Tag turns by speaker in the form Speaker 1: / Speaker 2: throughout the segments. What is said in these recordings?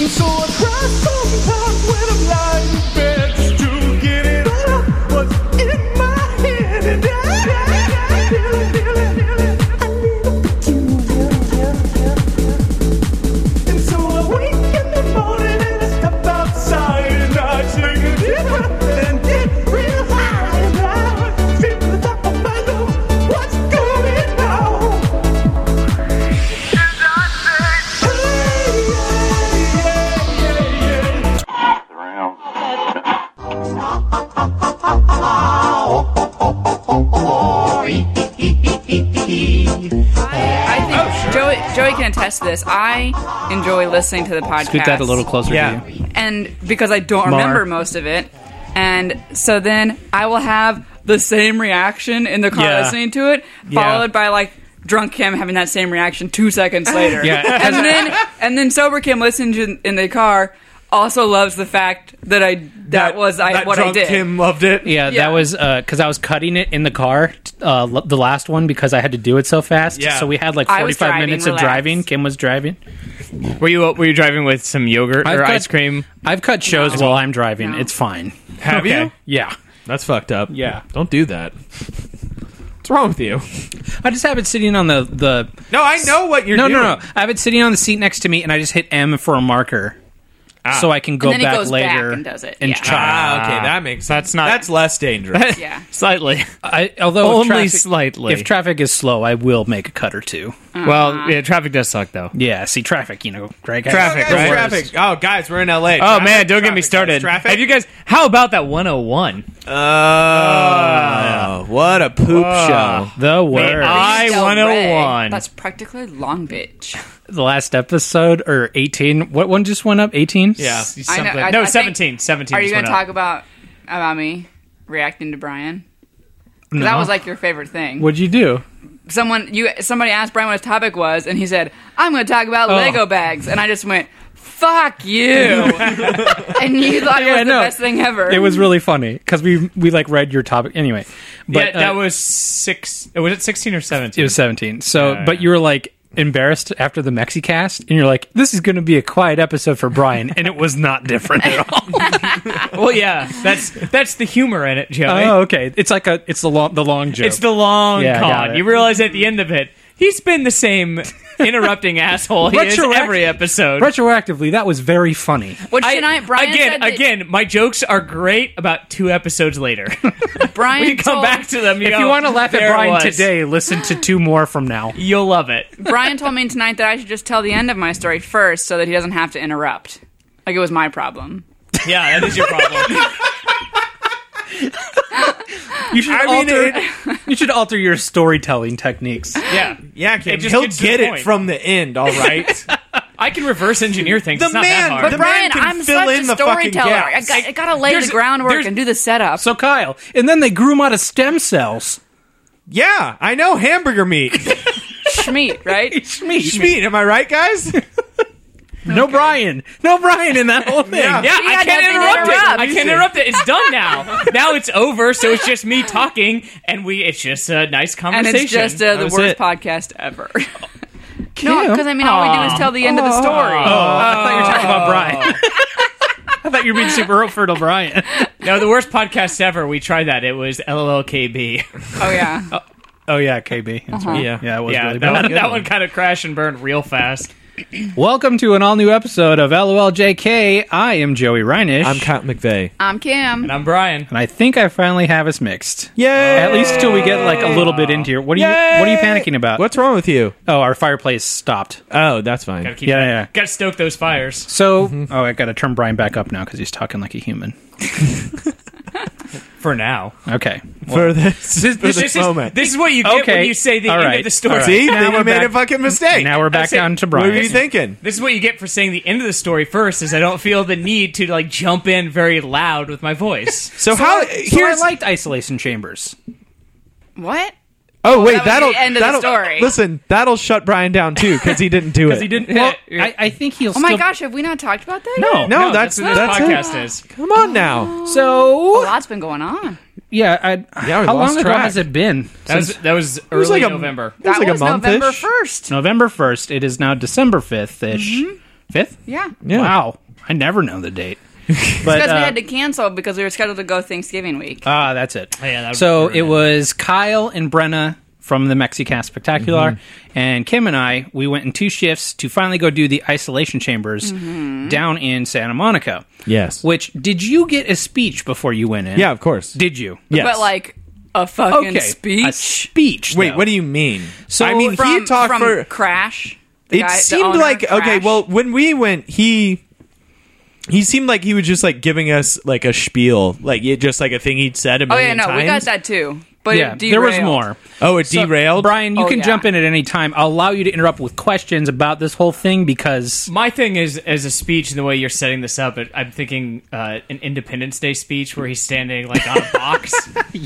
Speaker 1: And so I cry sometimes when I'm lying in bed just to get it all out what's in my head. And I, I, I feel it, feel it, feel it. I need a picture of you. And so I wake in the morning and I step outside and I take a deep breath and get real high. And I feel the top of my lungs. What's going on? Hey, yeah, yeah, yeah, yeah.
Speaker 2: I think Joey, Joey can attest to this. I enjoy listening to the podcast.
Speaker 3: Scoot that a little closer
Speaker 4: Yeah.
Speaker 3: to you.
Speaker 2: and because I don't
Speaker 3: Mar.
Speaker 2: remember most of it, and so then I will have the same reaction in the car
Speaker 3: Yeah.
Speaker 2: listening to it,
Speaker 3: Yeah.
Speaker 2: followed by like drunk Kim having that same reaction two seconds later.
Speaker 3: Yeah.
Speaker 2: and then and then sober Kim listening to in the car also loves the fact that I that, was I
Speaker 4: that
Speaker 2: what I
Speaker 4: drunk
Speaker 2: did.
Speaker 4: Kim loved it.
Speaker 3: Yeah,
Speaker 2: Yeah.
Speaker 3: that was because I was cutting it in the car, uh, l- the last one because I had to do it so fast.
Speaker 4: Yeah.
Speaker 3: So we had like
Speaker 2: I
Speaker 3: forty
Speaker 2: was
Speaker 3: five
Speaker 2: driving,
Speaker 3: minutes
Speaker 2: relax.
Speaker 3: of driving. Kim was driving.
Speaker 4: Were you were you driving with some yogurt
Speaker 3: I've
Speaker 4: or
Speaker 3: got-
Speaker 4: ice cream?
Speaker 3: I've cut shows while I'm driving.
Speaker 2: No.
Speaker 3: It's fine.
Speaker 4: Have
Speaker 5: Okay.
Speaker 4: you?
Speaker 3: Yeah,
Speaker 5: That's fucked up.
Speaker 3: Yeah.
Speaker 5: Don't do that. What's wrong with you?
Speaker 3: I just have it sitting on the the.
Speaker 4: No, I know what you're
Speaker 3: No,
Speaker 4: doing.
Speaker 3: no, no. I have it sitting on the seat next to me, and I just hit M for a marker, so I can go
Speaker 2: then it
Speaker 3: back
Speaker 2: goes back
Speaker 3: later
Speaker 2: and does it.
Speaker 3: and
Speaker 2: Yeah.
Speaker 3: try.
Speaker 5: Ah, okay, that makes sense.
Speaker 4: That's not-
Speaker 5: That's less dangerous.
Speaker 2: yeah.
Speaker 4: Slightly.
Speaker 3: I, although if
Speaker 4: Only
Speaker 3: traffic-
Speaker 4: slightly.
Speaker 3: If traffic is slow, I will make a cut or two.
Speaker 4: Well, yeah, traffic does suck though.
Speaker 3: Yeah, see traffic, you know, Greg. I-
Speaker 4: Traffic,
Speaker 5: Guys,
Speaker 4: right?
Speaker 5: traffic. Oh, guys, we're in LA.
Speaker 4: Oh
Speaker 5: Traffic,
Speaker 4: man, don't get me
Speaker 5: traffic,
Speaker 4: started.
Speaker 5: Traffic.
Speaker 4: Have you guys? How about that 101?
Speaker 5: Oh,
Speaker 4: Oh.
Speaker 5: what a poop
Speaker 3: Oh.
Speaker 5: show.
Speaker 3: The word.
Speaker 4: Uh, I
Speaker 2: Del
Speaker 4: 101.
Speaker 2: Rey. That's practically Long Beach.
Speaker 3: the last episode or 18 what one just went up 18
Speaker 5: Yeah.
Speaker 2: I know- I-
Speaker 4: no,
Speaker 2: I think-
Speaker 4: 17. 17.
Speaker 2: Are you
Speaker 4: going
Speaker 2: going to talk about about me reacting to Brian? 'Cause That was like your favorite thing.
Speaker 3: what'd you do
Speaker 2: someone you somebody asked Brian what his topic was, and he said, "I'm going to talk about Lego bags," and I just went, "Fuck you!" and you thought it was the
Speaker 3: no.
Speaker 2: best thing ever.
Speaker 3: it was really funny because we we like read your topic anyway but
Speaker 4: Yeah, that
Speaker 3: uh,
Speaker 4: was six. Was it 16 or 17?
Speaker 3: it was 17 so
Speaker 4: Yeah,
Speaker 3: but
Speaker 4: yeah.
Speaker 3: you were like embarrassed after the mexicast and you're like this is going to be a quiet episode for brian and it was not different at all
Speaker 4: Well, yeah, that's that's the humor in it, Joey.
Speaker 3: oh okay it's like a it's the long the long joke
Speaker 4: It's the long
Speaker 3: Yeah, I got
Speaker 4: con.
Speaker 3: it.
Speaker 4: You realize at the end of it, he's been the same interrupting asshole he is
Speaker 3: Retroact-
Speaker 4: every episode.
Speaker 3: retroactively that was very funny
Speaker 2: Which
Speaker 4: I-
Speaker 2: tonight, Brian
Speaker 4: again,
Speaker 2: said that
Speaker 4: again, my jokes are great about two episodes later.
Speaker 2: Brian
Speaker 4: we come
Speaker 2: told,
Speaker 4: back to them.
Speaker 3: if you want to laugh at brian today listen to two more from now
Speaker 4: you'll love it.
Speaker 2: Brian told me tonight that I should just tell the end of my story first, so that he doesn't have to interrupt. Like it was my problem.
Speaker 4: Yeah, that is your problem.
Speaker 3: you should
Speaker 5: I mean,
Speaker 3: alter
Speaker 5: it-
Speaker 3: you should alter your storytelling techniques
Speaker 4: yeah,
Speaker 5: Yeah, Kim,
Speaker 4: It just
Speaker 5: he'll
Speaker 4: gets to the
Speaker 5: get it
Speaker 4: point.
Speaker 5: from the end, all right?
Speaker 4: I can reverse engineer things.
Speaker 5: The
Speaker 4: it's not
Speaker 5: man-
Speaker 4: that hard.
Speaker 5: the man
Speaker 2: Brian,
Speaker 5: can
Speaker 2: I'm
Speaker 5: fill
Speaker 2: such
Speaker 5: in
Speaker 2: a
Speaker 5: the fucking
Speaker 2: storyteller. I,
Speaker 5: gaps.
Speaker 2: got, I gotta lay
Speaker 4: There's-
Speaker 2: the groundwork
Speaker 4: there's-
Speaker 2: and do the setup.
Speaker 3: So Kyle, and then they grew him out of stem cells.
Speaker 5: yeah, I know hamburger meat.
Speaker 2: Schmeat, right?
Speaker 5: Schmeat, am I right, guys?
Speaker 3: No Brian, no Brian in that whole thing.
Speaker 5: Yeah.
Speaker 4: Yeah,
Speaker 2: You
Speaker 4: I
Speaker 2: got
Speaker 4: can't
Speaker 2: nothing to
Speaker 4: interrupt it.
Speaker 2: interrupt.
Speaker 4: I can't interrupt it. It's done now. now it's over, so it's just me talking, and we. It's just a nice
Speaker 2: And
Speaker 4: conversation.
Speaker 2: it's just uh,
Speaker 5: That
Speaker 2: the
Speaker 5: was
Speaker 2: worst
Speaker 5: it.
Speaker 2: podcast ever. Oh. no, because I mean, all we do is tell the end of the story.
Speaker 3: I thought you were talking about Brian. I thought you were being super fertile, Brian.
Speaker 4: no, the worst podcast ever. We tried that. It was LLKB.
Speaker 2: Oh yeah.
Speaker 3: Oh yeah, KB. That's right.
Speaker 5: Yeah.
Speaker 3: Yeah, it was
Speaker 4: yeah,
Speaker 3: really
Speaker 4: that,
Speaker 3: bad.
Speaker 4: one, that one kind of crashed and burned real fast.
Speaker 3: Welcome to an all new episode of LOLJK. I am Joey Reinish,
Speaker 5: I'm Count McVeigh.
Speaker 2: I'm Kim.
Speaker 4: And I'm Brian.
Speaker 3: and I think I finally have us mixed.
Speaker 5: Yay!
Speaker 3: At least till we get like a little bit into here. What are you? What are you panicking about?
Speaker 5: What's wrong with you?
Speaker 3: Oh, our fireplace stopped.
Speaker 5: Oh, that's fine.
Speaker 4: Gotta keep
Speaker 3: Yeah, yeah.
Speaker 4: Gotta stoke those fires.
Speaker 3: So, oh, I got to turn Brian back up now because he's talking like a human.
Speaker 4: For now.
Speaker 3: Okay.
Speaker 5: for this, for
Speaker 4: This,
Speaker 5: this
Speaker 4: is,
Speaker 5: moment.
Speaker 4: this is what you get
Speaker 3: Okay.
Speaker 4: when you say the
Speaker 3: All
Speaker 4: end
Speaker 3: right.
Speaker 4: of the story.
Speaker 3: All right.
Speaker 5: See,
Speaker 3: Now
Speaker 5: then you
Speaker 3: we're
Speaker 5: made
Speaker 3: back-
Speaker 5: a fucking mistake.
Speaker 3: Now we're back
Speaker 4: That's it.
Speaker 3: down to
Speaker 5: what
Speaker 3: Brian.
Speaker 5: were you thinking?
Speaker 4: This is what you get for saying the end of the story first. Is I don't feel the need to like jump in very loud with my voice.
Speaker 5: So, how?
Speaker 3: So I
Speaker 5: here's
Speaker 3: liked isolation chambers.
Speaker 2: What?
Speaker 5: oh wait,
Speaker 2: that
Speaker 5: that'll
Speaker 2: was the end of the
Speaker 5: that'll
Speaker 2: story.
Speaker 5: listen. That'll shut Brian down too because he didn't do it.
Speaker 4: Because he didn't.
Speaker 3: Well,
Speaker 4: hit-
Speaker 3: I, I think he'll.
Speaker 2: Oh my gosh, have we not talked about that?
Speaker 3: No.
Speaker 5: No,
Speaker 4: no,
Speaker 5: that's
Speaker 4: that's,
Speaker 5: that's,
Speaker 4: what this
Speaker 5: it.
Speaker 4: podcast is.
Speaker 5: Come on now.
Speaker 2: A
Speaker 3: So
Speaker 2: lot's been going on.
Speaker 3: yeah, I,
Speaker 5: Yeah, we
Speaker 3: how long
Speaker 5: lost
Speaker 3: ago
Speaker 5: track.
Speaker 3: has it been?
Speaker 4: That was that was early
Speaker 5: like a-
Speaker 4: November.
Speaker 5: It was
Speaker 2: that
Speaker 5: like a
Speaker 2: was
Speaker 5: month-ish.
Speaker 2: November first. Mm-hmm.
Speaker 3: November first. It is now December fifth ish. Fifth?
Speaker 2: Yeah.
Speaker 5: Yeah.
Speaker 3: Wow. I never know the date. But,
Speaker 2: Because we
Speaker 3: uh,
Speaker 2: had to cancel because we were scheduled to go Thanksgiving week.
Speaker 5: Uh,
Speaker 3: Ah, that's it.
Speaker 2: Oh,
Speaker 4: yeah, that would
Speaker 3: so
Speaker 4: ruin it.
Speaker 3: it was Kyle and Brenna from the Mexicast Spectacular,
Speaker 5: Mm-hmm.
Speaker 3: and Kim and I. We went in two shifts to finally go do the isolation chambers
Speaker 2: Mm-hmm.
Speaker 3: down in Santa Monica.
Speaker 5: Yes.
Speaker 3: Which did you get a speech before you went in?
Speaker 5: Yeah, of course.
Speaker 3: Did you?
Speaker 5: yes.
Speaker 2: But like a fucking
Speaker 3: Okay.
Speaker 2: speech.
Speaker 3: A speech.
Speaker 5: wait,
Speaker 3: though.
Speaker 5: what do you mean?
Speaker 3: So
Speaker 5: I mean,
Speaker 2: from,
Speaker 5: he talked
Speaker 2: from
Speaker 5: for.
Speaker 2: Crash. the
Speaker 5: It
Speaker 2: guy- the
Speaker 5: seemed
Speaker 2: owner
Speaker 5: like
Speaker 2: of Crash.
Speaker 5: okay. Well, when we went, he he seemed like he was just like giving us like a spiel, like it- just like a thing he'd said a
Speaker 2: Oh
Speaker 5: million
Speaker 2: yeah, no,
Speaker 5: times.
Speaker 2: we got that too. But
Speaker 3: Yeah,
Speaker 2: it
Speaker 3: there was
Speaker 2: derailed.
Speaker 3: more.
Speaker 5: Oh, it
Speaker 3: So,
Speaker 5: derailed.
Speaker 3: Brian, you
Speaker 2: Oh,
Speaker 3: can
Speaker 2: yeah.
Speaker 3: jump in at any time. I'll allow you to interrupt with questions about this whole thing because
Speaker 4: My thing is, as a speech, and the way you're setting this up, it- I'm thinking uh, an Independence Day speech where he's standing like on a box.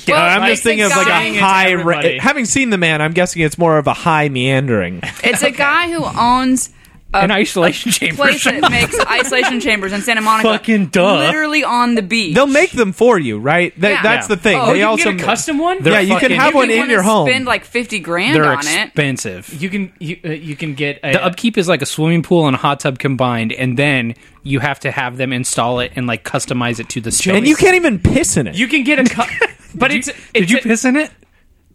Speaker 2: Well,
Speaker 5: I'm
Speaker 2: like
Speaker 5: just thinking of
Speaker 2: the
Speaker 5: like
Speaker 2: guy-
Speaker 5: a
Speaker 4: Saying it's
Speaker 5: high.
Speaker 4: everybody.
Speaker 5: Ra- having seen the man, I'm guessing it's more of a high meandering.
Speaker 2: It's a guy who owns
Speaker 3: an isolation chamber.
Speaker 2: Uh, place that makes isolation chambers in Santa Monica.
Speaker 3: Fucking duh.
Speaker 2: Literally on the beach.
Speaker 5: They'll make them for you, right? That,
Speaker 2: Yeah.
Speaker 5: That's
Speaker 3: Yeah.
Speaker 5: the thing.
Speaker 4: oh,
Speaker 5: they
Speaker 4: you can
Speaker 5: also
Speaker 4: get a custom one.
Speaker 3: They're
Speaker 5: yeah, you can
Speaker 3: fucking-
Speaker 5: have
Speaker 2: You
Speaker 5: one
Speaker 2: can
Speaker 5: in your home.
Speaker 2: Spend like fifty grand
Speaker 3: They're
Speaker 2: on it.
Speaker 3: expensive.
Speaker 4: You can you uh, you can get a,
Speaker 3: The upkeep is like a swimming pool and a hot tub combined, and then you have to have them install it and like customize it to the space.
Speaker 5: and you can't even piss in it.
Speaker 4: you can get a cu- but it's
Speaker 3: Did
Speaker 4: it's
Speaker 3: you
Speaker 4: a-
Speaker 3: piss in it?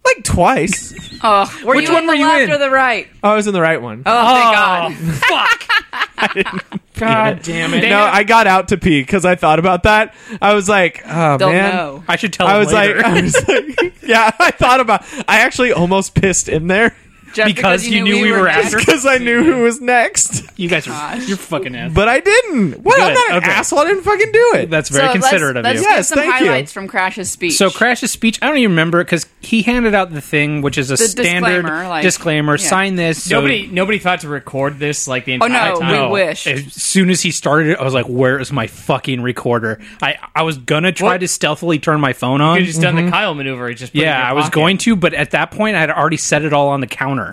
Speaker 5: like twice.
Speaker 2: Ugh, were
Speaker 3: Which
Speaker 2: you
Speaker 3: one
Speaker 2: on
Speaker 3: were
Speaker 2: the
Speaker 3: you
Speaker 2: left
Speaker 3: in?
Speaker 2: or the right?
Speaker 5: I was in the right one.
Speaker 2: Oh, thank God.
Speaker 3: God damn it!
Speaker 5: no, I got out to pee because I thought about that. I was like, oh
Speaker 2: They'll
Speaker 5: man.
Speaker 2: know.
Speaker 3: I should tell.
Speaker 5: I
Speaker 3: him
Speaker 5: was
Speaker 3: later.
Speaker 5: like, I was like, yeah, I thought about. I actually almost pissed in there
Speaker 2: Just
Speaker 3: Because you knew we were after-
Speaker 5: because I knew who was next,
Speaker 3: you guys are you're fucking ass.
Speaker 5: but I didn't. What? I'm
Speaker 3: Good,
Speaker 5: not an
Speaker 3: okay.
Speaker 5: asshole. I didn't fucking do it.
Speaker 3: That's very
Speaker 2: so
Speaker 3: considerate
Speaker 2: let's,
Speaker 3: of
Speaker 2: let's
Speaker 3: you.
Speaker 2: give
Speaker 5: Yes,
Speaker 2: some
Speaker 5: thank you.
Speaker 2: highlights from Crash's speech.
Speaker 3: So Crash's speech, I don't even remember because he handed out the thing, which is a standard
Speaker 2: disclaimer, like-
Speaker 3: disclaimer,
Speaker 2: yeah.
Speaker 3: Sign this. so-
Speaker 4: nobody nobody thought to record this like the
Speaker 2: Oh
Speaker 4: entire
Speaker 2: no,
Speaker 4: time.
Speaker 2: we wish.
Speaker 3: As soon as he started it, I was like, "Where is my fucking recorder?" I I was gonna try
Speaker 4: What?
Speaker 3: to stealthily turn my phone on.
Speaker 4: You just done the Kyle maneuver. Just put it in
Speaker 3: Mm-hmm. Yeah,
Speaker 4: your
Speaker 3: I was
Speaker 4: pocket.
Speaker 3: going to, but at that point, I had already set it all on the counter.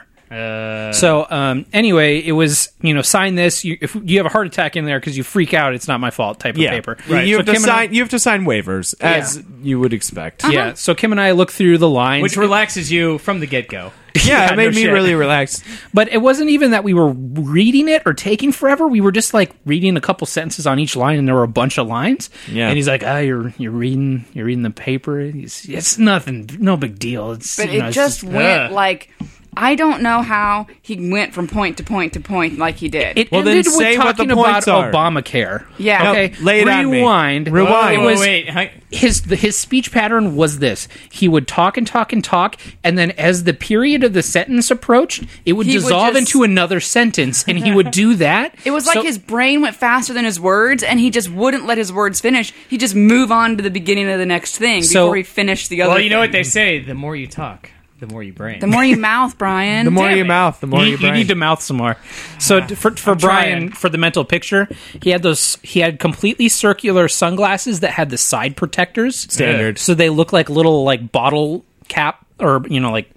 Speaker 3: so um, anyway, it was you know sign this. You, if you have a heart attack in there because you freak out, it's not my fault. Type
Speaker 5: yeah.
Speaker 3: of paper.
Speaker 5: Right. You
Speaker 3: So
Speaker 5: have to
Speaker 3: Kim and I-
Speaker 5: sign. you have to sign waivers, as you would expect.
Speaker 3: yeah. So Kim and I looked through the lines,
Speaker 4: which relaxes you from the get go.
Speaker 5: Yeah,
Speaker 3: Yeah,
Speaker 5: it made
Speaker 3: no
Speaker 5: me
Speaker 3: shit.
Speaker 5: really relaxed.
Speaker 3: but it wasn't even that we were reading it or taking forever. We were just like reading a couple sentences on each line, and there were a bunch of lines.
Speaker 5: Yeah.
Speaker 3: And he's like, "Ah, you're you're reading you're reading the paper. It's, it's nothing, no big deal. It's
Speaker 2: but
Speaker 3: you know,
Speaker 2: it
Speaker 3: it's
Speaker 2: just went
Speaker 4: ugh.
Speaker 2: like I don't know how he went from point to point to point like he did.
Speaker 3: It
Speaker 5: Well, then
Speaker 3: ended with
Speaker 5: say what
Speaker 3: talking
Speaker 5: the
Speaker 3: about
Speaker 5: points are.
Speaker 3: Obamacare.
Speaker 2: Yeah.
Speaker 3: Okay.
Speaker 5: No, lay it on me.
Speaker 3: Rewind.
Speaker 5: Rewind.
Speaker 3: It
Speaker 5: Whoa,
Speaker 3: was
Speaker 4: wait, hang-
Speaker 3: his the, his speech pattern was this. He would talk and talk and talk, and then as the period of the sentence approached, it would
Speaker 2: He would
Speaker 3: dissolve
Speaker 2: just-
Speaker 3: into another sentence, and he would do that.
Speaker 2: It was like
Speaker 3: So-
Speaker 2: his brain went faster than his words, and he just wouldn't let his words finish. He just move on to the beginning of the next thing
Speaker 3: So-
Speaker 2: before he finished the other.
Speaker 4: well, you know
Speaker 2: thing.
Speaker 4: what they say: the more you talk, the more you brain.
Speaker 2: The more you mouth, Brian.
Speaker 5: The more
Speaker 4: Damn
Speaker 5: you
Speaker 4: it.
Speaker 5: mouth, the more
Speaker 3: You,
Speaker 5: you,
Speaker 3: you
Speaker 5: brain.
Speaker 3: need to mouth some more. So d- for for Brian
Speaker 4: trying.
Speaker 3: for the mental picture, he had those he had completely circular sunglasses that had the side protectors
Speaker 5: Standard.
Speaker 3: so they look like little like bottle cap or you know like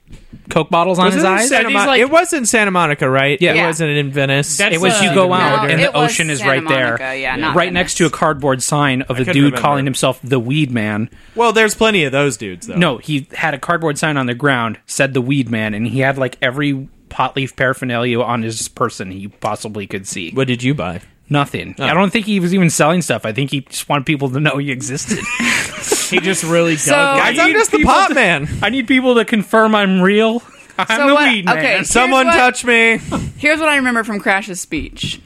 Speaker 3: Coke bottles on
Speaker 5: Was
Speaker 3: his
Speaker 5: it in
Speaker 3: eyes.
Speaker 5: Santa
Speaker 4: Are these
Speaker 5: Mo-
Speaker 4: like-
Speaker 5: it was in Santa Monica, right?
Speaker 3: Yeah.
Speaker 5: It wasn't in Venice.
Speaker 4: That's
Speaker 3: It was
Speaker 4: uh,
Speaker 3: you go out
Speaker 2: No,
Speaker 3: and
Speaker 2: it
Speaker 3: the
Speaker 2: was
Speaker 3: ocean is
Speaker 2: Santa
Speaker 3: right there,
Speaker 2: Monica, yeah, not
Speaker 3: right
Speaker 2: Venice.
Speaker 3: next to a cardboard sign of a
Speaker 5: couldn't
Speaker 3: dude
Speaker 5: remember.
Speaker 3: calling himself the Weed Man.
Speaker 5: well, there's plenty of those dudes, though.
Speaker 3: No, he had a cardboard sign on the ground said the Weed Man, and he had like every pot leaf paraphernalia on his person he possibly could see.
Speaker 5: What did you buy?
Speaker 3: Nothing.
Speaker 5: Oh.
Speaker 3: I don't think he was even selling stuff. I think he just wanted people to know he existed.
Speaker 4: he just really dug.
Speaker 2: So-
Speaker 5: Guys, I'm
Speaker 3: need
Speaker 5: just the
Speaker 3: people
Speaker 5: pot
Speaker 3: to-
Speaker 5: man.
Speaker 3: I need people to confirm I'm real. I'm
Speaker 2: So
Speaker 3: the
Speaker 2: what-
Speaker 3: Weed Man.
Speaker 2: okay.
Speaker 5: Someone
Speaker 2: what-
Speaker 5: touch me.
Speaker 2: Here's what I remember from Crash's speech.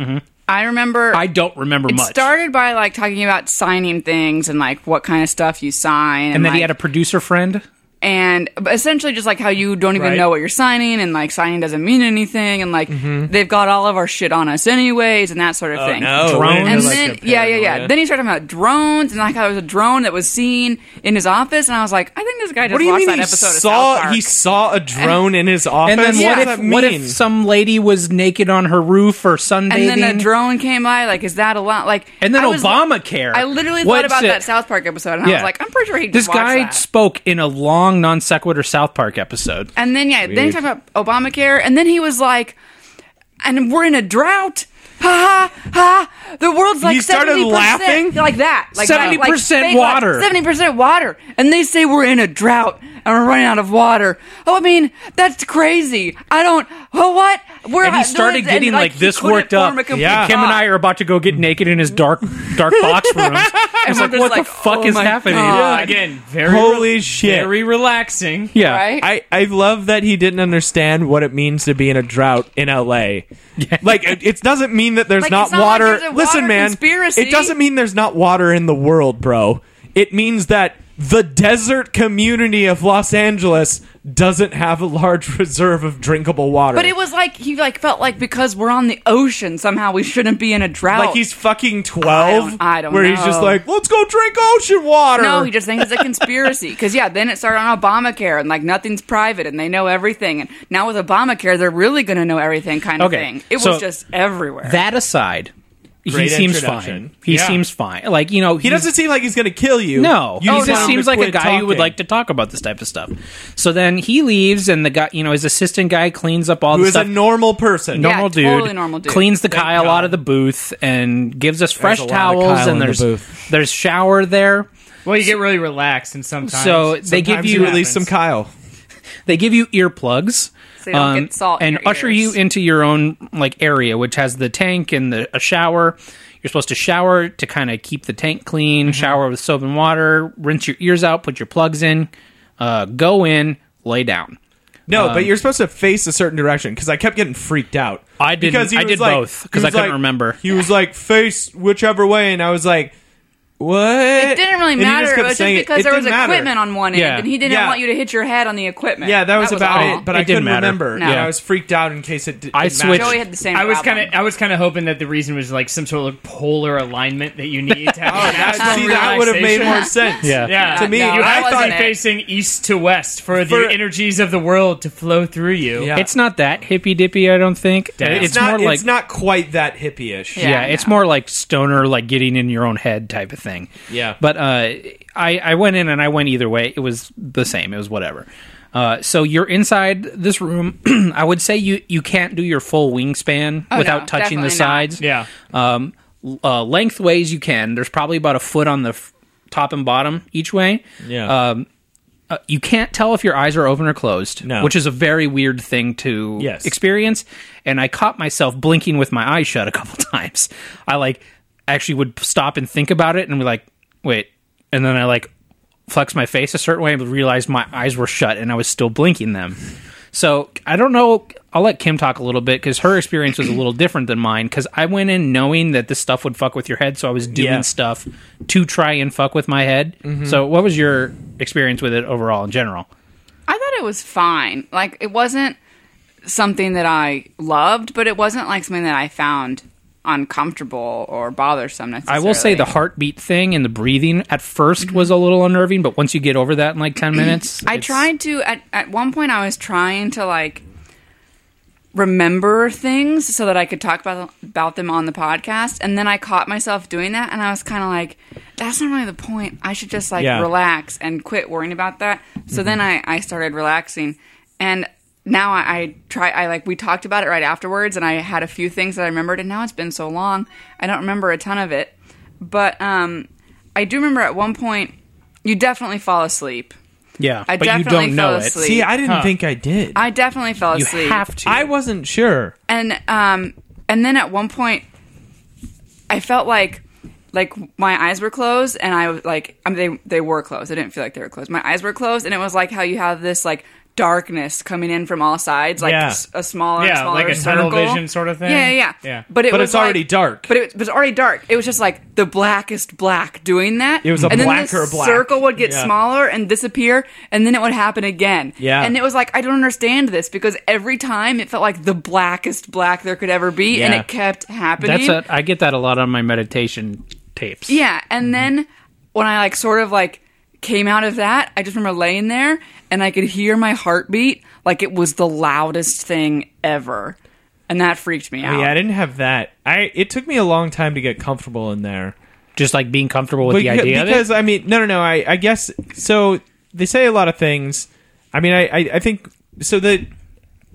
Speaker 2: I remember
Speaker 3: I don't remember
Speaker 2: it
Speaker 3: much.
Speaker 2: started by like talking about signing things and like what kind of stuff you sign, and,
Speaker 3: and then
Speaker 2: like,
Speaker 3: he had a producer friend.
Speaker 2: and but essentially just like how you don't even
Speaker 4: Right.
Speaker 2: know what you're signing and like signing doesn't mean anything and like they've got all of our shit on us anyways and that
Speaker 5: Oh,
Speaker 2: sort of thing.
Speaker 3: Drones.
Speaker 2: And
Speaker 3: They're like
Speaker 2: then yeah, yeah, yeah. Then he started talking about drones and like how there was a drone that was seen in his office and I was like, I think this guy just
Speaker 5: what do you
Speaker 2: watched
Speaker 5: mean
Speaker 2: that
Speaker 5: he
Speaker 2: episode of South
Speaker 5: saw
Speaker 2: Park.
Speaker 5: he saw a drone in his office?
Speaker 3: And
Speaker 5: what,
Speaker 3: then
Speaker 2: Yeah.
Speaker 5: does
Speaker 3: what,
Speaker 5: that
Speaker 3: if, what
Speaker 5: mean?
Speaker 3: if some lady was naked on her roof or sunbathing?
Speaker 2: and then a drone came by, like, is that a lot? Like,
Speaker 3: And then
Speaker 2: I was-
Speaker 3: Obamacare.
Speaker 2: I literally
Speaker 3: What's
Speaker 2: thought about
Speaker 3: it?
Speaker 2: that South Park episode, and I was
Speaker 3: Yeah.
Speaker 2: like, I'm pretty sure he
Speaker 3: This
Speaker 2: just watched
Speaker 3: guy
Speaker 2: that.
Speaker 3: spoke in a long non sequitur South Park episode.
Speaker 2: And then yeah, then he
Speaker 5: Weird.
Speaker 2: talked about Obamacare, and then he was like, "And we're in a drought." ha ha ha. The world's like
Speaker 5: He started
Speaker 2: 70%,
Speaker 5: laughing?
Speaker 2: like that, like that, like
Speaker 3: 70%
Speaker 2: fake
Speaker 3: water.
Speaker 2: seventy percent water, and they say we're in a drought and we're running out of water. Oh, I mean that's crazy. I don't. Oh, what? We're
Speaker 3: And he started
Speaker 2: and,
Speaker 3: getting like,
Speaker 2: he
Speaker 3: this
Speaker 2: couldn't
Speaker 3: worked up.
Speaker 2: form a complete
Speaker 5: Yeah.
Speaker 3: And Kim and I
Speaker 2: thought.
Speaker 3: are about to go get naked in his dark, dark box rooms. I was
Speaker 2: we're
Speaker 3: like,
Speaker 2: just
Speaker 3: what
Speaker 2: like,
Speaker 3: the fuck
Speaker 2: oh
Speaker 3: is
Speaker 2: my
Speaker 3: happening?
Speaker 2: God.
Speaker 3: Yeah.
Speaker 4: Again, very
Speaker 5: Holy shit.
Speaker 4: very relaxing.
Speaker 3: Yeah.
Speaker 2: Right?
Speaker 5: I, I love that he didn't understand what it means to be in a drought in LA. Like it, it doesn't mean that there's
Speaker 2: Like,
Speaker 5: not
Speaker 2: it's not like
Speaker 5: water.
Speaker 2: there's a
Speaker 5: Listen,
Speaker 2: water
Speaker 5: man,
Speaker 2: conspiracy.
Speaker 5: it doesn't mean there's not water in the world, bro. It means that the desert community of Los Angeles doesn't have a large reserve of drinkable water.
Speaker 2: But it was like he like felt like because we're on the ocean somehow we shouldn't be in a drought.
Speaker 5: like he's fucking twelve.
Speaker 2: I don't- I don't
Speaker 5: Where he's just
Speaker 2: know.
Speaker 5: like, let's go drink ocean water.
Speaker 2: No, he just thinks it's a conspiracy. Because yeah, then it started on Obamacare and like nothing's private and they know everything. And now with Obamacare, they're really going to know everything kind of
Speaker 3: Okay,
Speaker 2: thing. It
Speaker 3: so
Speaker 2: was just everywhere.
Speaker 3: That aside, he
Speaker 5: Great
Speaker 3: seems
Speaker 5: introduction.
Speaker 3: fine. He
Speaker 5: Yeah.
Speaker 3: seems fine. Like you know,
Speaker 5: He doesn't seem like he's gonna kill you.
Speaker 3: No,
Speaker 5: you
Speaker 2: Oh,
Speaker 3: he
Speaker 5: just want
Speaker 3: just
Speaker 5: him to
Speaker 3: seems like a
Speaker 5: quit
Speaker 3: guy who would
Speaker 5: talking.
Speaker 3: like to talk about this type of stuff. So then he leaves, and the guy, you know, his assistant guy cleans up all
Speaker 5: Who
Speaker 3: the
Speaker 5: is a
Speaker 3: stuff.
Speaker 5: normal person?
Speaker 2: Yeah,
Speaker 3: normal dude,
Speaker 2: totally normal dude.
Speaker 3: cleans the Kyle out of the booth and gives us fresh
Speaker 5: a lot of
Speaker 3: towels,
Speaker 5: Kyle in
Speaker 3: and
Speaker 5: the
Speaker 3: there's
Speaker 5: booth.
Speaker 3: there's shower there.
Speaker 4: Well, you get really relaxed, and sometimes
Speaker 3: So they give
Speaker 4: sometimes
Speaker 3: you-
Speaker 4: it
Speaker 5: Release some
Speaker 4: happens.
Speaker 5: Kyle.
Speaker 3: They give you earplugs.
Speaker 2: So you don't
Speaker 5: um,
Speaker 2: get salt in
Speaker 3: Um, and
Speaker 2: your
Speaker 3: usher you
Speaker 2: ears.
Speaker 3: into your own like area, which has the tank and the a shower. You're supposed to shower to kind of keep the tank clean,
Speaker 2: Mm-hmm.
Speaker 3: shower with soap and water, rinse your ears out, put your plugs in, uh, go in, lay down.
Speaker 5: No,
Speaker 3: Um,
Speaker 5: but you're supposed to face a certain direction because I kept getting freaked out.
Speaker 3: I didn't- I did both, 'cause
Speaker 5: he
Speaker 3: I
Speaker 5: was
Speaker 3: couldn't
Speaker 5: like-
Speaker 3: remember.
Speaker 5: He was like face whichever way, and I was like, "What?"
Speaker 2: it didn't really
Speaker 5: And he
Speaker 2: matter.
Speaker 5: just
Speaker 2: It
Speaker 5: kept
Speaker 2: was just
Speaker 5: saying it.
Speaker 2: because
Speaker 5: It
Speaker 2: there was
Speaker 5: didn't matter.
Speaker 2: equipment on one
Speaker 3: Yeah.
Speaker 2: end, and he didn't
Speaker 5: Yeah.
Speaker 2: want you to hit your head on the equipment.
Speaker 5: Yeah, that was about
Speaker 2: all.
Speaker 5: it. But
Speaker 3: It
Speaker 5: I couldn't
Speaker 3: didn't matter.
Speaker 5: remember,
Speaker 2: No.
Speaker 5: and I was freaked out in case it. Did,
Speaker 3: I
Speaker 5: it mattered.
Speaker 3: switched-
Speaker 2: Joey had the same.
Speaker 4: I was kind
Speaker 2: problem.
Speaker 4: of I was kind of hoping that the reason was like some sort of polar alignment that you need to have.
Speaker 5: Oh, that, see, that would have made more sense.
Speaker 3: Yeah.
Speaker 4: Yeah,
Speaker 5: To me,
Speaker 2: No,
Speaker 5: you
Speaker 2: that
Speaker 5: I
Speaker 2: wasn't
Speaker 5: thought
Speaker 2: it.
Speaker 4: facing east to west for,
Speaker 5: For-
Speaker 4: the energies of the world to flow through you.
Speaker 5: Yeah.
Speaker 3: It's not that hippy dippy, I don't think.
Speaker 4: Damn.
Speaker 3: It's,
Speaker 5: it's, not.
Speaker 3: more like
Speaker 5: it's not quite that hippie-ish.
Speaker 3: yeah,
Speaker 2: Yeah,
Speaker 3: it's
Speaker 2: no.
Speaker 3: more like stoner, like getting in your own head type of thing.
Speaker 5: Yeah.
Speaker 3: But uh, I I went in and I went either way. It was the same. It was whatever. Uh, so you're inside this room. I would say you you can't do your full wingspan
Speaker 2: Oh,
Speaker 3: without
Speaker 2: no,
Speaker 3: touching the
Speaker 2: definitely not.
Speaker 3: sides.
Speaker 4: Yeah.
Speaker 3: Um, l- uh, lengthways you can. There's probably about a foot on the f- top and bottom each way.
Speaker 5: Yeah.
Speaker 3: Um, uh, you can't tell if your eyes are open or closed,
Speaker 5: No.
Speaker 3: which is a very weird thing to
Speaker 5: Yes.
Speaker 3: experience. And I caught myself blinking with my eyes shut a couple times. I like actually would stop and think about it and be like, wait. And then I like flex my face a certain way and realized my eyes were shut and I was still blinking them. So I don't know. I'll let Kim talk a little bit because her experience was a little different than mine. Because I went in knowing that this stuff would fuck with your head, so I was doing
Speaker 5: Yeah. Mm-hmm.
Speaker 3: stuff to try and fuck with my head. So what was your experience with it overall in general?
Speaker 2: I thought it was fine. Like it wasn't something that I loved, but it wasn't like something that I found uncomfortable or bothersome
Speaker 3: I
Speaker 2: necessarily. Mm-hmm.
Speaker 3: will say the heartbeat thing and the breathing at 1st was a little unnerving, but once you get over that in like ten minutes,
Speaker 2: I
Speaker 3: it's-
Speaker 2: tried to at at one point I was trying to like remember things so that I could talk about about them on the podcast and then I caught myself doing that and I was kind of like that's not really the point. I should just like
Speaker 5: Yeah.
Speaker 2: relax and quit worrying about that. So then I
Speaker 3: Mm-hmm.
Speaker 2: I started relaxing and now I, I try I like we talked about it right afterwards and I had a few things that I remembered and now it's been so long I don't remember a ton of it. But um I do remember at one point you definitely fall asleep.
Speaker 3: yeah,
Speaker 2: I
Speaker 3: but you
Speaker 2: definitely
Speaker 3: don't know
Speaker 2: fell
Speaker 3: it.
Speaker 2: asleep.
Speaker 5: See, I didn't think I did.
Speaker 2: I definitely fell
Speaker 3: You
Speaker 2: asleep.
Speaker 3: have to.
Speaker 5: I wasn't sure.
Speaker 2: And um and then at one point I felt like like my eyes were closed and I was like I mean they they were closed. I didn't feel like they were closed. My eyes were closed and it was like how you have this like darkness coming in from all sides like
Speaker 5: Yeah.
Speaker 2: s- a smaller
Speaker 4: Yeah,
Speaker 2: smaller
Speaker 4: like a tunnel
Speaker 2: circle.
Speaker 4: vision sort of thing.
Speaker 2: Yeah, yeah,
Speaker 4: Yeah.
Speaker 2: But it
Speaker 5: But
Speaker 2: was
Speaker 5: it's already
Speaker 2: like-
Speaker 5: dark.
Speaker 2: But it was already dark. It was just like the blackest black doing that. It
Speaker 5: was a
Speaker 2: and then
Speaker 5: blacker
Speaker 2: the
Speaker 5: black.
Speaker 2: circle would get
Speaker 5: Yeah.
Speaker 2: smaller and disappear, and then it would happen again.
Speaker 5: Yeah.
Speaker 2: And it was like I don't understand this because every time it felt like the blackest black there could ever be, and
Speaker 5: Yeah.
Speaker 2: it kept happening.
Speaker 3: That's a, I get that a lot on my meditation tapes.
Speaker 2: Yeah, and
Speaker 5: Mm-hmm.
Speaker 2: then when I like sort of like came out of that, I just remember laying there and I could hear my heartbeat like it was the loudest thing ever. And that freaked me out.
Speaker 5: Yeah, I didn't have that. I it took me a long time to get comfortable in there.
Speaker 3: just like being comfortable with the
Speaker 5: Beca-
Speaker 3: idea of it.
Speaker 5: because I mean, no, no, no. I, I guess so. They say a lot of things. I mean, I, I, I think so. The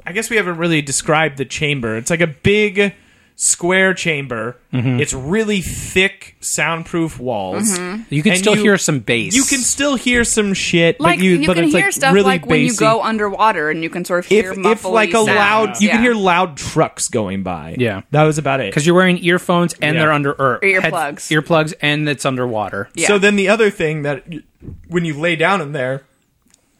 Speaker 5: I guess we haven't really described the chamber. It's like a big square chamber.
Speaker 3: Mm-hmm.
Speaker 5: It's really thick, soundproof walls.
Speaker 2: Mm-hmm.
Speaker 3: You can
Speaker 5: And
Speaker 3: still
Speaker 5: you-
Speaker 3: hear some bass.
Speaker 5: You can still hear some shit,
Speaker 2: Like
Speaker 5: but
Speaker 2: you,
Speaker 5: you, but
Speaker 2: can
Speaker 5: it's
Speaker 2: hear
Speaker 5: like
Speaker 2: stuff
Speaker 5: really
Speaker 2: like when you
Speaker 5: bassy.
Speaker 2: go underwater and you can sort of hear
Speaker 5: if,
Speaker 2: muffly
Speaker 5: if like a loud,
Speaker 2: sounds.
Speaker 5: you can
Speaker 2: Yeah.
Speaker 5: hear loud trucks going by.
Speaker 3: Yeah.
Speaker 5: that was about it.
Speaker 3: because you're wearing earphones and
Speaker 5: Yeah.
Speaker 3: they're under or head-
Speaker 2: earplugs.
Speaker 3: earplugs, and it's underwater.
Speaker 2: Yeah.
Speaker 5: So then the other thing that y- when you lay down in there,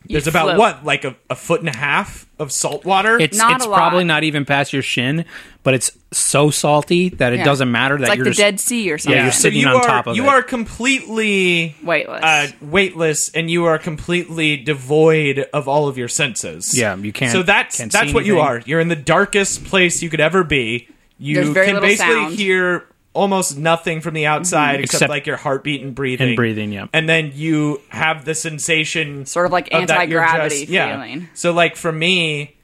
Speaker 5: there's about
Speaker 2: float.
Speaker 5: what like a, a foot and a half of salt water.
Speaker 3: It's
Speaker 2: Not
Speaker 3: it's
Speaker 2: a lot.
Speaker 3: probably not even past your shin, but it's so salty that it
Speaker 2: Yeah.
Speaker 3: doesn't matter that
Speaker 2: it's like
Speaker 3: you're
Speaker 2: the
Speaker 3: just
Speaker 2: Dead Sea or something.
Speaker 3: you're
Speaker 5: so
Speaker 3: sitting
Speaker 5: you
Speaker 3: on
Speaker 5: are,
Speaker 3: top of
Speaker 5: you
Speaker 3: it.
Speaker 5: are completely
Speaker 2: Weightless.
Speaker 5: uh, weightless, and you are completely devoid of all of your senses.
Speaker 3: Yeah, you can't-
Speaker 5: So that's
Speaker 3: can't see
Speaker 5: that's what you
Speaker 3: anything.
Speaker 5: are. You're in the darkest place you could ever be.
Speaker 2: There's
Speaker 5: You
Speaker 2: very
Speaker 5: can
Speaker 2: little
Speaker 5: basically
Speaker 2: sound.
Speaker 5: hear almost nothing from the outside except,
Speaker 3: Mm-hmm. Except-
Speaker 5: like your heartbeat and breathing
Speaker 3: and breathing, yeah.
Speaker 5: and then you have the sensation
Speaker 2: Sort of like
Speaker 5: that you're
Speaker 2: anti-gravity
Speaker 5: just- yeah.
Speaker 2: feeling.
Speaker 5: So like for me,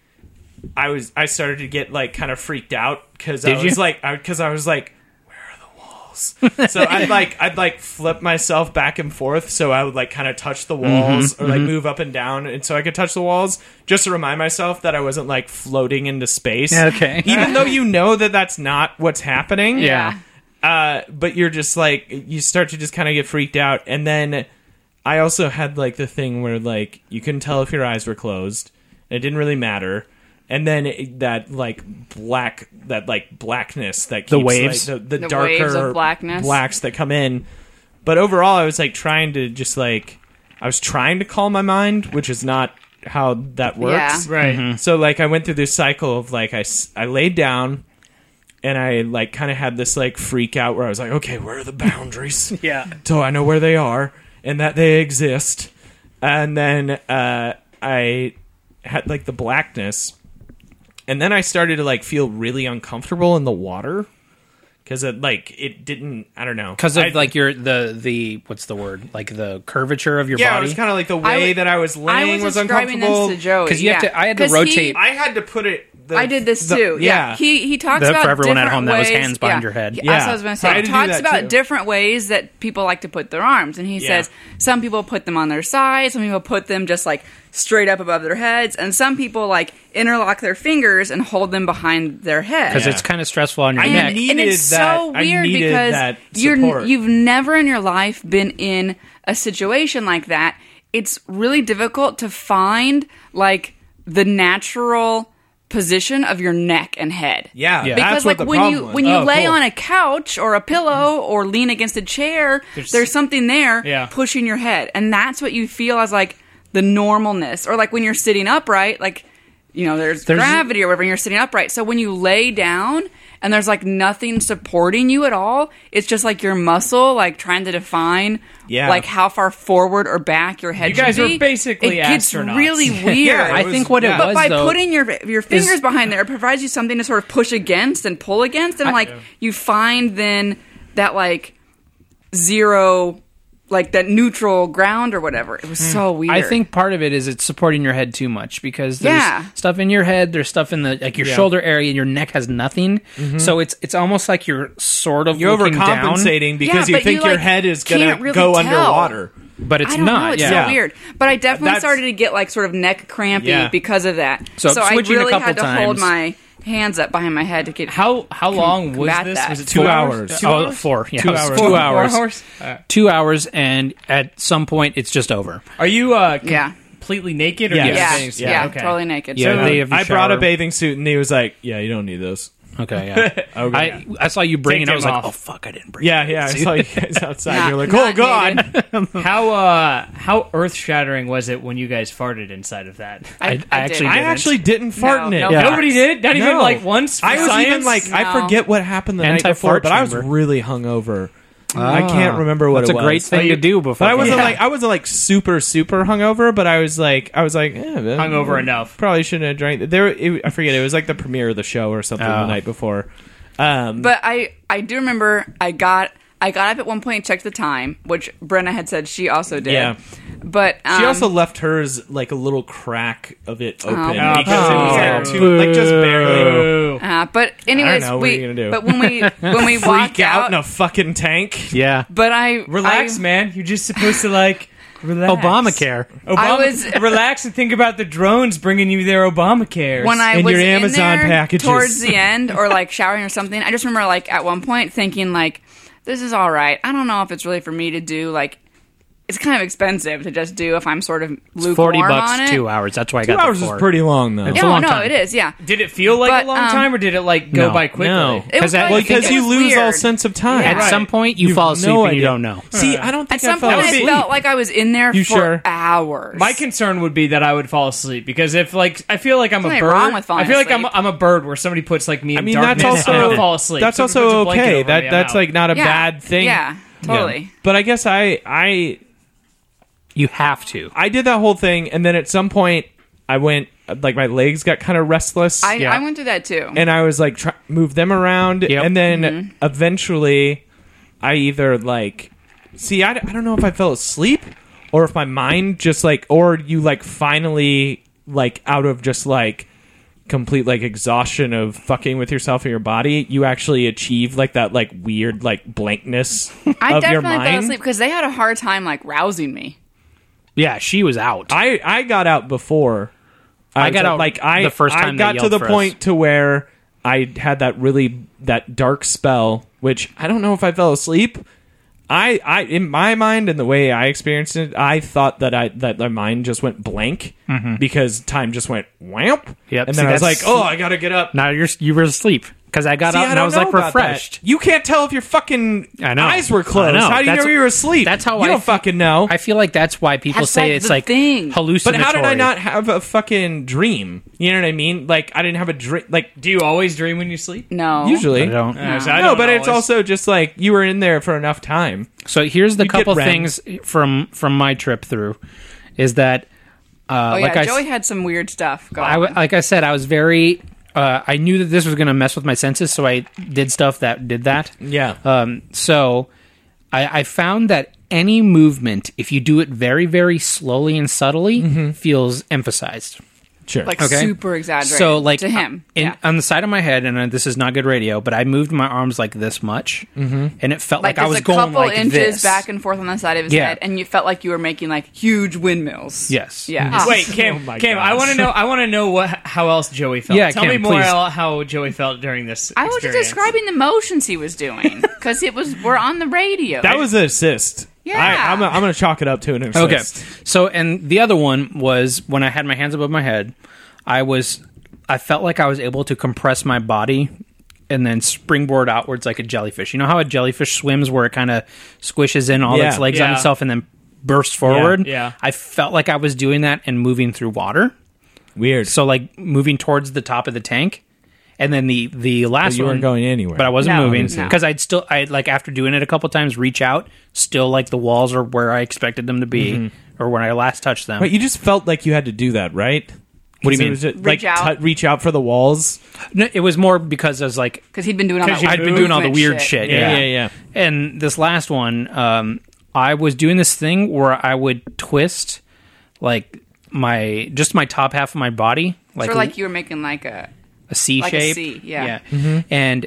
Speaker 5: I was I started to get like kind of freaked out because I
Speaker 3: Did
Speaker 5: was
Speaker 3: you?
Speaker 5: like because I was like. where are the walls? so I'd like I'd like flip myself back and forth so I would like kind of touch the walls
Speaker 3: Mm-hmm,
Speaker 5: or like move up and down and so I could touch the walls just to remind myself that I wasn't like floating into space.
Speaker 3: Okay.
Speaker 5: Even though you know that that's not what's happening.
Speaker 3: yeah.
Speaker 5: Uh, but you're just like you start to just kind of get freaked out, and then I also had like the thing where like you couldn't tell if your eyes were closed, and it didn't really matter. And then it- that like black that like blackness that keeps,
Speaker 3: The waves?
Speaker 5: like, the, the,
Speaker 2: The
Speaker 5: darker
Speaker 2: waves of blackness.
Speaker 5: blacks that come in. But overall, I was like trying to just like I was trying to calm my mind, which is not how that works.
Speaker 2: Yeah.
Speaker 4: Right.
Speaker 5: So like I went through this cycle of like I s- I laid down and I like kind of had this like freak out where I was like, okay, where are the boundaries?
Speaker 3: Yeah.
Speaker 5: So I know where they are and that they exist. And then uh, I had like the blackness, and then I started to like feel really uncomfortable in the water because it like it didn't. I don't know
Speaker 3: Because of
Speaker 5: I-
Speaker 3: like your the the what's the word like the curvature of your
Speaker 5: yeah, it
Speaker 3: body.
Speaker 5: was kind of like the way
Speaker 2: w-
Speaker 5: that I was
Speaker 2: I
Speaker 5: laying
Speaker 2: was, describing
Speaker 5: uncomfortable
Speaker 2: this to Joey
Speaker 3: 'Cause you have
Speaker 2: yeah.
Speaker 3: to- I had to
Speaker 2: 'Cause he-
Speaker 3: rotate-
Speaker 5: I had to put it. The,
Speaker 2: I did this
Speaker 5: the-
Speaker 2: too. Yeah. He he talks
Speaker 3: The-
Speaker 2: about
Speaker 3: for everyone at
Speaker 2: different
Speaker 3: home, that was
Speaker 2: ways-
Speaker 3: hands behind
Speaker 2: yeah.
Speaker 3: your head.
Speaker 2: Yeah,
Speaker 5: Yeah.
Speaker 2: That's what I was going to say.
Speaker 5: I
Speaker 2: He
Speaker 5: do
Speaker 2: talks
Speaker 5: that
Speaker 2: about
Speaker 5: too.
Speaker 2: different ways that people like to put their arms, and he says some people put them on their sides, some people put them just like straight up above their heads, and some people like interlock their fingers and hold them behind their head.
Speaker 3: because
Speaker 5: Yeah.
Speaker 3: it's kind of stressful on your
Speaker 5: I
Speaker 3: neck.
Speaker 5: need-
Speaker 2: and it's
Speaker 5: needed that-
Speaker 2: so
Speaker 5: I
Speaker 2: weird
Speaker 5: needed
Speaker 2: because
Speaker 5: that
Speaker 2: you're
Speaker 5: support.
Speaker 2: you've never in your life been in a situation like that. It's really difficult to find like the natural position of your neck and head.
Speaker 5: Yeah,
Speaker 3: Yeah.
Speaker 5: that's
Speaker 2: Because
Speaker 5: what
Speaker 2: like
Speaker 5: the
Speaker 2: when
Speaker 5: problem
Speaker 2: you
Speaker 5: was.
Speaker 2: when you
Speaker 3: Oh,
Speaker 2: lay
Speaker 3: cool.
Speaker 2: on a couch or a pillow or lean against a chair, there's, something there
Speaker 4: Yeah.
Speaker 2: pushing your head, and that's what you feel as like the normalness, or like when you're sitting upright, like you know there's,
Speaker 3: There's-
Speaker 2: gravity or whatever, and you're sitting upright. So when you lay down and there's like nothing supporting you at all, it's just like your muscle like trying to define
Speaker 5: Yeah.
Speaker 2: like how far forward or back your head.
Speaker 4: You guys
Speaker 2: should
Speaker 4: are
Speaker 2: be.
Speaker 4: basically
Speaker 2: it gets
Speaker 4: astronauts.
Speaker 2: really weird.
Speaker 5: Yeah,
Speaker 3: I
Speaker 5: was-
Speaker 3: think what
Speaker 5: yeah.
Speaker 3: it
Speaker 5: But
Speaker 2: But
Speaker 3: was
Speaker 2: by
Speaker 3: though,
Speaker 2: putting your your fingers behind there, it provides you something to sort of push against and pull against, and like you find then that like zero, like that neutral ground or whatever. It was so weird.
Speaker 3: I think part of it is it's supporting your head too much because there's
Speaker 2: Yeah.
Speaker 3: stuff in your head, there's stuff in the like your
Speaker 5: Yeah. Mm-hmm.
Speaker 3: shoulder area, and your neck has nothing. So it's it's almost like you're sort of
Speaker 5: You're
Speaker 3: looking down,
Speaker 5: overcompensating because you
Speaker 2: Yeah, but
Speaker 5: think
Speaker 2: you,
Speaker 5: your
Speaker 2: like,
Speaker 5: head is gonna
Speaker 2: can't really
Speaker 5: go
Speaker 2: tell.
Speaker 5: underwater.
Speaker 3: but it's
Speaker 2: I don't
Speaker 3: not.
Speaker 2: know. It's
Speaker 3: yeah.
Speaker 5: Yeah.
Speaker 2: so weird. But I definitely
Speaker 5: That's-
Speaker 2: started to get like sort of neck crampy
Speaker 5: Yeah.
Speaker 2: because of that.
Speaker 3: So
Speaker 2: I
Speaker 3: switching a
Speaker 2: really
Speaker 3: couple
Speaker 2: had to hold
Speaker 3: times.
Speaker 2: my hands up behind my head to get
Speaker 4: How how long was
Speaker 2: combat
Speaker 4: this?
Speaker 2: that.
Speaker 4: Was it
Speaker 5: Two
Speaker 4: four
Speaker 5: hours.
Speaker 4: Two
Speaker 3: Oh,
Speaker 4: hours?
Speaker 3: four. Yeah,
Speaker 4: Two
Speaker 3: it was
Speaker 4: hours.
Speaker 3: Two
Speaker 4: Four
Speaker 3: hours.
Speaker 4: hours? Uh,
Speaker 3: Two hours, and at some point, it's just over.
Speaker 4: Are you uh,
Speaker 2: Yeah.
Speaker 4: completely naked? Or
Speaker 5: Yeah.
Speaker 4: do you have
Speaker 2: yeah,
Speaker 4: things?
Speaker 2: yeah,
Speaker 4: Okay.
Speaker 2: totally naked.
Speaker 3: Yeah,
Speaker 2: So-
Speaker 3: they have you
Speaker 5: I brought a
Speaker 3: shower.
Speaker 5: bathing suit, and he was like, "Yeah, you don't need those."
Speaker 3: Okay, yeah.
Speaker 5: Okay.
Speaker 3: I I saw you bring
Speaker 4: Take
Speaker 3: it. I was
Speaker 4: them
Speaker 3: like,
Speaker 4: off.
Speaker 3: oh fuck, I didn't bring.
Speaker 5: yeah,
Speaker 3: it.
Speaker 5: yeah. I
Speaker 3: See?
Speaker 5: saw you guys outside.
Speaker 2: not-
Speaker 5: You're like, "Oh
Speaker 2: not
Speaker 5: god!"
Speaker 2: needed.
Speaker 4: How uh how earth shattering was it when you guys farted inside of that?
Speaker 2: I,
Speaker 3: I- I
Speaker 2: did.
Speaker 3: actually
Speaker 5: I
Speaker 3: didn't.
Speaker 5: actually didn't fart
Speaker 2: No,
Speaker 5: in it.
Speaker 2: no Yeah.
Speaker 4: Nobody did. Not even
Speaker 5: No.
Speaker 4: like once. For
Speaker 5: I was
Speaker 4: science?
Speaker 5: even like, I
Speaker 2: No.
Speaker 5: forget what happened the night before,
Speaker 3: Anti-fart
Speaker 5: but I was
Speaker 3: chamber.
Speaker 5: really hungover. I can't remember what
Speaker 3: That's
Speaker 5: it
Speaker 3: a
Speaker 5: was.
Speaker 3: great thing to do before.
Speaker 5: But I wasn't
Speaker 3: Yeah.
Speaker 5: like I wasn't like super super hungover, but I was like I was like eh,
Speaker 4: hungover enough.
Speaker 5: Probably shouldn't have drank. There, it, I forget. It was like the premiere of the show or something the
Speaker 3: Oh.
Speaker 5: night before. Um,
Speaker 2: But I I do remember I got I got up at one point and checked the time, which Brenna had said she also did.
Speaker 5: Yeah.
Speaker 2: But um,
Speaker 5: she also left hers like a little crack of it open
Speaker 2: Oh,
Speaker 5: because it was like,
Speaker 4: boo.
Speaker 5: too, like just barely
Speaker 4: Ooh.
Speaker 2: uh, but anyways,
Speaker 5: know, what
Speaker 2: we
Speaker 5: are you gonna do?
Speaker 2: but when we when we walked
Speaker 5: freak out
Speaker 2: out,
Speaker 5: in a fucking tank.
Speaker 3: yeah.
Speaker 2: but I
Speaker 4: Relax,
Speaker 2: I,
Speaker 4: man. You're just supposed to like Relax.
Speaker 3: Obamacare.
Speaker 5: Oh,
Speaker 4: Obama-
Speaker 2: I was-
Speaker 4: relax and think about the drones bringing you their Obamacare.
Speaker 2: when I
Speaker 5: And
Speaker 2: was
Speaker 5: your
Speaker 2: in
Speaker 5: Amazon
Speaker 2: there
Speaker 5: packages.
Speaker 2: towards the end, or like showering or something. I just remember like at one point thinking like, "This is all right. I don't know if it's really for me to do. Like, it's kind of expensive to just do if I'm sort of lukewarm
Speaker 3: Forty bucks,
Speaker 2: on it.
Speaker 3: two hours. That's why I
Speaker 5: Two
Speaker 3: got
Speaker 5: hours
Speaker 3: the
Speaker 5: is
Speaker 3: four.
Speaker 5: pretty long though.
Speaker 3: It's a
Speaker 2: No,
Speaker 3: long
Speaker 2: no,
Speaker 3: time.
Speaker 2: it is. Yeah,
Speaker 4: did it feel like
Speaker 2: But,
Speaker 4: a long
Speaker 2: um,
Speaker 4: time, or did it like go
Speaker 3: No.
Speaker 4: by quickly?
Speaker 5: No.
Speaker 2: it was
Speaker 3: Because that-
Speaker 2: good.
Speaker 5: well,
Speaker 2: I think
Speaker 5: because
Speaker 2: it
Speaker 5: you
Speaker 2: was
Speaker 5: lose all
Speaker 2: weird.
Speaker 5: sense of time.
Speaker 3: At
Speaker 4: Right.
Speaker 3: some point, you
Speaker 5: You've
Speaker 3: fall asleep
Speaker 5: no
Speaker 3: and you
Speaker 5: idea.
Speaker 3: don't know.
Speaker 5: See, I don't
Speaker 2: At
Speaker 5: think I
Speaker 2: some
Speaker 5: fell
Speaker 2: point, I
Speaker 5: asleep.
Speaker 2: felt like I was in there
Speaker 5: You
Speaker 2: for
Speaker 5: sure?
Speaker 2: hours.
Speaker 4: My concern would be that I would fall asleep because if like I feel like I'm a
Speaker 2: Nothing
Speaker 4: bird.
Speaker 2: wrong with falling
Speaker 4: I feel like I'm
Speaker 2: asleep.
Speaker 4: I'm a bird where somebody puts like me in
Speaker 5: I mean,
Speaker 4: darkness
Speaker 5: that's
Speaker 4: and
Speaker 5: also
Speaker 4: I fall asleep.
Speaker 5: That's
Speaker 4: Somebody puts a
Speaker 5: also
Speaker 4: blanket
Speaker 5: okay.
Speaker 4: over me,
Speaker 5: That
Speaker 4: I'm
Speaker 5: that's
Speaker 4: out.
Speaker 5: like not a
Speaker 2: Yeah.
Speaker 5: bad thing.
Speaker 2: Yeah, totally.
Speaker 5: But I guess I I
Speaker 3: You have to.
Speaker 5: I did that whole thing, and then at some point I went like my legs got kind of restless,
Speaker 2: I,
Speaker 3: Yeah.
Speaker 2: I went through that too.
Speaker 5: and I was like try- move them around,
Speaker 3: Yep.
Speaker 5: and then
Speaker 2: Mm-hmm.
Speaker 5: eventually I either like see I, d- I don't know if I fell asleep or if my mind just like or you like finally like out of just like complete like exhaustion of fucking with yourself or your body you actually achieve like that like weird like blankness of
Speaker 2: I
Speaker 5: your
Speaker 2: definitely
Speaker 5: mind
Speaker 2: fell asleep because they had a hard time like rousing me.
Speaker 3: Yeah, she was out.
Speaker 5: I I got out before.
Speaker 3: I
Speaker 5: was
Speaker 3: got out
Speaker 5: like I
Speaker 3: the first time
Speaker 5: I
Speaker 3: they
Speaker 5: got to
Speaker 3: yelled
Speaker 5: the
Speaker 3: for
Speaker 5: point
Speaker 3: us.
Speaker 5: to where I had that really that dark spell, which I don't know if I fell asleep. I I in my mind and the way I experienced it, I thought that I that my mind just went blank because time just went whamp.
Speaker 3: Mm-hmm. Yep,
Speaker 5: and
Speaker 3: see,
Speaker 5: then I was like,
Speaker 3: that's-
Speaker 5: oh, I gotta get up.
Speaker 3: now you're you were asleep because I got
Speaker 5: See, I
Speaker 3: out and I,
Speaker 5: don't
Speaker 3: was
Speaker 5: know
Speaker 3: like
Speaker 5: about that.
Speaker 3: refreshed.
Speaker 5: You can't tell if your fucking
Speaker 3: I know.
Speaker 5: eyes were closed.
Speaker 3: I know.
Speaker 5: How do you
Speaker 3: That's-
Speaker 5: know you were asleep?
Speaker 3: that's how
Speaker 5: you
Speaker 3: I
Speaker 5: don't
Speaker 3: f-
Speaker 5: fucking know.
Speaker 3: I feel like that's why people
Speaker 2: That's,
Speaker 3: say
Speaker 2: like,
Speaker 3: it's
Speaker 2: the
Speaker 3: like
Speaker 2: thing.
Speaker 5: But
Speaker 3: hallucinatory.
Speaker 5: how did I not have a fucking dream? You know what I mean? Like I didn't have a dream. Like
Speaker 4: Do you always dream when you sleep?
Speaker 2: No,
Speaker 5: usually,
Speaker 3: Oh, I don't.
Speaker 4: Uh, so I
Speaker 5: No,
Speaker 4: don't
Speaker 5: but
Speaker 4: know.
Speaker 5: it's also just like you were in there for enough time.
Speaker 3: So here's the
Speaker 5: get
Speaker 3: couple
Speaker 5: rent.
Speaker 3: things from from my trip through, is that uh,
Speaker 2: Oh yeah,
Speaker 3: like I s-
Speaker 2: Joey had some weird stuff. Going.
Speaker 3: I w- like I said, I was very. Uh, I knew that this was going to mess with my senses, so I did stuff that did that.
Speaker 5: Yeah.
Speaker 3: Um, so I, I found that any movement, if you do it very, very slowly and subtly, feels emphasized.
Speaker 5: sure.
Speaker 2: like
Speaker 3: okay.
Speaker 2: super exaggerated.
Speaker 3: So, like
Speaker 2: to him,
Speaker 3: in,
Speaker 2: yeah.
Speaker 3: on the side of my head, and uh, this is not good radio, but I moved my arms like this much, and it felt like,
Speaker 2: like,
Speaker 3: I
Speaker 2: there's
Speaker 3: was
Speaker 2: a
Speaker 3: going
Speaker 2: couple
Speaker 3: like
Speaker 2: inches
Speaker 3: this.
Speaker 2: back and forth on the side of his
Speaker 3: Yeah.
Speaker 2: head, and you felt like you were making like huge windmills.
Speaker 3: Yes.
Speaker 2: Yeah. Ah.
Speaker 3: Mhm.
Speaker 4: Wait, Kim,
Speaker 5: Oh my
Speaker 4: Kim,
Speaker 5: gosh.
Speaker 4: I want to know. I want to know what how else Joey felt.
Speaker 3: Yeah,
Speaker 4: tell
Speaker 3: Kim,
Speaker 4: me more
Speaker 3: please.
Speaker 4: how how Joey felt during this.
Speaker 2: I was just
Speaker 4: experience.
Speaker 2: describing the motions he was doing because it was we're on the radio.
Speaker 5: that was an assist.
Speaker 2: Yeah.
Speaker 5: I, I'm, I'm gonna chalk it up to an assist.
Speaker 3: Okay. So, and the other one was when I had my hands above my head, I was, I felt like I was able to compress my body and then springboard outwards like a jellyfish. You know how a jellyfish swims where it kind of squishes in all
Speaker 5: Yeah.
Speaker 3: its legs on
Speaker 4: Yeah.
Speaker 3: itself and then bursts forward?
Speaker 4: yeah.
Speaker 3: I felt like I was doing that and moving through water.
Speaker 5: Weird.
Speaker 3: So, like moving towards the top of the tank. And then the the last
Speaker 5: you
Speaker 3: one,
Speaker 5: weren't going anywhere.
Speaker 3: um, but I wasn't
Speaker 2: No,
Speaker 3: moving
Speaker 2: no.
Speaker 3: because I'd still I like after doing it a couple times, reach out, still like the walls are where I expected them to be or when I last touched them.
Speaker 5: but you just felt like you had to do that, right?
Speaker 3: What do you mean?
Speaker 5: It was just,
Speaker 2: Reach
Speaker 5: like
Speaker 2: out.
Speaker 5: tou- reach out for the walls.
Speaker 3: No, it was more because I was like
Speaker 2: because he'd been doing all that.
Speaker 3: I'd been doing all the weird shit.
Speaker 5: Yeah, yeah, yeah.
Speaker 3: And this last one, um, I was doing this thing where I would twist like my just my top half of my body, like,
Speaker 2: Sort of like you were making like a
Speaker 3: a C
Speaker 2: like a
Speaker 3: shape.
Speaker 2: C, yeah.
Speaker 3: Mm-hmm. And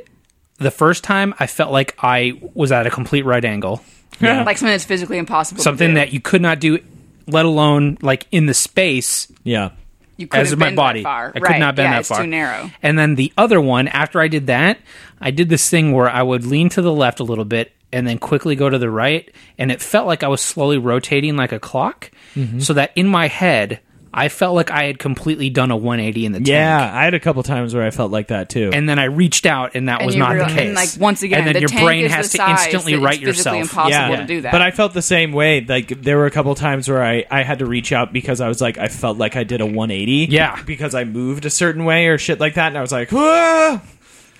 Speaker 3: the first time, I felt like I was at a complete right angle.
Speaker 2: like something that's physically impossible.
Speaker 3: something
Speaker 2: to do.
Speaker 3: that you could not do, let alone like in the space
Speaker 5: Yeah.
Speaker 2: you couldn't
Speaker 3: as of my
Speaker 2: bend
Speaker 3: body.
Speaker 2: That far.
Speaker 3: I
Speaker 2: right.
Speaker 3: could not bend
Speaker 2: yeah,
Speaker 3: that
Speaker 2: it's
Speaker 3: far.
Speaker 2: Too narrow.
Speaker 3: And then the other one, after I did that, I did this thing where I would lean to the left a little bit and then quickly go to the right, and it felt like I was slowly rotating like a clock,
Speaker 5: Mm-hmm.
Speaker 3: so that in my head. I felt like I had completely done a 180 in the tank.
Speaker 5: Yeah. I had a couple times where I felt like that too.
Speaker 3: And then I reached out, and that
Speaker 2: And
Speaker 3: was
Speaker 2: you
Speaker 3: not
Speaker 2: real-
Speaker 3: the case.
Speaker 2: And like once again,
Speaker 3: and then
Speaker 2: the
Speaker 3: your
Speaker 2: tank
Speaker 3: brain
Speaker 2: is
Speaker 3: has
Speaker 2: the
Speaker 3: to
Speaker 2: size
Speaker 3: instantly
Speaker 2: that
Speaker 3: right
Speaker 2: it's physically
Speaker 3: yourself.
Speaker 2: impossible to do that.
Speaker 5: But I felt the same way. Like there were a couple times where I, I had to reach out because I was like I felt like I did a 180.
Speaker 3: Yeah.
Speaker 5: Because I moved a certain way or shit like that, and I was like, "Whoa,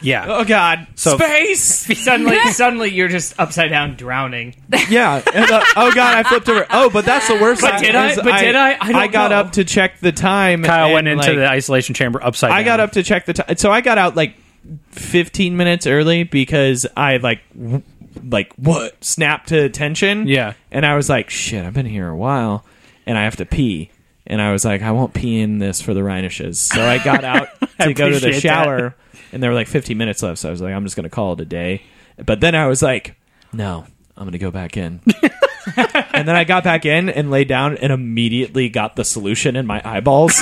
Speaker 3: Yeah.
Speaker 5: oh god,
Speaker 3: So-
Speaker 5: space.
Speaker 4: Suddenly, suddenly you're just upside down drowning.
Speaker 5: yeah. And, uh, oh god, I flipped over. Oh, but that's the worst.
Speaker 4: But did I-
Speaker 5: is
Speaker 4: but did I? I don't
Speaker 5: got
Speaker 4: know.
Speaker 5: up to check the time.
Speaker 3: Kyle
Speaker 5: and,
Speaker 3: went into
Speaker 5: like,
Speaker 3: the isolation chamber upside down.
Speaker 5: I got up to check the time, so I got out like 15 minutes early because I like w- like what snapped to attention.
Speaker 3: Yeah.
Speaker 5: and I was like, shit, I've been here a while, and I have to pee. And I was like, I won't pee in this for the rhinishes. So I got out
Speaker 3: I
Speaker 5: to go to the
Speaker 3: appreciate
Speaker 5: shower, and there were like 15 minutes left. So I was like, I'm just gonna call it a day. But then I was like, no, I'm gonna go back in. and then I got back in and laid down and immediately got the solution in my eyeballs.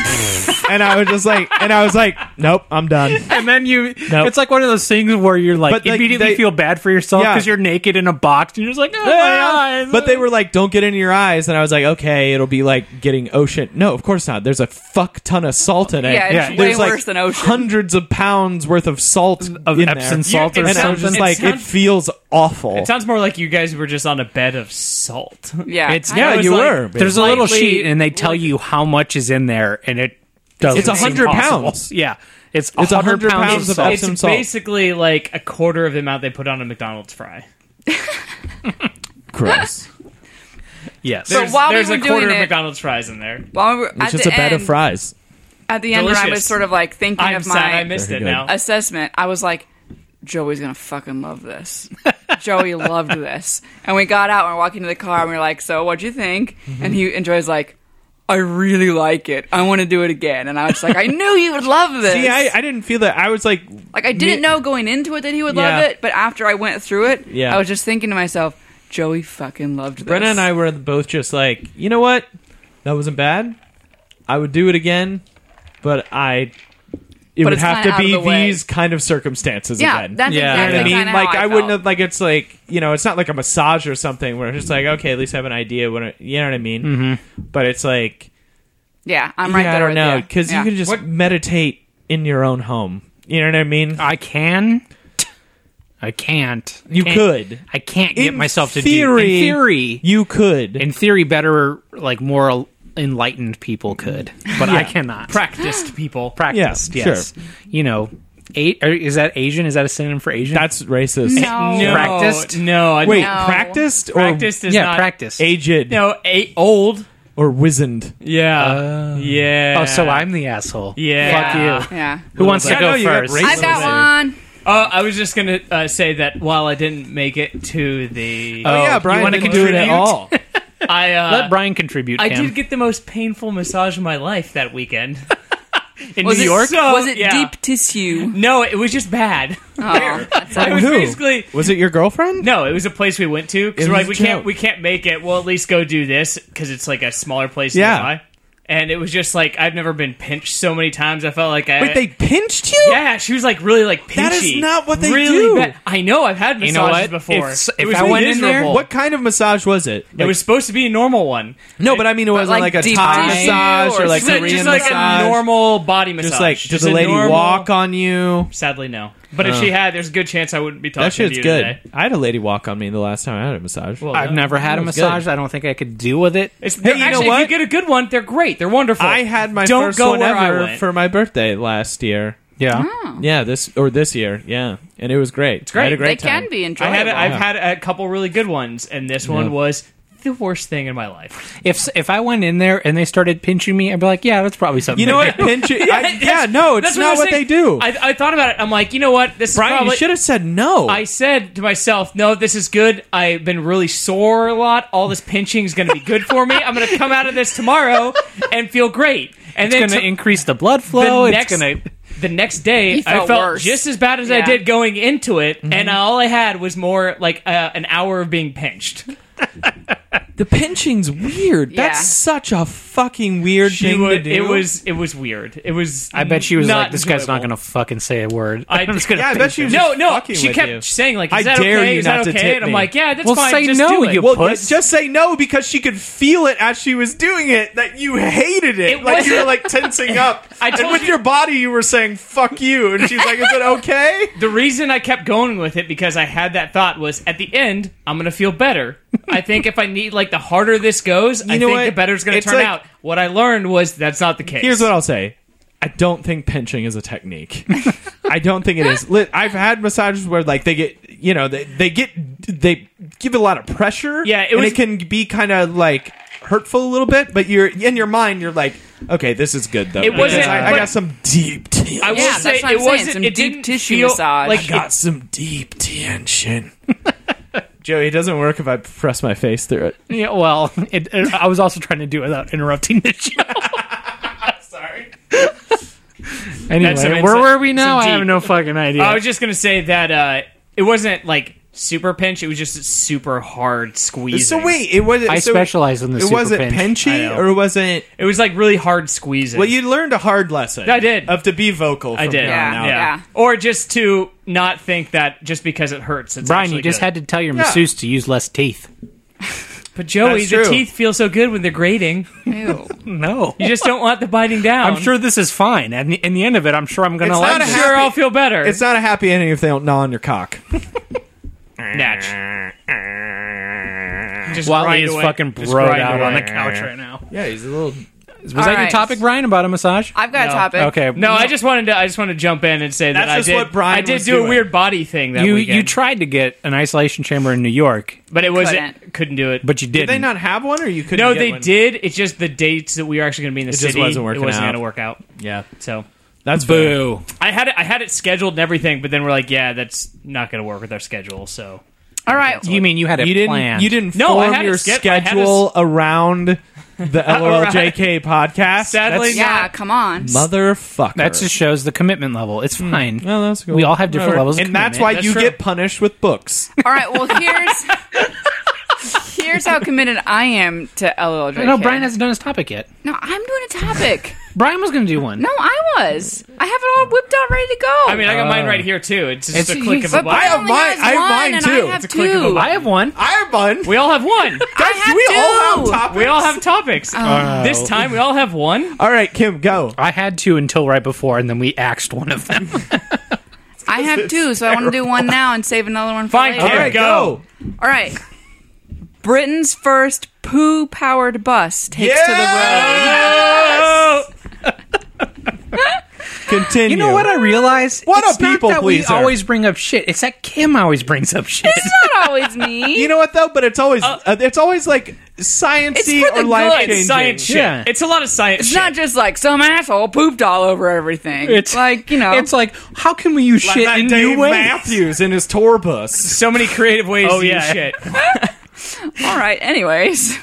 Speaker 5: and I was just like, and I was like, nope, I'm done.
Speaker 3: and then you
Speaker 5: Nope.
Speaker 3: it's like one of those things where you're like,
Speaker 5: But, like,
Speaker 3: immediately
Speaker 5: they-
Speaker 3: feel bad for yourself
Speaker 5: Yeah.
Speaker 3: because you're naked in a box and you're just like oh, my eyes.
Speaker 5: But they were like, don't get it in your eyes. And I was like, okay, it'll be like getting ocean. No, of course not. There's a fuck ton of salt in it.
Speaker 2: Yeah,
Speaker 3: it's Yeah.
Speaker 2: way
Speaker 5: There's like
Speaker 2: worse than ocean.
Speaker 5: Hundreds of pounds worth of salt
Speaker 3: of
Speaker 5: in
Speaker 3: Epsom
Speaker 5: there.
Speaker 3: salt
Speaker 4: Yeah,
Speaker 3: or
Speaker 5: And I was
Speaker 3: something.
Speaker 5: just
Speaker 4: It
Speaker 5: like, it
Speaker 4: sounds-
Speaker 5: feels awful.
Speaker 4: It sounds more like you guys were just on a bed of salt.
Speaker 2: Yeah,
Speaker 3: It's-
Speaker 2: I
Speaker 5: yeah,
Speaker 2: was
Speaker 5: you
Speaker 2: like-
Speaker 5: were.
Speaker 3: There's a little
Speaker 4: Slightly-
Speaker 3: sheet and they tell you how much is in there and it doesn't
Speaker 5: It's a
Speaker 3: seem
Speaker 5: hundred
Speaker 3: possible.
Speaker 5: pounds.
Speaker 3: Yeah. It's
Speaker 5: It's
Speaker 3: a
Speaker 5: a
Speaker 3: hundred
Speaker 5: hundred
Speaker 3: pounds,
Speaker 5: pounds
Speaker 3: of
Speaker 5: of
Speaker 3: salt.
Speaker 5: Epsom
Speaker 4: It's
Speaker 5: salt.
Speaker 4: basically like a quarter of the amount they put on a McDonald's fry.
Speaker 5: gross.
Speaker 3: Yes.
Speaker 2: So
Speaker 4: There's,
Speaker 2: while we
Speaker 4: there's
Speaker 2: were
Speaker 4: a quarter
Speaker 2: doing
Speaker 4: of
Speaker 2: it-
Speaker 4: McDonald's fries in there.
Speaker 2: While we were,
Speaker 5: It's
Speaker 2: at
Speaker 5: just
Speaker 2: the
Speaker 5: a bed
Speaker 2: end,
Speaker 5: of fries.
Speaker 2: At the end, when I was
Speaker 4: Delicious.
Speaker 2: sort of like thinking
Speaker 4: I'm
Speaker 2: of
Speaker 4: sad I
Speaker 2: my
Speaker 4: missed
Speaker 5: Very
Speaker 4: it
Speaker 5: good.
Speaker 4: now.
Speaker 2: assessment, I was like, Joey's gonna fucking love this. Joey loved this, and we got out and we're walking to the car, and we were like, "So, what'd you think?"
Speaker 5: Mm-hmm.
Speaker 2: And he and Joey's like, "I really like it. I want to do it again." And I was like, "I knew you would love this."
Speaker 5: See, I, I didn't feel that. I was like,
Speaker 2: like I didn't know going into it that he would love
Speaker 5: Yeah.
Speaker 2: it, but after I went through it,
Speaker 5: Yeah.
Speaker 2: I was just thinking to myself, "Joey fucking loved this."
Speaker 5: Brenna and I were both just like, you know what? That wasn't bad. I would do it again, but I. It
Speaker 2: But
Speaker 5: would
Speaker 2: it's
Speaker 5: have
Speaker 2: kinda
Speaker 5: to
Speaker 2: out of
Speaker 5: be
Speaker 2: the way.
Speaker 5: these kind of circumstances
Speaker 2: yeah,
Speaker 5: again.
Speaker 2: that's
Speaker 3: Yeah,
Speaker 5: you
Speaker 2: exactly
Speaker 5: know what I
Speaker 2: kinda
Speaker 5: mean?
Speaker 2: how
Speaker 5: Like I,
Speaker 2: I
Speaker 5: wouldn't
Speaker 2: felt.
Speaker 5: have like it's like you know it's not like a massage or something where it's just like okay at least I have an idea what I, you know what I mean. But it's like
Speaker 2: Yeah, I'm right
Speaker 5: yeah,
Speaker 2: there.
Speaker 5: I don't
Speaker 2: with
Speaker 5: know
Speaker 2: you.
Speaker 5: because
Speaker 2: Yeah.
Speaker 5: you can just meditate in your own home. You know what I mean?
Speaker 3: I can. I can't.
Speaker 5: You
Speaker 3: Can't-
Speaker 5: could.
Speaker 3: I can't get
Speaker 5: In
Speaker 3: myself to do.
Speaker 5: theory-
Speaker 3: In theory,
Speaker 5: You could.
Speaker 3: in theory, better like more el- enlightened people could, but I cannot.
Speaker 4: Practiced people.
Speaker 3: Practiced,
Speaker 5: Yeah,
Speaker 3: yes. You know, a- or is that Asian? Is that a synonym for Asian?
Speaker 5: That's racist.
Speaker 2: No.
Speaker 4: No,
Speaker 3: Practiced?
Speaker 4: No, I
Speaker 5: Wait,
Speaker 2: No.
Speaker 5: practiced or
Speaker 4: practiced is
Speaker 3: yeah,
Speaker 4: not
Speaker 3: practice.
Speaker 5: aged
Speaker 4: No, Oh, eight old.
Speaker 5: or wizened?
Speaker 4: Yeah,
Speaker 5: Uh,
Speaker 4: yeah.
Speaker 3: Oh, so I'm the asshole.
Speaker 4: Yeah.
Speaker 3: fuck you.
Speaker 2: Yeah.
Speaker 3: Who wants to
Speaker 5: bit. I
Speaker 3: go
Speaker 5: know you got
Speaker 3: first?
Speaker 5: raised-
Speaker 2: I've got
Speaker 5: Little
Speaker 2: one.
Speaker 4: Uh, I was just gonna uh, say that while I didn't make it to the,
Speaker 3: Oh,
Speaker 5: yeah,
Speaker 3: you
Speaker 5: Brian
Speaker 3: wanna
Speaker 5: didn't do it at
Speaker 3: contribute?
Speaker 5: all.
Speaker 4: I uh,
Speaker 3: Let Brian contribute.
Speaker 4: I
Speaker 3: Cam.
Speaker 4: did get the most painful massage of my life that weekend.
Speaker 3: in
Speaker 2: Was
Speaker 3: New
Speaker 2: it,
Speaker 3: York.
Speaker 4: So-
Speaker 2: was it
Speaker 4: yeah.
Speaker 2: deep tissue?
Speaker 4: No, it was just bad.
Speaker 2: Oh, that's
Speaker 4: It was
Speaker 5: Who?
Speaker 4: basically
Speaker 5: Was it your girlfriend?
Speaker 4: no. It was a place we went to because
Speaker 5: It was
Speaker 4: we're like
Speaker 5: a
Speaker 4: we
Speaker 5: joke.
Speaker 4: can't we can't make it. We'll at least go do this because it's like a smaller place.
Speaker 5: Yeah.
Speaker 4: nearby. and it was just like I've never been pinched so many times. I felt like I
Speaker 5: Wait, they pinched you?
Speaker 4: Yeah, she was like really like pinchy.
Speaker 5: That is not what they
Speaker 4: really
Speaker 5: do.
Speaker 4: Bad. I know. I've had massages
Speaker 3: know what?
Speaker 4: before.
Speaker 3: If-
Speaker 4: it
Speaker 3: if
Speaker 4: was
Speaker 3: I went in
Speaker 4: miserable.
Speaker 3: there-
Speaker 5: What kind of massage was it?
Speaker 4: it was supposed to be a normal one.
Speaker 5: no, but I mean, it wasn't
Speaker 2: like,
Speaker 5: like, a
Speaker 2: deep
Speaker 5: Thai
Speaker 2: tissue
Speaker 5: massage
Speaker 2: or
Speaker 5: or like
Speaker 4: just,
Speaker 5: Korean
Speaker 4: like, just like
Speaker 5: massage.
Speaker 4: a normal body massage.
Speaker 5: just like did the
Speaker 4: a
Speaker 5: lady
Speaker 4: normal-
Speaker 5: walk on you?
Speaker 4: Sadly, no. But if she had, there's a good chance I wouldn't be
Speaker 5: Uh.
Speaker 4: talking
Speaker 5: That
Speaker 4: to
Speaker 5: shit's
Speaker 4: you
Speaker 5: good.
Speaker 4: today.
Speaker 5: I had a lady walk on me the last time I had a massage. Well,
Speaker 3: I've never had a
Speaker 5: That was
Speaker 3: massage.
Speaker 5: good.
Speaker 3: I don't think I could deal with it.
Speaker 4: It's,
Speaker 5: Hey, you know
Speaker 4: actually,
Speaker 5: what?
Speaker 4: If you get a good one, they're great. They're wonderful.
Speaker 5: I had my
Speaker 4: Don't
Speaker 5: first
Speaker 4: go
Speaker 5: one
Speaker 4: where I
Speaker 5: ever
Speaker 4: went.
Speaker 5: for my birthday last year.
Speaker 3: Yeah.
Speaker 2: Hmm. Oh.
Speaker 5: Yeah, this or this year. Yeah, and it was great. It's
Speaker 4: great.
Speaker 5: I had a
Speaker 2: they
Speaker 5: great time.
Speaker 2: can be
Speaker 4: I
Speaker 2: enjoyable.
Speaker 4: had. A, I've had a couple really good ones, and this
Speaker 5: Yeah.
Speaker 4: one was the worst thing in my life.
Speaker 3: If if I went in there and they started pinching me, I'd be like, yeah, that's probably something.
Speaker 5: You know
Speaker 3: I
Speaker 5: what? Pinch it. I, yeah, no, it's
Speaker 4: That's I
Speaker 5: not
Speaker 4: was
Speaker 5: what they
Speaker 4: saying.
Speaker 5: do.
Speaker 4: I, I thought about it. I'm like, you know what? This
Speaker 5: Brian,
Speaker 4: is probably,
Speaker 5: you should have said no.
Speaker 4: I said to myself, no, this is good. I've been really sore a lot. All this pinching is going to be good for me. I'm going to come out of this tomorrow and feel great. And
Speaker 3: It's
Speaker 4: then
Speaker 3: going
Speaker 4: to-
Speaker 3: to increase the blood
Speaker 4: the
Speaker 3: flow.
Speaker 4: next
Speaker 3: it's going to.
Speaker 4: the next day,
Speaker 2: He felt
Speaker 4: I felt
Speaker 2: worse.
Speaker 4: just as bad as I
Speaker 2: Yeah.
Speaker 4: did going into it, and all I had was more like uh, an hour of being pinched.
Speaker 5: the pinching's weird.
Speaker 2: Yeah.
Speaker 5: That's such a fucking weird
Speaker 4: She
Speaker 5: thing
Speaker 4: wa-
Speaker 5: to do.
Speaker 4: It was it was weird. It was.
Speaker 3: I bet she was like, "This guy's not going
Speaker 4: enjoyable."
Speaker 3: to fucking say a word."
Speaker 4: I-
Speaker 3: am just going to.
Speaker 5: Yeah, I bet she was
Speaker 4: No,
Speaker 5: just
Speaker 4: no.
Speaker 5: fucking
Speaker 4: She
Speaker 5: with
Speaker 4: kept
Speaker 5: you.
Speaker 4: saying like, "Is
Speaker 5: I
Speaker 4: that
Speaker 5: dare
Speaker 4: okay?
Speaker 5: you
Speaker 4: Is
Speaker 5: not
Speaker 4: that
Speaker 5: to
Speaker 4: okay?"
Speaker 5: tip
Speaker 4: And I'm
Speaker 5: me.
Speaker 4: like, "Yeah, that's
Speaker 3: Well,
Speaker 4: fine.
Speaker 3: say
Speaker 4: just
Speaker 3: no,
Speaker 4: do it."
Speaker 3: you
Speaker 5: Well,
Speaker 3: Puss.
Speaker 5: just say no because she could feel it as she was doing it that you hated it.
Speaker 4: It
Speaker 5: like you were
Speaker 4: wasn't-
Speaker 5: like tensing up.
Speaker 4: I told
Speaker 5: and with
Speaker 4: you-
Speaker 5: your body, you were saying "fuck you," and she's like, "Is it okay?"
Speaker 4: The reason I kept going with it because I had that thought was at the end I'm gonna feel better. I think if I need like the harder this goes, I
Speaker 5: know
Speaker 4: think
Speaker 5: what?
Speaker 4: the better's gonna
Speaker 5: It's
Speaker 4: turn
Speaker 5: like-
Speaker 4: out. What I learned was that's not the case.
Speaker 5: Here's what I'll say. I don't think pinching is a technique. I don't think it is. Li- I've had massages where like they get, you know, they they get they give it a lot of pressure.
Speaker 4: Yeah, it
Speaker 5: and
Speaker 4: was-
Speaker 5: it can be kind of like hurtful a little bit. But you're in your mind, you're like, okay, this is good though.
Speaker 4: It wasn't-
Speaker 5: because I, I
Speaker 4: but-
Speaker 5: got some deep. T-
Speaker 4: I
Speaker 5: I
Speaker 4: will
Speaker 2: Yeah, that's
Speaker 4: say
Speaker 2: what I'm
Speaker 4: it
Speaker 2: saying,
Speaker 4: wasn't
Speaker 2: some
Speaker 4: it
Speaker 2: deep
Speaker 4: didn't
Speaker 2: tissue
Speaker 4: feel
Speaker 2: massage.
Speaker 4: Like
Speaker 5: got some deep tension. Joey, it doesn't work if I press my face through it.
Speaker 3: Yeah, well, it, it- I was also trying to do it without interrupting the show.
Speaker 4: sorry.
Speaker 3: Anyway,
Speaker 4: some
Speaker 3: where
Speaker 4: insight-
Speaker 3: were we now?
Speaker 4: some
Speaker 3: I have
Speaker 4: deep-
Speaker 5: Oh,
Speaker 3: no fucking idea.
Speaker 4: I was just gonna say that uh, it wasn't like super pinch. It was just super hard squeezing.
Speaker 5: So wait, it was.
Speaker 3: I
Speaker 5: so
Speaker 3: specialize in the
Speaker 5: It
Speaker 3: super
Speaker 5: wasn't
Speaker 3: pinch.
Speaker 4: I
Speaker 5: penchy
Speaker 4: know.
Speaker 5: or was it?
Speaker 4: It was like really hard squeezing.
Speaker 5: Well, you learned a hard lesson.
Speaker 4: I did.
Speaker 5: Of to be vocal.
Speaker 4: I
Speaker 5: from
Speaker 4: did.
Speaker 5: here
Speaker 2: Yeah,
Speaker 5: on out.
Speaker 2: yeah.
Speaker 4: Or just to not think that just because it hurts, it's
Speaker 3: Brian,
Speaker 4: actually
Speaker 3: you just
Speaker 4: good.
Speaker 3: had to tell your masseuse to use less teeth.
Speaker 4: But Joey,
Speaker 5: That's
Speaker 4: the
Speaker 5: true.
Speaker 4: teeth feel so good when they're grating.
Speaker 2: Ew.
Speaker 3: No.
Speaker 4: You just don't want the biting down.
Speaker 3: I'm sure this is fine. And in the end of it, I'm sure I'm going to
Speaker 5: It's
Speaker 3: like
Speaker 5: not
Speaker 4: I'm
Speaker 5: a
Speaker 3: it.
Speaker 5: ha-
Speaker 4: sure
Speaker 5: happy-
Speaker 4: I'll feel better.
Speaker 5: It's not a happy ending if they don't gnaw on your cock.
Speaker 4: Natch. Just
Speaker 3: While
Speaker 4: grind
Speaker 3: he is
Speaker 4: away.
Speaker 3: fucking
Speaker 4: Just
Speaker 3: broed
Speaker 4: grind
Speaker 3: out on
Speaker 4: away.
Speaker 3: the couch right now.
Speaker 5: yeah, he's a little.
Speaker 3: Was
Speaker 2: All
Speaker 3: that your
Speaker 2: right.
Speaker 3: topic, Brian, about a massage?
Speaker 2: I've got a topic.
Speaker 3: Okay.
Speaker 4: No, I just wanted to. I just want to jump in and say that
Speaker 5: That's
Speaker 4: I
Speaker 5: just
Speaker 4: did.
Speaker 5: what Brian
Speaker 4: I did
Speaker 5: was
Speaker 4: do a
Speaker 5: doing.
Speaker 4: weird body thing that
Speaker 3: You
Speaker 4: weekend,
Speaker 3: you tried to get an isolation chamber in New York,
Speaker 4: but it wasn't.
Speaker 2: Couldn't.
Speaker 4: Couldn't do it.
Speaker 3: but you
Speaker 5: Did
Speaker 3: didn't.
Speaker 5: they not have one, or you couldn't?
Speaker 4: no,
Speaker 5: get
Speaker 4: they
Speaker 5: one?
Speaker 4: did. It's just the dates that we were actually going to be in the
Speaker 5: just
Speaker 4: city.
Speaker 5: wasn't working
Speaker 4: it wasn't
Speaker 5: out.
Speaker 4: to work out.
Speaker 5: Yeah,
Speaker 4: So
Speaker 5: that's fair.
Speaker 3: Boo.
Speaker 4: I had it. I had it scheduled and everything, but then we're like, yeah, that's not going to work with our schedule. So
Speaker 2: All right.
Speaker 3: You mean you had it
Speaker 5: You didn't.
Speaker 3: planned?
Speaker 5: You didn't
Speaker 4: No, I
Speaker 5: form
Speaker 4: had a
Speaker 5: your
Speaker 4: ske- I had a s-
Speaker 5: schedule around the LOLJK podcast.
Speaker 4: sadly,
Speaker 3: That's-
Speaker 2: yeah, come on.
Speaker 5: Motherfucker.
Speaker 3: That just shows the commitment level. It's
Speaker 5: Hmm.
Speaker 3: fine.
Speaker 5: Well, that's cool.
Speaker 3: We all have different levels of
Speaker 5: and that's why
Speaker 3: commitment.
Speaker 4: That's
Speaker 5: you
Speaker 4: true.
Speaker 5: get punished with books.
Speaker 2: All right. Well, here's here's how committed I am to LLJ.
Speaker 3: No, Brian hasn't done his topic yet.
Speaker 2: No, I'm doing a topic.
Speaker 3: Brian was going to do one.
Speaker 2: No, I was. I have it all whipped out, ready to go.
Speaker 4: I mean, I got mine
Speaker 5: Oh.
Speaker 4: right here too. It's just
Speaker 3: It's-
Speaker 4: a click of a
Speaker 2: but
Speaker 4: button.
Speaker 2: Brian
Speaker 5: have
Speaker 2: only
Speaker 5: mine-
Speaker 2: has
Speaker 5: I have
Speaker 2: one,
Speaker 5: mine,
Speaker 2: and
Speaker 5: too.
Speaker 2: I have
Speaker 5: It's a
Speaker 2: two.
Speaker 4: click of a
Speaker 3: I have one.
Speaker 5: Iron Bun.
Speaker 4: we all have one.
Speaker 2: I
Speaker 5: do
Speaker 2: have
Speaker 5: we all have
Speaker 2: two.
Speaker 5: topics?
Speaker 4: We all have topics. this time, we all have one.
Speaker 5: all right, Kim, go.
Speaker 3: I had two until right before, and then we axed one of them.
Speaker 2: I have two, so I want to do one now and save another one for
Speaker 4: Fine,
Speaker 2: later.
Speaker 5: All
Speaker 4: Kim.
Speaker 5: right,
Speaker 4: go.
Speaker 5: go.
Speaker 2: All right. Britain's first poo-powered bus takes to the road.
Speaker 4: Oh,
Speaker 5: Continue.
Speaker 3: You know what I realize?
Speaker 5: What a
Speaker 3: It's not
Speaker 5: people
Speaker 3: that we
Speaker 5: pleaser.
Speaker 3: always bring up shit. It's that Kim always brings up shit.
Speaker 2: It's not always me.
Speaker 5: You know what though? But it's always uh, it's always like sciencey
Speaker 2: It's for
Speaker 5: or
Speaker 2: the
Speaker 5: life
Speaker 2: good.
Speaker 5: changing.
Speaker 4: science shit.
Speaker 3: Yeah.
Speaker 4: It's a lot of science.
Speaker 2: It's
Speaker 4: shit.
Speaker 2: not just like some asshole pooped all over everything. It's like you know.
Speaker 3: It's like how can we use shit
Speaker 5: That
Speaker 3: in
Speaker 5: Dave
Speaker 3: new ways?
Speaker 5: Matthews in his tour bus.
Speaker 4: so many creative ways
Speaker 3: Oh,
Speaker 4: to
Speaker 3: yeah.
Speaker 4: do shit.
Speaker 2: all right. Anyways,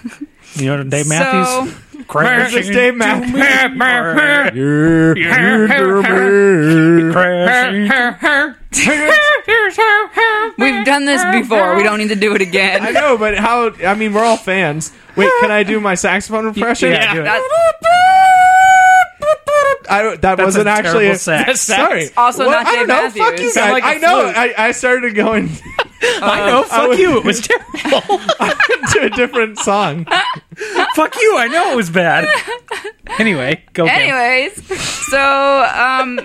Speaker 3: You know Dave
Speaker 2: so
Speaker 3: Matthews. Crash
Speaker 5: It's Dave Matthews.
Speaker 2: we've done this before. We don't need to do it
Speaker 5: I
Speaker 2: again.
Speaker 5: know, but how? I mean, we're all fans. Wait, can I do my saxophone impression?
Speaker 3: Yeah, do it.
Speaker 2: That's
Speaker 5: I don't, that
Speaker 3: That's
Speaker 5: wasn't
Speaker 3: a
Speaker 5: actually
Speaker 3: terrible
Speaker 5: a,
Speaker 3: sax.
Speaker 4: That's sax.
Speaker 5: Sorry.
Speaker 2: Also
Speaker 5: Well,
Speaker 2: not
Speaker 5: I
Speaker 2: Dave
Speaker 5: don't know. Fuck
Speaker 2: Matthews.
Speaker 5: you guys.
Speaker 4: Sound like a
Speaker 5: I know.
Speaker 4: flute.
Speaker 5: I, I started going
Speaker 3: Uh, I know. Fuck
Speaker 5: was-
Speaker 3: you. It was terrible.
Speaker 5: to a different song.
Speaker 3: fuck you. I know it was bad. Anyway, go. Kim.
Speaker 2: Anyways, so um,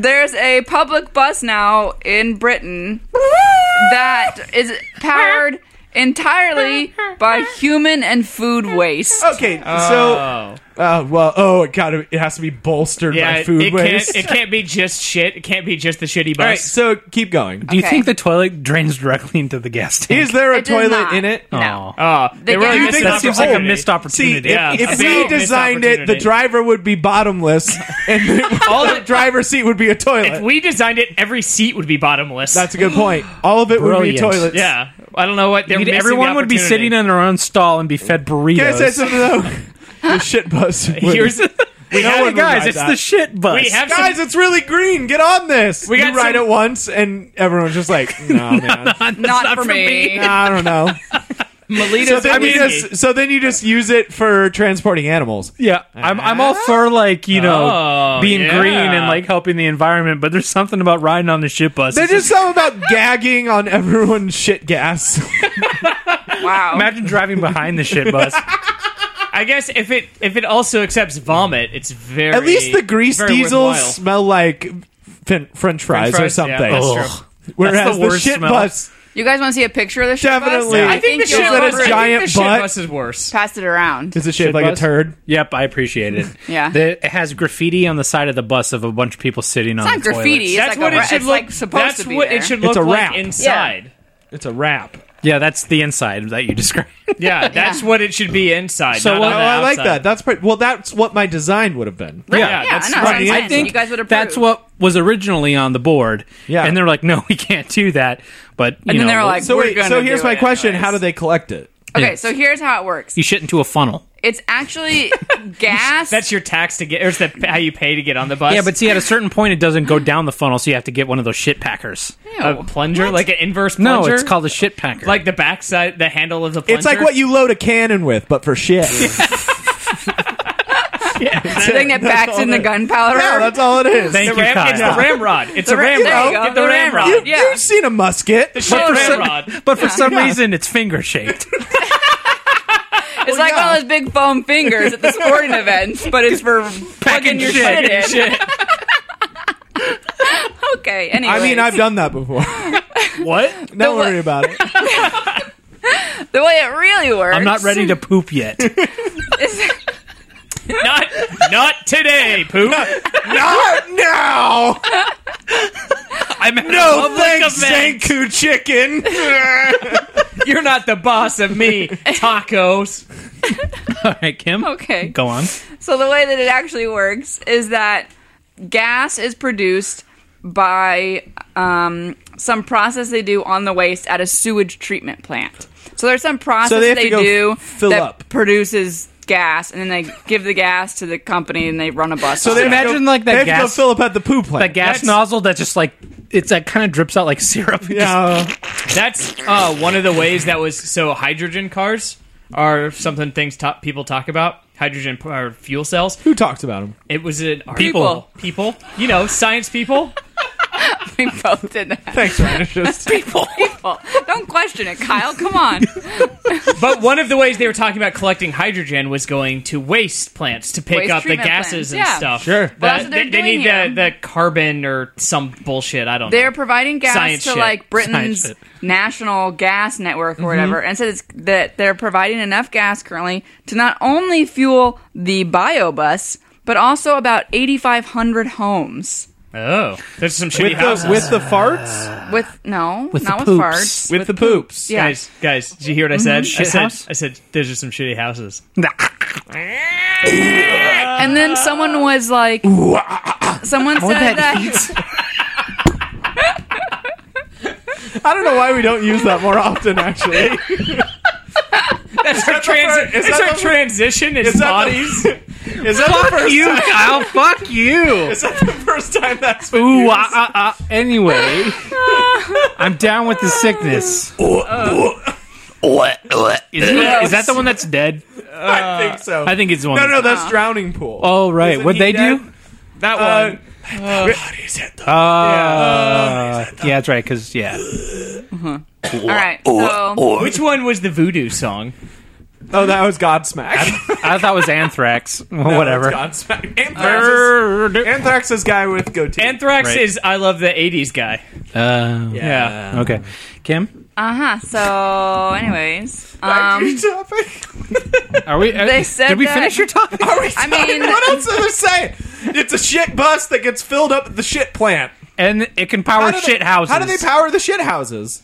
Speaker 2: there's a public bus now in Britain that is powered entirely by human and food waste.
Speaker 5: Okay, so
Speaker 4: Oh.
Speaker 5: uh, well, oh, it got it has to be bolstered
Speaker 4: Yeah,
Speaker 5: by food
Speaker 4: it
Speaker 5: waste.
Speaker 4: Can't, it can't be just shit. It can't be just the shitty
Speaker 5: all right,
Speaker 4: bus.
Speaker 5: so keep going.
Speaker 3: Do you
Speaker 2: Okay.
Speaker 3: think the toilet drains directly into the gas tank?
Speaker 5: Is there a
Speaker 2: It does
Speaker 5: toilet
Speaker 2: not.
Speaker 5: in it?
Speaker 2: No.
Speaker 4: Oh, they
Speaker 2: The gas-
Speaker 4: really missed
Speaker 5: You
Speaker 4: an
Speaker 5: think
Speaker 3: That seems like a
Speaker 4: opportunity.
Speaker 3: missed
Speaker 5: See,
Speaker 3: opportunity.
Speaker 5: if,
Speaker 4: Yeah,
Speaker 5: if
Speaker 4: a
Speaker 5: they
Speaker 4: big
Speaker 5: designed it, the
Speaker 4: opportunity.
Speaker 5: driver would be bottomless, and the, all the driver's seat would be a toilet.
Speaker 4: If we designed it, every seat would be bottomless.
Speaker 5: That's a good point. All of it
Speaker 3: Brilliant.
Speaker 5: would be toilets.
Speaker 4: yeah. I don't know what they're
Speaker 3: You'd-
Speaker 4: missing the
Speaker 3: everyone would be
Speaker 4: opportunity.
Speaker 3: sitting in their own stall and be fed
Speaker 5: Can I say
Speaker 3: burritos.
Speaker 5: something though? the shit bus.
Speaker 4: Here's we
Speaker 5: No
Speaker 4: have
Speaker 5: one
Speaker 3: Hey
Speaker 5: would
Speaker 3: guys,
Speaker 5: ride
Speaker 3: it's
Speaker 5: that.
Speaker 3: the shit bus.
Speaker 4: We have
Speaker 5: guys,
Speaker 4: some,
Speaker 5: it's really green. Get on this. We
Speaker 4: got
Speaker 5: you ride
Speaker 4: some-
Speaker 5: it once, and everyone's just like, no, man.
Speaker 2: Not, for me.
Speaker 5: I don't know. so,
Speaker 4: Melita's.
Speaker 5: then you just, so then you just use it for transporting animals.
Speaker 3: Yeah, I'm I'm all for like you know
Speaker 4: Oh,
Speaker 3: being
Speaker 4: yeah.
Speaker 3: green and like helping the environment, but there's something about riding on the shit bus.
Speaker 5: There's just
Speaker 3: It's
Speaker 5: something about gagging on everyone's shit gas.
Speaker 2: Wow.
Speaker 3: imagine driving behind the shit bus.
Speaker 4: I guess if it if it also accepts vomit, it's very
Speaker 5: At least the grease
Speaker 4: very
Speaker 5: diesels
Speaker 4: worthwhile.
Speaker 5: smell like fin- French, fries
Speaker 4: Fries, yeah,
Speaker 5: or something.
Speaker 4: that's true.
Speaker 3: Ugh.
Speaker 5: Whereas
Speaker 3: the
Speaker 5: the,
Speaker 3: worst
Speaker 5: shit
Speaker 3: smell.
Speaker 5: bus,
Speaker 2: You guys want to see a picture of the shit
Speaker 5: Definitely.
Speaker 2: bus?
Speaker 5: I
Speaker 4: I think the
Speaker 2: you'll
Speaker 4: shit
Speaker 5: that
Speaker 4: bus,
Speaker 5: it's
Speaker 2: agree.
Speaker 5: giant
Speaker 4: I think the shit
Speaker 5: butt.
Speaker 4: bus is worse.
Speaker 2: Passed it around.
Speaker 5: is it shaped
Speaker 3: Shit
Speaker 5: like
Speaker 3: bus?
Speaker 5: a turd?
Speaker 3: Yep, I appreciate it.
Speaker 2: Yeah.
Speaker 3: The- it has graffiti on the side of the bus of a bunch of people sitting on
Speaker 2: It's not
Speaker 3: the toilet.
Speaker 2: graffiti.
Speaker 4: That's
Speaker 2: it's like
Speaker 4: what
Speaker 2: a, ra-
Speaker 4: it should
Speaker 2: it's
Speaker 4: look.
Speaker 2: like supposed
Speaker 4: that's
Speaker 2: to be
Speaker 4: what
Speaker 2: there.
Speaker 4: it should look
Speaker 5: It's a
Speaker 4: like
Speaker 5: wrap.
Speaker 4: inside.
Speaker 5: It's a wrap.
Speaker 3: Yeah, that's the inside that you described.
Speaker 4: Yeah, that's what it should be inside.
Speaker 3: So
Speaker 4: not
Speaker 3: what-
Speaker 4: on
Speaker 5: Oh,
Speaker 4: the
Speaker 5: I like
Speaker 4: outside.
Speaker 5: that. That's pretty, well. That's what my design would have been.
Speaker 3: Yeah,
Speaker 4: Yeah,
Speaker 2: yeah,
Speaker 4: that's
Speaker 2: I
Speaker 5: right.
Speaker 2: know. That's what
Speaker 5: I
Speaker 2: I'm saying.
Speaker 5: think
Speaker 2: you guys would approve.
Speaker 3: That's what was originally on the board.
Speaker 5: Yeah.
Speaker 3: and they're like, no, we can't do that. But you
Speaker 2: And then
Speaker 3: know,
Speaker 2: they're like,
Speaker 5: So
Speaker 2: We're
Speaker 5: wait.
Speaker 2: gonna
Speaker 5: So here's
Speaker 2: do
Speaker 5: my
Speaker 2: it
Speaker 5: question:
Speaker 2: anyways.
Speaker 5: How do they collect it?
Speaker 2: Okay,
Speaker 3: Yes.
Speaker 2: so here's how it works.
Speaker 3: you shit into a funnel.
Speaker 2: It's actually gas.
Speaker 4: That's your tax to get, or is that how you pay to get on the bus?
Speaker 3: Yeah, but see, at a certain point, it doesn't go down the funnel, so you have to get one of those shit packers.
Speaker 4: a plunger, like an inverse
Speaker 3: No,
Speaker 4: plunger.
Speaker 3: it's called a shit packer.
Speaker 4: like the backside, the handle of the plunger.
Speaker 5: It's like what you load a cannon with, but for shit.
Speaker 2: the thing that backs in the gunpowder.
Speaker 5: yeah, that's all it is.
Speaker 3: Thank
Speaker 4: The
Speaker 3: you,
Speaker 4: ram,
Speaker 3: Kyle.
Speaker 4: it's the ramrod. It's a
Speaker 2: ra- there
Speaker 4: ramrod.
Speaker 2: you go,
Speaker 4: Get the
Speaker 2: the
Speaker 4: ramrod.
Speaker 2: ramrod.
Speaker 5: You,
Speaker 2: Yeah.
Speaker 5: You've seen a musket.
Speaker 4: The shit
Speaker 3: But for some-
Speaker 4: ramrod.
Speaker 3: but for some
Speaker 5: Yeah.
Speaker 3: reason, it's finger shaped.
Speaker 2: It's like all those big foam fingers at the sporting events, but it's for
Speaker 3: Packing
Speaker 2: plugging your
Speaker 3: shit.
Speaker 2: shit, in. okay. Anyway,
Speaker 5: I mean, I've done that before.
Speaker 3: what?
Speaker 5: Don't
Speaker 2: what-
Speaker 5: worry about it.
Speaker 2: the way it really works.
Speaker 3: I'm not ready to poop yet.
Speaker 2: is-
Speaker 4: Not, not today, poop.
Speaker 5: Not now.
Speaker 3: I'm
Speaker 5: No
Speaker 4: Public
Speaker 5: thanks,
Speaker 4: event.
Speaker 5: Zanku chicken.
Speaker 4: You're not the boss of me. Tacos.
Speaker 3: All right, Kim.
Speaker 2: Okay.
Speaker 3: Go on.
Speaker 2: So the way that it actually works is that gas is produced by um, some process they do on the waste at a sewage treatment plant. So there's some process
Speaker 5: So they have to
Speaker 2: they
Speaker 5: go
Speaker 2: do
Speaker 5: fill
Speaker 2: that
Speaker 5: up.
Speaker 2: produces gas, and then they give the gas to the company, and they run a bus.
Speaker 5: So
Speaker 2: on
Speaker 5: they
Speaker 2: it.
Speaker 5: have to
Speaker 3: Imagine,
Speaker 5: go,
Speaker 3: like, that
Speaker 5: they have to go
Speaker 3: gas-
Speaker 5: fill up at the poo
Speaker 3: The
Speaker 5: plant.
Speaker 3: gas
Speaker 4: That's-
Speaker 3: nozzle that just like it's that kind of drips out like syrup.
Speaker 5: Yeah.
Speaker 4: That's uh, one of the ways that was so hydrogen cars are something things to- people talk about. Hydrogen p- or fuel cells.
Speaker 5: Who talks about him?
Speaker 4: It was an
Speaker 2: People.
Speaker 4: people, you know, science people.
Speaker 2: we both did that.
Speaker 5: Thanks, Ryan. It's just-
Speaker 2: Well, don't question it, Kyle. Come on.
Speaker 4: But one of the ways they were talking about collecting hydrogen was going to waste plants to pick
Speaker 2: Waste
Speaker 4: up the
Speaker 2: treatment
Speaker 4: gases
Speaker 2: plants,
Speaker 4: and
Speaker 2: yeah.
Speaker 4: stuff.
Speaker 5: Sure. Well,
Speaker 4: The-
Speaker 2: that's what
Speaker 4: they,
Speaker 2: they're
Speaker 4: they
Speaker 2: doing
Speaker 4: need the,
Speaker 2: here.
Speaker 4: the carbon or some bullshit. I don't know.
Speaker 2: They're providing gas
Speaker 4: Science
Speaker 2: to
Speaker 4: shit.
Speaker 2: like
Speaker 3: Science
Speaker 2: Britain's
Speaker 3: shit.
Speaker 2: national gas network or whatever, and said it's, that they're providing enough gas currently to not only fuel the biobus but also about 8,500 homes.
Speaker 4: Oh, there's some shitty
Speaker 5: With
Speaker 4: houses.
Speaker 5: the, with the farts?
Speaker 2: With no,
Speaker 3: With the
Speaker 2: not with
Speaker 3: poops.
Speaker 2: farts.
Speaker 5: With the poops.
Speaker 2: Yeah.
Speaker 4: Guys, guys, did you hear
Speaker 2: Mm-hmm.
Speaker 4: what I said? I
Speaker 3: Shit
Speaker 4: said,
Speaker 3: house?
Speaker 4: I said, there's just some shitty houses.
Speaker 2: And then someone was like, someone said
Speaker 3: that
Speaker 2: that.
Speaker 5: I don't know why we don't use that more often, actually.
Speaker 4: That's our, transi-
Speaker 5: is
Speaker 4: it's
Speaker 5: that
Speaker 4: our
Speaker 5: the-
Speaker 4: transition. It's
Speaker 5: Is that
Speaker 4: bodies.
Speaker 5: The, is that the first
Speaker 3: you,
Speaker 5: time?
Speaker 3: Kyle. Fuck you.
Speaker 5: Is that the first time that's been
Speaker 3: Ooh,
Speaker 5: used?
Speaker 3: ah, ah, ah. Anyway, I'm down with the sickness.
Speaker 5: Uh,
Speaker 3: Is, he- is that the one that's dead?
Speaker 5: I think so.
Speaker 3: I think it's the one.
Speaker 5: uh. no,
Speaker 3: that's-
Speaker 5: no, that's drowning pool.
Speaker 3: Oh right,
Speaker 5: Isn't
Speaker 3: what
Speaker 5: he
Speaker 3: they
Speaker 5: dead?
Speaker 3: do?
Speaker 4: that
Speaker 5: Uh,
Speaker 4: one.
Speaker 5: bodies hit the-
Speaker 3: Uh, yeah, that's right. Because yeah,
Speaker 2: All right, so
Speaker 4: Which one was the voodoo song?
Speaker 5: oh, that was Godsmack.
Speaker 3: I thought it was anthrax. Well,
Speaker 5: That's
Speaker 3: Whatever.
Speaker 5: Godsmack. Anthrax. is, Anthrax is guy with goatee.
Speaker 4: Anthrax
Speaker 3: Right.
Speaker 4: is I love the '80s guy.
Speaker 3: Uh,
Speaker 4: Yeah.
Speaker 2: Um,
Speaker 3: Okay, Kim,
Speaker 2: uh huh. So, anyways,
Speaker 5: Back to
Speaker 2: um,
Speaker 5: your topic.
Speaker 3: are we? uh,
Speaker 2: They said
Speaker 3: did we
Speaker 2: that-
Speaker 3: finish your topic?
Speaker 5: Are we
Speaker 2: I mean-
Speaker 5: what else are they saying? It's a shit bus that gets filled up at the shit plant.
Speaker 3: And it can power
Speaker 5: do they-
Speaker 3: shit houses.
Speaker 5: How do they power the shit houses?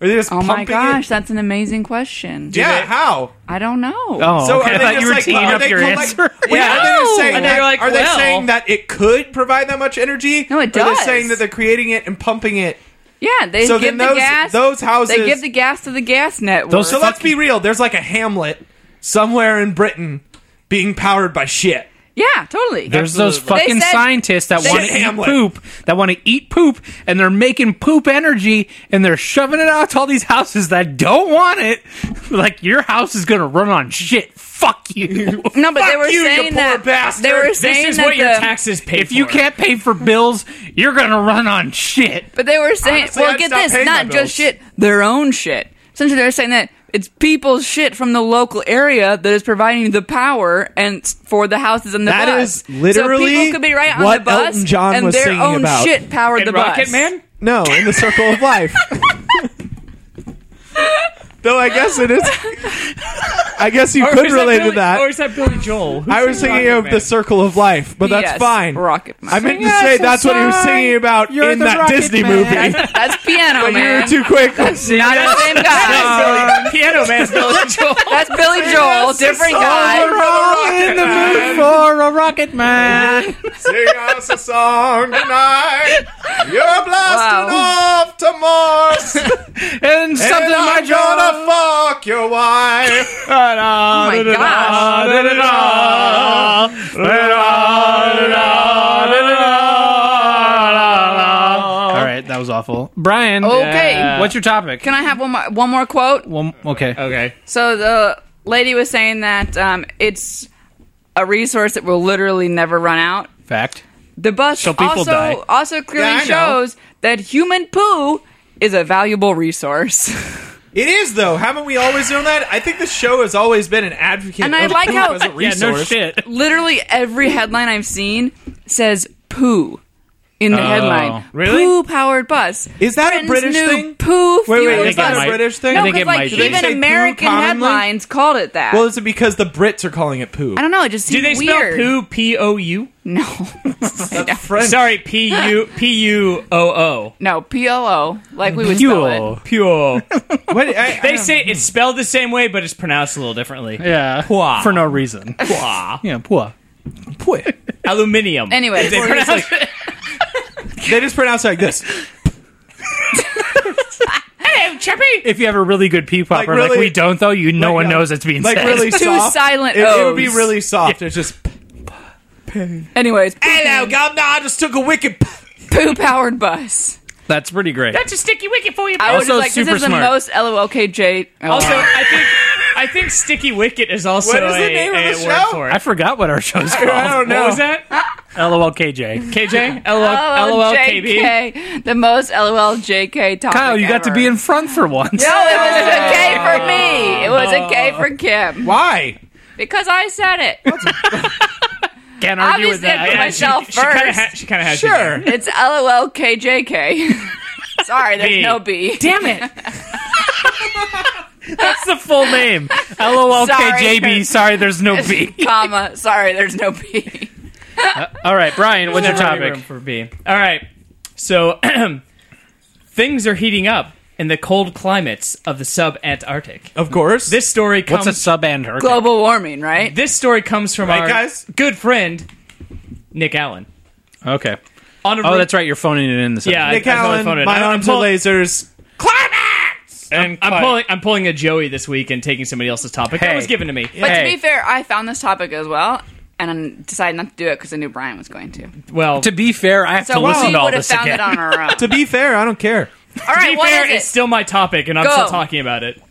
Speaker 5: Are they just
Speaker 2: oh my
Speaker 5: pumping
Speaker 2: gosh,
Speaker 5: It?
Speaker 2: that's an amazing question.
Speaker 5: Yeah,
Speaker 4: they-
Speaker 5: how?
Speaker 2: I don't know.
Speaker 3: Oh,
Speaker 5: So
Speaker 3: okay.
Speaker 5: are
Speaker 3: I
Speaker 5: they
Speaker 3: thought
Speaker 5: just
Speaker 3: you were
Speaker 5: like,
Speaker 3: teeing
Speaker 5: are
Speaker 3: up
Speaker 5: they
Speaker 3: your
Speaker 5: collect-
Speaker 3: answer.
Speaker 5: Wait, are they just
Speaker 2: No.
Speaker 5: saying
Speaker 4: And they're
Speaker 5: that,
Speaker 4: like,
Speaker 5: are they
Speaker 4: well-
Speaker 5: saying that it could provide that much energy?
Speaker 2: No, it
Speaker 5: Or are
Speaker 2: does.
Speaker 5: they saying that they're creating it and pumping it?
Speaker 2: Yeah, they
Speaker 5: So
Speaker 2: give
Speaker 5: then those-
Speaker 2: the gas.
Speaker 5: those houses-
Speaker 2: They give the gas to the gas network.
Speaker 3: Those-
Speaker 5: So let's be real. There's like a hamlet somewhere in Britain being powered by shit.
Speaker 2: yeah, totally.
Speaker 3: There's those
Speaker 2: Absolutely.
Speaker 3: fucking
Speaker 2: They said-
Speaker 3: scientists that
Speaker 2: they
Speaker 3: want
Speaker 5: said-
Speaker 3: to eat
Speaker 5: Hamlet.
Speaker 3: poop, that want to eat poop, and they're making poop energy, and they're shoving it out to all these houses that don't want it. Like your house is gonna run on shit. Fuck you.
Speaker 2: No, but they
Speaker 5: Fuck
Speaker 2: were
Speaker 5: you, you
Speaker 2: saying
Speaker 5: poor
Speaker 2: that
Speaker 5: bastard.
Speaker 2: they were
Speaker 5: This
Speaker 2: saying
Speaker 4: This is
Speaker 2: that
Speaker 4: what
Speaker 2: the,
Speaker 4: your taxes pay
Speaker 3: if you
Speaker 4: for.
Speaker 3: can't pay for bills, you're gonna run on shit.
Speaker 2: But they were saying,
Speaker 5: Honestly,
Speaker 2: well,
Speaker 5: I'd
Speaker 2: get
Speaker 5: stop
Speaker 2: this,
Speaker 5: paying my
Speaker 2: not
Speaker 5: bills.
Speaker 2: just shit, their own shit. Essentially, they're saying that it's people's shit from the local area that is providing the power and s- for the houses and the
Speaker 5: That
Speaker 2: bus.
Speaker 5: is literally
Speaker 2: so people could be right on
Speaker 5: what
Speaker 2: the bus,
Speaker 5: Elton John
Speaker 2: and
Speaker 5: was
Speaker 2: their
Speaker 5: singing
Speaker 2: own
Speaker 5: about.
Speaker 2: shit powered
Speaker 4: And
Speaker 2: the
Speaker 4: Rocket
Speaker 2: bus.
Speaker 4: Man.
Speaker 5: No, in the circle of life. Though I guess it is. I guess you
Speaker 4: Or
Speaker 5: could
Speaker 4: is that
Speaker 5: relate
Speaker 4: Billy-
Speaker 5: to that.
Speaker 4: Or is that Billy Joel? Who's
Speaker 5: I was
Speaker 4: singing
Speaker 5: thinking of
Speaker 4: Rocket Man?
Speaker 5: the circle of life, but that's
Speaker 2: Yes,
Speaker 5: fine.
Speaker 2: Rocket Man.
Speaker 5: I meant to
Speaker 3: Sing us
Speaker 5: say
Speaker 3: a
Speaker 5: that's what he was
Speaker 3: song.
Speaker 5: singing about
Speaker 3: You're
Speaker 5: in
Speaker 3: the
Speaker 5: that
Speaker 3: Rocket
Speaker 5: Disney
Speaker 3: Man.
Speaker 5: movie.
Speaker 2: That's piano
Speaker 5: But you
Speaker 2: man.
Speaker 5: were too quick. That's
Speaker 2: not the same guy.
Speaker 4: Piano Man's Billy Joel.
Speaker 2: That's Billy Joel, different guy.
Speaker 3: in the mood for a rocket man.
Speaker 5: Sing us a song tonight. You're blasting off to Mars.
Speaker 3: And something
Speaker 5: and
Speaker 3: my
Speaker 5: I'm gonna
Speaker 3: jaw.
Speaker 5: fuck your wife.
Speaker 2: Oh my gosh.
Speaker 3: All right, that was awful. Brian,
Speaker 2: Okay.
Speaker 3: what's your topic?
Speaker 2: Can I have one more, one more quote?
Speaker 3: One, okay.
Speaker 4: Okay.
Speaker 2: So the lady was saying that um, it's a resource that will literally never run out.
Speaker 3: Fact.
Speaker 2: The bus
Speaker 3: So people
Speaker 2: also
Speaker 3: die.
Speaker 2: also clearly
Speaker 5: Yeah, I know.
Speaker 2: shows that human poo is a valuable resource.
Speaker 5: It is though. Haven't we always known that? I think the show has always been an advocate.
Speaker 2: And I
Speaker 5: of
Speaker 2: like
Speaker 5: poop
Speaker 2: how-
Speaker 5: as a
Speaker 3: Yeah,
Speaker 5: resource.
Speaker 3: no shit.
Speaker 2: literally every headline I've seen says poo in
Speaker 3: Oh,
Speaker 2: the headline.
Speaker 6: Really?
Speaker 2: Poo powered bus.
Speaker 5: Is that a British
Speaker 2: Britain's new
Speaker 5: thing?
Speaker 2: Poo
Speaker 5: Wait, wait,
Speaker 2: fueled
Speaker 5: is
Speaker 3: think
Speaker 2: bus.
Speaker 3: it
Speaker 5: that a
Speaker 3: might-
Speaker 5: British thing?
Speaker 2: No,
Speaker 3: think
Speaker 2: because
Speaker 3: it
Speaker 2: like
Speaker 3: might be. Do they
Speaker 2: even
Speaker 5: say poo
Speaker 2: American
Speaker 5: commonly?
Speaker 2: headlines called it that.
Speaker 5: Well, is it because the Brits are calling it poo?
Speaker 2: I don't know. It just
Speaker 4: Do
Speaker 2: seems
Speaker 4: they
Speaker 2: weird.
Speaker 4: spell poo P O U?
Speaker 2: No,
Speaker 5: French.
Speaker 4: Sorry, P U P U O O.
Speaker 2: no. P O O. Like we would spell it.
Speaker 3: Fuel.
Speaker 4: Pure.
Speaker 5: What, I,
Speaker 4: They say it's spelled the same way, but it's pronounced a little differently.
Speaker 3: Yeah.
Speaker 4: Pua.
Speaker 3: For no reason.
Speaker 4: Pua.
Speaker 3: yeah, pua.
Speaker 4: Aluminium.
Speaker 2: Anyway,
Speaker 4: They pronounce it-
Speaker 5: they just pronounce it like this.
Speaker 4: Hey, Chippy.
Speaker 3: If you have a really good pee popper, like,
Speaker 5: really-
Speaker 3: we don't though, you no one
Speaker 5: yeah.
Speaker 3: knows it's being
Speaker 5: Like
Speaker 3: said.
Speaker 5: really
Speaker 2: It's two
Speaker 5: soft.
Speaker 2: silent
Speaker 5: It, it would be
Speaker 2: O's.
Speaker 5: really soft. It's just
Speaker 2: anyways,
Speaker 5: hello, governor. I just took a wicked.
Speaker 2: poo powered bus.
Speaker 3: That's pretty great.
Speaker 4: That's a sticky wicket for you.
Speaker 2: I was just
Speaker 3: Also
Speaker 2: like,
Speaker 3: super
Speaker 2: this is
Speaker 3: smart.
Speaker 2: the most LOLKJ.
Speaker 4: Also, I think I think sticky wicket is also
Speaker 5: What is the
Speaker 4: a,
Speaker 5: name
Speaker 4: a
Speaker 5: of the
Speaker 4: word
Speaker 5: show?
Speaker 4: for
Speaker 3: I
Speaker 4: it.
Speaker 3: forgot what our show's
Speaker 5: I
Speaker 3: called.
Speaker 5: don't know.
Speaker 4: What was that?
Speaker 3: LOLKJ.
Speaker 4: KJ? LOLKB?
Speaker 2: the most LOLJK topic.
Speaker 3: Kyle, you got to
Speaker 2: ever.
Speaker 3: be in front for once.
Speaker 2: No, it was a K for me. It was a K for Kim
Speaker 5: Why?
Speaker 2: because I said it.
Speaker 3: Can't argue with
Speaker 2: Obviously, I put
Speaker 3: that.
Speaker 2: myself
Speaker 4: She kind of
Speaker 2: first.
Speaker 4: ha- she kind of has you
Speaker 5: Sure.
Speaker 4: down.
Speaker 2: It's LOLKJK. Sorry, there's
Speaker 4: B.
Speaker 2: no B.
Speaker 4: Damn it.
Speaker 3: That's the full name. LOLKJB.
Speaker 2: Sorry.
Speaker 3: Sorry, there's no B.
Speaker 2: Comma. Sorry, there's no B.
Speaker 3: All right, Brian, what's your
Speaker 4: Plenty of
Speaker 3: topic?
Speaker 4: room for B. All right. So things are heating up in the cold climates of the sub Antarctic.
Speaker 5: Of course.
Speaker 4: This story comes
Speaker 3: Oh, What's a sub and her?
Speaker 2: Global warming, right?
Speaker 4: this story comes from
Speaker 5: Right,
Speaker 4: our
Speaker 5: guys?
Speaker 4: good friend Nick Allen.
Speaker 3: Okay.
Speaker 4: On a
Speaker 3: Oh,
Speaker 4: roof-
Speaker 3: that's right. You're phoning it in this.
Speaker 4: Yeah,
Speaker 3: episode.
Speaker 5: Nick
Speaker 4: I- I totally
Speaker 5: Allen.
Speaker 4: phoned it.
Speaker 5: My
Speaker 4: I- I'm
Speaker 5: arms
Speaker 4: pull-
Speaker 5: are lasers.
Speaker 4: I'm, I'm pulling I'm pulling a Joey this week and taking somebody else's topic
Speaker 3: Hey.
Speaker 4: that was given to me.
Speaker 2: But to
Speaker 3: Hey.
Speaker 2: be fair, I found this topic as well. And I decided not to do it because I knew Brian was going to.
Speaker 4: Well,
Speaker 3: To be fair, I have
Speaker 2: So
Speaker 3: to listen
Speaker 2: we
Speaker 3: to all
Speaker 2: would have
Speaker 3: this
Speaker 2: found
Speaker 3: again.
Speaker 2: it on our own.
Speaker 5: To be fair, I don't care.
Speaker 2: All right,
Speaker 4: be
Speaker 2: what
Speaker 4: fair,
Speaker 2: is it?
Speaker 4: it's still my topic, and I'm
Speaker 2: Go.
Speaker 4: still talking about it.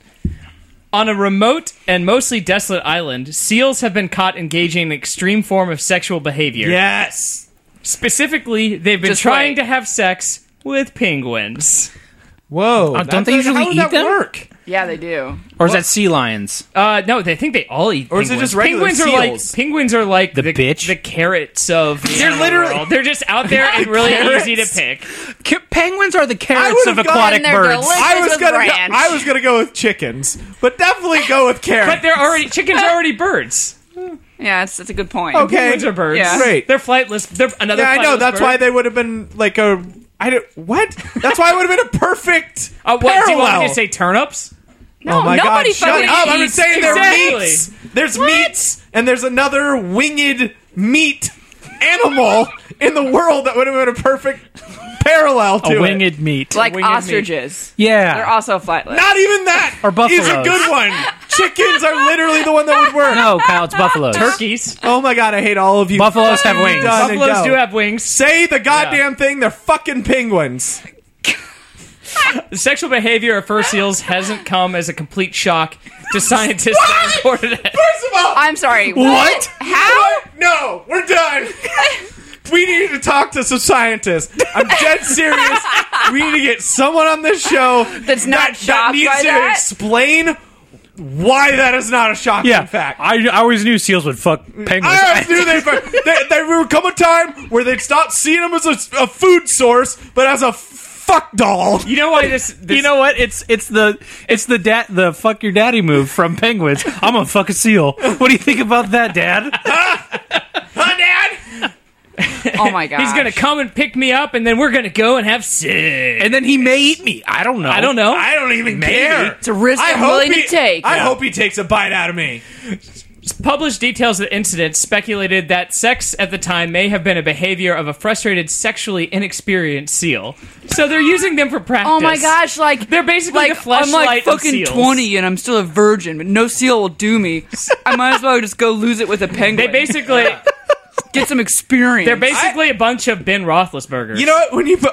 Speaker 4: On a remote and mostly desolate island, seals have been caught engaging in an extreme form of sexual behavior.
Speaker 5: Yes.
Speaker 4: Specifically, they've been
Speaker 2: Just
Speaker 4: trying
Speaker 2: wait.
Speaker 4: to have sex with penguins.
Speaker 5: Whoa.
Speaker 4: Oh,
Speaker 3: Uh,
Speaker 5: That-
Speaker 3: don't they usually
Speaker 5: how would
Speaker 3: eat
Speaker 5: that
Speaker 3: them?
Speaker 5: Work?
Speaker 2: yeah, they do.
Speaker 3: Or is that sea lions?
Speaker 4: Uh, no, they think they all eat.
Speaker 5: Or is
Speaker 4: penguins.
Speaker 5: it just regular
Speaker 4: penguins are
Speaker 5: seals?
Speaker 4: like penguins are like the,
Speaker 3: bitch?
Speaker 4: the carrots of the
Speaker 5: They're
Speaker 4: animal
Speaker 5: literally-
Speaker 4: world. they're just out there and really easy to pick.
Speaker 3: Ca- penguins are the carrots of
Speaker 5: would've gone
Speaker 3: aquatic
Speaker 2: in there
Speaker 3: birds.
Speaker 2: deli-
Speaker 5: I
Speaker 2: This
Speaker 5: was
Speaker 2: was
Speaker 5: gonna. Go,
Speaker 2: ranch.
Speaker 5: I was gonna go with chickens, but definitely go with carrots.
Speaker 4: But they're already chickens are already birds.
Speaker 2: Yeah, it's, it's a good point.
Speaker 5: Okay.
Speaker 4: Penguins are birds.
Speaker 2: Yeah.
Speaker 5: Great.
Speaker 4: They're flightless. They're another.
Speaker 5: yeah, I know.
Speaker 4: flightless
Speaker 5: That's
Speaker 4: bird.
Speaker 5: why they would have been like a. I don't. What? That's why it would have been a perfect
Speaker 4: Uh, what do you want me
Speaker 5: parallel.
Speaker 4: to say? Turnips?
Speaker 2: No,
Speaker 5: oh my
Speaker 2: nobody
Speaker 5: god! Shut
Speaker 2: fucking
Speaker 5: up!
Speaker 2: eats.
Speaker 5: I'm saying there's
Speaker 4: Exactly.
Speaker 5: meats. There's meats, and there's another winged meat animal in the world that would have been a perfect parallel to
Speaker 3: A
Speaker 5: it.
Speaker 3: winged meat.
Speaker 2: like
Speaker 4: winged meat.
Speaker 2: ostriches.
Speaker 3: Yeah.
Speaker 2: They're also flightless.
Speaker 5: Not even that.
Speaker 3: Or
Speaker 5: Is a
Speaker 3: buffaloes.
Speaker 5: good one. Chickens are literally the one that would work.
Speaker 3: no, Kyle, it's buffaloes.
Speaker 4: Turkeys.
Speaker 5: Oh my god! I hate all of you.
Speaker 3: Buffaloes have wings.
Speaker 5: Done and
Speaker 4: Buffaloes
Speaker 5: go.
Speaker 4: do have wings.
Speaker 5: Say the goddamn thing. They're fucking penguins.
Speaker 4: The sexual behavior of fur seals hasn't come as a complete shock to scientists that reported it.
Speaker 5: First of all,
Speaker 2: I'm sorry.
Speaker 5: What?
Speaker 2: How?
Speaker 5: No, we're done. We need to talk to some scientists. I'm dead serious. We need to get someone on this show
Speaker 2: That's not
Speaker 5: that, that
Speaker 2: shocked
Speaker 5: needs
Speaker 2: by
Speaker 5: to
Speaker 2: that?
Speaker 5: explain why that is not a shocking
Speaker 3: yeah.
Speaker 5: fact.
Speaker 3: I, I always knew seals would fuck penguins.
Speaker 5: I
Speaker 2: Ah!
Speaker 5: always knew they, they, there would come a time where they'd stop seeing them as a, a food source, but as a fuck doll.
Speaker 4: You know why this? this
Speaker 3: you know what? It's it's the it's the dad the fuck your daddy move from penguins. I'm gonna fuck a seal. What do you think about that, Dad?
Speaker 5: Huh, Dad?
Speaker 2: Oh my god.
Speaker 4: He's gonna come and pick me up, and then we're gonna go and have sex.
Speaker 3: And then he may eat me. I don't know.
Speaker 4: I don't know.
Speaker 5: I don't even care.
Speaker 2: It's a risk
Speaker 5: I
Speaker 2: I'm
Speaker 5: hope
Speaker 2: willing
Speaker 5: he,
Speaker 2: to take.
Speaker 5: I hope he takes a bite out of me.
Speaker 4: published details of the incident speculated that sex at the time may have been a behavior of a frustrated, sexually inexperienced seal. So they're using them for practice.
Speaker 2: Oh my gosh! Like
Speaker 4: They're basically
Speaker 2: like
Speaker 4: the fleshlight
Speaker 2: I'm like
Speaker 4: of
Speaker 2: fucking
Speaker 4: seals.
Speaker 2: twenty, and I'm still a virgin, but no seal will do me. I might as well just go lose it with a penguin.
Speaker 4: They basically
Speaker 2: get some experience.
Speaker 4: they're basically a bunch of Ben Roethlisbergers.
Speaker 5: You know what? When you put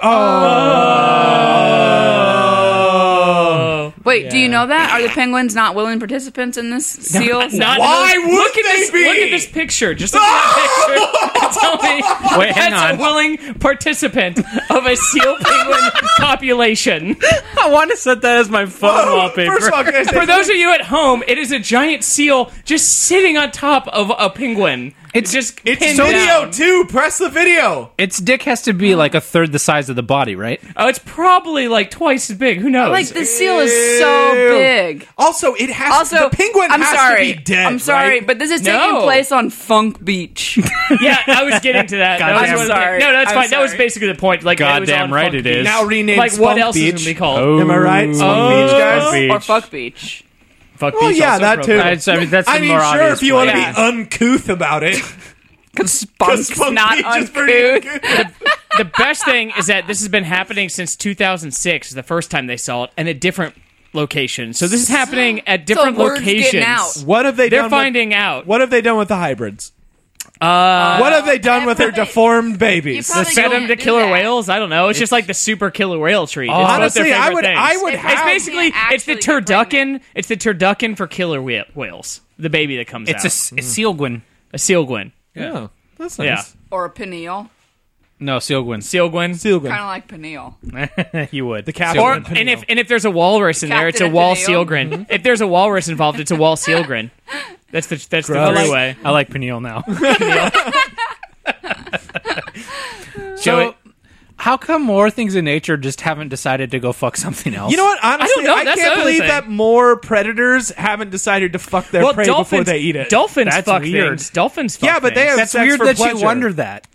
Speaker 5: oh,
Speaker 2: Wait, do you know that? Are the penguins not willing participants in this seal?
Speaker 4: Not
Speaker 5: Why
Speaker 4: in those-
Speaker 5: would
Speaker 4: look at
Speaker 5: they
Speaker 4: this,
Speaker 5: be?
Speaker 4: Look at this picture. Just look at that picture. Tell me
Speaker 3: Wait, hang
Speaker 4: that's
Speaker 3: on.
Speaker 4: a willing participant of a seal penguin population.
Speaker 3: I want to set that as my phone Oh. wallpaper.
Speaker 5: first of all, can I say
Speaker 4: For those of you at home, it is a giant seal just sitting on top of a penguin. It's just
Speaker 5: it's
Speaker 4: pinned
Speaker 5: video
Speaker 4: down.
Speaker 5: too. Press the video.
Speaker 3: its dick has to be like a third the size of the body, right?
Speaker 4: Oh, it's probably like twice as big. Who knows?
Speaker 2: Like the seal is so
Speaker 5: Ew.
Speaker 2: big.
Speaker 5: Also, it has
Speaker 2: Also,
Speaker 5: the penguin
Speaker 2: I'm
Speaker 5: has
Speaker 2: sorry.
Speaker 5: to be dead.
Speaker 2: I'm sorry,
Speaker 5: right?
Speaker 2: but this is
Speaker 4: No.
Speaker 2: taking place on Funk Beach.
Speaker 4: yeah, I was getting to that. that
Speaker 3: Goddamn
Speaker 4: was what-
Speaker 2: I'm sorry.
Speaker 4: No, no, it's
Speaker 2: I'm
Speaker 4: fine. That was
Speaker 2: sorry.
Speaker 4: basically the point. Like it was
Speaker 3: Goddamn
Speaker 4: on
Speaker 3: right
Speaker 4: Funk
Speaker 3: it
Speaker 4: Beach.
Speaker 3: is.
Speaker 5: now renamed
Speaker 4: Like what
Speaker 5: Spunk
Speaker 4: else
Speaker 5: Beach.
Speaker 4: is it gonna be called?
Speaker 5: Am I right? Spunk
Speaker 4: Oh.
Speaker 5: Beach, guys.
Speaker 3: Beach.
Speaker 2: or Fuck Beach.
Speaker 3: Fuck
Speaker 5: Well,
Speaker 3: Beach
Speaker 5: yeah,
Speaker 3: also
Speaker 5: that
Speaker 3: pro-
Speaker 5: too.
Speaker 3: That's- I mean, that's
Speaker 5: I
Speaker 3: the
Speaker 5: mean,
Speaker 3: more
Speaker 5: sure,
Speaker 3: obvious
Speaker 5: if you want to
Speaker 3: one.
Speaker 4: Yeah.
Speaker 5: be uncouth about it,
Speaker 2: Because
Speaker 5: because
Speaker 2: Spunk's
Speaker 5: Spunk
Speaker 2: not
Speaker 5: Beach is pretty
Speaker 2: uncouth.
Speaker 5: uncouth.
Speaker 4: the best thing is that this has been happening since 2006 is the first time they saw it and a different location so this is happening at different
Speaker 2: word's getting
Speaker 4: locations
Speaker 2: out.
Speaker 5: What have they
Speaker 4: they're
Speaker 5: done? with-
Speaker 4: finding out
Speaker 5: what have they done with the hybrids? Uh, what have they done with their
Speaker 2: everybody-
Speaker 5: deformed babies?
Speaker 2: You probably
Speaker 4: Send them
Speaker 2: can't
Speaker 4: to
Speaker 2: do
Speaker 4: killer
Speaker 2: that.
Speaker 4: whales. I don't know. It's, just like the super killer whale treat. It's both
Speaker 5: Honestly,
Speaker 4: their
Speaker 5: I
Speaker 4: favorite
Speaker 5: would-
Speaker 4: things.
Speaker 5: I would
Speaker 4: It's
Speaker 5: have-
Speaker 4: basically
Speaker 2: Can't
Speaker 4: it's the
Speaker 2: actually get
Speaker 4: turducken.
Speaker 2: pregnant.
Speaker 4: It's the turducken for killer whe- whales. The baby that comes
Speaker 3: It's a,
Speaker 4: out. Mm-hmm.
Speaker 3: s- a sealguin.
Speaker 4: a sealguin.
Speaker 5: Yeah, Oh, that's nice.
Speaker 4: Yeah,
Speaker 2: Or a pineal.
Speaker 3: No, sealguin.
Speaker 4: sealguin.
Speaker 5: Silgan.
Speaker 2: Kind of like pineal.
Speaker 3: you would. The
Speaker 5: captain.
Speaker 4: Or and if and if there's a walrus in there, it's a
Speaker 2: Captain Mm-hmm.
Speaker 4: wall
Speaker 2: Ateneo.
Speaker 4: sealgrin. If there's a walrus involved, it's a wall sealgrin. That's the that's the three way.
Speaker 3: I like pineal now.
Speaker 4: So-
Speaker 3: so, how come more things in nature just haven't decided to go fuck something else?
Speaker 5: You know what? Honestly, I,
Speaker 4: know. That's the
Speaker 5: can't
Speaker 4: other
Speaker 5: believe
Speaker 4: thing.
Speaker 5: that more predators haven't decided to fuck their
Speaker 4: well,
Speaker 5: prey
Speaker 4: dolphins,
Speaker 5: before they eat it.
Speaker 4: Dolphins
Speaker 3: That's
Speaker 4: fuck
Speaker 3: weird.
Speaker 4: things. Dolphins fuck
Speaker 5: Yeah, but they
Speaker 4: things.
Speaker 5: have
Speaker 3: That's
Speaker 5: sex
Speaker 3: weird
Speaker 5: for
Speaker 3: that
Speaker 5: pleasure.
Speaker 3: you wonder that.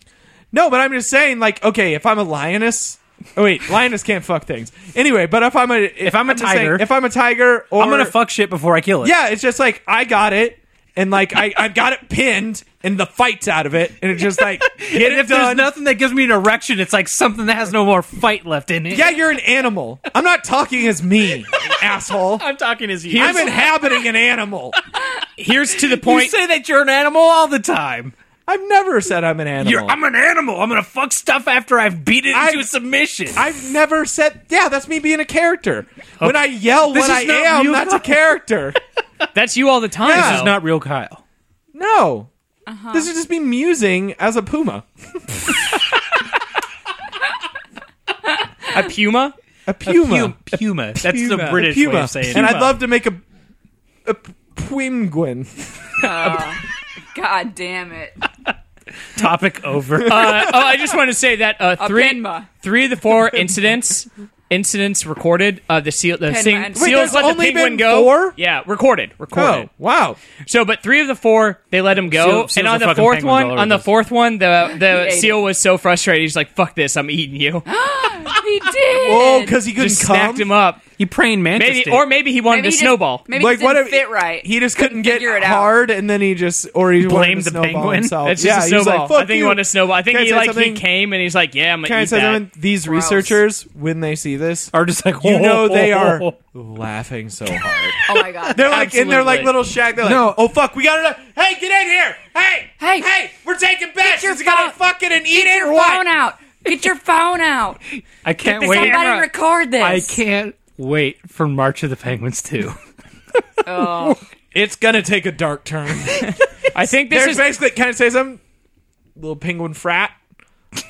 Speaker 5: No, but I'm just saying, like, okay, if I'm a lioness. Oh, wait, lioness can't fuck things. Anyway, but if I'm a if,
Speaker 3: I'm a
Speaker 5: just saying,
Speaker 3: tiger-
Speaker 5: if I'm a tiger, or
Speaker 3: I'm gonna fuck shit before I kill it.
Speaker 5: Yeah, it's just like I got it, and like I I got it pinned, and the fight's out of it, and it's just like get
Speaker 3: And
Speaker 5: it
Speaker 3: if there's
Speaker 5: done.
Speaker 3: nothing that gives me an erection, it's like something that has no more fight left in it.
Speaker 5: yeah, you're an animal. I'm not talking as me, asshole.
Speaker 3: I'm talking as you.
Speaker 5: I'm inhabiting an animal.
Speaker 4: Here's to the
Speaker 3: you
Speaker 4: point.
Speaker 3: say that you're an animal all the time.
Speaker 5: I've never said I'm an animal.
Speaker 3: You're, I'm an animal. I'm gonna fuck stuff after I've beat it into
Speaker 5: I-
Speaker 3: a submission.
Speaker 5: I've never said, yeah, that's me being a character.
Speaker 4: Oh.
Speaker 5: When I yell
Speaker 3: This
Speaker 5: what
Speaker 3: is
Speaker 5: I
Speaker 3: not
Speaker 5: am,
Speaker 3: real
Speaker 5: that's a
Speaker 3: life.
Speaker 5: character.
Speaker 4: That's you all the time.
Speaker 5: Yeah.
Speaker 4: though.
Speaker 5: This is
Speaker 3: not real, Kyle.
Speaker 5: No.
Speaker 2: Uh-huh.
Speaker 5: This is just me musing as a puma.
Speaker 4: a puma.
Speaker 5: A puma.
Speaker 3: Puma. Puma. That's the
Speaker 5: A
Speaker 3: British
Speaker 5: puma.
Speaker 3: way of saying it.
Speaker 5: And I'd love to make a, a penguin.
Speaker 2: God damn it.
Speaker 3: Topic over.
Speaker 4: Uh, oh, I just want to say that uh, three,
Speaker 2: penma.
Speaker 4: three of the four incidents incidents recorded. Uh, the seal, the
Speaker 2: Penma
Speaker 4: sing,
Speaker 2: and- Wait,
Speaker 4: seals
Speaker 5: there's
Speaker 4: let
Speaker 5: only
Speaker 4: the penguin
Speaker 5: been
Speaker 4: go.
Speaker 5: four?
Speaker 4: Yeah, recorded, recorded.
Speaker 5: Oh, wow.
Speaker 4: So, but three of the four they let him
Speaker 3: Seal-
Speaker 4: go,
Speaker 3: seals
Speaker 4: and
Speaker 3: are
Speaker 4: on the
Speaker 3: fucking
Speaker 4: fourth
Speaker 3: penguins all
Speaker 4: one,
Speaker 3: over
Speaker 4: on the
Speaker 3: this.
Speaker 4: fourth one, the the
Speaker 2: ate
Speaker 4: seal was so frustrated, he's like, "Fuck this, I'm eating you."
Speaker 2: He did.
Speaker 5: Oh, because he couldn't
Speaker 4: Just
Speaker 5: come.
Speaker 4: snacked him up.
Speaker 3: you praying mantis.
Speaker 4: Maybe,
Speaker 3: did.
Speaker 4: or maybe he wanted
Speaker 2: Maybe he
Speaker 4: to
Speaker 2: just-
Speaker 4: snowball.
Speaker 2: Maybe
Speaker 5: Like,
Speaker 2: he didn't
Speaker 5: what if-
Speaker 2: fit right.
Speaker 5: He just couldn't get
Speaker 2: figure it out.
Speaker 5: hard, and then he just, or he
Speaker 3: Blamed
Speaker 5: wanted to
Speaker 3: the
Speaker 5: snowball
Speaker 3: penguin?
Speaker 5: Himself.
Speaker 4: It's just
Speaker 5: Oh, yeah,
Speaker 4: a
Speaker 5: he was
Speaker 4: snowball.
Speaker 5: Like, Fuck
Speaker 4: I think he
Speaker 5: you.
Speaker 4: wanted to snowball. I think
Speaker 5: Can I
Speaker 4: he
Speaker 5: say
Speaker 4: like
Speaker 5: something?
Speaker 4: he came and he's like, "Yeah, I'm gonna
Speaker 5: Can I
Speaker 4: eat
Speaker 5: say
Speaker 4: that."
Speaker 5: something? These
Speaker 2: Gross.
Speaker 5: researchers, when they see this,
Speaker 3: are just like
Speaker 5: you know they are laughing so hard.
Speaker 2: Oh my god.
Speaker 5: They're like in their like
Speaker 4: Absolutely.
Speaker 5: little shack. They're like,
Speaker 3: No.
Speaker 5: oh fuck, we got it. Hey, get in here. Hey,
Speaker 2: Hey.
Speaker 5: hey, we're taking bets.
Speaker 2: your
Speaker 5: Is it gonna
Speaker 2: phone-
Speaker 5: fuck it and eat
Speaker 2: Get
Speaker 5: it
Speaker 2: your
Speaker 5: or what?
Speaker 2: phone out. Get your phone out.
Speaker 3: I can't
Speaker 2: Somebody
Speaker 3: wait.
Speaker 2: record this.
Speaker 3: I can't wait for March of the Penguins too.
Speaker 2: Oh.
Speaker 5: It's gonna take a dark turn.
Speaker 4: I think this
Speaker 5: There's
Speaker 4: is
Speaker 5: basically can I say something? Little penguin frat.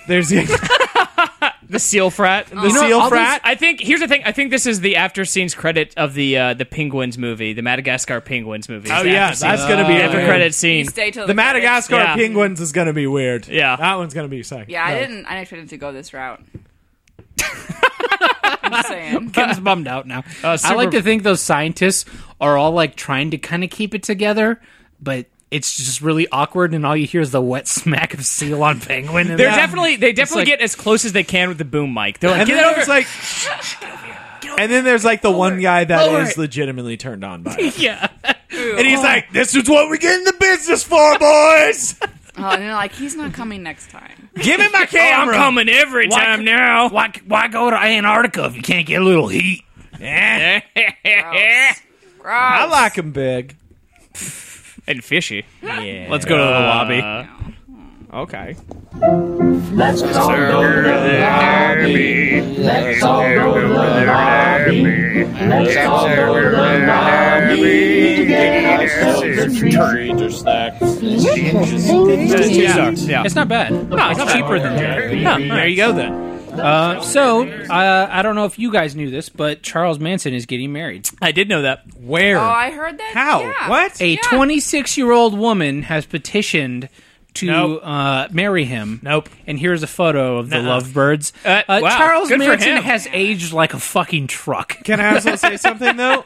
Speaker 5: There's the,
Speaker 4: the seal frat.
Speaker 5: the seal frat.
Speaker 4: I think here's the thing. I think this is the after scenes credit of the uh, the Penguins movie, the Madagascar Penguins movie.
Speaker 5: oh yeah, that's gonna be
Speaker 4: the
Speaker 5: after
Speaker 4: after credit scene.
Speaker 2: Stay till
Speaker 5: The Madagascar
Speaker 4: Yeah.
Speaker 5: penguins is gonna be weird.
Speaker 4: Yeah.
Speaker 5: that one's gonna be sick.
Speaker 2: Yeah, I
Speaker 5: No.
Speaker 2: didn't. I expected to go this route. I'm just saying.
Speaker 3: Kim's bummed out now. I
Speaker 4: super-
Speaker 3: like to think those scientists are all like trying to kind of keep it together, but it's just really awkward, and all you hear is the wet smack of seal on penguin. and
Speaker 4: They're
Speaker 3: that-
Speaker 4: definitely they definitely
Speaker 3: like-
Speaker 4: get as close as they can with the boom mic. They're like,
Speaker 5: And
Speaker 4: get
Speaker 5: then
Speaker 4: over.
Speaker 5: there's like, and then there's like the one guy that
Speaker 3: Lower
Speaker 5: is
Speaker 3: it.
Speaker 5: legitimately turned on by it.
Speaker 3: yeah.
Speaker 2: you.
Speaker 7: And he's
Speaker 2: Oh.
Speaker 7: like, "This is what we get in the business for, boys.
Speaker 2: Oh, and they're like, he's not coming next time.
Speaker 7: Give
Speaker 5: Oh,
Speaker 7: me my
Speaker 3: I'm
Speaker 7: camera."
Speaker 3: coming every time now. Why, why go to Antarctica if you can't get a little heat?
Speaker 7: Eh,
Speaker 2: Gross. Gross.
Speaker 7: I like him big.
Speaker 4: and fishy.
Speaker 7: Yeah.
Speaker 3: Let's go to the lobby.
Speaker 7: Okay.
Speaker 3: Yeah. It's not bad. No, it's cheaper than Jack.
Speaker 7: There you go then.
Speaker 3: Uh, so, uh, I don't know if you guys knew this, but Charles Manson is getting married.
Speaker 4: I did know that.
Speaker 2: Oh,
Speaker 7: Where?
Speaker 2: I heard that.
Speaker 7: How?
Speaker 2: Yeah.
Speaker 7: What?
Speaker 3: A
Speaker 2: Yeah.
Speaker 3: 26 year old woman has petitioned to
Speaker 4: Nope.
Speaker 3: uh, marry him.
Speaker 4: Nope.
Speaker 3: And here's a photo of the
Speaker 4: Nuh-uh.
Speaker 3: lovebirds.
Speaker 4: Uh, wow.
Speaker 3: Charles
Speaker 4: Good for
Speaker 3: Manson
Speaker 4: him.
Speaker 3: has aged like a fucking truck.
Speaker 7: Can I also say something though?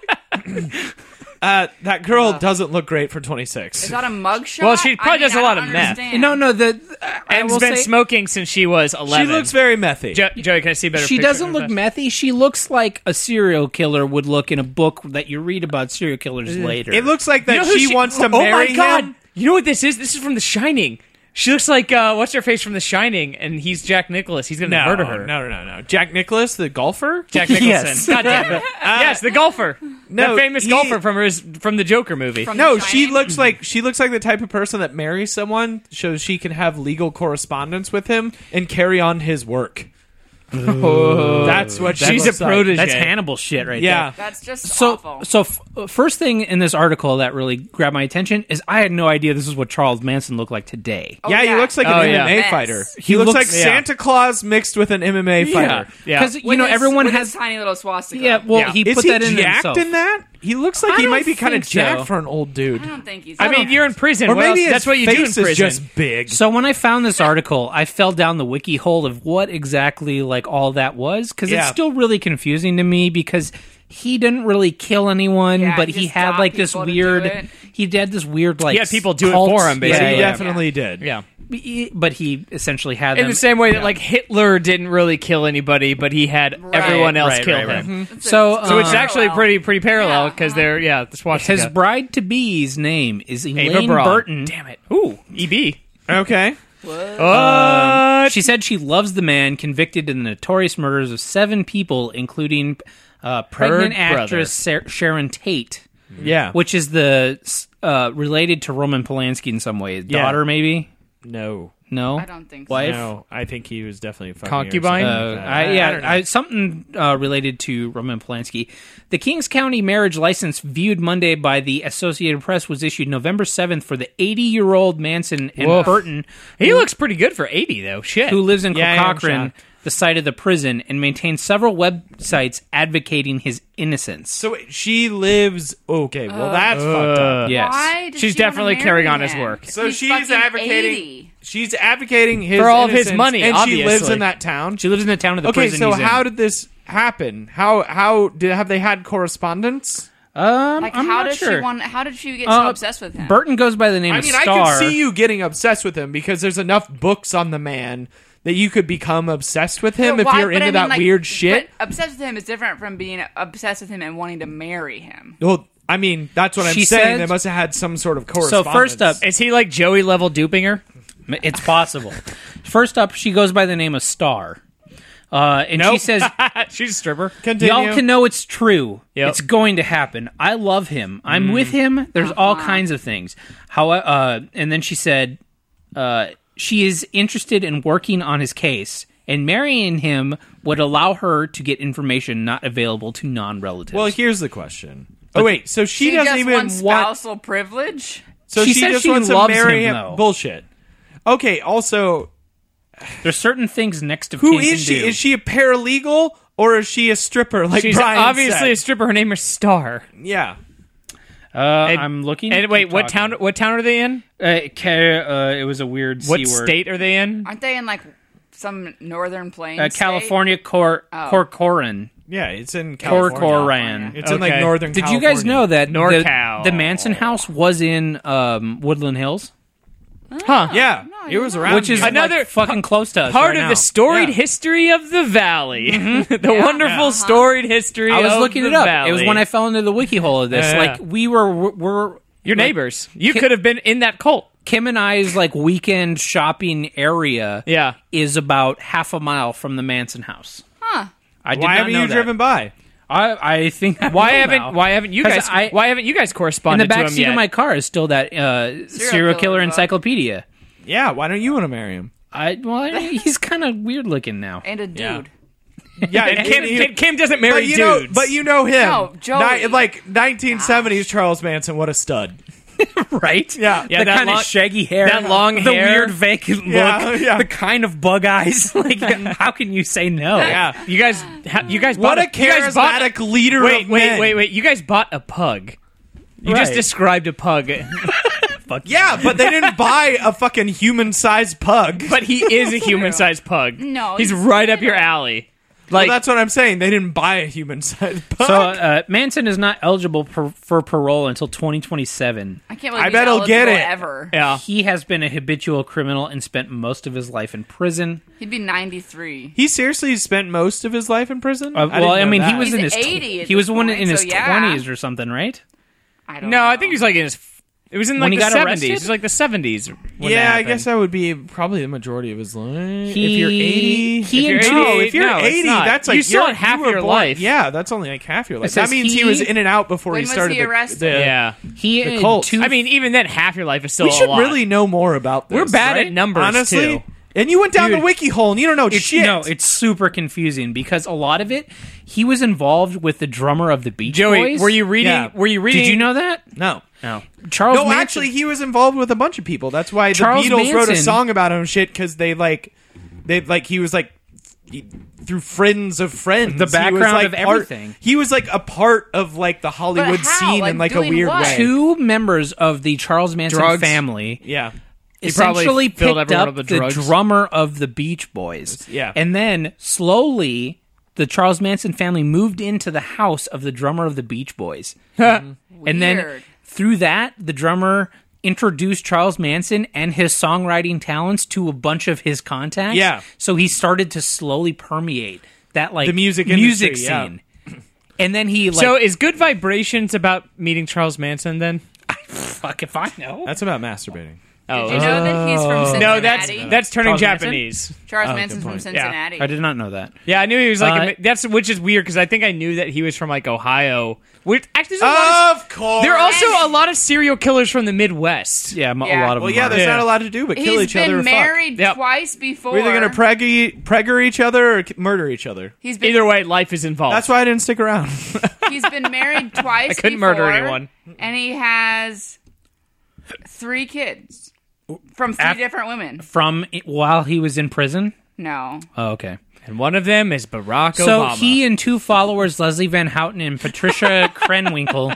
Speaker 7: Uh, that girl doesn't look great for 26.
Speaker 2: Is that a mugshot?
Speaker 4: Well, she probably
Speaker 2: I mean,
Speaker 4: does a
Speaker 2: I
Speaker 4: lot
Speaker 2: don't
Speaker 4: of meth.
Speaker 2: understand.
Speaker 3: No, no, the uh, I
Speaker 4: And
Speaker 3: will
Speaker 4: has been
Speaker 3: say-
Speaker 4: smoking since she was 11.
Speaker 7: she looks very methy.
Speaker 4: Jo- Joey, can I see a better?
Speaker 3: she
Speaker 4: picture
Speaker 3: doesn't
Speaker 4: of
Speaker 3: look
Speaker 4: that?
Speaker 3: methy. She looks like a serial killer would look in a book that you read about serial killers later.
Speaker 7: it looks like that
Speaker 4: You know who
Speaker 7: she, wants to
Speaker 4: oh
Speaker 7: marry
Speaker 4: my God.
Speaker 7: him.
Speaker 4: You know what this is? This is from The Shining. She looks like uh, what's her face from The Shining, and he's Jack Nicholas. He's gonna
Speaker 5: No,
Speaker 4: murder her.
Speaker 5: No, no, no, no. Jack Nicholas, the golfer?
Speaker 4: Jack Nicholson.
Speaker 3: Yes.
Speaker 4: God damn it. yes, the golfer.
Speaker 5: no,
Speaker 4: the famous
Speaker 5: he-
Speaker 4: golfer from his from the Joker movie.
Speaker 2: From
Speaker 5: No,
Speaker 2: The
Speaker 5: she
Speaker 2: Shining?
Speaker 5: looks like she looks like the type of person that marries someone so she can have legal correspondence with him and carry on his work. that's what
Speaker 4: She's a
Speaker 5: looks like.
Speaker 4: protege.
Speaker 3: that's Hannibal shit right there.
Speaker 5: Yeah.
Speaker 2: That's just
Speaker 3: So,
Speaker 2: awful.
Speaker 3: so f- uh, first thing in this article that really grabbed my attention is I had no idea this is what Charles Manson looked like today.
Speaker 2: Oh,
Speaker 5: yeah, he looks like
Speaker 4: Oh,
Speaker 5: an
Speaker 4: yeah.
Speaker 5: MMA
Speaker 2: Yes.
Speaker 5: fighter.
Speaker 3: He
Speaker 5: He, looks,
Speaker 3: looks-
Speaker 5: like
Speaker 3: yeah.
Speaker 5: Santa Claus mixed with an MMA fighter.
Speaker 4: Yeah.
Speaker 3: because you
Speaker 2: With
Speaker 3: know
Speaker 2: his-
Speaker 3: everyone
Speaker 2: with
Speaker 3: has.
Speaker 2: his tiny little swastika.
Speaker 3: Yeah, well,
Speaker 4: Yeah.
Speaker 3: he
Speaker 5: Is
Speaker 3: put
Speaker 5: he
Speaker 3: that in
Speaker 5: jacked
Speaker 3: himself.
Speaker 5: in that? He looks like
Speaker 3: I
Speaker 5: he
Speaker 3: don't
Speaker 5: might be kind of
Speaker 3: think so.
Speaker 5: jacked for an old dude.
Speaker 2: I don't think he's.
Speaker 4: I mean, you're in prison.
Speaker 5: Or
Speaker 4: What
Speaker 5: maybe
Speaker 4: else?
Speaker 5: his
Speaker 4: that's what you
Speaker 5: face
Speaker 4: do in prison.
Speaker 5: is just big.
Speaker 3: So when I found this article, I fell down the wiki hole of what exactly like all that was because it's
Speaker 5: Yeah.
Speaker 3: still really confusing to me because he didn't really kill anyone,
Speaker 2: Yeah,
Speaker 3: but
Speaker 2: he
Speaker 3: he
Speaker 2: just
Speaker 3: had
Speaker 2: got
Speaker 3: like this
Speaker 2: people to do it.
Speaker 3: weird. He did this weird like
Speaker 4: He had people do it
Speaker 3: cult-
Speaker 4: for him,
Speaker 3: Yeah,
Speaker 4: basically.
Speaker 5: he
Speaker 3: yeah,
Speaker 5: definitely did.
Speaker 4: yeah.
Speaker 3: yeah. But he essentially had
Speaker 4: In
Speaker 3: them-
Speaker 4: the same way that
Speaker 3: yeah.
Speaker 4: like Hitler didn't really kill anybody, but he had everyone else
Speaker 3: right,
Speaker 4: kill
Speaker 3: right, right.
Speaker 4: him.
Speaker 3: So,
Speaker 4: So it's
Speaker 3: Uh,
Speaker 4: actually pretty pretty parallel because
Speaker 2: uh-huh.
Speaker 4: they're yeah. Let's watch
Speaker 3: His bride to be's name is
Speaker 4: Ava
Speaker 3: Elaine
Speaker 4: Braun.
Speaker 3: Burton.
Speaker 4: Damn it. Ooh, E EB.
Speaker 5: Okay.
Speaker 4: Uh,
Speaker 3: She said she loves the man convicted in the notorious murders of seven people, including uh, pregnant
Speaker 4: brother.
Speaker 3: actress Sar- Sharon Tate,
Speaker 5: Yeah.
Speaker 3: which is the uh, related to Roman Polanski in some way. Daughter, maybe?
Speaker 5: No.
Speaker 3: No,
Speaker 2: I don't think so.
Speaker 3: Wife?
Speaker 5: No, I think he was definitely a fucking
Speaker 4: Concubine?
Speaker 5: or
Speaker 3: Uh,
Speaker 5: something like that.
Speaker 3: I, yeah, I something uh, related to Roman Polanski. The Kings County marriage license, viewed Monday by the Associated Press, was issued November seventh for the 80-year-old Manson and
Speaker 4: Woof.
Speaker 3: Burton,
Speaker 4: he looks pretty good for eighty though. Shit.
Speaker 3: who lives in
Speaker 5: Yeah, I am
Speaker 3: Cochrane, the site of the prison, and maintains several websites advocating his innocence.
Speaker 5: So wait, she lives. Okay, well that's fucked up.
Speaker 3: yes,
Speaker 2: Why does
Speaker 4: She's
Speaker 2: she wanna
Speaker 4: definitely
Speaker 2: marry
Speaker 4: carrying on his
Speaker 2: him?
Speaker 4: work.
Speaker 5: So
Speaker 2: He's
Speaker 5: she's
Speaker 2: fucking
Speaker 5: advocating.
Speaker 2: 80.
Speaker 5: She's advocating his
Speaker 4: For all of his
Speaker 5: innocence,
Speaker 4: money,
Speaker 5: and
Speaker 4: obviously.
Speaker 5: she lives in that town.
Speaker 3: she lives in the town of the
Speaker 5: okay,
Speaker 3: prison.
Speaker 5: so
Speaker 3: he's
Speaker 5: how
Speaker 3: in.
Speaker 5: did this happen? How how did have they had correspondence?
Speaker 3: um,
Speaker 2: Like,
Speaker 3: I'm
Speaker 2: how
Speaker 3: not
Speaker 2: does
Speaker 3: sure.
Speaker 2: she want? How did she get
Speaker 3: Uh,
Speaker 2: so obsessed with him?
Speaker 3: Burton goes by the name
Speaker 5: I
Speaker 3: of
Speaker 5: mean,
Speaker 3: Star.
Speaker 5: I can see you getting obsessed with him because there's enough books on the man that you could become obsessed with him
Speaker 2: But
Speaker 5: if
Speaker 2: why-
Speaker 5: you're
Speaker 2: but
Speaker 5: into
Speaker 2: I mean,
Speaker 5: that
Speaker 2: like,
Speaker 5: weird shit.
Speaker 2: but obsessed with him is different from being obsessed with him and wanting to marry him.
Speaker 5: well, I mean, that's what I'm
Speaker 3: She
Speaker 5: saying.
Speaker 3: said-
Speaker 5: they must have had some sort of
Speaker 3: So
Speaker 5: correspondence.
Speaker 3: first up,
Speaker 4: Uh, Is he like Joey level duping her?
Speaker 3: it's possible. first up, she goes by the name of Star, uh, and she says
Speaker 4: She's a stripper.
Speaker 5: continue.
Speaker 3: Y'all can know it's true.
Speaker 4: Yep. Mm-hmm.
Speaker 3: It's going to happen. I love him. I'm with him. There's all
Speaker 4: Uh-huh.
Speaker 3: kinds of things. How? Uh, and then she said, uh, she is interested in working on his case, and marrying him would allow her to get information not available to non-relatives.
Speaker 5: well, here's the question. Oh wait, so she,
Speaker 2: She
Speaker 5: doesn't
Speaker 2: just
Speaker 5: even
Speaker 2: wants
Speaker 5: want
Speaker 2: spousal privilege.
Speaker 5: So
Speaker 3: She
Speaker 5: she,
Speaker 3: said
Speaker 5: just
Speaker 3: she
Speaker 5: wants to
Speaker 3: loves
Speaker 5: marry
Speaker 3: him,
Speaker 5: him.
Speaker 3: though.
Speaker 5: Bullshit. Okay. Also,
Speaker 3: there's certain things next of
Speaker 5: who
Speaker 3: kin
Speaker 5: is
Speaker 3: can
Speaker 5: she?
Speaker 3: do.
Speaker 5: Is she a paralegal or is she a stripper? Like
Speaker 4: She's
Speaker 5: Brian
Speaker 4: obviously a
Speaker 5: said?
Speaker 4: stripper. Her name is Star.
Speaker 5: yeah.
Speaker 3: Uh, I'm looking.
Speaker 4: And wait, what town? What town are they in?
Speaker 3: Uh, ca- uh, it was a weird.
Speaker 4: What
Speaker 3: C word.
Speaker 4: state are they in?
Speaker 2: Aren't they in like some northern plains?
Speaker 3: Uh,
Speaker 2: state?
Speaker 3: California Cor Corcoran.
Speaker 5: Yeah, it's in Oh. California.
Speaker 3: Corcoran.
Speaker 5: It's in like
Speaker 4: Okay.
Speaker 5: northern
Speaker 3: Did you guys
Speaker 5: California.
Speaker 3: know that
Speaker 4: NorCal.
Speaker 3: The, the Manson house was in um, Woodland Hills,
Speaker 4: Huh?
Speaker 5: Yeah.
Speaker 2: No,
Speaker 5: it
Speaker 2: you're
Speaker 5: was
Speaker 2: not.
Speaker 5: around
Speaker 3: which is
Speaker 5: here.
Speaker 4: Um, Another
Speaker 3: another fucking close to us.
Speaker 4: Part
Speaker 3: right
Speaker 4: of
Speaker 3: now.
Speaker 4: the storied
Speaker 5: Yeah.
Speaker 4: history of the valley, the
Speaker 2: Yeah.
Speaker 4: wonderful
Speaker 2: Uh-huh.
Speaker 4: storied history.
Speaker 3: Mm-hmm. I was
Speaker 4: of
Speaker 3: looking
Speaker 4: the
Speaker 3: it up.
Speaker 4: Valley.
Speaker 3: It was when I fell into the wiki hole of this.
Speaker 4: Yeah.
Speaker 3: Like we were, were
Speaker 4: Your neighbors. You could have been in that cult.
Speaker 3: Kim and I's like weekend shopping area
Speaker 4: Yeah.
Speaker 3: is about half a mile from the Manson house. Huh. I did
Speaker 5: Why
Speaker 3: not
Speaker 5: haven't
Speaker 3: know
Speaker 5: you
Speaker 3: that.
Speaker 5: driven by?
Speaker 3: I, I think I
Speaker 4: Why
Speaker 3: will
Speaker 4: haven't
Speaker 3: now.
Speaker 4: Why haven't you
Speaker 3: 'Cause
Speaker 4: guys
Speaker 3: I-
Speaker 4: Why haven't you guys
Speaker 3: in
Speaker 4: corresponded
Speaker 3: the back
Speaker 4: to him
Speaker 3: seat
Speaker 4: yet?
Speaker 3: of my car is still that uh,
Speaker 2: killer
Speaker 3: serial, killer,
Speaker 2: book.
Speaker 3: encyclopedia.
Speaker 5: Yeah, why don't you want to marry him?
Speaker 3: I well, I- he's kind of weird looking now.
Speaker 2: and a dude.
Speaker 5: Yeah, and
Speaker 4: Kim,
Speaker 5: you-
Speaker 4: Kim- Kim doesn't marry
Speaker 5: but you know,
Speaker 4: dudes.
Speaker 5: but you know him.
Speaker 2: No, Joey.
Speaker 5: Ni- like 1970s Charles Manson. What a stud.
Speaker 3: right?
Speaker 5: Yeah.
Speaker 3: yeah
Speaker 4: Yeah,
Speaker 3: the
Speaker 4: that
Speaker 3: kind
Speaker 4: long-
Speaker 3: of shaggy hair,
Speaker 4: that long
Speaker 3: the
Speaker 4: hair.
Speaker 3: weird vacant look,
Speaker 5: Yeah, yeah.
Speaker 3: the kind of bug eyes. Like, how can you say no?
Speaker 4: yeah, you guys. ha- You guys.
Speaker 5: What
Speaker 4: bought
Speaker 5: a
Speaker 4: you guys bought
Speaker 5: charismatic leader
Speaker 4: Wait,
Speaker 5: of
Speaker 4: wait,
Speaker 5: men.
Speaker 4: wait, wait. You guys bought a pug. You just
Speaker 3: Right.
Speaker 4: described a pug,
Speaker 5: Yeah, but they didn't buy a fucking human-sized pug.
Speaker 4: but he is a human-sized pug.
Speaker 2: No,
Speaker 4: he's
Speaker 2: he's
Speaker 4: right up your alley. Like
Speaker 5: Well, that's what I'm saying. They didn't buy a human-sized pug.
Speaker 3: So uh, Manson is not eligible per, for parole until 2027.
Speaker 2: I can't believe
Speaker 5: I
Speaker 2: he's
Speaker 5: bet he'll get
Speaker 2: eligible
Speaker 5: it.
Speaker 2: ever.
Speaker 4: yeah,
Speaker 3: He has been a habitual criminal and spent most of his life in prison.
Speaker 2: He'd be 93.
Speaker 5: he seriously spent most of his life in prison.
Speaker 3: Uh, well, I mean, he was
Speaker 2: He's
Speaker 3: in his tw-
Speaker 2: 80 at
Speaker 3: he was
Speaker 2: this
Speaker 3: one
Speaker 2: point,
Speaker 3: in his
Speaker 2: so yeah.
Speaker 3: 20s or something, right?
Speaker 2: I don't
Speaker 4: no,
Speaker 2: know.
Speaker 4: I think he's like in his. It was in like
Speaker 3: he
Speaker 4: the
Speaker 3: got
Speaker 4: seventies.
Speaker 3: arrested?
Speaker 4: It was like the seventies.
Speaker 5: yeah, I guess that would be probably the majority of his life.
Speaker 3: He-
Speaker 5: if you're 80,
Speaker 3: he
Speaker 5: if you're
Speaker 3: and
Speaker 5: 80,
Speaker 4: Jimmy-
Speaker 5: no, if you're
Speaker 4: no, it's
Speaker 5: 80,
Speaker 4: not.
Speaker 5: that's like
Speaker 4: You still
Speaker 5: you're-
Speaker 4: had half
Speaker 5: you were
Speaker 4: your
Speaker 5: born-
Speaker 4: life.
Speaker 5: Yeah, that's only like half your life.
Speaker 3: says
Speaker 5: That means he,
Speaker 3: he-
Speaker 5: was in and out before
Speaker 2: When
Speaker 5: he
Speaker 2: was
Speaker 5: started.
Speaker 2: he
Speaker 5: the-
Speaker 2: arrested?
Speaker 5: the-
Speaker 4: Yeah,
Speaker 3: He and
Speaker 5: cult.
Speaker 3: two
Speaker 4: I mean, even then, half your life is still.
Speaker 5: we should
Speaker 4: a
Speaker 3: uh,
Speaker 4: lot.
Speaker 5: really know more about this.
Speaker 4: We're bad
Speaker 5: right?
Speaker 4: at numbers,
Speaker 5: honestly.
Speaker 4: too.
Speaker 5: And you went down
Speaker 3: Dude,
Speaker 5: the wiki hole and you don't know
Speaker 3: It's,
Speaker 5: shit.
Speaker 3: No, it's super confusing because a lot of it, he was involved with the drummer of the Beach
Speaker 4: Joey,
Speaker 3: Boys.
Speaker 4: were you reading?
Speaker 5: Yeah.
Speaker 4: Were you reading?
Speaker 3: Did you know that?
Speaker 5: no.
Speaker 3: No. Charles.
Speaker 5: No,
Speaker 3: Manson-
Speaker 5: actually, he was involved with a bunch of people. That's why the
Speaker 3: Charles
Speaker 5: Beatles wrote a
Speaker 3: Manson-
Speaker 5: song about him, shit, because they like, they like he was like he- through friends of friends.
Speaker 3: The
Speaker 5: he was,
Speaker 3: background
Speaker 5: like,
Speaker 3: of
Speaker 5: part-
Speaker 3: everything.
Speaker 5: he was like a part of like the Hollywood
Speaker 2: how?
Speaker 5: scene
Speaker 2: Like,
Speaker 5: in like a
Speaker 2: doing
Speaker 5: weird
Speaker 2: what?
Speaker 5: way.
Speaker 3: two members of the Charles Manson
Speaker 5: Drugs.
Speaker 3: family
Speaker 5: Yeah,
Speaker 4: probably
Speaker 3: essentially
Speaker 4: filled
Speaker 3: picked
Speaker 4: everyone
Speaker 3: up
Speaker 4: up with
Speaker 3: the
Speaker 4: drugs.
Speaker 3: drummer of the Beach Boys.
Speaker 5: Yeah.
Speaker 3: and then slowly. The Charles Manson family moved into the house of the drummer of the Beach Boys. And then
Speaker 2: Weird.
Speaker 3: through that, the drummer introduced Charles Manson and his songwriting talents to a bunch of his contacts.
Speaker 5: Yeah.
Speaker 3: So he started to slowly permeate that like
Speaker 5: The music
Speaker 3: music
Speaker 5: industry, yeah.
Speaker 3: scene. And then he like
Speaker 4: so is good vibrations about meeting Charles Manson? Then
Speaker 3: fuck if I know.
Speaker 5: that's about masturbating.
Speaker 4: oh
Speaker 2: Did you know that he's from Cincinnati?
Speaker 4: no, Oh, that's that's turning
Speaker 3: Charles Manson?
Speaker 4: Japanese.
Speaker 2: Charles Manson's from Cincinnati.
Speaker 3: I did not know that.
Speaker 4: Yeah, I knew he was
Speaker 3: Uh,
Speaker 4: like a, that's which is weird because I think I knew that he was from like Ohio. Which actually, there's a lot of,
Speaker 5: Of course,
Speaker 4: there are also a lot of serial killers from the Midwest.
Speaker 3: Yeah, m-
Speaker 2: Yeah.
Speaker 3: a lot of
Speaker 5: Well,
Speaker 3: them
Speaker 5: yeah,
Speaker 3: are.
Speaker 5: there's
Speaker 4: Yeah.
Speaker 5: not a lot to do but
Speaker 2: He's
Speaker 5: kill each
Speaker 2: been
Speaker 5: other. or fuck.
Speaker 2: married
Speaker 4: Yep.
Speaker 2: twice before.
Speaker 5: We're either gonna preggy, pregger each other or k- murder each other.
Speaker 2: he's been
Speaker 4: Either way, life is involved.
Speaker 5: That's why I didn't stick around.
Speaker 2: He's been married twice. I
Speaker 4: couldn't murder anyone.
Speaker 2: And he has three kids from three
Speaker 3: Af-
Speaker 2: different women.
Speaker 3: from i- while he was in prison.
Speaker 2: No,
Speaker 3: Oh, okay.
Speaker 4: and one of them is Barack
Speaker 3: So
Speaker 4: Obama.
Speaker 3: he and two followers, Leslie Van Houten and Patricia Krenwinkel,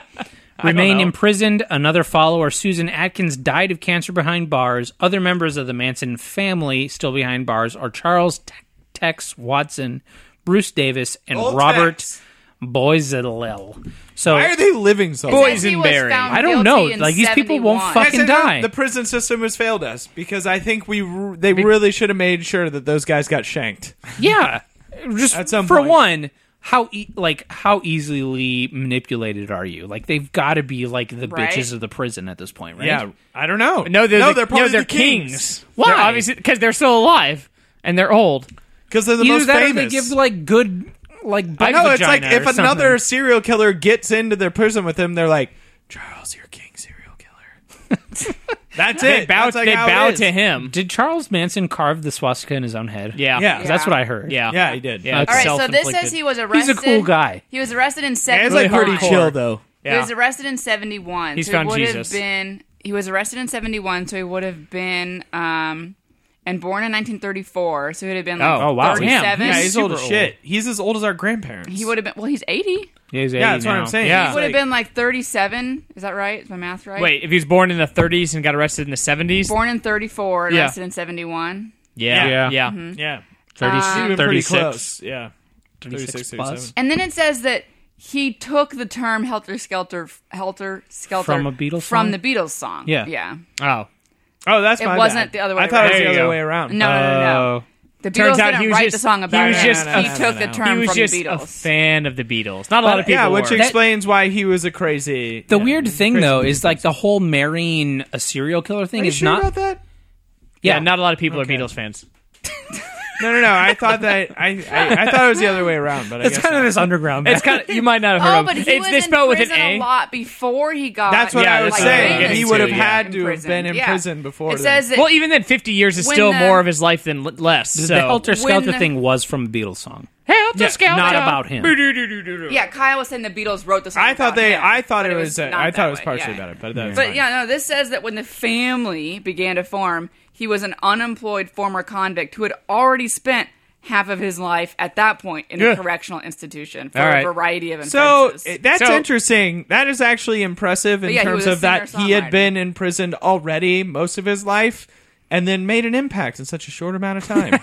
Speaker 3: remained
Speaker 4: know.
Speaker 3: imprisoned. Another follower, Susan Atkins, died of cancer behind bars. Other members of the Manson family still behind bars are Charles Te- Tex Watson, Bruce Davis, and
Speaker 5: Old
Speaker 3: Robert
Speaker 5: Tex.
Speaker 3: Boisilel. So
Speaker 5: Why are they living so? long?
Speaker 4: Boys
Speaker 2: He was
Speaker 4: Boysenberry.
Speaker 2: found
Speaker 3: I don't know.
Speaker 2: guilty in
Speaker 3: Like, these people won't
Speaker 2: 71.
Speaker 3: fuck-
Speaker 5: I
Speaker 3: fucking
Speaker 5: said that
Speaker 3: die.
Speaker 5: The prison system has failed us because I think we r- they really should have made sure that those guys got shanked.
Speaker 3: yeah, just
Speaker 5: At some
Speaker 3: for
Speaker 5: point.
Speaker 3: one. How e- like how easily manipulated are you? Like they've got to be like the
Speaker 2: Right.
Speaker 3: bitches of the prison at this point, right?
Speaker 5: I don't know.
Speaker 4: no, they're,
Speaker 5: no,
Speaker 4: the-
Speaker 5: they're
Speaker 4: no,
Speaker 5: probably
Speaker 4: they're
Speaker 5: the kings
Speaker 3: Why?
Speaker 4: They're obviously, because they're still alive and they're old.
Speaker 5: because they're the
Speaker 3: Either
Speaker 5: most
Speaker 3: that
Speaker 5: famous.
Speaker 3: or they give like good like
Speaker 4: I
Speaker 3: I
Speaker 4: know,
Speaker 5: no, it's like if another serial killer gets into their prison with them, they're like, Charles, you're king serial killer. That's it.
Speaker 4: They bow,
Speaker 5: That's like
Speaker 4: they
Speaker 5: how it
Speaker 4: bow
Speaker 5: is.
Speaker 4: to him.
Speaker 3: Did Charles Manson carve the swastika in his own head?
Speaker 4: Yeah.
Speaker 5: Yeah.
Speaker 3: 'Cause that's what I heard.
Speaker 4: Yeah.
Speaker 5: Yeah, he did.
Speaker 4: Yeah.
Speaker 3: Okay.
Speaker 2: All right, so this
Speaker 4: Self-inflicted.
Speaker 2: says he was
Speaker 3: He's
Speaker 2: arrested.
Speaker 3: a cool guy.
Speaker 2: He was arrested in
Speaker 5: Yeah,
Speaker 2: seventy.
Speaker 5: it's like pretty
Speaker 4: hardcore.
Speaker 5: chill though.
Speaker 2: He
Speaker 4: Yeah.
Speaker 2: was arrested in seventy one.
Speaker 4: He's
Speaker 2: so
Speaker 4: found
Speaker 2: he would
Speaker 4: Jesus.
Speaker 2: Have been, he was arrested in seventy one, so he would have been um and born in nineteen thirty four, so he'd have been like
Speaker 4: Oh, wow.
Speaker 2: thirty seven.
Speaker 3: Damn.
Speaker 5: Yeah,
Speaker 3: He's
Speaker 5: he's old as
Speaker 3: super
Speaker 5: shit. He's as old as our grandparents.
Speaker 2: He would have been well, he's eighty.
Speaker 5: yeah, that's what I'm saying.
Speaker 4: Yeah.
Speaker 5: He's
Speaker 2: Would have
Speaker 5: like-
Speaker 2: been like thirty seven. Is that right? Is my math right?
Speaker 4: Wait, if he was born in the 30s and got arrested in the 70s?
Speaker 2: Born in thirty four,
Speaker 4: Yeah.
Speaker 2: arrested in seventy one.
Speaker 4: yeah.
Speaker 3: Yeah.
Speaker 4: Yeah.
Speaker 5: Yeah, He'd
Speaker 3: Thirty
Speaker 5: been pretty
Speaker 3: 36.
Speaker 5: close. Yeah, 36, 37.
Speaker 2: And then it says that he took the term "helter skelter" helter skelter
Speaker 3: From a Beatles
Speaker 2: from
Speaker 3: song?
Speaker 2: the Beatles song.
Speaker 3: Yeah.
Speaker 2: yeah.
Speaker 4: Oh.
Speaker 5: Oh, that's
Speaker 2: It
Speaker 5: my bad.
Speaker 2: wasn't the other way
Speaker 5: I thought it was
Speaker 2: around.
Speaker 4: There
Speaker 5: the
Speaker 4: you
Speaker 5: other
Speaker 4: go.
Speaker 5: way around. Uh,
Speaker 2: No, no, no, no. The Beatles
Speaker 4: Oh. Turns out
Speaker 2: didn't
Speaker 4: he was
Speaker 2: write
Speaker 4: just-
Speaker 2: the song about
Speaker 4: he was
Speaker 2: it.
Speaker 4: just
Speaker 2: he
Speaker 4: a-
Speaker 2: took a
Speaker 4: he
Speaker 2: term
Speaker 4: was
Speaker 2: from
Speaker 4: just
Speaker 2: the
Speaker 4: a
Speaker 2: Beatles.
Speaker 4: fan of the Beatles. Not a lot of people
Speaker 5: yeah, which
Speaker 4: were.
Speaker 5: explains why he was a crazy.
Speaker 3: The
Speaker 5: yeah,
Speaker 3: weird thing
Speaker 5: crazy
Speaker 3: though is like the whole marrying a serial killer thing
Speaker 5: Are you
Speaker 3: is
Speaker 5: sure
Speaker 3: not.
Speaker 5: about that?
Speaker 4: yeah, not a lot of people are Beatles fans.
Speaker 5: No, no, no. I thought that I, I, I thought it was the other way around, but I
Speaker 3: it's
Speaker 5: guess
Speaker 3: kind of
Speaker 5: not.
Speaker 3: this underground.
Speaker 4: It's kind of you might not have heard
Speaker 2: Oh,
Speaker 4: of.
Speaker 2: but he
Speaker 4: it's
Speaker 2: was
Speaker 4: they
Speaker 2: in
Speaker 4: spell it with
Speaker 2: prison
Speaker 4: an
Speaker 2: a
Speaker 4: A.
Speaker 2: lot before he got.
Speaker 5: That's what
Speaker 4: Yeah,
Speaker 5: I was
Speaker 4: that's
Speaker 2: like,
Speaker 4: what I'm
Speaker 5: saying.
Speaker 2: famous.
Speaker 5: He would have
Speaker 4: Yeah.
Speaker 5: had to have
Speaker 2: Imprisoned.
Speaker 5: been in
Speaker 2: Yeah.
Speaker 5: prison before.
Speaker 2: It
Speaker 5: then.
Speaker 2: says that
Speaker 4: Well, even then, fifty years is
Speaker 2: When
Speaker 4: still
Speaker 2: the-
Speaker 4: more of his life than l- less. So
Speaker 3: the Helter Skelter
Speaker 2: when-
Speaker 3: thing was from the Beatles song.
Speaker 4: Helter Skelter.
Speaker 3: not about him.
Speaker 2: yeah, Kyle was saying the Beatles wrote the song.
Speaker 5: I thought
Speaker 2: about
Speaker 5: they.
Speaker 2: him,
Speaker 5: I thought
Speaker 2: but
Speaker 5: it was. uh,
Speaker 2: not
Speaker 5: I
Speaker 2: that
Speaker 5: thought it was
Speaker 2: way.
Speaker 5: partially
Speaker 2: Yeah.
Speaker 5: about it, but that was
Speaker 2: But
Speaker 5: fine.
Speaker 2: yeah, no, this says that when the family began to form, he was an unemployed former convict who had already spent half of his life at that point in
Speaker 4: Yeah.
Speaker 2: a correctional institution for
Speaker 4: All right.
Speaker 2: a variety of
Speaker 5: So
Speaker 2: offenses.
Speaker 5: uh, that's
Speaker 4: So-
Speaker 5: interesting. That is actually impressive in
Speaker 2: yeah, he
Speaker 5: terms
Speaker 2: was a
Speaker 5: of that he had
Speaker 2: singer-songwriter.
Speaker 5: been imprisoned already most of his life, and then made an impact in such a short amount of time.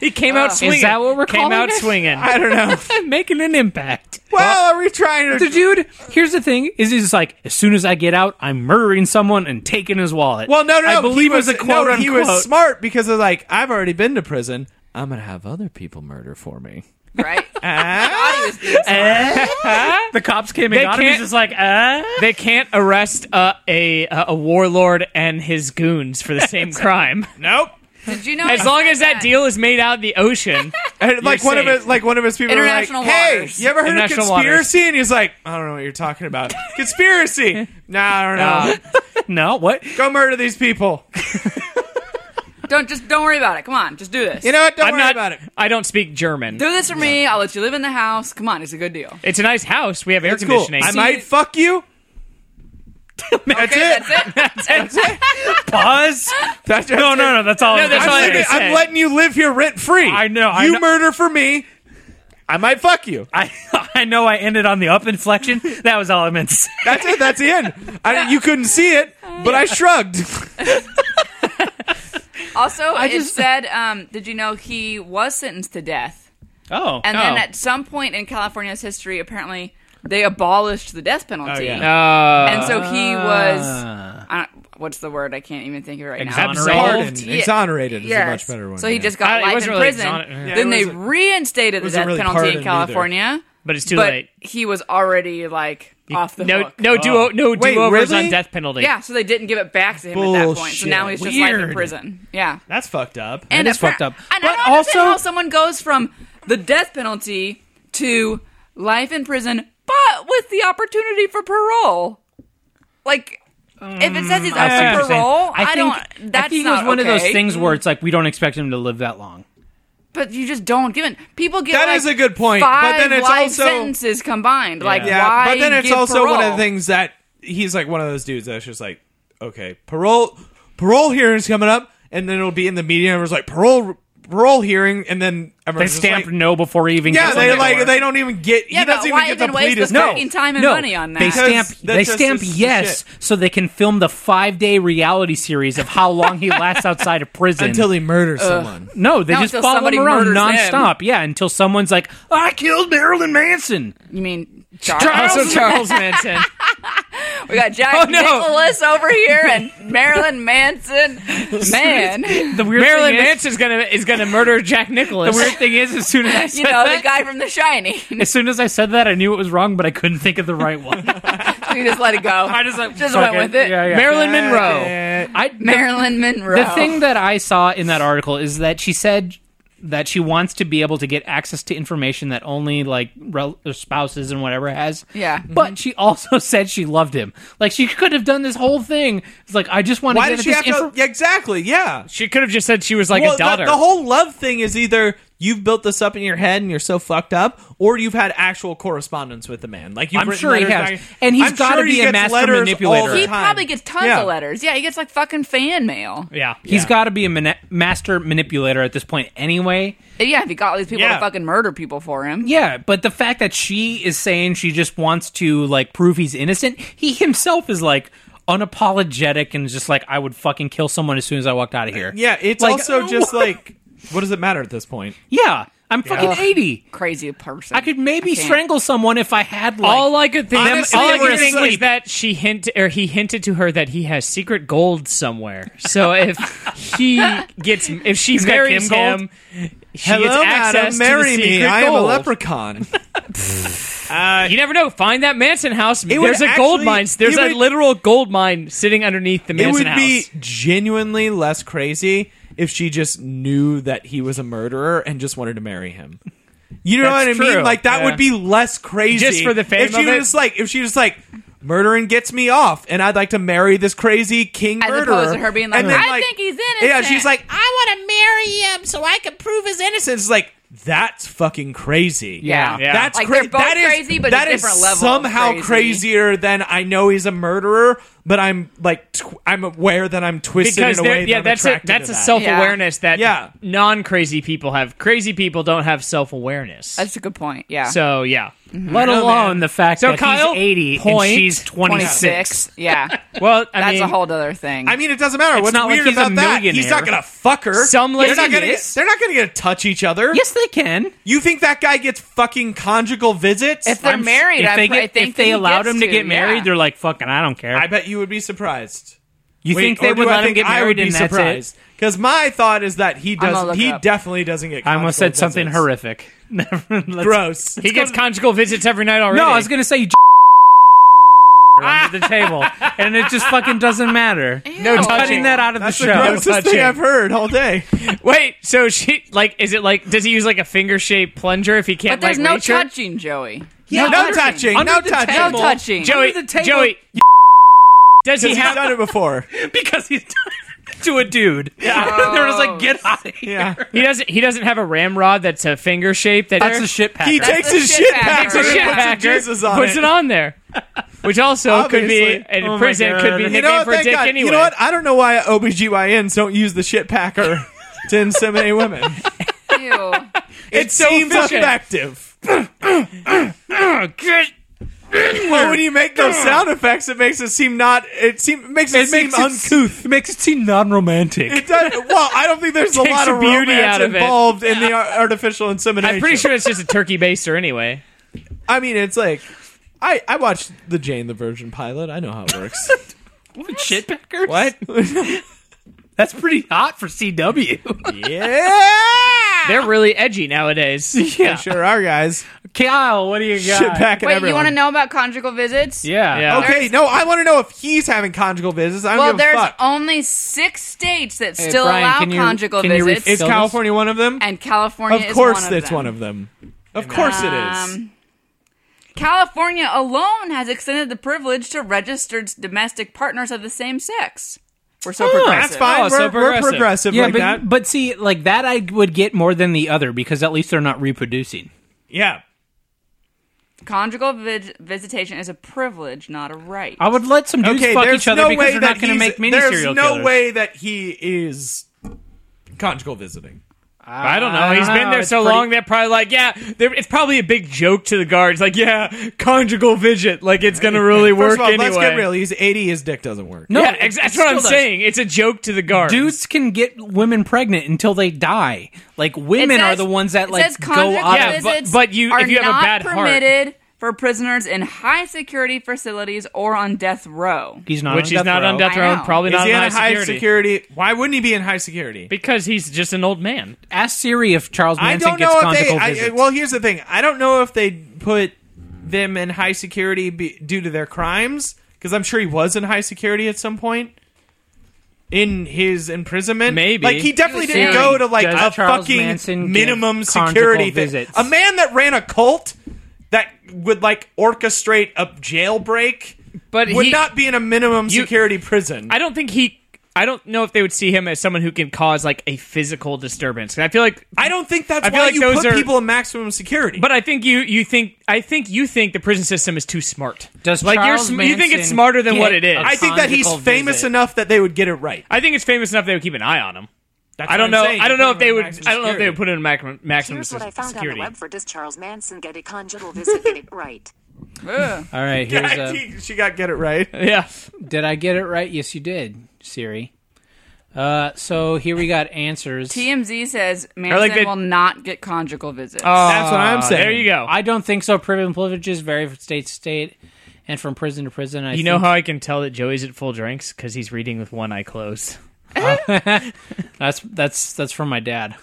Speaker 4: He came out swinging.
Speaker 3: Is that what we're
Speaker 4: came
Speaker 3: calling
Speaker 4: out
Speaker 3: it?
Speaker 4: swinging?
Speaker 5: I don't know.
Speaker 3: Making an impact.
Speaker 5: Well, are we trying
Speaker 3: The
Speaker 5: to?
Speaker 3: dude, here's the thing: is he's just like, as soon as I get out, I'm murdering someone and taking his wallet.
Speaker 5: Well, no, no.
Speaker 3: I believe
Speaker 5: he was
Speaker 3: it was a quote
Speaker 5: no,
Speaker 3: unquote.
Speaker 5: He was smart because of like I've already been to prison. I'm gonna have other people murder for me.
Speaker 2: right?
Speaker 5: Ah,
Speaker 2: Thought he was being smart.
Speaker 3: the cops came in.
Speaker 4: They
Speaker 3: and he's
Speaker 4: can't-
Speaker 3: just like, uh,
Speaker 4: They can't arrest uh, a uh, a warlord and his goons for the same crime.
Speaker 5: nope.
Speaker 2: Did you know?
Speaker 4: As
Speaker 2: he
Speaker 4: long
Speaker 2: said
Speaker 4: as that deal is made out in the ocean,
Speaker 5: And, like
Speaker 4: You're
Speaker 5: one of
Speaker 4: safe.
Speaker 5: his, like one of his people, were like,
Speaker 2: International
Speaker 5: "Hey,
Speaker 2: waters.
Speaker 5: you ever heard of
Speaker 4: International
Speaker 5: conspiracy?"
Speaker 4: waters.
Speaker 5: And he's like, "I don't know what you're talking about. conspiracy? Nah,
Speaker 4: Um,
Speaker 5: I don't know.
Speaker 3: no, what?
Speaker 5: Go murder these people.
Speaker 2: Don't just don't worry about it. Come on, just do this.
Speaker 5: You know what? Don't
Speaker 4: I'm
Speaker 5: worry
Speaker 4: not.
Speaker 5: about it.
Speaker 4: I don't speak German.
Speaker 2: do this for me. I'll let you live in the house. Come on, it's a good deal.
Speaker 4: It's a nice house. We have air
Speaker 5: It's cool.
Speaker 4: conditioning.
Speaker 5: I might fuck you. That's it.
Speaker 2: That's it.
Speaker 3: Pause.
Speaker 5: That's
Speaker 3: No, no, no. That's all.
Speaker 4: No,
Speaker 3: I'm
Speaker 4: that's
Speaker 5: I'm,
Speaker 4: all
Speaker 3: saying.
Speaker 4: I
Speaker 5: living-
Speaker 4: said.
Speaker 5: I'm letting you live here rent free.
Speaker 3: I know, I
Speaker 5: You
Speaker 3: know.
Speaker 5: murder for me. I might fuck you.
Speaker 3: I, I know I ended on the up inflection. That was all I meant to say.
Speaker 5: That's it. That's the end. I, you couldn't see it, but I shrugged.
Speaker 2: Also, it
Speaker 3: just-
Speaker 2: said, um, did you know he was sentenced to death?
Speaker 3: Oh,
Speaker 2: And then
Speaker 4: Oh.
Speaker 2: at some point in California's history, apparently they abolished the death penalty.
Speaker 5: yeah.
Speaker 4: Uh,
Speaker 2: And so he was.
Speaker 4: Ah.
Speaker 2: I don't, what's the word? I can't even think of it right now.
Speaker 3: Exonerated.
Speaker 5: Pardoned.
Speaker 4: absolved.
Speaker 2: Yeah.
Speaker 5: Exonerated is
Speaker 2: Yes.
Speaker 5: a much better one.
Speaker 2: So he
Speaker 5: yeah.
Speaker 2: just got
Speaker 4: Uh, it
Speaker 2: life in
Speaker 4: wasn't really
Speaker 2: prison.
Speaker 4: exoner- Yeah,
Speaker 2: then
Speaker 5: it
Speaker 2: they
Speaker 5: wasn't-
Speaker 2: reinstated the
Speaker 5: wasn't
Speaker 2: death
Speaker 5: really
Speaker 2: penalty
Speaker 5: pardoned
Speaker 2: in
Speaker 5: either.
Speaker 2: California.
Speaker 4: But it's too
Speaker 2: but
Speaker 4: late.
Speaker 2: he was already like off the
Speaker 4: No,
Speaker 2: hook.
Speaker 4: no duo, no
Speaker 5: Wait,
Speaker 4: do overs
Speaker 5: really?
Speaker 4: on death penalty.
Speaker 2: Yeah, so they didn't give it back to him at that point. So now he's just life
Speaker 3: Weird.
Speaker 2: in prison. Yeah.
Speaker 5: That's fucked up.
Speaker 2: and
Speaker 3: That is
Speaker 2: appar-
Speaker 3: fucked up.
Speaker 2: And
Speaker 3: But
Speaker 2: I don't also,
Speaker 3: also-
Speaker 2: how someone goes from the death penalty to life in prison, but with the opportunity for parole. Like, if it says he's up
Speaker 3: Mm, I
Speaker 2: for
Speaker 3: see what you're saying.
Speaker 2: parole, I,
Speaker 3: think-
Speaker 2: don't. That's
Speaker 3: I think
Speaker 2: not
Speaker 3: it was one of those
Speaker 2: okay.
Speaker 3: things where it's like we don't expect him to live that long.
Speaker 2: But you just don't give it. People get
Speaker 5: That
Speaker 2: like
Speaker 5: is a good point, but
Speaker 2: Five
Speaker 5: then it's
Speaker 2: life
Speaker 5: also-
Speaker 2: sentences combined. Like,
Speaker 5: Yeah,
Speaker 2: why?
Speaker 5: but then it's
Speaker 2: give
Speaker 5: also one of
Speaker 2: parole?
Speaker 5: the things that he's like one of those dudes that's just like, okay, parole parole hearing's coming up, and then it'll be in the media, and it's like parole parole hearing, and then
Speaker 3: They
Speaker 5: everyone's just
Speaker 3: stamped
Speaker 5: like,
Speaker 3: no before he even.
Speaker 5: yeah,
Speaker 3: gets
Speaker 5: they
Speaker 3: on the
Speaker 5: like
Speaker 3: door.
Speaker 5: they don't even get.
Speaker 2: Yeah,
Speaker 5: he
Speaker 2: but
Speaker 5: doesn't
Speaker 2: why
Speaker 5: even get
Speaker 2: even
Speaker 5: to
Speaker 2: waste
Speaker 5: plead his
Speaker 2: the
Speaker 5: case.
Speaker 2: fucking time and
Speaker 3: no,
Speaker 2: money on that?
Speaker 3: They stamp.
Speaker 5: Because
Speaker 3: They
Speaker 5: that's just
Speaker 3: stamp
Speaker 5: this
Speaker 3: yes,
Speaker 5: shit.
Speaker 3: so they can film the five day reality series of how long he lasts outside of prison
Speaker 5: until he murders someone.
Speaker 3: No, they
Speaker 2: No,
Speaker 3: just
Speaker 2: until
Speaker 3: follow
Speaker 2: somebody
Speaker 3: him around
Speaker 2: murders him.
Speaker 3: nonstop. Yeah, until someone's like, "I killed Marilyn Manson."
Speaker 2: you mean Charles?
Speaker 4: Also, Charles Manson.
Speaker 2: We got Jack
Speaker 4: Oh, no.
Speaker 2: Nicholas over here and Marilyn Manson. Man,
Speaker 3: The weird
Speaker 4: Marilyn
Speaker 3: thing is,
Speaker 4: Manson's gonna is gonna murder Jack
Speaker 3: the
Speaker 4: Nicholas.
Speaker 3: weird thing is, as soon as I said
Speaker 2: you know the
Speaker 3: that,
Speaker 2: guy from The Shining.
Speaker 3: as soon as I said that, I knew it was wrong, but I couldn't think of the right one.
Speaker 2: you just let it go.
Speaker 3: I just like
Speaker 2: Just
Speaker 3: fuck
Speaker 2: went with it.
Speaker 3: Yeah, yeah.
Speaker 4: Marilyn Monroe.
Speaker 5: Eh,
Speaker 3: I,
Speaker 2: Marilyn Monroe.
Speaker 3: The
Speaker 5: Oh.
Speaker 3: thing that I saw in that article is that she said that she wants to be able to get access to information that only like rel- or spouses and whatever has.
Speaker 2: Yeah.
Speaker 3: But she also said she loved him. Like she could have done this whole thing. It's like I just want to
Speaker 5: Why did
Speaker 3: get at
Speaker 5: she
Speaker 3: this
Speaker 5: have to?
Speaker 3: info-
Speaker 5: yeah, exactly. Yeah.
Speaker 4: She could have just said she was like
Speaker 5: Well,
Speaker 4: a daughter.
Speaker 5: the, the whole love thing is either you've built this up in your head and you're so fucked up, or you've had actual correspondence with the man. Like you've
Speaker 3: I'm
Speaker 5: written
Speaker 3: sure he
Speaker 5: letters
Speaker 3: has.
Speaker 5: back-
Speaker 3: And he's
Speaker 5: I'm
Speaker 3: gotta
Speaker 5: sure
Speaker 3: be
Speaker 5: he
Speaker 3: a
Speaker 5: gets
Speaker 3: master
Speaker 5: letters all
Speaker 3: manipulator.
Speaker 5: the
Speaker 2: he
Speaker 5: time.
Speaker 2: probably gets tons
Speaker 5: Yeah.
Speaker 2: of letters. Yeah, he gets like fucking fan mail.
Speaker 4: yeah,
Speaker 3: He's
Speaker 4: yeah.
Speaker 3: got to be a man- master manipulator at this point anyway.
Speaker 2: Yeah, if he got all these people
Speaker 5: Yeah.
Speaker 2: to fucking murder people for him.
Speaker 3: Yeah, but the fact that she is saying she just wants to like prove he's innocent, he himself is like unapologetic and just like I would fucking kill someone as soon as I walked out of here.
Speaker 5: Yeah, it's
Speaker 3: Like,
Speaker 5: also just
Speaker 3: what-
Speaker 5: like, what does it matter at this point?
Speaker 3: Yeah. I'm fucking 80.
Speaker 2: Crazy person.
Speaker 3: I could maybe
Speaker 2: can't.
Speaker 3: strangle someone if I had like
Speaker 4: all I could think,
Speaker 3: Honestly,
Speaker 4: all I
Speaker 3: it was
Speaker 4: could think
Speaker 3: like-
Speaker 4: is that she hint or he hinted to her that he has secret gold somewhere. So if he gets, if she
Speaker 3: got
Speaker 4: marries
Speaker 3: Kim gold?
Speaker 4: him, she gets access to the secret
Speaker 5: I am
Speaker 4: gold.
Speaker 5: a leprechaun.
Speaker 4: You never know. Find that Manson house.
Speaker 5: Uh, would
Speaker 4: There's a
Speaker 5: actually-
Speaker 4: gold mine. There's
Speaker 5: it
Speaker 4: a
Speaker 5: would-
Speaker 4: literal gold mine sitting underneath the
Speaker 5: it
Speaker 4: Manson
Speaker 5: would
Speaker 4: house.
Speaker 5: be genuinely less crazy if she just knew that he was a murderer and just wanted to marry him. You know
Speaker 4: That's
Speaker 5: what I
Speaker 4: true,
Speaker 5: mean? Like that
Speaker 4: yeah.
Speaker 5: would be less crazy
Speaker 4: Just for the fame
Speaker 5: If she
Speaker 4: of
Speaker 5: was
Speaker 4: it?
Speaker 5: just like, if she was like. Murdering gets me off, and I'd like to marry this crazy king
Speaker 2: As opposed
Speaker 5: murderer.
Speaker 2: to her being like,
Speaker 5: And then,
Speaker 2: "I
Speaker 7: think he's innocent."
Speaker 5: Yeah, she's like, I want to marry him so I can prove his innocence. It's like that's fucking crazy.
Speaker 2: Yeah.
Speaker 4: Yeah.
Speaker 5: That's
Speaker 2: Like,
Speaker 5: cra-
Speaker 2: they're both
Speaker 5: that is-
Speaker 2: crazy, but
Speaker 5: that
Speaker 2: a
Speaker 5: is
Speaker 2: different level of
Speaker 5: somehow
Speaker 2: crazy.
Speaker 5: crazier than I know he's a murderer, but I'm like tw- I'm aware that I'm twisted
Speaker 4: because
Speaker 5: in a
Speaker 4: there-
Speaker 5: way.
Speaker 4: yeah,
Speaker 5: that
Speaker 4: that's
Speaker 5: I'm
Speaker 4: a,
Speaker 5: attracted
Speaker 4: that's
Speaker 5: to
Speaker 4: a
Speaker 5: that.
Speaker 4: self awareness that
Speaker 5: Yeah.
Speaker 4: non crazy people have. Crazy people don't have self awareness.
Speaker 2: That's Mm-hmm. a good point. Yeah.
Speaker 4: So yeah.
Speaker 3: let alone the fact
Speaker 4: Oh, So
Speaker 3: that
Speaker 4: Kyle,
Speaker 3: he's 80
Speaker 4: point,
Speaker 3: and she's 26.
Speaker 2: 26. Yeah.
Speaker 4: Well, I
Speaker 2: That's
Speaker 4: mean,
Speaker 2: a whole other thing.
Speaker 5: I mean, it doesn't matter. What's
Speaker 3: not like
Speaker 5: weird
Speaker 3: he's a
Speaker 5: about that? He's not
Speaker 3: millionaire.
Speaker 5: gonna fuck her.
Speaker 4: Some
Speaker 5: they're not
Speaker 4: lady
Speaker 5: gonna
Speaker 4: is.
Speaker 5: they're not gonna get to touch each other.
Speaker 3: Yes, they can.
Speaker 5: You think that guy gets fucking conjugal visits?
Speaker 2: if they're
Speaker 3: I'm s-
Speaker 2: married,
Speaker 3: if
Speaker 2: I,
Speaker 3: they
Speaker 2: pr-
Speaker 3: get-
Speaker 2: I think
Speaker 3: if they
Speaker 2: he
Speaker 3: allowed
Speaker 2: gets
Speaker 3: him to get married,
Speaker 2: yeah.
Speaker 3: they're like, "Fucking, I don't care."
Speaker 5: I bet you would be surprised.
Speaker 3: you
Speaker 5: Wait,
Speaker 3: think
Speaker 5: or
Speaker 3: they
Speaker 5: do
Speaker 3: would
Speaker 5: I
Speaker 3: let him
Speaker 5: think
Speaker 3: get
Speaker 5: I would
Speaker 3: married
Speaker 5: be
Speaker 3: and that's it?
Speaker 5: surprised? Because my thought is that he
Speaker 2: gonna look
Speaker 5: does. He
Speaker 2: up.
Speaker 5: definitely doesn't get.
Speaker 3: I almost said
Speaker 5: conjugal
Speaker 3: something
Speaker 5: visits.
Speaker 3: horrific. Never. let's-
Speaker 5: Gross.
Speaker 4: he gets conjugal visits every night already.
Speaker 3: No, I was gonna say you
Speaker 5: Ah!
Speaker 3: under the table, and it just fucking doesn't matter.
Speaker 4: no
Speaker 3: Cutting
Speaker 4: touching
Speaker 3: that out of
Speaker 5: That's
Speaker 3: the
Speaker 5: the
Speaker 3: show.
Speaker 5: grossest
Speaker 4: touching.
Speaker 5: thing I've heard all day.
Speaker 4: Wait, so she like is it like does he use like a finger shaped plunger if he can't
Speaker 2: But there's
Speaker 4: like
Speaker 2: no
Speaker 4: reach her?
Speaker 2: touching, Joey.
Speaker 5: No,
Speaker 2: no
Speaker 5: touching.
Speaker 2: touching.
Speaker 3: Under
Speaker 5: No
Speaker 3: the
Speaker 5: touching.
Speaker 2: No
Speaker 3: table.
Speaker 2: touching.
Speaker 4: Joey,
Speaker 3: Under the table.
Speaker 4: Joey, does he
Speaker 5: He's
Speaker 4: have
Speaker 5: done it before.
Speaker 3: because he's to a dude.
Speaker 2: Oh.
Speaker 3: Yeah. They're just like, get out of here.
Speaker 5: Yeah.
Speaker 4: He doesn't. He doesn't have a ramrod that's a finger shape. That
Speaker 3: That's a shit packer.
Speaker 5: He
Speaker 2: That's
Speaker 5: takes
Speaker 2: a
Speaker 5: his
Speaker 2: shit
Speaker 5: shit
Speaker 2: packer.
Speaker 5: back
Speaker 4: It's a
Speaker 2: Puts
Speaker 4: shit
Speaker 5: and puts
Speaker 4: packer.
Speaker 5: the Jesus on
Speaker 4: puts it.
Speaker 5: it.
Speaker 4: on there, which also could be
Speaker 5: Obviously.
Speaker 4: in
Speaker 3: Oh my
Speaker 4: prison. Could
Speaker 3: God.
Speaker 4: be
Speaker 3: You
Speaker 5: You
Speaker 4: nicknamed
Speaker 5: know,
Speaker 4: for a
Speaker 5: thank
Speaker 4: dick
Speaker 5: God.
Speaker 4: anyway.
Speaker 5: you know what? I don't know why OBGYNs don't use the shit packer to inseminate women.
Speaker 2: Ew.
Speaker 5: It
Speaker 4: so
Speaker 5: seems
Speaker 4: efficient.
Speaker 5: effective. But when you make those sound effects, it makes it seem not. It seem makes it, seem uncouth.
Speaker 3: It makes it seem non-romantic.
Speaker 5: It does. Well, I don't think there's a
Speaker 4: Takes
Speaker 5: lot
Speaker 4: the
Speaker 5: of
Speaker 4: beauty
Speaker 5: romance
Speaker 4: out of it.
Speaker 5: involved in the ar- artificial insemination.
Speaker 4: I'm pretty sure it's just a turkey baster anyway.
Speaker 5: I mean, it's like I I watched the Jane the Virgin pilot. I know how it works.
Speaker 3: shit packers? What? That's pretty hot for CW.
Speaker 5: yeah,
Speaker 4: They're really edgy nowadays.
Speaker 5: yeah, sure are guys.
Speaker 3: Kyle, what do you got?
Speaker 5: Shit packing
Speaker 2: Wait,
Speaker 5: everyone.
Speaker 2: you want to know about conjugal visits?
Speaker 3: Yeah.
Speaker 4: Yeah.
Speaker 5: Okay, no, I want to know if he's having conjugal visits. I don't
Speaker 2: Well,
Speaker 5: give a
Speaker 2: there's
Speaker 5: fuck.
Speaker 2: only six states that still
Speaker 3: Brian,
Speaker 2: allow
Speaker 3: can you-
Speaker 2: conjugal
Speaker 3: can you
Speaker 2: visits,
Speaker 3: refill-
Speaker 5: Is California one of them?
Speaker 2: and California
Speaker 5: Of
Speaker 2: is
Speaker 5: course,
Speaker 2: one of
Speaker 5: that's
Speaker 2: them.
Speaker 5: one of them. Of course, it is.
Speaker 2: Um, California alone has extended the privilege to registered domestic partners of the same sex. We're so progressive.
Speaker 5: That's fine.
Speaker 4: Oh,
Speaker 5: we're,
Speaker 4: so
Speaker 5: we're
Speaker 4: progressive.
Speaker 5: progressive
Speaker 3: Yeah,
Speaker 5: like
Speaker 3: but
Speaker 5: that.
Speaker 3: but see, like that, I would get more than the other because at least they're not reproducing.
Speaker 5: Yeah.
Speaker 2: Conjugal vis- visitation is a privilege, not a right.
Speaker 3: I would let some dudes
Speaker 5: Okay,
Speaker 3: fuck
Speaker 5: there's
Speaker 3: each other
Speaker 5: no
Speaker 3: because
Speaker 5: way
Speaker 3: they're
Speaker 5: that
Speaker 3: not going to
Speaker 5: he's-
Speaker 3: make mini
Speaker 5: There's
Speaker 3: serial
Speaker 5: no
Speaker 3: killers.
Speaker 5: way that he is conjugal visiting.
Speaker 4: I don't know.
Speaker 3: I
Speaker 4: He's
Speaker 3: don't
Speaker 4: been
Speaker 3: know.
Speaker 4: there
Speaker 3: It's
Speaker 4: so
Speaker 3: pretty-
Speaker 4: long. They're probably like, yeah. they're- It's probably a big joke to the guards. Like, yeah, conjugal visit. Like, it's gonna really work
Speaker 5: First of all,
Speaker 4: anyway.
Speaker 5: let's get real. He's 80. His dick doesn't work.
Speaker 3: No,
Speaker 4: yeah, ex-
Speaker 3: it- it
Speaker 4: that's what
Speaker 3: still
Speaker 4: I'm
Speaker 3: does.
Speaker 4: saying. It's a joke to the guards.
Speaker 3: Dudes can get women pregnant until they die. Like
Speaker 2: It
Speaker 3: women
Speaker 2: says-
Speaker 3: are the ones that
Speaker 2: it
Speaker 3: like
Speaker 2: says
Speaker 3: go
Speaker 2: conjugal
Speaker 3: up.
Speaker 4: Yeah, but-
Speaker 2: visits
Speaker 4: but you- if
Speaker 2: are
Speaker 4: you have a
Speaker 2: not
Speaker 4: bad heart-
Speaker 2: permitted for prisoners in high security facilities or on death row.
Speaker 3: He's not
Speaker 4: which
Speaker 3: on
Speaker 4: is not
Speaker 3: row.
Speaker 4: on death
Speaker 2: I
Speaker 4: row.
Speaker 2: know.
Speaker 4: Probably
Speaker 5: Is
Speaker 4: not
Speaker 5: he
Speaker 4: on
Speaker 5: in
Speaker 4: high security.
Speaker 5: Why wouldn't he be in high security?
Speaker 4: Because he's just an old man.
Speaker 3: Ask Siri if Charles
Speaker 5: I
Speaker 3: Manson
Speaker 5: don't know
Speaker 3: gets
Speaker 5: if they.
Speaker 3: conjugal
Speaker 5: I,
Speaker 3: visits.
Speaker 5: well, here's the thing. I don't know if they put them in high security be, due to their crimes, because I'm sure he was in high security at some point in his imprisonment.
Speaker 4: Maybe.
Speaker 5: like he definitely
Speaker 2: He was
Speaker 5: didn't
Speaker 2: saying,
Speaker 5: go to like
Speaker 3: does
Speaker 5: a
Speaker 3: Charles
Speaker 5: fucking
Speaker 3: Manson give
Speaker 5: minimum
Speaker 3: conjugal
Speaker 5: security thing.
Speaker 3: visits?
Speaker 5: A man that ran a cult that would like orchestrate a jailbreak
Speaker 4: But
Speaker 5: would
Speaker 4: he-
Speaker 5: not be in a minimum security prison.
Speaker 4: I don't think he. I don't know if they would see him as someone who can cause like a physical disturbance. And I feel like,
Speaker 5: I don't think that's
Speaker 4: I feel
Speaker 5: why
Speaker 4: like
Speaker 5: you
Speaker 4: those
Speaker 5: put
Speaker 4: are-
Speaker 5: people in maximum security.
Speaker 4: but I think you you think I think you think the prison system is too smart.
Speaker 3: Does
Speaker 4: like
Speaker 3: Charles
Speaker 4: you're sm- you think
Speaker 3: Manson
Speaker 4: it's smarter than
Speaker 3: get
Speaker 4: what it is?
Speaker 3: a
Speaker 5: I think that he's
Speaker 3: conjugal
Speaker 5: famous
Speaker 3: visit?
Speaker 5: enough that they would get it right.
Speaker 4: I think it's famous enough they would keep an eye on him.
Speaker 5: That's
Speaker 4: I
Speaker 5: what
Speaker 4: don't
Speaker 5: I'm
Speaker 4: know.
Speaker 5: saying.
Speaker 4: I don't know if
Speaker 5: Put him
Speaker 4: they
Speaker 5: in
Speaker 4: would.
Speaker 5: maximum
Speaker 4: I don't know if they
Speaker 5: security.
Speaker 4: would put him in maximum, maximum
Speaker 8: Here's what I found on
Speaker 4: security.
Speaker 8: the web for Does Charles Manson Get a Conjugal Visit? Get It Right.
Speaker 2: Ugh.
Speaker 3: All right, here's a.
Speaker 5: she, she got get it right.
Speaker 4: yeah,
Speaker 3: Did I get it right? Yes, you did, Siri. Uh, so here we got answers.
Speaker 2: TMZ says Manson
Speaker 4: they-
Speaker 2: will not get conjugal visits.
Speaker 4: Oh,
Speaker 5: That's what I'm saying.
Speaker 4: Uh, There you go.
Speaker 3: I don't think so. Privilege and privileges vary from state to state and from prison to prison. I
Speaker 4: you know
Speaker 3: think-
Speaker 4: how I can tell that Joey's at full drinks because he's reading with one eye closed.
Speaker 3: that's that's that's from my dad.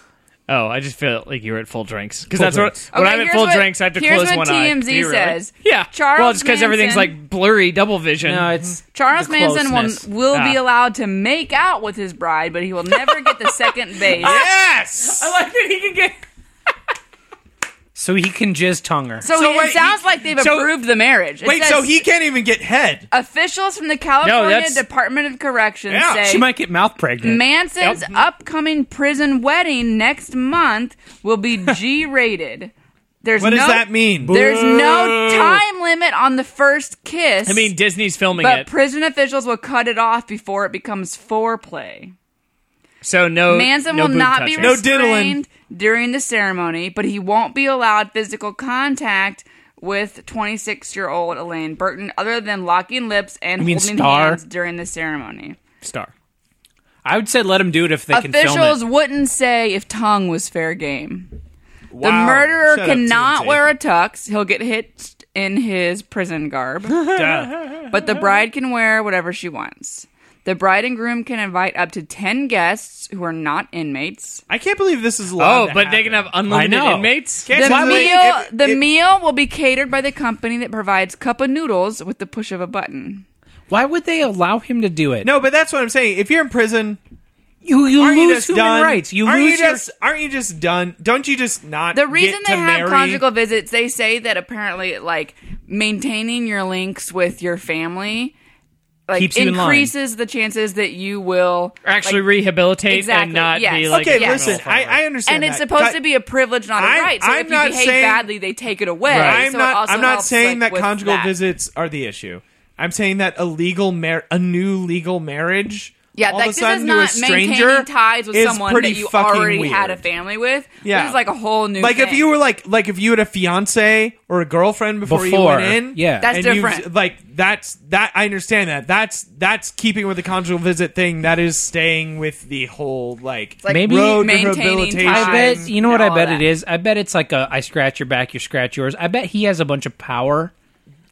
Speaker 4: Oh, I just feel like you're at full drinks because
Speaker 3: Full
Speaker 4: that's
Speaker 3: drinks.
Speaker 4: what when
Speaker 2: Okay,
Speaker 4: I'm at
Speaker 2: here's
Speaker 4: full
Speaker 2: what-
Speaker 4: drinks I have to
Speaker 2: here's
Speaker 4: close
Speaker 2: what
Speaker 4: one eye.
Speaker 2: TMZ
Speaker 4: Do you really?
Speaker 2: says.
Speaker 4: Yeah,
Speaker 2: Charles
Speaker 4: Well, it's because everything's
Speaker 2: Manson-
Speaker 4: like blurry, double vision.
Speaker 3: No, it's
Speaker 2: Charles
Speaker 3: the
Speaker 2: Manson
Speaker 3: closeness.
Speaker 2: will, will be
Speaker 4: Ah.
Speaker 2: allowed to make out with his bride, but he will never get the second base.
Speaker 4: I like that he can get.
Speaker 3: so he can jizz tongue her.
Speaker 2: So,
Speaker 5: So
Speaker 2: it
Speaker 5: wait,
Speaker 2: sounds like they've
Speaker 4: so-
Speaker 2: approved the marriage. It
Speaker 5: Wait,
Speaker 2: says,
Speaker 5: so he can't even get head.
Speaker 2: Uh, officials from the California
Speaker 4: that's-
Speaker 2: Department of Corrections
Speaker 5: Yeah,
Speaker 2: say
Speaker 3: she might get mouth pregnant.
Speaker 2: Manson's
Speaker 4: Yep.
Speaker 2: upcoming prison wedding next month will be G-rated. There's
Speaker 5: What
Speaker 2: no,
Speaker 5: does that mean?
Speaker 2: There's no time limit on the first kiss.
Speaker 4: I mean, Disney's filming
Speaker 2: but
Speaker 4: it,
Speaker 2: prison officials will cut it off before it becomes foreplay.
Speaker 4: so no.
Speaker 2: Manson
Speaker 4: no
Speaker 2: will
Speaker 4: boob
Speaker 2: not be
Speaker 4: touching.
Speaker 5: No
Speaker 2: restrained
Speaker 5: diddling.
Speaker 2: during the ceremony, but he won't be allowed physical contact with 26-year-old Elaine Burton, other than locking lips and
Speaker 3: mean
Speaker 2: holding
Speaker 3: star?
Speaker 2: hands during the ceremony.
Speaker 4: star.
Speaker 3: I would say let him do it if they can film
Speaker 2: Officials
Speaker 3: it.
Speaker 2: wouldn't say if tongue was fair game. The
Speaker 5: Wow.
Speaker 2: murderer
Speaker 5: Shut up,
Speaker 2: cannot
Speaker 5: TMZ.
Speaker 2: wear a tux. He'll get hitched in his prison garb. but the bride can wear whatever she wants. The bride and groom can invite up to 10 guests who are not inmates.
Speaker 5: I can't believe this is
Speaker 4: Oh,
Speaker 5: allowed.
Speaker 4: but they can have unlimited
Speaker 3: know.
Speaker 4: inmates.
Speaker 5: Can't
Speaker 2: The,
Speaker 5: you believe-
Speaker 2: meal,
Speaker 5: if-
Speaker 2: the
Speaker 5: if-
Speaker 2: meal will be catered by the company that provides cup of noodles with the push of a button.
Speaker 3: Why would they allow him to do it?
Speaker 5: No, but that's what I'm saying. If you're in prison,
Speaker 3: you you
Speaker 5: aren't you
Speaker 3: lose
Speaker 5: just
Speaker 3: human
Speaker 5: done?
Speaker 3: rights. You
Speaker 5: aren't
Speaker 3: lose
Speaker 5: you
Speaker 3: your-
Speaker 5: just aren't you just done? Don't you just not?
Speaker 2: The reason
Speaker 5: get
Speaker 2: they
Speaker 5: to
Speaker 2: have
Speaker 5: marry?
Speaker 2: conjugal visits, they say that apparently, like maintaining your links with your family, like
Speaker 3: Keeps you in line.
Speaker 2: increases the chances that you will
Speaker 4: Actually,
Speaker 2: like-
Speaker 4: rehabilitate
Speaker 2: Exactly,
Speaker 4: and not
Speaker 2: yes.
Speaker 4: be like.
Speaker 5: Okay,
Speaker 2: Yeah.
Speaker 5: listen, I, I understand.
Speaker 2: and it's
Speaker 5: that.
Speaker 2: supposed
Speaker 5: God-
Speaker 2: to be a privilege, not a
Speaker 5: I'm-
Speaker 2: right. So
Speaker 5: I'm
Speaker 2: if you
Speaker 5: not
Speaker 2: behave
Speaker 5: saying-
Speaker 2: badly, they take it away.
Speaker 5: I'm
Speaker 2: So it
Speaker 5: not.
Speaker 2: also
Speaker 5: I'm not
Speaker 2: helps,
Speaker 5: saying
Speaker 2: like,
Speaker 5: that
Speaker 2: with
Speaker 5: conjugal
Speaker 2: that.
Speaker 5: visits are the issue. I'm saying that a legal mar- a new legal marriage.
Speaker 2: Yeah,
Speaker 5: all
Speaker 2: like
Speaker 5: of a
Speaker 2: this
Speaker 5: sudden
Speaker 2: is not
Speaker 5: to a stranger
Speaker 2: maintaining ties with
Speaker 5: is
Speaker 2: someone
Speaker 5: pretty
Speaker 2: that you
Speaker 5: fucking
Speaker 2: already
Speaker 5: weird.
Speaker 2: had a family with.
Speaker 5: Yeah.
Speaker 2: This is like a whole new.
Speaker 5: Like if
Speaker 2: thing.
Speaker 5: you were like like if you had a fiance or a girlfriend before, you
Speaker 3: Before,
Speaker 5: went in,
Speaker 3: yeah.
Speaker 2: That's
Speaker 5: and you-
Speaker 2: different.
Speaker 5: Like that's that I understand that. That's that's keeping with the conjugal visit thing. That is staying with the whole like,
Speaker 2: Like,
Speaker 3: Maybe-
Speaker 5: road to
Speaker 2: maintaining
Speaker 5: rehabilitation.
Speaker 2: ties
Speaker 3: I bet you know what
Speaker 2: and
Speaker 3: I
Speaker 2: all
Speaker 3: bet
Speaker 2: that.
Speaker 3: it is. I bet it's like a I scratch your back, you scratch yours. I bet he has a bunch of power.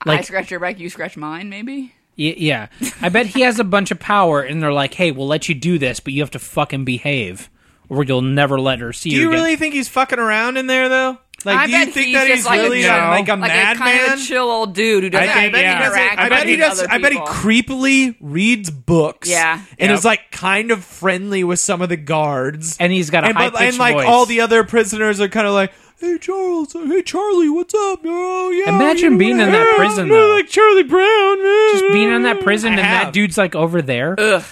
Speaker 2: I
Speaker 3: Like
Speaker 2: scratch your back, you scratch mine. Maybe.
Speaker 3: y- yeah, I bet he has a bunch of power, and they're like, "Hey, we'll let you do this, but you have to fucking behave, or you'll never let her see
Speaker 5: Do you
Speaker 3: again."
Speaker 5: really think he's fucking around in there though? Like
Speaker 2: I
Speaker 5: do
Speaker 2: bet
Speaker 5: you think
Speaker 2: he's
Speaker 5: that
Speaker 2: just
Speaker 5: he's
Speaker 2: like
Speaker 5: really
Speaker 2: a,
Speaker 5: uh,
Speaker 2: chill-
Speaker 5: like a
Speaker 2: like
Speaker 5: madman?
Speaker 2: a kind of a chill old dude who doesn't
Speaker 5: I think,
Speaker 2: I bet
Speaker 5: yeah.
Speaker 2: he interact.
Speaker 5: I bet he
Speaker 2: with
Speaker 5: does.
Speaker 2: other
Speaker 5: I bet he
Speaker 2: people.
Speaker 5: creepily reads books.
Speaker 2: Yeah.
Speaker 5: and
Speaker 4: Yep.
Speaker 5: is like kind of friendly with some of the guards.
Speaker 3: And he's got a
Speaker 5: and, but-
Speaker 3: high-pitched
Speaker 5: and like
Speaker 3: voice.
Speaker 5: all the other prisoners are kind of like, "Hey Charles, uh, hey Charlie, what's up? Oh yeah."
Speaker 3: Imagine
Speaker 5: you
Speaker 3: being
Speaker 5: know,
Speaker 3: in that
Speaker 5: yeah,
Speaker 3: prison,
Speaker 5: yeah,
Speaker 3: though.
Speaker 5: like Charlie Brown.
Speaker 3: just being in that prison
Speaker 5: I
Speaker 3: and
Speaker 5: have. Uh,
Speaker 3: that dude's like over there. Ugh.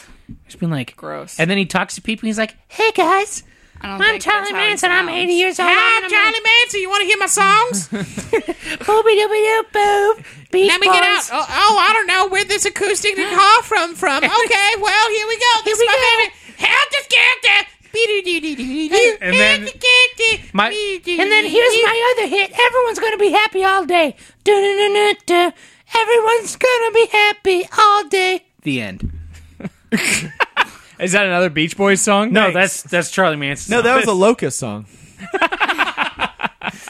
Speaker 3: Just being like
Speaker 2: Gross.
Speaker 3: And then he talks to people. He's like, "Hey guys,
Speaker 2: I don't
Speaker 3: I'm
Speaker 2: think that's
Speaker 3: Charlie
Speaker 2: how he
Speaker 3: Manson. I'm
Speaker 2: sounds.
Speaker 3: 80 years old. Hi, Charlie
Speaker 5: Manson, you want to hear my songs?
Speaker 3: Booby dooby doo boo. Beach Boys.
Speaker 5: Oh, I don't know where this acoustic guitar from. From okay, well here we go. This is my favorite. Help the
Speaker 3: And then my and then here's my other hit. Everyone's gonna be happy all day. Do-do-do-do-do. Everyone's gonna be happy all day. The end.
Speaker 4: Is that another Beach Boys song?
Speaker 3: No, that's that's Charlie Manson.
Speaker 5: No, that was a Locust song.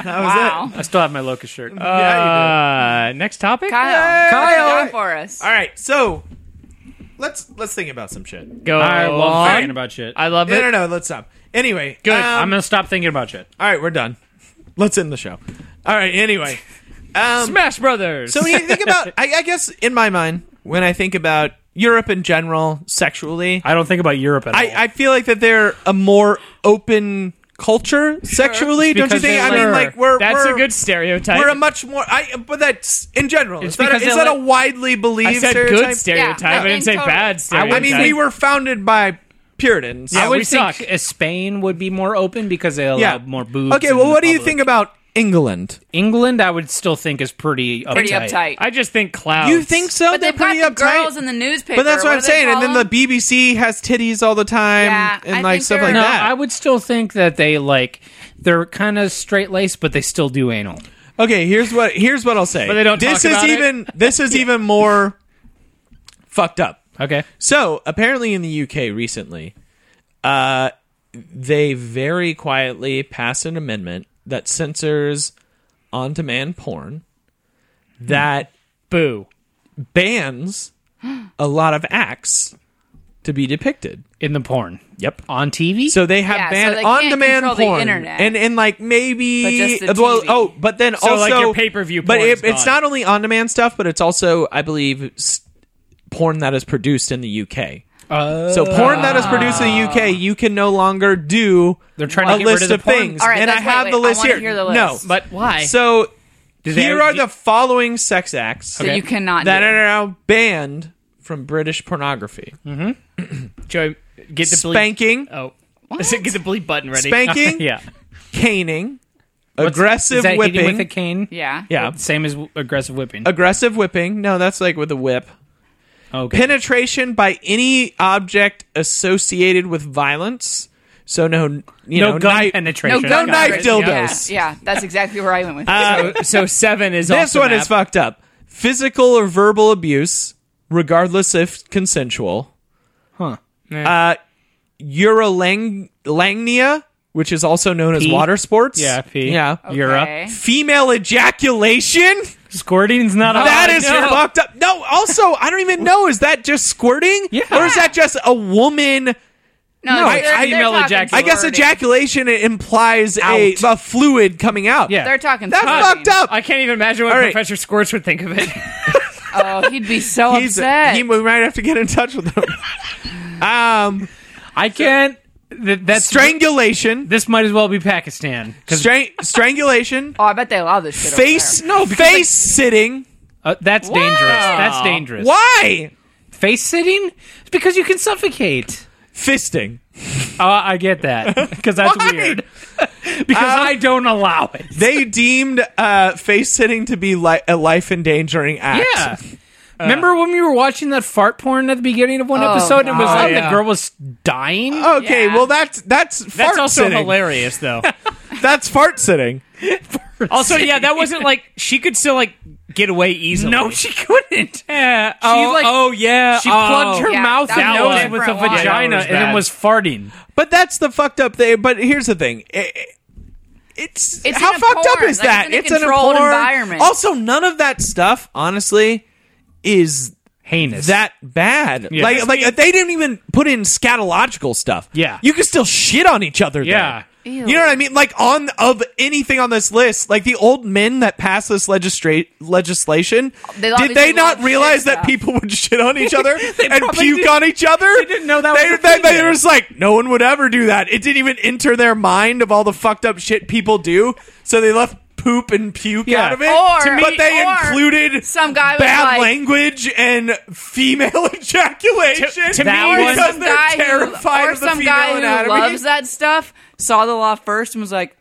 Speaker 2: Wow.
Speaker 3: I still have my locust shirt.
Speaker 4: Uh, next topic.
Speaker 2: Kyle,
Speaker 5: Kyle.
Speaker 2: go for us.
Speaker 5: All right, so let's let's think about some shit.
Speaker 4: Go
Speaker 3: I love
Speaker 4: on.
Speaker 3: thinking about shit.
Speaker 4: I love
Speaker 5: No, no,
Speaker 4: it.
Speaker 5: no. Let's stop. Anyway,
Speaker 4: Good.
Speaker 5: um,
Speaker 3: I'm gonna stop thinking about shit.
Speaker 5: all right, we're done. Let's end the show. All right. Anyway, um,
Speaker 4: Smash Brothers.
Speaker 5: so when you think about, I, I guess in my mind, when I think about Europe in general, sexually,
Speaker 3: I don't think about Europe at all.
Speaker 5: I, I feel like that they're a more open culture sexually. Don't you
Speaker 3: because
Speaker 5: think?
Speaker 3: they
Speaker 5: I mean,
Speaker 3: like-
Speaker 5: like we're
Speaker 4: that's
Speaker 5: we're,
Speaker 4: a good stereotype.
Speaker 5: We're a much more. I but that's in general.
Speaker 4: It's
Speaker 5: is that, a,
Speaker 4: because
Speaker 5: is
Speaker 4: they
Speaker 5: that a
Speaker 4: like-
Speaker 5: widely believed
Speaker 4: I said
Speaker 5: stereotype?
Speaker 4: good stereotype.
Speaker 2: Yeah, no,
Speaker 4: I didn't say
Speaker 2: in
Speaker 4: bad
Speaker 2: total.
Speaker 4: stereotype.
Speaker 5: I mean, we were founded by Puritans.
Speaker 4: Yeah,
Speaker 3: I would
Speaker 4: we
Speaker 3: think
Speaker 4: suck.
Speaker 3: uh, Spain would be more open because they allow more boobs.
Speaker 5: Okay,
Speaker 3: in
Speaker 5: well,
Speaker 3: the
Speaker 5: what do you
Speaker 3: public.
Speaker 5: think about England?
Speaker 3: England? I would still think is pretty uptight.
Speaker 2: Pretty uptight.
Speaker 4: I just think clouds.
Speaker 5: You think so?
Speaker 2: but
Speaker 5: They're
Speaker 2: they've got
Speaker 5: pretty
Speaker 2: the
Speaker 5: uptight.
Speaker 2: girls in the newspaper.
Speaker 5: but that's what,
Speaker 2: What
Speaker 5: I'm
Speaker 2: do they
Speaker 5: saying. And
Speaker 2: call
Speaker 5: then the
Speaker 2: them?
Speaker 5: BBC has titties all the time
Speaker 2: Yeah,
Speaker 5: and
Speaker 2: I
Speaker 5: like
Speaker 2: think
Speaker 5: stuff
Speaker 2: they're-
Speaker 5: like
Speaker 3: No,
Speaker 5: that.
Speaker 3: I would still think that they like they're kind of straight laced, but they still do anal.
Speaker 5: Okay, here's what here's what I'll say.
Speaker 4: But they don't
Speaker 5: This
Speaker 4: talk
Speaker 5: is
Speaker 4: about it?
Speaker 5: even this is even more fucked up.
Speaker 3: Okay,
Speaker 5: So apparently in the UK recently, uh, they very quietly passed an amendment that censors on demand porn that
Speaker 4: Boo.
Speaker 5: bans a lot of acts to be depicted.
Speaker 3: in the porn
Speaker 5: Yep.
Speaker 3: on TV.
Speaker 5: So they have
Speaker 2: Yeah, so
Speaker 5: banned
Speaker 2: they can't
Speaker 5: on-demand
Speaker 2: control the
Speaker 5: porn,
Speaker 2: internet.
Speaker 5: and and like maybe
Speaker 2: But just the
Speaker 5: well,
Speaker 2: TV.
Speaker 5: oh, but then
Speaker 4: So,
Speaker 5: also
Speaker 4: like, your pay-per-view
Speaker 5: But
Speaker 4: porn
Speaker 5: it-
Speaker 4: is
Speaker 5: it's
Speaker 4: gone.
Speaker 5: not only on-demand stuff, but it's also, I believe, s- porn that is produced in the UK.
Speaker 3: Uh,
Speaker 5: So porn that is produced in the
Speaker 2: Ah.
Speaker 5: UK, you can no longer do.
Speaker 3: They're trying to
Speaker 5: a
Speaker 3: get rid
Speaker 5: list
Speaker 3: of the porn.
Speaker 5: things,
Speaker 2: All right,
Speaker 5: and I
Speaker 2: let's- wait,
Speaker 5: have
Speaker 2: wait,
Speaker 5: the
Speaker 2: I
Speaker 5: list
Speaker 2: wanna
Speaker 5: here.
Speaker 2: hear the list.
Speaker 5: No,
Speaker 4: But why?
Speaker 5: so
Speaker 3: they-
Speaker 5: here are
Speaker 3: do-
Speaker 5: the following sex acts
Speaker 2: So you cannot.
Speaker 5: that
Speaker 2: do.
Speaker 5: are now banned from British pornography:
Speaker 3: Hmm.
Speaker 4: Joey, get the bleep.
Speaker 5: spanking,
Speaker 4: Oh. Get the bleep button ready.
Speaker 5: spanking,
Speaker 3: yeah,
Speaker 5: caning,
Speaker 3: What's-
Speaker 5: aggressive
Speaker 3: is that hitting
Speaker 5: whipping
Speaker 3: with a cane.
Speaker 2: Yeah.
Speaker 5: Yeah.
Speaker 3: Same as w- aggressive whipping.
Speaker 5: Aggressive whipping. No, that's like with a whip. Uh,
Speaker 3: okay.
Speaker 5: Penetration by any object associated with violence. So no, you
Speaker 3: no
Speaker 5: know,
Speaker 3: gun
Speaker 5: knife-
Speaker 3: penetration.
Speaker 5: gun No Oh, knife
Speaker 2: penetration.
Speaker 5: dildos. Uh,
Speaker 2: Yeah, yeah, that's exactly where I went with it.
Speaker 4: So, so seven is
Speaker 5: This one is fucked up. Physical or verbal abuse, regardless if consensual.
Speaker 3: Huh.
Speaker 5: Uh, urolangnia, which is also known as
Speaker 3: Pee?
Speaker 5: water sports.
Speaker 3: Yeah, pee.
Speaker 5: Yeah.
Speaker 3: You're
Speaker 2: Okay.
Speaker 3: up.
Speaker 5: Female ejaculation.
Speaker 3: Squirting's not a
Speaker 5: That is
Speaker 4: no.
Speaker 5: fucked up. No, also, I don't even know. Is that just squirting?
Speaker 3: Yeah.
Speaker 5: Or is that just a woman?
Speaker 2: no,
Speaker 5: I-
Speaker 2: they're,
Speaker 5: I
Speaker 2: they're
Speaker 5: email
Speaker 2: talking
Speaker 3: ejac-
Speaker 5: I guess
Speaker 2: squirting.
Speaker 5: ejaculation implies a, a fluid coming out.
Speaker 3: Yeah.
Speaker 2: They're talking.
Speaker 5: That's
Speaker 2: squirting.
Speaker 5: fucked up.
Speaker 4: I can't even imagine what
Speaker 5: All right.
Speaker 4: Professor Squirts would think of it.
Speaker 2: Oh, he'd be so
Speaker 5: He's-
Speaker 2: upset.
Speaker 5: he, we might have to get in touch with him. um,
Speaker 3: I can't. That, that's
Speaker 5: strangulation.
Speaker 3: This might as well be Pakistan. 'Cause,
Speaker 5: Strang- strangulation.
Speaker 2: oh, I bet they allow this shit. over
Speaker 5: face.
Speaker 2: there.
Speaker 5: No, face sitting.
Speaker 3: uh, that's dangerous. That's dangerous.
Speaker 5: Why?
Speaker 3: Face sitting? It's because you can suffocate.
Speaker 5: Fisting.
Speaker 3: Uh, I get that because that's
Speaker 5: Why?
Speaker 3: weird. because I don't allow it.
Speaker 5: They deemed uh, face sitting to be li- a life endangering act.
Speaker 3: Yeah. Uh, Remember when we were watching that fart porn at the beginning of one
Speaker 2: Oh,
Speaker 3: episode and it was
Speaker 2: God.
Speaker 3: like
Speaker 4: Yeah.
Speaker 3: the girl was dying?
Speaker 5: Okay,
Speaker 2: Yeah.
Speaker 5: well that's that's Uh, fart
Speaker 4: That's also
Speaker 5: sitting.
Speaker 4: hilarious, though.
Speaker 5: That's fart sitting.
Speaker 4: also, yeah, that wasn't like she could still like get away easily.
Speaker 3: no, she couldn't.
Speaker 4: Yeah. Oh,
Speaker 3: like-
Speaker 4: oh yeah.
Speaker 3: She
Speaker 4: oh.
Speaker 3: plugged her
Speaker 2: Yeah,
Speaker 3: mouth
Speaker 2: that
Speaker 3: and
Speaker 4: was
Speaker 3: nose
Speaker 4: a
Speaker 3: with a
Speaker 2: different one.
Speaker 3: vagina
Speaker 4: Yeah, that was
Speaker 3: and then
Speaker 4: bad.
Speaker 3: was farting.
Speaker 5: But that's the fucked up thing. But here's the thing. I- I- it's,
Speaker 2: It's
Speaker 5: how
Speaker 2: in a
Speaker 5: fucked up
Speaker 2: porn.
Speaker 5: is
Speaker 2: Like,
Speaker 5: that?
Speaker 2: it's in a controlled environment.
Speaker 5: Also, none of that stuff, honestly, is
Speaker 3: Heinous.
Speaker 5: that bad.
Speaker 3: Yeah.
Speaker 5: Like like they didn't even put in scatological stuff.
Speaker 3: Yeah.
Speaker 5: You could still shit on each other
Speaker 3: Yeah.
Speaker 5: there.
Speaker 2: Ew.
Speaker 5: You know what I mean? Like on of anything on this list, like the old men that passed this legistra- legislation, did
Speaker 2: They
Speaker 5: they
Speaker 2: obviously
Speaker 5: not
Speaker 2: love
Speaker 5: realize
Speaker 2: shit
Speaker 5: that
Speaker 2: stuff.
Speaker 5: people would shit on each other and
Speaker 3: probably
Speaker 5: puke
Speaker 3: didn't-
Speaker 5: on each other?
Speaker 3: they didn't know that was
Speaker 5: They, they,
Speaker 3: a thing
Speaker 5: they
Speaker 3: yet.
Speaker 5: were just like, no one would ever do that. It didn't even enter their mind of all the fucked up shit people do. So they left poop and puke
Speaker 3: Yeah.
Speaker 5: out of it.
Speaker 2: Or- To me-
Speaker 5: but they
Speaker 2: or
Speaker 5: included
Speaker 2: some guy was
Speaker 5: bad
Speaker 2: like-
Speaker 5: language and female ejaculation.
Speaker 3: to me,
Speaker 2: Or
Speaker 3: Because
Speaker 2: some guy
Speaker 5: terrified
Speaker 2: who, or
Speaker 5: of the
Speaker 2: some
Speaker 5: female
Speaker 2: guy who
Speaker 5: anatomy.
Speaker 2: loves that stuff saw the law first and was like,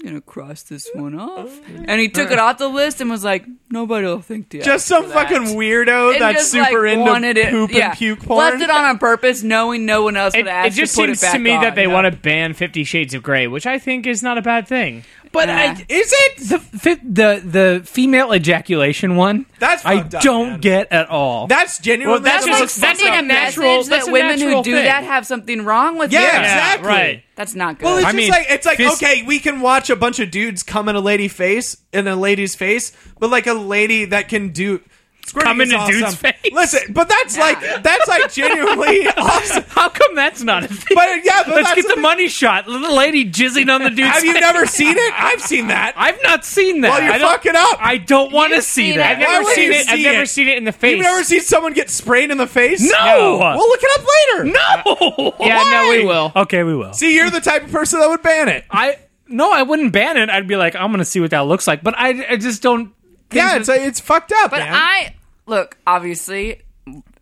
Speaker 2: "I'm gonna cross this one off," and he took it off the list and was like, "Nobody will think to
Speaker 5: just some fucking weirdo
Speaker 2: And
Speaker 5: that's
Speaker 2: just,
Speaker 5: super
Speaker 2: like, wanted
Speaker 5: into
Speaker 2: it,
Speaker 5: poop
Speaker 2: yeah.
Speaker 5: and puke porn.
Speaker 2: Left it on on purpose, knowing no one else
Speaker 4: It,
Speaker 2: would ask.
Speaker 4: oh. it just
Speaker 2: to put it
Speaker 4: seems to
Speaker 2: back
Speaker 4: me
Speaker 2: on,
Speaker 4: that they
Speaker 2: you know?
Speaker 4: want to ban Fifty Shades of Grey, which I think is not a bad thing.
Speaker 3: But
Speaker 2: Yeah.
Speaker 3: I, is it the fi- the the female ejaculation one?
Speaker 5: That's
Speaker 3: I
Speaker 5: fucked up,
Speaker 3: don't
Speaker 5: man.
Speaker 3: get at all.
Speaker 5: That's genuinely
Speaker 4: that's
Speaker 5: the
Speaker 2: Like
Speaker 5: most
Speaker 4: just-
Speaker 5: fucked
Speaker 4: that's
Speaker 5: up
Speaker 2: sending a
Speaker 4: not natural-
Speaker 2: message
Speaker 4: that's
Speaker 2: that
Speaker 4: a
Speaker 2: women who
Speaker 4: natural
Speaker 2: do
Speaker 4: thing.
Speaker 2: that have something wrong with
Speaker 5: Yeah,
Speaker 2: them.
Speaker 5: exactly.
Speaker 4: right.
Speaker 2: That's not good.
Speaker 5: Well, it's
Speaker 3: I
Speaker 5: just
Speaker 3: mean,
Speaker 5: like it's like
Speaker 3: fist-
Speaker 5: okay, we can watch a bunch of dudes come in a lady face in a lady's face, but like a lady that can do squirting
Speaker 3: Come in
Speaker 5: is
Speaker 3: a dude's
Speaker 5: awesome.
Speaker 3: face?
Speaker 5: Listen, but that's like that's like genuinely awesome.
Speaker 3: How come that's not a thing?
Speaker 5: But yeah, but
Speaker 3: Let's
Speaker 5: that's
Speaker 3: get
Speaker 5: the
Speaker 3: the
Speaker 5: thing.
Speaker 3: money shot. Little lady jizzing on the dude's
Speaker 5: Have you
Speaker 3: face.
Speaker 5: never seen it? I've seen that.
Speaker 3: I've not seen that.
Speaker 5: Well, you're
Speaker 3: I don't-
Speaker 5: fucking up.
Speaker 3: I don't want to
Speaker 2: You've
Speaker 3: see
Speaker 2: seen it.
Speaker 3: that.
Speaker 4: I've never
Speaker 5: would
Speaker 4: seen
Speaker 5: you
Speaker 4: it. I've
Speaker 5: see
Speaker 4: never
Speaker 5: it?
Speaker 4: seen it in the face.
Speaker 5: You've never seen someone get sprayed in the face?
Speaker 3: No.
Speaker 5: We'll look it up later.
Speaker 3: No.
Speaker 4: yeah, no, we will.
Speaker 3: Okay, we will.
Speaker 5: See, you're the type of person that would ban it.
Speaker 3: I no, I wouldn't ban it. I'd be like, I'm gonna see what that looks like. But I, I just don't.
Speaker 5: Yeah, it's it's fucked up.
Speaker 2: but
Speaker 5: man.
Speaker 2: I look obviously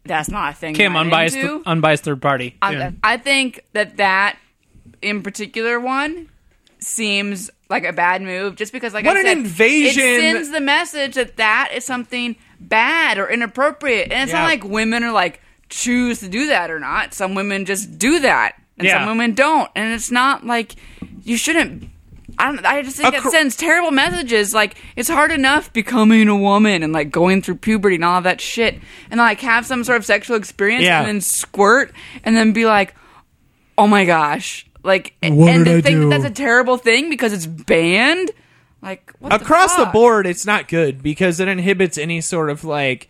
Speaker 2: that's not a thing.
Speaker 3: Kim,
Speaker 2: that I'm
Speaker 3: unbiased,
Speaker 2: into.
Speaker 3: unbiased third party.
Speaker 2: I- I think that that in particular one seems like a bad move, just because like
Speaker 5: What
Speaker 2: I
Speaker 5: an
Speaker 2: said,
Speaker 5: invasion.
Speaker 2: It sends the message that that is something bad or inappropriate, and it's
Speaker 4: Yeah.
Speaker 2: not like women are like choose to do that or not. Some women just do that, and
Speaker 4: Yeah.
Speaker 2: some women don't, and it's not like you shouldn't. I don't. I just think
Speaker 5: A
Speaker 2: it
Speaker 5: cr-
Speaker 2: sends terrible messages. Like it's hard enough becoming a woman and like going through puberty and all of that shit, and like have some sort of sexual experience
Speaker 5: Yeah.
Speaker 2: and then squirt and then be like, oh my gosh, like,
Speaker 7: What
Speaker 2: and
Speaker 7: did
Speaker 2: to
Speaker 7: I
Speaker 2: think
Speaker 7: do?
Speaker 2: That that's a terrible thing because it's banned. Like what
Speaker 5: across the
Speaker 2: fuck?
Speaker 5: board it's not good because it inhibits any sort of like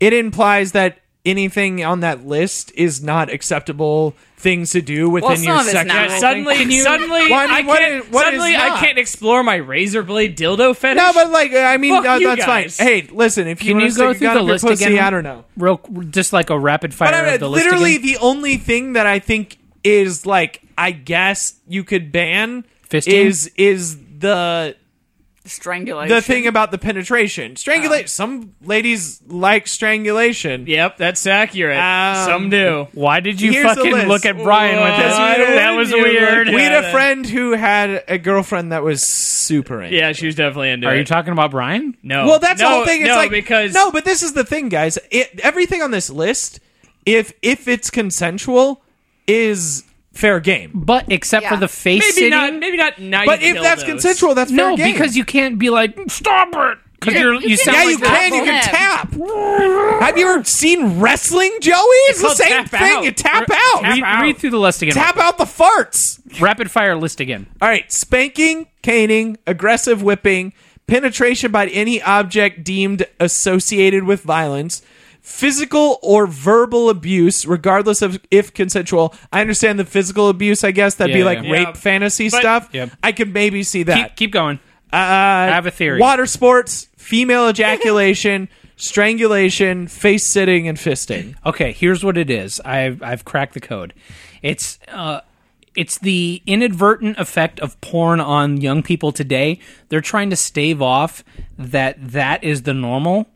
Speaker 5: it implies that anything on that list is not acceptable things to do within
Speaker 2: some
Speaker 5: your
Speaker 2: of it's
Speaker 5: second
Speaker 2: not.
Speaker 4: Yeah, suddenly,
Speaker 5: Can you-
Speaker 4: suddenly,
Speaker 5: Well, I mean,
Speaker 4: I,
Speaker 5: what
Speaker 4: can't,
Speaker 5: is- what is
Speaker 4: suddenly I
Speaker 5: not?
Speaker 4: can't explore my razor blade dildo fetish.
Speaker 5: no but like i mean
Speaker 4: Fuck
Speaker 5: uh,
Speaker 4: you
Speaker 5: that's
Speaker 4: guys.
Speaker 5: fine hey listen if you
Speaker 3: Can
Speaker 5: want to
Speaker 3: you go
Speaker 5: stick a
Speaker 3: through
Speaker 5: gun
Speaker 3: the
Speaker 5: up your
Speaker 3: list
Speaker 5: pussy,
Speaker 3: again?
Speaker 5: i don't know
Speaker 3: Real, just like a rapid fire
Speaker 5: But I mean,
Speaker 3: of the list
Speaker 5: literally,
Speaker 3: again.
Speaker 5: the only thing that I think is like, I guess you could ban
Speaker 3: Fisting?
Speaker 5: is is the
Speaker 2: strangulation.
Speaker 5: the thing about the penetration.
Speaker 3: Oh.
Speaker 5: Strangulate. Some ladies like strangulation.
Speaker 4: Yep, that's accurate.
Speaker 5: Um,
Speaker 4: Some do.
Speaker 3: Why did you
Speaker 5: Here's the
Speaker 3: fucking
Speaker 5: list.
Speaker 3: look at Brian with this?
Speaker 5: Because we had a-
Speaker 4: that was weird.
Speaker 5: We had
Speaker 4: Yeah.
Speaker 5: a friend who had a girlfriend that was super into.
Speaker 4: Yeah, she was definitely into
Speaker 3: Are
Speaker 4: it.
Speaker 3: you talking about Brian?
Speaker 4: no.
Speaker 5: Well, that's
Speaker 4: no,
Speaker 5: the whole thing. It's
Speaker 4: no,
Speaker 5: like
Speaker 4: because
Speaker 5: no, but this is the thing, guys. It, everything on this list, if if it's consensual, is fair game.
Speaker 3: But except for
Speaker 2: Yeah.
Speaker 3: the face
Speaker 4: maybe
Speaker 3: sitting-
Speaker 4: not. Maybe not. 90
Speaker 5: But if that's
Speaker 4: dildos.
Speaker 5: consensual, that's fair
Speaker 3: No,
Speaker 5: game.
Speaker 3: because you can't be like stop it because
Speaker 2: Yeah,
Speaker 3: you're
Speaker 2: you
Speaker 3: you
Speaker 2: can-
Speaker 3: sound
Speaker 5: Yeah,
Speaker 2: Like
Speaker 5: you
Speaker 2: that
Speaker 5: can. You
Speaker 2: for
Speaker 5: can
Speaker 2: him.
Speaker 5: tap. Have you ever seen wrestling, Joey? It's, the
Speaker 4: called
Speaker 5: same
Speaker 4: tap
Speaker 5: thing.
Speaker 4: out.
Speaker 5: You tap
Speaker 4: Re-
Speaker 5: out.
Speaker 4: tap
Speaker 5: Re-
Speaker 3: like
Speaker 4: out.
Speaker 3: read through the list again.
Speaker 5: Tap out the farts.
Speaker 3: Rapid fire list again.
Speaker 5: All right. Spanking, caning, aggressive whipping, penetration by any object deemed associated with violence, physical or verbal abuse, regardless of if consensual. I understand the physical abuse, I guess. That'd be
Speaker 3: Yeah,
Speaker 5: like
Speaker 3: yeah.
Speaker 5: rape
Speaker 4: Yeah.
Speaker 5: fantasy
Speaker 4: But-
Speaker 5: stuff.
Speaker 3: Yep.
Speaker 5: I could maybe see that.
Speaker 3: Keep, keep going.
Speaker 5: Uh,
Speaker 3: have a theory.
Speaker 5: Water sports, female ejaculation, strangulation, face sitting, and fisting.
Speaker 3: Okay, here's what it is. I've I've cracked the code. It's uh, it's the inadvertent effect of porn on young people today. They're trying to stave off that that is the normal,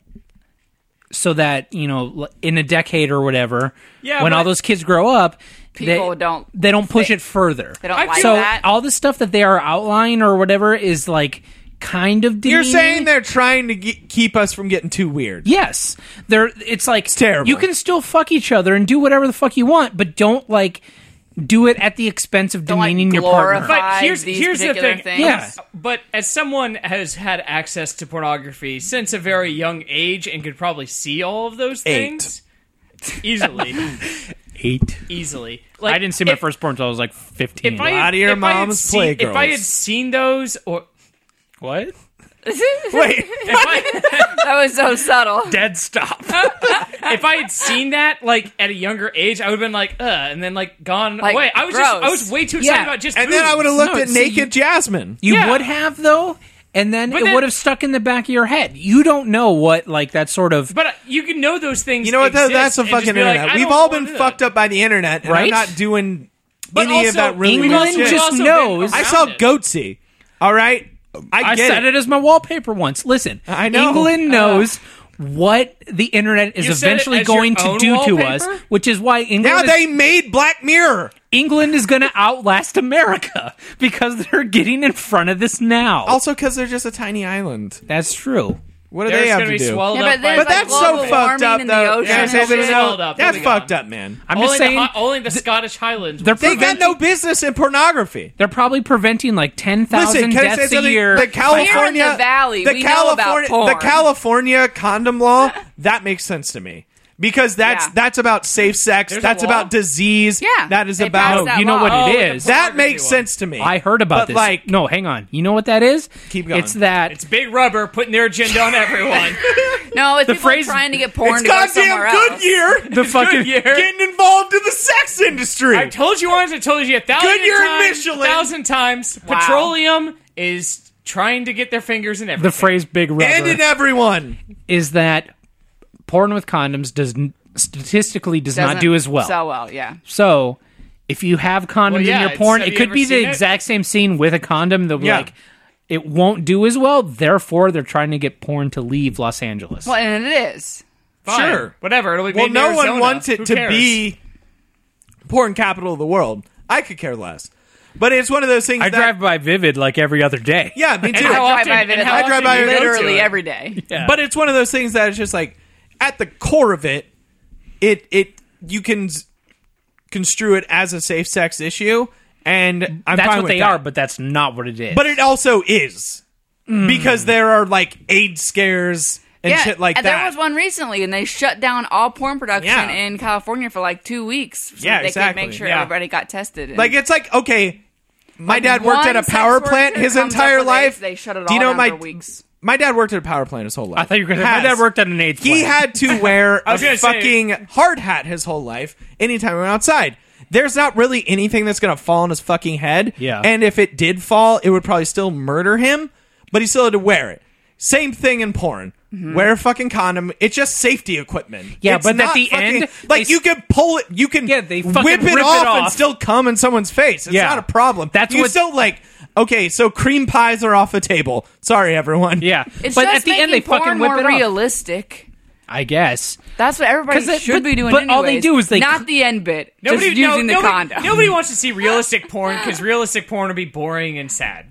Speaker 3: so that you know, l- in a decade or whatever,
Speaker 4: Yeah,
Speaker 3: when all
Speaker 4: but-
Speaker 3: those kids grow up,
Speaker 2: People
Speaker 3: they,
Speaker 2: don't
Speaker 3: they don't push
Speaker 2: thi-
Speaker 3: it further.
Speaker 2: They don't like
Speaker 3: so
Speaker 2: that.
Speaker 3: all the stuff that they are outline or whatever is like kind of
Speaker 5: You're
Speaker 3: demeaning.
Speaker 5: saying they're trying to ge- keep us from getting too weird.
Speaker 3: Yes, there. It's like it's
Speaker 5: terrible.
Speaker 3: You can still fuck each other and do whatever the fuck you want, but don't like do it at the expense of
Speaker 2: Don't, like,
Speaker 3: demeaning your
Speaker 2: glorify-
Speaker 3: partner.
Speaker 4: But here's
Speaker 2: these
Speaker 4: here's the
Speaker 2: particular
Speaker 4: thing.
Speaker 2: things.
Speaker 3: Yeah.
Speaker 4: But as someone has had access to pornography since a very young age and could probably see all of those
Speaker 5: Eight.
Speaker 4: things easily,
Speaker 3: Eight.
Speaker 4: easily. Like
Speaker 3: I didn't see my
Speaker 4: if-
Speaker 3: first porn until I was like fifteen.
Speaker 4: If I, had-
Speaker 5: Out of your
Speaker 4: if I had
Speaker 5: mom's
Speaker 4: seen, If I
Speaker 5: playgirls.
Speaker 4: had seen those, or
Speaker 3: what?
Speaker 5: Wait,
Speaker 4: if I,
Speaker 2: that was so subtle.
Speaker 3: Dead stop.
Speaker 4: if I had seen that like at a younger age, I would have been like, uh, and then like gone
Speaker 2: Like,
Speaker 4: away. I was just,
Speaker 2: gross.
Speaker 4: I was way too excited
Speaker 3: Yeah.
Speaker 4: about just.
Speaker 5: and then I would have
Speaker 4: boobs.
Speaker 5: looked
Speaker 3: No,
Speaker 5: at
Speaker 3: see,
Speaker 5: naked
Speaker 3: you-
Speaker 5: Jasmine.
Speaker 3: You
Speaker 4: Yeah.
Speaker 3: would have though, and then
Speaker 4: But
Speaker 3: it
Speaker 4: then-
Speaker 3: would have stuck in the back of your head. You don't know what like that sort of
Speaker 4: But uh, you can know those things.
Speaker 5: You know what? That,
Speaker 4: Exist
Speaker 5: that's a
Speaker 4: and just
Speaker 5: fucking
Speaker 4: be like,
Speaker 5: internet.
Speaker 4: I
Speaker 5: We've
Speaker 4: don't
Speaker 5: all
Speaker 4: wanna
Speaker 5: been
Speaker 4: do that.
Speaker 5: fucked up by the internet, and
Speaker 3: Right?
Speaker 5: I'm not doing
Speaker 4: But
Speaker 5: any of
Speaker 4: also,
Speaker 5: that really
Speaker 3: England
Speaker 5: weird shit.
Speaker 3: just
Speaker 4: also been
Speaker 3: knows-
Speaker 5: I saw
Speaker 4: around it.
Speaker 5: Goatsy. All right, I
Speaker 3: I
Speaker 5: get
Speaker 3: said it. as my wallpaper once. Listen,
Speaker 5: I know.
Speaker 3: England knows what the internet is
Speaker 4: Uh. You said it
Speaker 3: eventually
Speaker 4: as your
Speaker 3: going to
Speaker 4: own
Speaker 3: do to
Speaker 4: wallpaper?
Speaker 3: us, which is why England
Speaker 5: Now
Speaker 3: is-
Speaker 5: they made Black Mirror.
Speaker 3: England is going to outlast America because they're getting in front of this now.
Speaker 5: Also, because they're just a tiny island.
Speaker 3: That's true.
Speaker 5: What do
Speaker 4: They're
Speaker 5: they
Speaker 4: just
Speaker 5: have
Speaker 4: gonna
Speaker 5: to
Speaker 4: be
Speaker 5: do?
Speaker 4: swallowed
Speaker 2: Yeah,
Speaker 4: up.
Speaker 2: but
Speaker 4: by
Speaker 2: then
Speaker 5: But
Speaker 4: the-
Speaker 5: that's
Speaker 2: like
Speaker 5: so
Speaker 2: global
Speaker 5: fucked
Speaker 2: warming
Speaker 5: up,
Speaker 2: in the
Speaker 5: though.
Speaker 2: ocean
Speaker 5: Yeah,
Speaker 4: and
Speaker 5: so there's
Speaker 4: everything.
Speaker 5: no-
Speaker 4: Swallowed up.
Speaker 5: That's
Speaker 4: Moving on.
Speaker 5: fucked up, man.
Speaker 3: I'm
Speaker 4: only
Speaker 3: just
Speaker 4: the
Speaker 3: saying
Speaker 4: hi- only the Scottish Highlands.
Speaker 3: they're
Speaker 4: were-
Speaker 5: They got
Speaker 3: preventing-
Speaker 5: no business in pornography.
Speaker 3: they're probably preventing like ten
Speaker 5: Listen,
Speaker 3: thousand
Speaker 5: can I say
Speaker 3: deaths a
Speaker 5: something?
Speaker 3: year.
Speaker 5: The California
Speaker 2: Here in the Valley,
Speaker 5: the
Speaker 2: we know about
Speaker 5: California,
Speaker 2: porn.
Speaker 5: the California condom law, that makes sense to me because that's
Speaker 2: Yeah.
Speaker 5: that's about safe sex.
Speaker 4: There's a
Speaker 5: that's
Speaker 4: law?
Speaker 5: about disease.
Speaker 2: Yeah,
Speaker 5: that is
Speaker 2: they
Speaker 5: about
Speaker 2: passed that
Speaker 3: you know
Speaker 2: law.
Speaker 3: what
Speaker 4: Oh,
Speaker 3: it
Speaker 4: the
Speaker 3: is.
Speaker 4: porn-
Speaker 5: that makes
Speaker 4: Pornography
Speaker 5: sense to me.
Speaker 3: I heard about
Speaker 5: but
Speaker 3: this.
Speaker 5: Like,
Speaker 3: no, hang on. You know what that is?
Speaker 5: Keep going.
Speaker 3: It's that
Speaker 4: It's big rubber putting their agenda on everyone.
Speaker 2: Oh. No, it's people
Speaker 3: phrase-
Speaker 2: trying to get porn
Speaker 5: it's
Speaker 2: to go somewhere
Speaker 5: goddamn
Speaker 2: else.
Speaker 5: Goodyear
Speaker 3: the fucking
Speaker 4: Goodyear.
Speaker 5: getting involved in the sex industry.
Speaker 4: I told you once. I told you a thousand
Speaker 5: Goodyear and
Speaker 4: times.
Speaker 5: Michelin.
Speaker 4: thousand times.
Speaker 2: Wow.
Speaker 4: Petroleum is trying to get their fingers in everything.
Speaker 3: the phrase "big
Speaker 5: and in
Speaker 3: rubber"
Speaker 5: everyone,
Speaker 3: is that porn with condoms does n- statistically does
Speaker 2: Doesn't
Speaker 3: not do as well.
Speaker 2: So well, yeah.
Speaker 3: So if you have condoms
Speaker 4: Well, yeah,
Speaker 3: in your
Speaker 4: it's-
Speaker 3: porn,
Speaker 4: have
Speaker 3: it
Speaker 4: you
Speaker 3: could
Speaker 4: ever
Speaker 3: be the
Speaker 4: seen it?
Speaker 3: exact same scene with a condom. That
Speaker 5: Yeah.
Speaker 3: like it won't do as well. Therefore, they're trying to get porn to leave Los Angeles.
Speaker 2: Well, and it is.
Speaker 4: Fine.
Speaker 5: Sure.
Speaker 4: whatever. It'll be
Speaker 5: well,
Speaker 4: made in
Speaker 5: no one
Speaker 4: Arizona.
Speaker 5: wants it
Speaker 4: Who
Speaker 5: to
Speaker 4: cares?
Speaker 5: be porn capital of the world. I could care less. But it's one of those things
Speaker 3: I
Speaker 5: that
Speaker 3: drive by Vivid like every other day.
Speaker 5: yeah, me too.
Speaker 4: how
Speaker 2: I drive
Speaker 4: often-
Speaker 2: by it.
Speaker 4: and how
Speaker 2: I
Speaker 5: often
Speaker 2: drive
Speaker 5: do
Speaker 2: by
Speaker 5: you go to
Speaker 2: literally
Speaker 4: it?
Speaker 2: every day.
Speaker 5: But it's one of those things that it's just like at the core of it, it it you can s- construe it as a safe sex issue, and I'm
Speaker 3: that's
Speaker 5: fine
Speaker 3: what
Speaker 5: with
Speaker 3: they
Speaker 5: that.
Speaker 3: are, but Mm. that's not what it is.
Speaker 5: But it also is because there are like AIDS scares and shit like
Speaker 2: and
Speaker 5: that.
Speaker 2: There was one recently, and they shut down all porn production
Speaker 5: Yeah.
Speaker 2: in California for like two weeks. So
Speaker 5: Yeah,
Speaker 2: that they could
Speaker 5: exactly,
Speaker 2: make sure
Speaker 5: yeah.
Speaker 2: everybody got tested. And
Speaker 5: Like it's like okay, my dad worked at
Speaker 2: one
Speaker 5: a power
Speaker 2: sex
Speaker 5: plant
Speaker 2: worker
Speaker 5: his
Speaker 2: comes up
Speaker 5: entire
Speaker 2: with
Speaker 5: life.
Speaker 2: AIDS, They shut it all
Speaker 5: Do you know
Speaker 2: down
Speaker 5: my
Speaker 2: for weeks.
Speaker 5: my dad worked at a power plant his whole life?
Speaker 3: I thought you were going to. My
Speaker 5: Has.
Speaker 3: dad worked at an AIDS.
Speaker 5: He
Speaker 3: plant.
Speaker 5: had to wear a
Speaker 4: was gonna say-
Speaker 5: fucking hard hat his whole life. Anytime we went outside, there's not really anything that's gonna fall on his fucking head.
Speaker 3: Yeah.
Speaker 5: and if it did fall, it would probably still murder him. But he still had to wear it. Same thing in porn. Wear a fucking condom. It's just safety equipment.
Speaker 3: Mm-hmm. Yeah,
Speaker 5: It's
Speaker 3: but at
Speaker 5: not
Speaker 3: the
Speaker 5: fucking-
Speaker 3: end,
Speaker 5: like
Speaker 3: they-
Speaker 5: you can pull it, you can
Speaker 3: Yeah, they fucking
Speaker 5: whip it,
Speaker 3: rip it
Speaker 5: off and
Speaker 3: off.
Speaker 5: still come in someone's face. It's
Speaker 3: Yeah.
Speaker 5: not a problem.
Speaker 3: That's
Speaker 5: you
Speaker 3: what-
Speaker 5: still like. Okay, so cream pies are off the table. Sorry, everyone.
Speaker 3: Yeah,
Speaker 2: It's
Speaker 3: but
Speaker 2: just
Speaker 3: at the end they
Speaker 2: making porn
Speaker 3: fucking whip
Speaker 2: more
Speaker 3: it off.
Speaker 2: realistic.
Speaker 3: I guess.
Speaker 2: That's what everybody
Speaker 3: 'Cause they-
Speaker 2: should
Speaker 3: but-
Speaker 2: be doing.
Speaker 3: but all they
Speaker 2: anyways.
Speaker 3: do is they cl-
Speaker 2: not the end bit.
Speaker 4: Nobody,
Speaker 2: just
Speaker 4: no-
Speaker 2: using the
Speaker 4: nobody-
Speaker 2: condom.
Speaker 4: Nobody wants to see realistic porn because realistic porn would be boring and sad.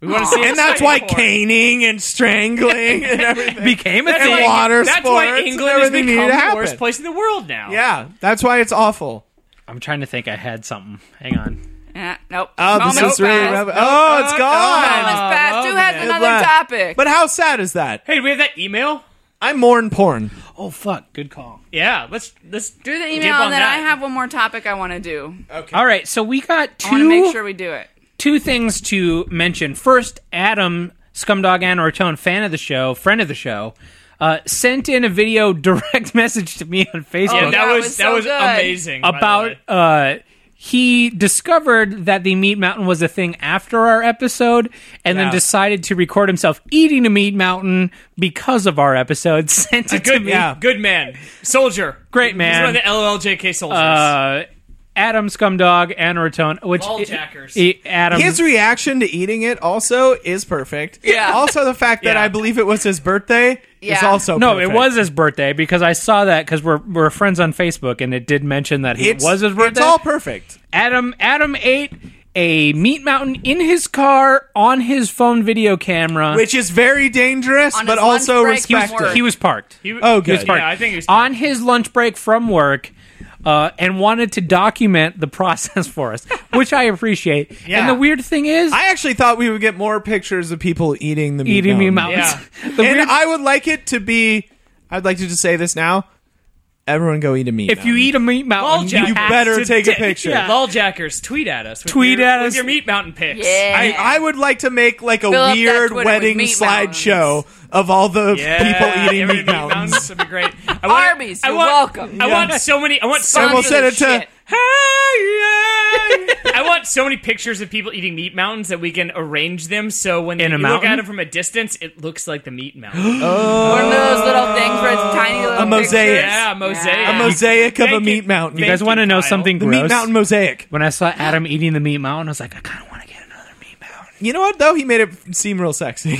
Speaker 4: We want to see,
Speaker 5: Oh, and that's why
Speaker 4: porn.
Speaker 5: caning and strangling and everything
Speaker 3: Became a
Speaker 5: That's
Speaker 3: thing.
Speaker 5: like- water
Speaker 4: That's
Speaker 5: sports
Speaker 4: why
Speaker 5: and
Speaker 4: England has
Speaker 5: everything
Speaker 4: become
Speaker 5: needed to
Speaker 4: the
Speaker 5: happen.
Speaker 4: worst place in the world now.
Speaker 5: Yeah, that's why it's awful.
Speaker 3: I'm trying to think. I had something. Hang on.
Speaker 2: Eh, nope.
Speaker 5: Oh, this
Speaker 2: Moment's
Speaker 5: is really
Speaker 2: passed.
Speaker 5: rev- oh, it's gone.
Speaker 2: Moment's passed. Who has
Speaker 4: man.
Speaker 2: another
Speaker 5: Good luck.
Speaker 2: topic?
Speaker 5: But how sad is that?
Speaker 4: Hey, do we have that email?
Speaker 5: I mourn porn.
Speaker 3: Oh fuck! Good call.
Speaker 4: Yeah, let's let's
Speaker 2: do the
Speaker 4: dip
Speaker 2: email,
Speaker 4: on
Speaker 2: and then
Speaker 4: that.
Speaker 2: I have one more topic I want to do.
Speaker 3: All right, so we got
Speaker 2: I want to
Speaker 3: two
Speaker 2: make sure we do it.
Speaker 3: two things to mention. First, Adam Scumdog Anarotone, fan of the show, friend of the show, uh, sent in a video direct message to me on Facebook.
Speaker 4: Yeah, Oh, that,
Speaker 2: that
Speaker 4: was,
Speaker 2: was
Speaker 4: that
Speaker 2: so
Speaker 4: was
Speaker 2: good.
Speaker 4: amazing. by the
Speaker 3: about
Speaker 4: way.
Speaker 3: uh he discovered that the meat mountain was a thing after our episode and
Speaker 5: Yeah.
Speaker 3: then decided to record himself eating a meat mountain because of our episode sent it to
Speaker 4: good,
Speaker 3: me
Speaker 5: yeah.
Speaker 4: good man, soldier,
Speaker 3: Great man.
Speaker 4: He's one of the LLJK soldiers.
Speaker 3: uh adam scumdog anorotone which
Speaker 4: Ball jackers.
Speaker 3: i- adam
Speaker 5: His reaction to eating it also is perfect.
Speaker 2: Yeah.
Speaker 5: Also, the fact that
Speaker 4: Yeah.
Speaker 5: I believe it was his birthday is
Speaker 2: Yeah.
Speaker 5: also
Speaker 3: no
Speaker 5: perfect.
Speaker 3: it was his birthday because i saw that because we're, we're friends on facebook and it did mention that he- it
Speaker 5: It's,
Speaker 3: was his birthday
Speaker 5: It's all perfect.
Speaker 3: adam adam ate a meat mountain in his car on his phone video camera
Speaker 5: Which is very dangerous,
Speaker 2: On his
Speaker 5: but
Speaker 2: lunch
Speaker 5: also
Speaker 2: break, he was-
Speaker 5: respected.
Speaker 3: he was parked
Speaker 4: He-
Speaker 5: oh, good.
Speaker 4: he was part- Yeah, I think he was
Speaker 3: on his lunch break from work uh, and wanted to document the process for us, which I appreciate.
Speaker 5: Yeah.
Speaker 3: And the weird thing is,
Speaker 5: I actually thought we would get more pictures of people eating the meat
Speaker 3: eating me
Speaker 5: mountain.
Speaker 3: mountains.
Speaker 4: Yeah.
Speaker 3: The
Speaker 5: and
Speaker 3: weird-
Speaker 5: I would like it to be. I'd like to just say this now. Everyone go eat a meat.
Speaker 3: if you eat a meat
Speaker 4: Ball
Speaker 3: mountain,
Speaker 4: jack-
Speaker 5: you
Speaker 4: have
Speaker 5: better take a
Speaker 3: take-
Speaker 5: picture.
Speaker 3: yeah.
Speaker 4: Loljackers, tweet at us. with
Speaker 3: Tweet
Speaker 4: your-
Speaker 3: at
Speaker 4: with
Speaker 3: us.
Speaker 4: your meat mountain pics.
Speaker 2: Yeah.
Speaker 5: I, I would like to make like a
Speaker 2: Fill up that
Speaker 5: weird
Speaker 2: Twitter with
Speaker 5: wedding
Speaker 2: meat
Speaker 5: slideshow of all the people eating meat mountains.
Speaker 4: That'd be great. I want,
Speaker 2: Arby's,
Speaker 4: I
Speaker 2: you're
Speaker 4: want,
Speaker 2: welcome.
Speaker 4: I
Speaker 5: Yeah.
Speaker 4: want so many. I want so
Speaker 5: And
Speaker 2: Sponsor
Speaker 5: we'll
Speaker 4: many.
Speaker 5: send it
Speaker 2: this
Speaker 5: to.
Speaker 2: shit.
Speaker 5: Hey, yeah.
Speaker 4: I want so many pictures of people eating meat mountains that we can arrange them so when
Speaker 3: In
Speaker 4: you
Speaker 3: a
Speaker 4: look
Speaker 3: mountain?
Speaker 4: at it from a distance, it looks like the meat mountain. Oh,
Speaker 2: One of those little things where it's tiny little
Speaker 5: A mosaic.
Speaker 2: pictures.
Speaker 4: yeah, mosaic.
Speaker 2: Yeah.
Speaker 5: A mosaic of a
Speaker 4: Thank
Speaker 5: meat mountain.
Speaker 3: You
Speaker 5: The
Speaker 3: guys
Speaker 4: Thank
Speaker 3: want to
Speaker 4: you,
Speaker 3: know
Speaker 4: Kyle.
Speaker 3: something gross?
Speaker 5: meat mountain mosaic.
Speaker 3: When I saw Adam eating the meat mountain, I was like, I kind of want to get another meat mountain.
Speaker 5: You know what though? He made it seem real sexy.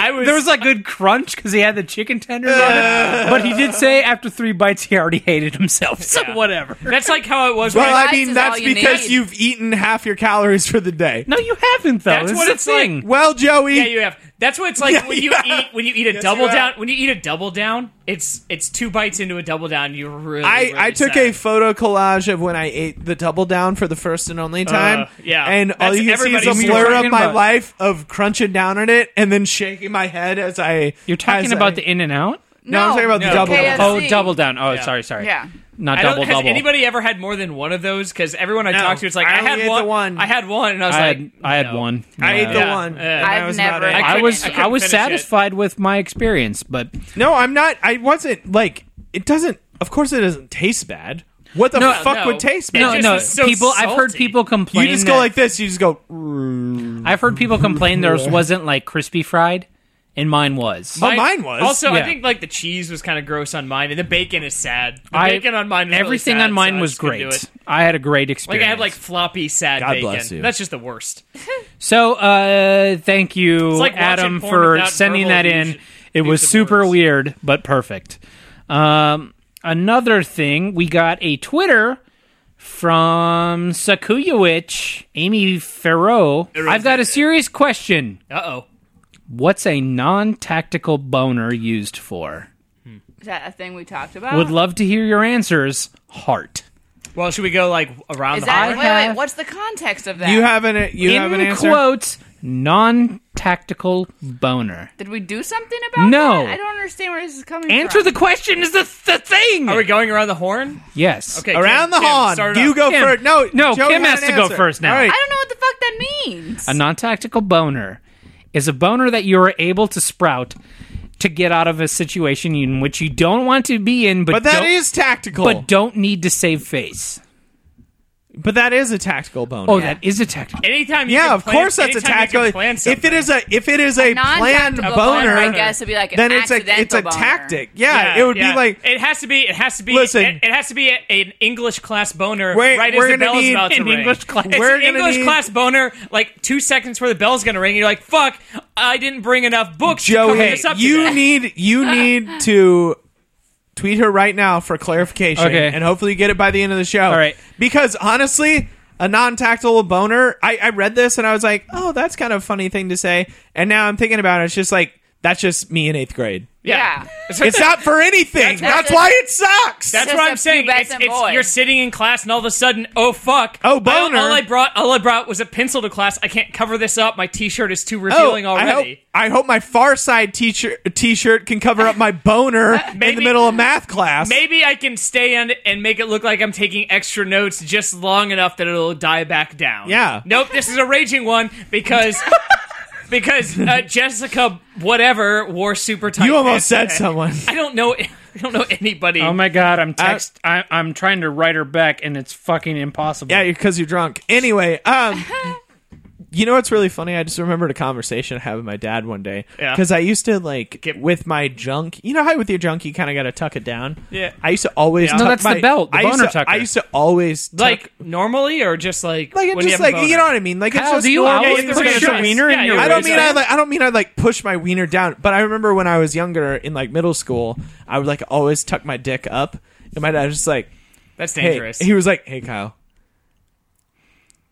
Speaker 4: I was,
Speaker 3: There was like good crunch because he had the chicken tenders on it, but he did say after three bites he already hated himself. So
Speaker 4: Yeah.
Speaker 3: whatever.
Speaker 4: That's like how it was. when
Speaker 5: well,
Speaker 4: I-
Speaker 5: I
Speaker 2: Bites
Speaker 5: mean
Speaker 2: is
Speaker 5: that's
Speaker 2: all you
Speaker 5: because
Speaker 2: need.
Speaker 5: you've eaten half your calories for the day.
Speaker 3: No, you haven't though.
Speaker 4: That's
Speaker 3: This
Speaker 4: what
Speaker 3: is the
Speaker 4: it's like.
Speaker 3: thing.
Speaker 5: Well, Joey,
Speaker 4: yeah, you have. That's what it's like
Speaker 5: Yeah,
Speaker 4: when you
Speaker 5: yeah.
Speaker 4: eat when you eat a
Speaker 5: Yes,
Speaker 4: double
Speaker 5: you have.
Speaker 4: down. When you eat a double down, it's it's two bites into a double down. You're really.
Speaker 5: I,
Speaker 4: really
Speaker 5: I took
Speaker 4: sad.
Speaker 5: a photo collage of when I ate the double down for the first and only time.
Speaker 4: Uh, yeah.
Speaker 5: And all
Speaker 4: That's
Speaker 5: you can see is a
Speaker 4: everybody's
Speaker 5: blur of
Speaker 3: talking
Speaker 5: my
Speaker 3: about.
Speaker 5: life of crunching down on it and then shaking my head as I.
Speaker 3: You're talking
Speaker 5: as
Speaker 3: about
Speaker 5: I-
Speaker 3: the In and Out.
Speaker 5: No, I'm talking about the
Speaker 4: No.
Speaker 5: double
Speaker 2: KFC.
Speaker 5: down.
Speaker 3: Oh, double down. Oh, sorry, sorry.
Speaker 2: Yeah.
Speaker 3: Not
Speaker 4: I don't,
Speaker 3: double
Speaker 4: has
Speaker 3: double.
Speaker 4: anybody ever had more than one of those? Because everyone I
Speaker 5: No.
Speaker 4: talked to, it's like
Speaker 5: I
Speaker 4: I,
Speaker 5: only ate
Speaker 4: had
Speaker 5: the
Speaker 4: one,
Speaker 5: one.
Speaker 4: I had one, and I was
Speaker 3: I
Speaker 4: like,
Speaker 3: had I had
Speaker 4: no.
Speaker 3: one.
Speaker 5: I ate the
Speaker 4: Yeah.
Speaker 5: one.
Speaker 4: Uh,
Speaker 5: and I
Speaker 2: I've
Speaker 5: was
Speaker 2: never-
Speaker 5: Not
Speaker 4: I
Speaker 3: I
Speaker 4: couldn't-
Speaker 3: was
Speaker 4: I
Speaker 3: I,
Speaker 4: couldn't
Speaker 3: was
Speaker 4: finish it.
Speaker 3: satisfied with my experience, but
Speaker 5: no, I'm not. I wasn't like. It doesn't. Of course, it doesn't taste bad. What the
Speaker 3: No,
Speaker 5: fuck
Speaker 4: no.
Speaker 5: would taste
Speaker 4: It
Speaker 5: bad?
Speaker 3: no,
Speaker 4: just
Speaker 3: no.
Speaker 4: is so
Speaker 3: people, I've heard
Speaker 4: salty.
Speaker 3: people complain.
Speaker 5: you just go
Speaker 3: that-
Speaker 5: like this. You just go.
Speaker 3: I've heard people complain theirs wasn't like crispy fried, and mine was.
Speaker 5: Well, mine was.
Speaker 4: Also, I
Speaker 3: Yeah.
Speaker 4: think like the cheese was kind of gross on mine, and the bacon is sad. The
Speaker 3: I-
Speaker 4: bacon on mine, was really
Speaker 3: everything
Speaker 4: sad,
Speaker 3: on mine
Speaker 4: so I
Speaker 3: was
Speaker 4: just couldn't do
Speaker 3: great.
Speaker 4: it.
Speaker 3: I had a great
Speaker 4: Like
Speaker 3: experience.
Speaker 4: I had like floppy sad
Speaker 5: God
Speaker 4: bacon.
Speaker 5: bless you.
Speaker 4: That's just the worst.
Speaker 3: so. Uh, thank you,
Speaker 4: like watching
Speaker 3: Adam,
Speaker 4: porn
Speaker 3: for
Speaker 4: without
Speaker 3: sending
Speaker 4: verbal
Speaker 3: that in.
Speaker 4: illusion-
Speaker 3: It was
Speaker 4: use of
Speaker 3: super
Speaker 4: words.
Speaker 3: weird, but perfect. Um, another thing, we got a Twitter from Sakuyawich, Amy Farrow. I've got a serious question.
Speaker 4: Uh oh.
Speaker 3: What's a non tactical boner used for?
Speaker 2: Is that a thing we talked about?
Speaker 4: Uh.
Speaker 3: Would love to hear your answers. Heart.
Speaker 4: Well, should we go like around
Speaker 2: Is
Speaker 4: the
Speaker 2: that
Speaker 4: horn?
Speaker 2: wait, wait,
Speaker 3: have-
Speaker 2: what's the context of that?
Speaker 5: You have an. You
Speaker 3: In
Speaker 5: have an answer.
Speaker 3: quotes, non tactical boner?
Speaker 2: Did we do something about
Speaker 3: No.
Speaker 2: that? I don't understand where this is coming
Speaker 3: Answer
Speaker 2: from.
Speaker 3: the question is the, the thing.
Speaker 4: Are we going around the horn?
Speaker 3: yes.
Speaker 4: Okay,
Speaker 5: Around the
Speaker 4: Kim, Kim,
Speaker 5: horn.
Speaker 4: start it
Speaker 5: You
Speaker 4: off.
Speaker 5: go
Speaker 3: Kim.
Speaker 5: first. No,
Speaker 3: No,
Speaker 5: Joey
Speaker 3: Kim
Speaker 5: had
Speaker 3: has
Speaker 5: an
Speaker 3: to go
Speaker 5: answer.
Speaker 3: first now.
Speaker 5: All right.
Speaker 2: I don't know what the fuck that means.
Speaker 3: A non tactical boner is a boner that you are able to sprout to get out of a situation in which you don't want to be in, but
Speaker 5: But that
Speaker 3: don't,
Speaker 5: is tactical.
Speaker 3: but don't need to save face.
Speaker 5: But that is a tactical bonus.
Speaker 3: Oh, that is a tactical.
Speaker 4: Anytime you
Speaker 5: yeah,
Speaker 4: can
Speaker 5: of
Speaker 4: plan-
Speaker 5: course that's a
Speaker 4: anytime you can
Speaker 5: tactical.
Speaker 4: plan
Speaker 5: if it
Speaker 4: something.
Speaker 5: is a if it is a, planned
Speaker 2: non-tactical
Speaker 5: boner,
Speaker 2: boner, I guess it'd be like an
Speaker 5: then it's a it's a
Speaker 2: accidental boner.
Speaker 5: tactic. Yeah, it would
Speaker 4: yeah.
Speaker 5: be like
Speaker 4: it has to be. It has to be.
Speaker 5: Listen.
Speaker 4: it, it has to be a, an English class boner.
Speaker 5: We're-
Speaker 4: right
Speaker 5: we're
Speaker 4: as the
Speaker 5: gonna
Speaker 4: bell's
Speaker 5: need
Speaker 4: about to
Speaker 5: an
Speaker 4: ring.
Speaker 5: English class-
Speaker 4: It's
Speaker 5: We're
Speaker 4: an
Speaker 5: gonna
Speaker 4: English
Speaker 5: need-
Speaker 4: class boner. Like two seconds before the bell's gonna ring, you're like, "Fuck, I didn't bring enough books." to cover
Speaker 5: Joey.
Speaker 4: this up
Speaker 5: you
Speaker 4: today."
Speaker 5: need you need to tweet her right now for clarification,
Speaker 3: Okay.
Speaker 5: and hopefully you get it by the end of the show.
Speaker 3: All right.
Speaker 5: because honestly. A non-tactile boner. I, I read this and I was like, "Oh, that's kind of a funny thing to say." And now I'm thinking about it. It's just like that's just me in eighth grade.
Speaker 2: yeah.
Speaker 5: It's not for anything.
Speaker 2: That's-
Speaker 5: That's why it sucks.
Speaker 4: That's
Speaker 2: Just
Speaker 4: what
Speaker 2: a
Speaker 4: I'm saying. It's,
Speaker 2: pubescent
Speaker 4: it's-
Speaker 2: boy.
Speaker 4: you're sitting in class, and all of a sudden, oh fuck!
Speaker 5: Oh,
Speaker 4: All-
Speaker 5: boner.
Speaker 4: All, I brought, all I brought was a pencil to class. I can't cover this up. My T-shirt is too revealing already.
Speaker 5: Oh, I hope, I hope my far side teacher t-shirt can cover up my boner in the
Speaker 4: Maybe-
Speaker 5: middle of math class.
Speaker 4: Maybe I can stand and make it look like I'm taking extra notes just long enough that it'll die back down.
Speaker 5: Yeah.
Speaker 4: Nope, this is a raging one because because uh, Jessica whatever wore super tight.
Speaker 5: You almost
Speaker 4: pants
Speaker 5: said
Speaker 4: today.
Speaker 5: someone.
Speaker 4: I don't know. I don't know anybody.
Speaker 3: Oh my god,
Speaker 5: Uh,
Speaker 3: I'm text. I, I'm trying to write her back, and it's fucking impossible.
Speaker 5: Yeah, because you're drunk. Anyway, um, you know what's really funny? I just remembered a conversation I had with my dad one day.
Speaker 4: Yeah.
Speaker 5: Because I used to like
Speaker 4: Get-
Speaker 5: with my junk. You know how with your junk you kind of got to tuck it down.
Speaker 4: Yeah.
Speaker 5: I used to always.
Speaker 3: No,
Speaker 5: tuck
Speaker 3: that's the
Speaker 5: my-
Speaker 3: belt, the
Speaker 5: I used
Speaker 3: boner
Speaker 5: to-
Speaker 3: tucker.
Speaker 5: I used to always tuck-
Speaker 4: like normally or just like
Speaker 5: like
Speaker 4: when
Speaker 5: it's just
Speaker 4: you have
Speaker 5: like
Speaker 4: a
Speaker 5: you
Speaker 4: boner?
Speaker 5: know what I mean. Like it's
Speaker 3: Kyle,
Speaker 5: just
Speaker 3: do you
Speaker 5: normal
Speaker 4: Yeah,
Speaker 3: always
Speaker 5: things
Speaker 4: it's
Speaker 5: that
Speaker 3: push
Speaker 4: gonna
Speaker 5: happen.
Speaker 3: your
Speaker 4: suck.
Speaker 3: wiener
Speaker 4: Yeah,
Speaker 3: in your
Speaker 4: you're
Speaker 5: I don't
Speaker 4: Raise
Speaker 5: mean
Speaker 4: it.
Speaker 5: I like I don't mean I like push my wiener down, but I remember when I was younger in like middle school, I would like always tuck my dick up, and my dad was just like,
Speaker 4: That's
Speaker 5: "Hey,"
Speaker 4: dangerous.
Speaker 5: he was like, "Hey Kyle,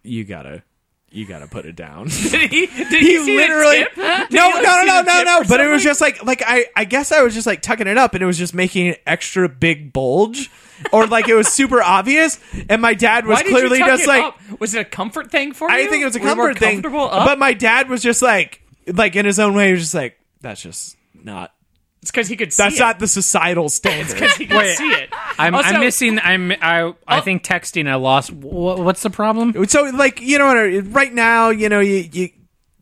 Speaker 5: you gotta, you gotta put it down."
Speaker 4: did he, did he,
Speaker 5: He
Speaker 4: see the
Speaker 5: literally
Speaker 4: tip?
Speaker 5: no
Speaker 4: Did he,
Speaker 5: no no
Speaker 4: like, see
Speaker 5: no
Speaker 4: the
Speaker 5: no
Speaker 4: tip
Speaker 5: no
Speaker 4: or
Speaker 5: but it was
Speaker 4: something?
Speaker 5: just like like I I guess I was just like tucking it up and it was just making an extra big bulge or like it was super obvious and my dad was
Speaker 4: Why did you
Speaker 5: clearly
Speaker 4: tuck
Speaker 5: just
Speaker 4: it
Speaker 5: like
Speaker 4: up? was it a comfort thing for you?
Speaker 5: I think it was a
Speaker 4: Were you more
Speaker 5: comfort thing.
Speaker 4: comfortable up?
Speaker 5: But my dad was just like, like in his own way, he was just like, that's just not.
Speaker 4: it's because he could see
Speaker 5: That's
Speaker 4: it.
Speaker 5: not the societal standard.
Speaker 4: he could see it.
Speaker 3: I'm,
Speaker 4: Also-
Speaker 3: I'm missing. I'm. I. I think texting. I lost. Wha what's the problem?
Speaker 5: so, like, you know, what? right now, you know, you you,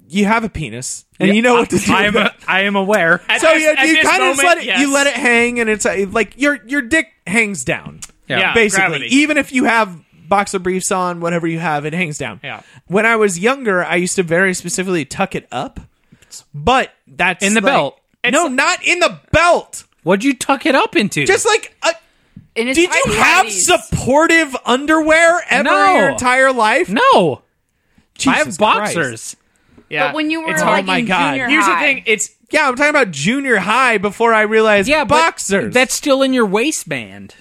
Speaker 5: you have a penis, and you know what to do.
Speaker 3: I am. I am aware.
Speaker 4: At
Speaker 5: so
Speaker 4: this-
Speaker 5: you,
Speaker 4: at
Speaker 5: you
Speaker 4: this
Speaker 5: kind of
Speaker 4: moment,
Speaker 5: just let it,
Speaker 4: yes.
Speaker 5: you let it hang, and it's uh, like your your dick hangs down.
Speaker 4: Yeah,
Speaker 5: basically,
Speaker 4: gravity.
Speaker 5: even if you have boxer briefs on, whatever you have, it hangs down.
Speaker 4: Yeah.
Speaker 5: When I was younger, I used to very specifically tuck it up, but that's
Speaker 3: In the
Speaker 5: like-
Speaker 3: belt.
Speaker 5: No, not in the belt.
Speaker 3: What'd you tuck it up into?
Speaker 5: Just like, uh,
Speaker 2: And it's
Speaker 5: did you
Speaker 2: tight
Speaker 5: have
Speaker 2: whities.
Speaker 5: supportive underwear ever in
Speaker 3: No.
Speaker 5: your entire life?
Speaker 3: no. I
Speaker 5: Jesus
Speaker 3: have
Speaker 5: Christ.
Speaker 3: boxers.
Speaker 4: Yeah.
Speaker 2: But when you were
Speaker 4: It's
Speaker 2: like
Speaker 4: hard.
Speaker 5: my
Speaker 2: in
Speaker 5: God.
Speaker 2: junior
Speaker 4: Here's the
Speaker 2: high-
Speaker 4: thing. It's
Speaker 5: Yeah, I'm talking about junior high before I realized
Speaker 3: Yeah, but
Speaker 5: boxers.
Speaker 3: That's still in your waistband.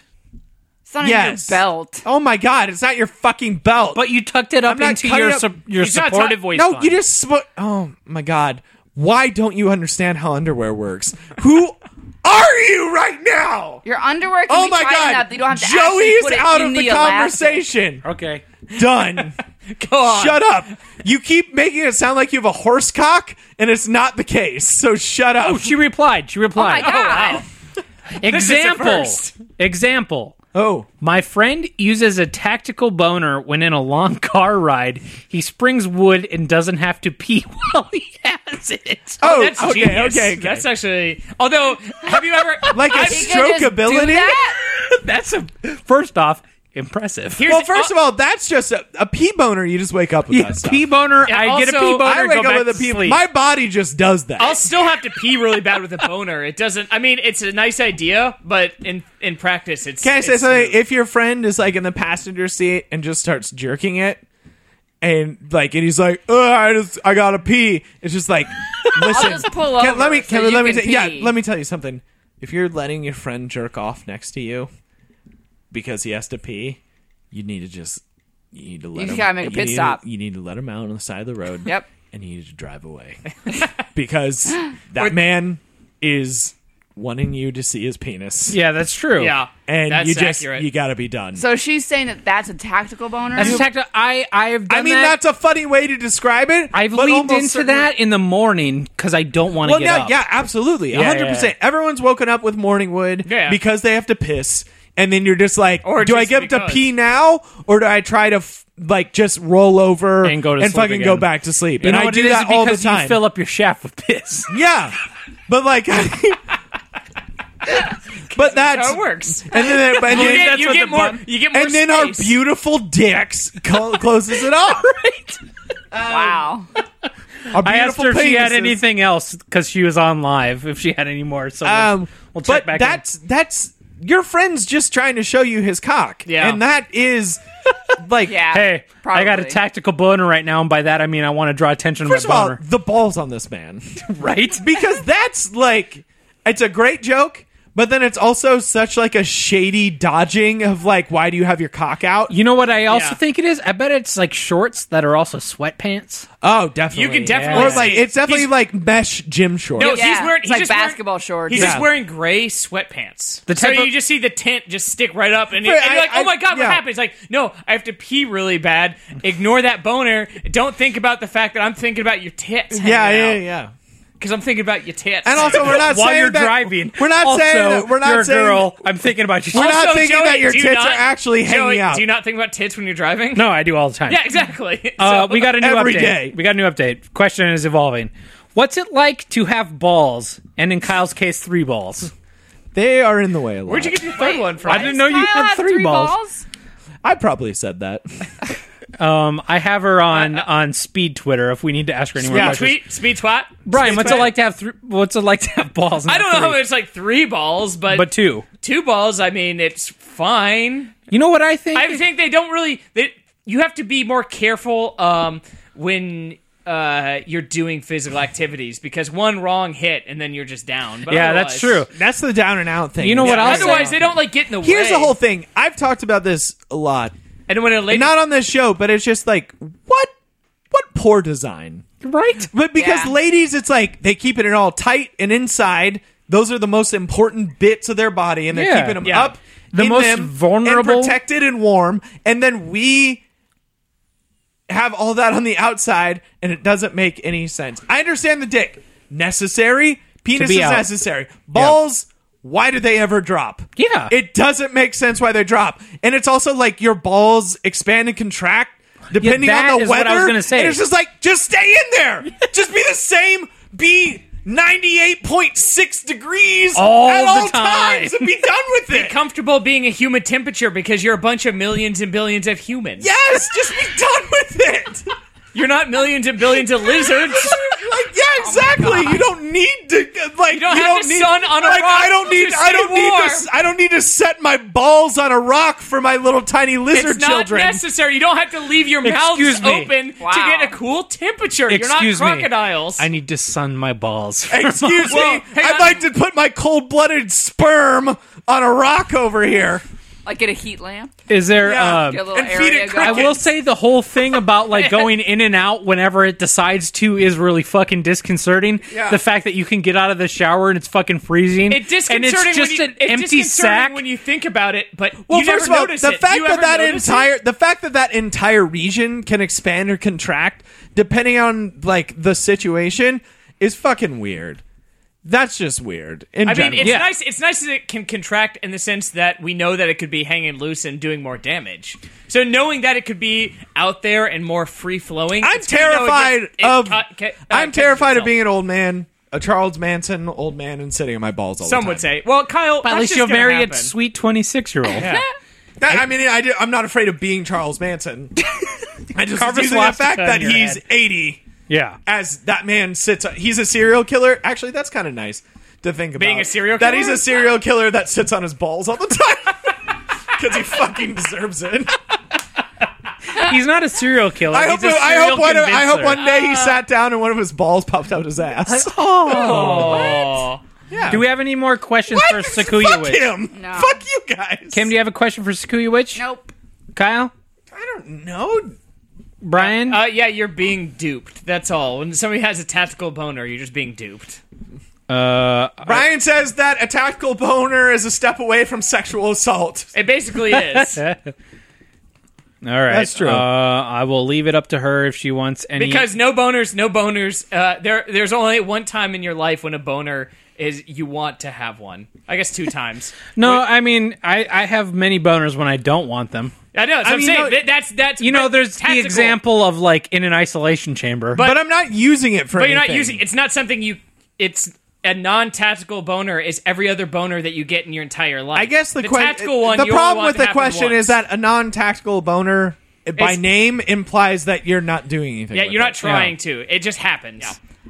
Speaker 2: It's not
Speaker 5: Yes.
Speaker 2: in your belt.
Speaker 5: oh my god, it's not your fucking belt.
Speaker 3: But you tucked it up
Speaker 5: I'm not
Speaker 3: into
Speaker 5: cutting
Speaker 3: your
Speaker 5: up-
Speaker 3: sup- your
Speaker 4: He's not tu-
Speaker 3: supportive waistband.
Speaker 5: no, you just spo- oh my god, why don't you understand how underwear works? Who are you right now?
Speaker 2: Your underwear can
Speaker 5: Oh
Speaker 2: be
Speaker 5: my
Speaker 2: tight enough
Speaker 5: god,
Speaker 2: that you don't have to actually
Speaker 5: Joey's
Speaker 2: put it
Speaker 5: out
Speaker 2: in
Speaker 5: of the
Speaker 2: elastic.
Speaker 5: conversation.
Speaker 3: Okay.
Speaker 5: Done.
Speaker 4: God.
Speaker 5: Shut up. You keep making it sound like you have a horse cock, and it's not the case. So shut up.
Speaker 3: Oh, she replied. She
Speaker 2: Oh my
Speaker 3: replied. Oh,
Speaker 2: god!
Speaker 3: Example.
Speaker 4: first.
Speaker 3: Example.
Speaker 5: Oh.
Speaker 3: My friend uses a tactical boner when in a long car ride. He springs wood and doesn't have to pee while he has it.
Speaker 5: Oh,
Speaker 4: That's
Speaker 5: okay,
Speaker 4: genius.
Speaker 5: okay, okay.
Speaker 4: That's actually. Although, have you ever
Speaker 5: like a
Speaker 4: I've-
Speaker 2: You could just do
Speaker 5: strokeability.
Speaker 2: that?
Speaker 3: That's a first off impressive.
Speaker 4: Here's
Speaker 5: Well,
Speaker 2: Uh,
Speaker 5: first of all, that's just a, a pee boner. You just wake up with that stuff.
Speaker 3: pee boner.
Speaker 4: Yeah,
Speaker 3: I get a
Speaker 4: also-
Speaker 3: pee boner.
Speaker 5: I
Speaker 3: and
Speaker 5: wake
Speaker 3: go
Speaker 5: up
Speaker 3: back
Speaker 5: with a
Speaker 3: to
Speaker 5: pee.
Speaker 3: sleep.
Speaker 5: My body just does that.
Speaker 4: I'll still have to pee really bad with a boner. It doesn't. I mean, it's a nice idea, but in in practice, it's.
Speaker 5: Can I say
Speaker 4: it's
Speaker 5: something?
Speaker 4: smooth.
Speaker 5: If your friend is like in the passenger seat and just starts jerking it, and like, and he's like, "Ugh, I just, I gotta pee." It's just like, listen,
Speaker 2: just pull
Speaker 5: can- let
Speaker 2: over
Speaker 5: me,
Speaker 2: so
Speaker 5: can,
Speaker 2: you
Speaker 5: let me,
Speaker 2: can
Speaker 5: ta- yeah,
Speaker 2: pee.
Speaker 5: let me tell you something. If you're letting your friend jerk off next to you because he has to pee, you need to just, you need to let
Speaker 2: You
Speaker 5: him.
Speaker 2: gotta make a pit
Speaker 5: need to-
Speaker 2: stop.
Speaker 5: you need to let him out on the side of the road.
Speaker 2: Yep.
Speaker 5: and you need to drive away because that man is wanting you to see his penis.
Speaker 3: Yeah, that's true.
Speaker 4: Yeah,
Speaker 5: And
Speaker 4: that's
Speaker 5: you just
Speaker 4: accurate.
Speaker 5: you gotta be done.
Speaker 2: So she's saying that that's a tactical boner.
Speaker 3: That's a tacti- I I have done
Speaker 5: I mean,
Speaker 3: that.
Speaker 5: that's a funny way to describe it.
Speaker 3: I've
Speaker 5: but
Speaker 3: leaped
Speaker 5: almost
Speaker 3: into
Speaker 5: certainly-
Speaker 3: that in the morning because I don't want to
Speaker 5: Well,
Speaker 3: get
Speaker 5: yeah,
Speaker 3: up.
Speaker 5: yeah, absolutely,
Speaker 3: yeah,
Speaker 5: hundred percent. Everyone's woken up with morning wood
Speaker 4: Yeah.
Speaker 5: because they have to piss, and then you're just like,
Speaker 4: Or
Speaker 5: do I
Speaker 4: just
Speaker 5: get up to
Speaker 4: because.
Speaker 5: pee now, or do I try to f- like just roll over
Speaker 3: And go to sleep
Speaker 5: fucking go
Speaker 3: again.
Speaker 5: back to sleep?
Speaker 3: You
Speaker 5: and
Speaker 3: know
Speaker 5: I
Speaker 3: what
Speaker 5: do
Speaker 3: it is?
Speaker 5: that all the
Speaker 3: Because
Speaker 5: time.
Speaker 3: You fill up your shaft with piss.
Speaker 5: yeah, but like, but that's
Speaker 4: How it works.
Speaker 5: and then and
Speaker 4: You
Speaker 5: then,
Speaker 4: get,
Speaker 3: that's
Speaker 4: you
Speaker 3: what
Speaker 4: get
Speaker 3: the
Speaker 4: more.
Speaker 3: bum-
Speaker 4: You get more.
Speaker 5: and then our
Speaker 4: space.
Speaker 5: beautiful dicks cl- closes it off.
Speaker 2: wow.
Speaker 5: Our
Speaker 3: I asked her if
Speaker 5: beautiful
Speaker 3: she had
Speaker 5: penises.
Speaker 3: anything else because she was on live. If she had any more, so we'll-
Speaker 5: Um,
Speaker 3: we'll check
Speaker 5: but
Speaker 3: back. in.
Speaker 5: that's that's your friend's just trying to show you his cock.
Speaker 4: Yeah.
Speaker 5: and that is like
Speaker 2: Yeah.
Speaker 3: hey, I got a
Speaker 2: probably.
Speaker 3: tactical boner right now, and by that I mean I want to draw attention
Speaker 5: First
Speaker 3: to
Speaker 5: of
Speaker 3: my
Speaker 5: all,
Speaker 3: boner.
Speaker 5: the balls on this man
Speaker 3: right?
Speaker 5: because that's like it's a great joke, but then it's also such like a shady dodging of like why do you have your cock out?
Speaker 3: You know what I also
Speaker 4: Yeah.
Speaker 3: think it is? I bet it's like shorts that are also sweatpants.
Speaker 5: Oh, definitely.
Speaker 4: You can definitely
Speaker 5: Or
Speaker 4: see.
Speaker 5: like it's definitely
Speaker 4: He's-
Speaker 5: like mesh gym shorts.
Speaker 4: No,
Speaker 2: Yeah,
Speaker 4: he's wearing
Speaker 2: it's
Speaker 4: he's
Speaker 2: like
Speaker 4: just wearing-
Speaker 2: basketball shorts.
Speaker 4: He's
Speaker 5: Yeah.
Speaker 4: just wearing gray sweatpants.
Speaker 3: The
Speaker 4: so
Speaker 3: type of-
Speaker 4: you just see the tent just stick right up, and,
Speaker 5: For-
Speaker 4: it- and you're
Speaker 5: I-
Speaker 4: like, "Oh
Speaker 5: I-
Speaker 4: my god,
Speaker 5: yeah.
Speaker 4: what happened?" It's like, "No, I have to pee really bad. Ignore that boner. Don't think about the fact that I'm thinking about your tits.
Speaker 5: yeah, yeah, yeah.
Speaker 4: Because I'm thinking about your tits.
Speaker 5: And also, we're not
Speaker 3: While
Speaker 5: saying
Speaker 3: you're
Speaker 5: that-
Speaker 3: driving,
Speaker 5: We're not
Speaker 3: also,
Speaker 5: saying that, we're not
Speaker 3: you're a
Speaker 5: saying
Speaker 3: girl. I'm thinking about you.
Speaker 5: We're not
Speaker 4: Also,
Speaker 5: thinking
Speaker 4: Joey,
Speaker 5: that your
Speaker 4: do
Speaker 5: tits
Speaker 4: not-
Speaker 5: are actually hanging
Speaker 4: Joey,
Speaker 5: out.
Speaker 4: Do you not think about tits when you're driving?
Speaker 3: no, I do all the time.
Speaker 4: Yeah, exactly.
Speaker 3: Uh,
Speaker 4: So-
Speaker 3: we got a new
Speaker 5: Every
Speaker 3: update.
Speaker 5: day.
Speaker 3: We got a new update. Question is evolving. What's it like to have balls, and in Kyle's case, three balls?
Speaker 5: They are in the way a lot.
Speaker 4: Where'd you get your third one from?
Speaker 3: I didn't know you
Speaker 2: Kyle
Speaker 3: had three, balls.
Speaker 5: I probably said that.
Speaker 3: Um, I have her on on speed Twitter. If we need to ask her any more
Speaker 4: Yeah,
Speaker 3: questions,
Speaker 4: tweet, speed twat.
Speaker 3: Brian,
Speaker 4: Speed
Speaker 3: what's
Speaker 4: twat.
Speaker 3: it like to have three? What's it like to have balls?
Speaker 4: I don't know
Speaker 3: three,
Speaker 4: how it's like three balls, but
Speaker 3: but two.
Speaker 4: two balls. I mean, it's fine.
Speaker 3: You know what I think?
Speaker 4: I think they don't really. They, you have to be more careful um, when uh, you're doing physical activities because one wrong hit and then you're just down. But
Speaker 3: yeah, that's true.
Speaker 4: otherwise-
Speaker 5: That's the down and out thing.
Speaker 3: You know what I'll say?
Speaker 4: Otherwise, they don't like get in the way.
Speaker 5: Here's the whole thing. I've talked about this a lot,
Speaker 4: And when a lady,
Speaker 5: not on this show, but it's just like what, what poor design,
Speaker 3: right?
Speaker 5: But because
Speaker 2: Yeah.
Speaker 5: ladies, it's like they keep it all tight and inside. Those are the most important bits of their body, and they're
Speaker 3: Yeah.
Speaker 5: keeping them
Speaker 3: Yeah.
Speaker 5: up,
Speaker 3: The
Speaker 5: in
Speaker 3: most
Speaker 5: them,
Speaker 3: vulnerable-
Speaker 5: and protected and warm. And then we have all that on the outside, and it doesn't make any sense. I understand the dick necessary, penis
Speaker 3: be
Speaker 5: is
Speaker 3: out.
Speaker 5: necessary, balls. Why do they ever drop?
Speaker 3: Yeah.
Speaker 5: it doesn't make sense why they drop, and it's also like your balls expand and contract depending
Speaker 3: that
Speaker 5: on the
Speaker 3: is
Speaker 5: weather.
Speaker 3: what I was gonna say.
Speaker 5: And it's just just like just stay in there. just be the same. Be ninety eight point six degrees
Speaker 3: All
Speaker 5: at
Speaker 3: the
Speaker 5: all
Speaker 3: time.
Speaker 5: times and be done with it.
Speaker 4: comfortable being a human temperature because you're a bunch of millions and billions of humans.
Speaker 5: yes, just be done with it.
Speaker 4: You're not millions and billions of lizards.
Speaker 5: Like yeah, exactly. you don't need to like you
Speaker 4: don't have the
Speaker 5: need,
Speaker 4: sun on a
Speaker 5: like,
Speaker 4: rock
Speaker 5: I don't need
Speaker 4: to
Speaker 5: I don't
Speaker 4: stay
Speaker 5: need
Speaker 4: warm.
Speaker 5: to s- I don't need to set my balls on a rock for my little tiny lizard
Speaker 4: It's not
Speaker 5: children.
Speaker 4: necessary. You don't have to leave your
Speaker 3: Excuse
Speaker 4: mouths
Speaker 3: me.
Speaker 4: open
Speaker 2: Wow.
Speaker 4: to get a cool temperature.
Speaker 3: Excuse
Speaker 4: you're
Speaker 3: me.
Speaker 4: not crocodiles.
Speaker 3: I need to sun my balls.
Speaker 5: Excuse me.
Speaker 4: Well, hang
Speaker 5: I'd
Speaker 4: on.
Speaker 5: like to put my cold-blooded sperm on a rock over here.
Speaker 2: Like get a heat lamp.
Speaker 3: Is there?
Speaker 5: Yeah.
Speaker 3: um,
Speaker 2: Get a little
Speaker 5: And feed
Speaker 2: area
Speaker 5: it
Speaker 2: going.
Speaker 3: I will say the whole thing about like going in and out whenever it decides to is really fucking disconcerting.
Speaker 5: Yeah.
Speaker 3: The fact that you can get out of the shower and it's fucking freezing.
Speaker 4: It's
Speaker 3: And
Speaker 4: disconcerting.
Speaker 3: it's just
Speaker 4: when you,
Speaker 3: an
Speaker 4: it's
Speaker 3: empty
Speaker 4: disconcerting
Speaker 3: sack.
Speaker 4: when you think about it. But
Speaker 5: Well,
Speaker 4: you
Speaker 5: first
Speaker 4: never
Speaker 5: of all,
Speaker 4: notice
Speaker 5: the
Speaker 4: it.
Speaker 5: fact
Speaker 4: You
Speaker 5: that
Speaker 4: ever
Speaker 5: that
Speaker 4: notice it?
Speaker 5: entire the fact that that entire region can expand or contract depending on like the situation is fucking weird. That's just weird. In
Speaker 4: I mean,
Speaker 5: general.
Speaker 4: it's nice. It's nice that it can contract in the sense that we know that it could be hanging loose and doing more damage. So knowing that it could be out there and more free flowing,
Speaker 5: I'm
Speaker 4: it's good to know it
Speaker 5: terrified
Speaker 4: gets- it
Speaker 5: of.
Speaker 4: cut- ca- uh,
Speaker 5: I'm
Speaker 4: catches
Speaker 5: terrified of
Speaker 4: itself.
Speaker 5: being an old man, a Charles Manson old man, and sitting on my balls all
Speaker 4: Some
Speaker 5: the
Speaker 4: would
Speaker 5: time.
Speaker 4: say, "Well, Kyle,
Speaker 3: But at
Speaker 4: that's
Speaker 3: least
Speaker 4: just
Speaker 3: you'll
Speaker 4: gonna
Speaker 3: marry
Speaker 4: happen.
Speaker 3: a sweet twenty-six-year-old.
Speaker 5: That- I mean, I do, I'm not afraid of being Charles Manson. I just was using the
Speaker 3: swastika
Speaker 5: fact
Speaker 3: on
Speaker 5: that
Speaker 3: your
Speaker 5: he's
Speaker 3: head.
Speaker 5: 80
Speaker 3: yeah.
Speaker 5: as that man sits. He's a serial killer. Actually, that's kind of nice to think about.
Speaker 4: Being a serial
Speaker 5: That
Speaker 4: killer?
Speaker 5: he's a serial killer that sits on his balls all the time. Because he fucking deserves it.
Speaker 3: He's not a serial killer.
Speaker 5: I
Speaker 3: He's
Speaker 5: hope.
Speaker 3: a
Speaker 5: I
Speaker 3: serial
Speaker 5: hope one. of- I hope
Speaker 3: convincer.
Speaker 5: one day he sat down and one of his balls popped out his ass.
Speaker 4: Oh,
Speaker 3: Do we have any more questions
Speaker 5: What?
Speaker 3: for Sakuya
Speaker 5: Fuck
Speaker 3: Witch?
Speaker 5: him.
Speaker 2: No.
Speaker 5: Fuck you guys.
Speaker 3: Kim, do you have a question for Sakuya Witch?
Speaker 2: Nope.
Speaker 3: Kyle,
Speaker 5: I don't know.
Speaker 3: Brian,
Speaker 4: uh, yeah, you're being duped. That's all. When somebody has a tactical boner, you're just being duped.
Speaker 3: uh, Uh,
Speaker 5: Brian says that a tactical boner is a step away from sexual assault.
Speaker 4: It basically is
Speaker 3: all right,
Speaker 5: That's true.
Speaker 3: Uh, I will leave it up to her if she wants any.
Speaker 4: because no boners, no boners. Uh, there, there's only one time in your life when a boner is you want to have one. I guess two times.
Speaker 3: no, I mean, I, I have many boners when I don't want them.
Speaker 4: I know. That's what I'm
Speaker 5: mean,
Speaker 4: saying
Speaker 5: no-
Speaker 4: That- that's that's
Speaker 3: You know, there's
Speaker 4: tactical,
Speaker 3: the example of like in an isolation chamber.
Speaker 5: But I'm not using it for
Speaker 4: but you're not
Speaker 5: anything.
Speaker 4: using. It's not something you. It's a non-tactical boner is every other boner that you get in your entire life.
Speaker 5: I guess the,
Speaker 4: the
Speaker 5: que-
Speaker 4: tactical one.
Speaker 5: The
Speaker 4: you only
Speaker 5: problem
Speaker 4: want
Speaker 5: with
Speaker 4: to
Speaker 5: the
Speaker 4: happen
Speaker 5: question
Speaker 4: once.
Speaker 5: is that a non-tactical boner by
Speaker 4: It's-
Speaker 5: name implies that you're not doing anything.
Speaker 4: yeah,
Speaker 5: with
Speaker 4: you're
Speaker 5: it.
Speaker 4: not trying to. It just happens.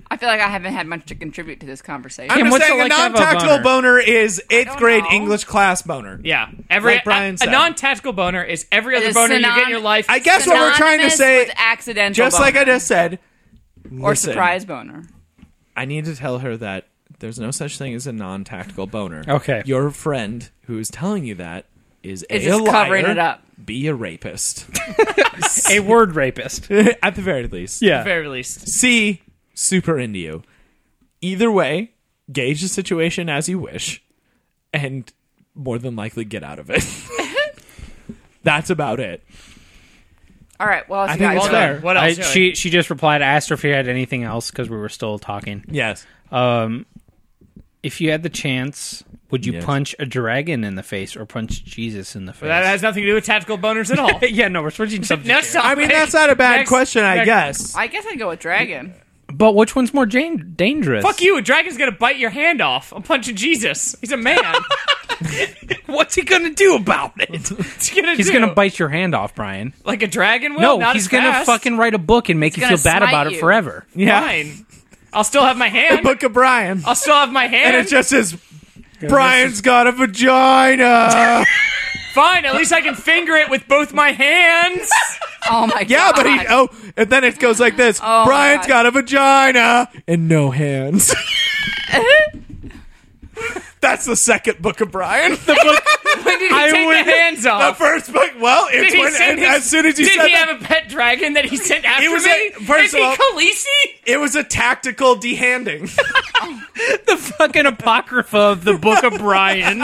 Speaker 2: I feel like I haven't had much to contribute to this conversation.
Speaker 5: I'm
Speaker 3: And
Speaker 5: just
Speaker 3: what's
Speaker 5: saying
Speaker 3: it
Speaker 5: a
Speaker 3: like to have a
Speaker 5: non-tactical
Speaker 3: boner?
Speaker 5: boner is eighth
Speaker 2: don't
Speaker 5: grade
Speaker 2: know.
Speaker 5: English class boner.
Speaker 4: Yeah, every
Speaker 5: Like Brian
Speaker 4: a, a
Speaker 5: said.
Speaker 4: non-tactical boner is every other
Speaker 2: It's
Speaker 4: boner you get in your
Speaker 2: synonym-
Speaker 4: life.
Speaker 5: I guess what we're trying to
Speaker 2: Synonymous
Speaker 5: say,
Speaker 2: with accidental,
Speaker 5: just like I
Speaker 2: boner
Speaker 5: just said,
Speaker 2: or
Speaker 5: listen,
Speaker 2: surprise boner.
Speaker 5: I need to tell her that there's no such thing as a non-tactical boner.
Speaker 3: Okay.
Speaker 5: your friend who is telling you that is a
Speaker 2: Is just
Speaker 5: liar,
Speaker 2: covering it up.
Speaker 5: Be a rapist
Speaker 3: a word rapist.
Speaker 5: at the very least.
Speaker 4: at the
Speaker 3: Yeah.
Speaker 4: very least.
Speaker 5: C, super into you. Either way, gauge the situation as you wish, and more than likely get out of it. That's about it.
Speaker 2: All right. Well,
Speaker 5: I think it's fair.
Speaker 4: What else?
Speaker 3: I-
Speaker 4: Joey?
Speaker 3: she she just replied. I asked her if she had anything else because we were still talking.
Speaker 5: Yes.
Speaker 3: Um, if you had the chance, would you
Speaker 5: Yes.
Speaker 3: punch a dragon in the face or punch Jesus in the face?
Speaker 4: that has nothing to do with tactical boners at all.
Speaker 3: yeah, no, we're switching subjects.
Speaker 4: no,
Speaker 3: here.
Speaker 4: stop.
Speaker 5: I mean, that's not a bad
Speaker 4: Next-
Speaker 5: question, I
Speaker 4: next-
Speaker 5: guess.
Speaker 2: I guess I'd go with dragon.
Speaker 3: But which one's more jan- dangerous?
Speaker 4: Fuck you! A dragon's gonna bite your hand off. I'm punching Jesus. He's a man.
Speaker 3: What's he gonna do about it?
Speaker 4: What's he gonna
Speaker 3: he's
Speaker 4: do?
Speaker 3: gonna bite your hand off, Brian.
Speaker 4: like a dragon will.
Speaker 3: No,
Speaker 4: Not
Speaker 3: he's
Speaker 4: as
Speaker 3: gonna
Speaker 4: fast.
Speaker 3: fucking write a book and make you
Speaker 2: gonna
Speaker 3: feel bad
Speaker 2: smite
Speaker 3: about it
Speaker 2: you.
Speaker 3: forever.
Speaker 5: Yeah.
Speaker 4: Fine. I'll still have my hand.
Speaker 5: Book of Brian.
Speaker 4: I'll still have my hand.
Speaker 5: And it just says, Brian's got a vagina.
Speaker 4: Fine. At least I can finger it with both my hands.
Speaker 2: Oh my god.
Speaker 5: yeah, but he, oh, and then it goes like this
Speaker 2: Oh, my
Speaker 5: Brian's
Speaker 2: God.
Speaker 5: got a vagina and no hands. That's the second book of Brian.
Speaker 4: When did he take
Speaker 5: would-
Speaker 4: the hands
Speaker 5: The
Speaker 4: off?
Speaker 5: first book. Well, it's
Speaker 4: Did he
Speaker 5: when
Speaker 4: send
Speaker 5: and
Speaker 4: his-
Speaker 5: as soon as you
Speaker 4: did
Speaker 5: said
Speaker 4: he
Speaker 5: that,
Speaker 4: have a pet dragon that he sent after
Speaker 5: was
Speaker 4: me?
Speaker 5: a- first
Speaker 4: Is
Speaker 5: of
Speaker 4: he
Speaker 5: all-
Speaker 4: Khaleesi?
Speaker 5: it was a tactical dehanding.
Speaker 3: The fucking apocrypha of the Book of Brian.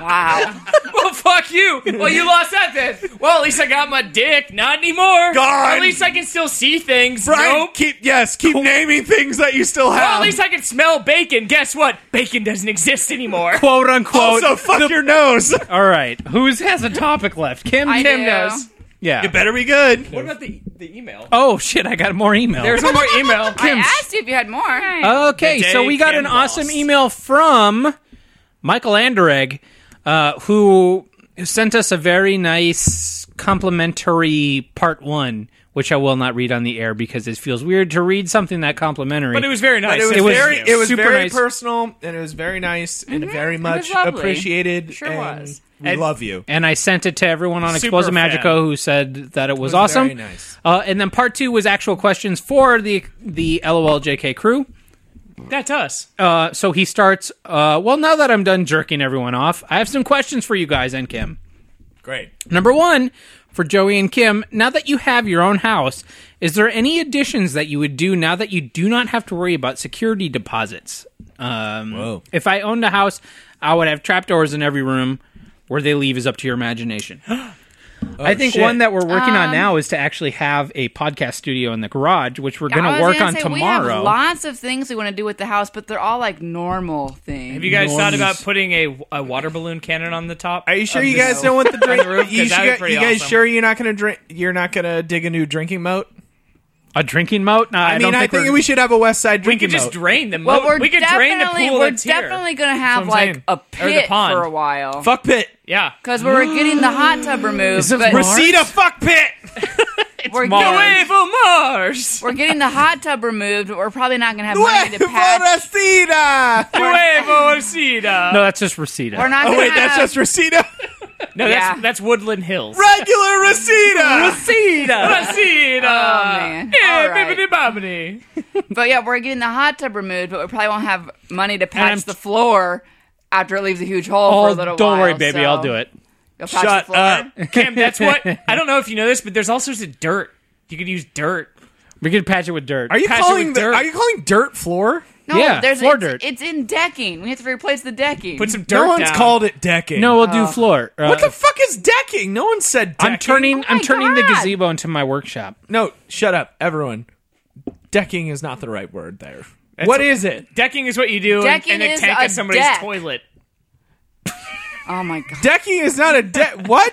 Speaker 2: Wow.
Speaker 4: Well, fuck you. Well, you lost that then. Well, at least I got my dick. Not anymore.
Speaker 5: Gone.
Speaker 4: At least I can still see things.
Speaker 5: Brian,
Speaker 4: Nope.
Speaker 5: keep yes, keep naming things that you still have.
Speaker 4: Well, at least I can smell bacon. Guess what? Bacon doesn't exist anymore.
Speaker 3: Quote unquote.
Speaker 5: also, Oh, fuck your nose.
Speaker 3: All right, who has a topic left? Kim.
Speaker 2: I
Speaker 4: Tim
Speaker 2: do.
Speaker 4: knows.
Speaker 3: yeah.
Speaker 5: Better be good.
Speaker 4: What about the the email?
Speaker 3: Oh shit! I got more email.
Speaker 4: There's one more email.
Speaker 2: I asked you if you had more.
Speaker 5: Uh,
Speaker 3: Okay,
Speaker 4: The day
Speaker 3: so we got
Speaker 4: Kim
Speaker 3: an awesome
Speaker 4: lost.
Speaker 3: email from Michael Anderegg, uh, who who sent us a very nice complimentary part one, which I will not read on the air because it feels weird to read something that complimentary.
Speaker 4: But it was very nice.
Speaker 5: It was,
Speaker 3: It was-
Speaker 5: very, it was
Speaker 3: super
Speaker 5: very
Speaker 3: nice.
Speaker 5: personal, and it was very nice, and very much
Speaker 2: lovely.
Speaker 5: appreciated.
Speaker 2: Sure
Speaker 5: and
Speaker 2: was.
Speaker 5: We love you.
Speaker 3: and I sent it to everyone on
Speaker 4: Super
Speaker 3: Explosive
Speaker 4: fan.
Speaker 3: Magico who said that it was,
Speaker 5: was
Speaker 3: awesome.
Speaker 5: very nice.
Speaker 3: Uh, and then part two was actual questions for the the LOLJK crew.
Speaker 4: That's us.
Speaker 3: Uh, so he starts. Uh, well, now that I'm done jerking everyone off, I have some questions for you guys and Kim.
Speaker 5: Great.
Speaker 3: Number one, for Joey and Kim, now that you have your own house, is there any additions that you would do now that you do not have to worry about security deposits? Um,
Speaker 5: Whoa.
Speaker 3: If I owned a house, I would have trapdoors in every room. Where they leave is up to your imagination. Oh, I think
Speaker 5: shit.
Speaker 3: one that we're working
Speaker 2: Um,
Speaker 3: on now is to actually have a podcast studio in the garage, which we're
Speaker 2: I
Speaker 3: going
Speaker 2: was
Speaker 3: to work
Speaker 2: gonna
Speaker 3: on
Speaker 2: say, We
Speaker 3: tomorrow.
Speaker 2: have lots of things we want to do with the house, but they're all like normal things.
Speaker 4: Have you guys thought
Speaker 3: Enormous.
Speaker 4: about putting a, a water balloon cannon on the top?
Speaker 5: Are you sure
Speaker 4: of
Speaker 5: you
Speaker 4: this-
Speaker 5: guys don't want the
Speaker 4: on
Speaker 5: drink?
Speaker 4: the roof?
Speaker 5: you
Speaker 4: 'Cause that'd be
Speaker 5: guys-
Speaker 4: pretty
Speaker 5: you guys
Speaker 4: awesome.
Speaker 5: sure you're not gonna drink? You're not gonna dig a new drinking moat?
Speaker 3: a drinking moat? No, I,
Speaker 5: I, mean,
Speaker 3: don't
Speaker 5: I
Speaker 3: think,
Speaker 5: think
Speaker 3: we're-
Speaker 5: we should have a West Side
Speaker 4: We
Speaker 5: drinking
Speaker 4: could just
Speaker 5: moat.
Speaker 4: drain the moat.
Speaker 2: Well, we're
Speaker 4: we could drain the
Speaker 2: definitely
Speaker 4: pool
Speaker 2: we're
Speaker 4: that's here.
Speaker 2: definitely gonna have
Speaker 5: That's what I'm
Speaker 2: like
Speaker 5: saying.
Speaker 2: a
Speaker 4: Or the
Speaker 2: pit
Speaker 4: pond.
Speaker 2: for a while
Speaker 5: fuck pit.
Speaker 4: Yeah.
Speaker 2: because we were getting the hot tub removed.
Speaker 3: this
Speaker 2: but
Speaker 3: Mars?
Speaker 5: Receipt a fuck pit.
Speaker 2: we're,
Speaker 4: The way
Speaker 2: getting,
Speaker 4: for Mars.
Speaker 2: we're getting the hot tub removed, but we're probably not gonna have money to patch.
Speaker 5: Recita.
Speaker 4: The way for Orsida.
Speaker 3: No, that's just Reseda.
Speaker 2: We're not.
Speaker 5: Oh
Speaker 2: gonna
Speaker 5: wait,
Speaker 2: have,
Speaker 5: that's just Recita.
Speaker 4: No,
Speaker 2: Yeah.
Speaker 4: that's that's Woodland Hills.
Speaker 5: Regular Recita.
Speaker 3: Reseda.
Speaker 4: Orsida.
Speaker 2: Oh, man.
Speaker 4: Yeah,
Speaker 2: All right.
Speaker 4: bibbidi bobbidi.
Speaker 2: But yeah, we're getting the hot tub removed, but we probably won't have money to
Speaker 3: And I'm-
Speaker 2: patch the floor after it leaves a huge hole for a
Speaker 3: Oh,
Speaker 2: little
Speaker 3: don't
Speaker 2: while.
Speaker 3: worry, baby.
Speaker 2: so
Speaker 3: I'll do it.
Speaker 2: You'll patch
Speaker 5: Shut
Speaker 2: the floor.
Speaker 5: up.
Speaker 4: Kim, that's what I don't know if you know this, but there's all sorts of dirt. You could use dirt.
Speaker 3: We could patch it with dirt.
Speaker 5: Are you
Speaker 4: Patch it
Speaker 5: calling
Speaker 4: with
Speaker 5: the,
Speaker 4: dirt.
Speaker 5: Are you calling dirt floor?
Speaker 2: No,
Speaker 3: Yeah,
Speaker 2: there's
Speaker 3: floor
Speaker 2: it's,
Speaker 3: dirt.
Speaker 2: it's in decking. We have to replace the decking.
Speaker 4: Put some dirt
Speaker 5: No one's
Speaker 4: down.
Speaker 5: called it decking.
Speaker 3: No, we'll
Speaker 2: Oh.
Speaker 3: do floor. Uh,
Speaker 5: What the fuck is decking? No one said decking.
Speaker 3: I'm turning.
Speaker 2: Oh
Speaker 3: I'm
Speaker 2: my
Speaker 3: turning the
Speaker 2: God.
Speaker 3: gazebo into my workshop.
Speaker 5: No, shut up, everyone. Decking is not the right word there. what is it?
Speaker 4: Decking is what you do in-
Speaker 2: Decking
Speaker 4: in a
Speaker 2: is
Speaker 4: tank
Speaker 2: a
Speaker 4: at somebody's
Speaker 2: deck.
Speaker 4: toilet.
Speaker 2: oh my god,
Speaker 5: Decking is not a deck. what?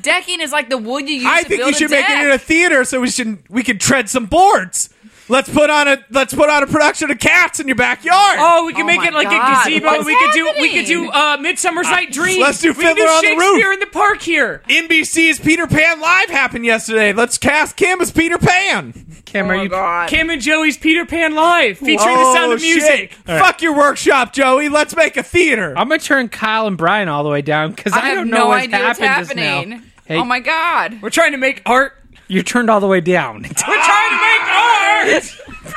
Speaker 2: decking is like the wood you use.
Speaker 5: I
Speaker 2: to
Speaker 5: think
Speaker 2: build
Speaker 5: you
Speaker 2: a
Speaker 5: should make
Speaker 2: deck.
Speaker 5: it in a theater so we should we could tread some boards. Let's put on a let's put on a production of Cats in your backyard.
Speaker 4: Oh, we can
Speaker 2: Oh
Speaker 4: make
Speaker 2: my
Speaker 4: it like
Speaker 2: God.
Speaker 4: a gazebo.
Speaker 2: What's
Speaker 4: we could do we could do uh, Midsummer's Night Dream.
Speaker 5: let's do
Speaker 4: we could
Speaker 5: Fiddler on the
Speaker 4: Shakespeare
Speaker 5: Roof.
Speaker 4: in the park here.
Speaker 5: NBC's Peter Pan live happened yesterday. Let's cast Kim as Peter Pan.
Speaker 2: Oh,
Speaker 3: Cam, are you?
Speaker 4: Kim and Joey's Peter Pan live featuring
Speaker 5: oh,
Speaker 4: the sound of music.
Speaker 5: Shit. Fuck your workshop, Joey. Let's make a theater.
Speaker 3: I'm gonna turn Kyle and Brian all the way down because
Speaker 2: I,
Speaker 3: I,
Speaker 2: have
Speaker 3: don't
Speaker 2: no
Speaker 3: know what's
Speaker 2: idea what's
Speaker 3: happened just
Speaker 2: happening.
Speaker 3: now. Hey,
Speaker 2: Oh my god.
Speaker 4: We're trying to make art.
Speaker 3: you're turned all the way down.
Speaker 4: We're trying to make art.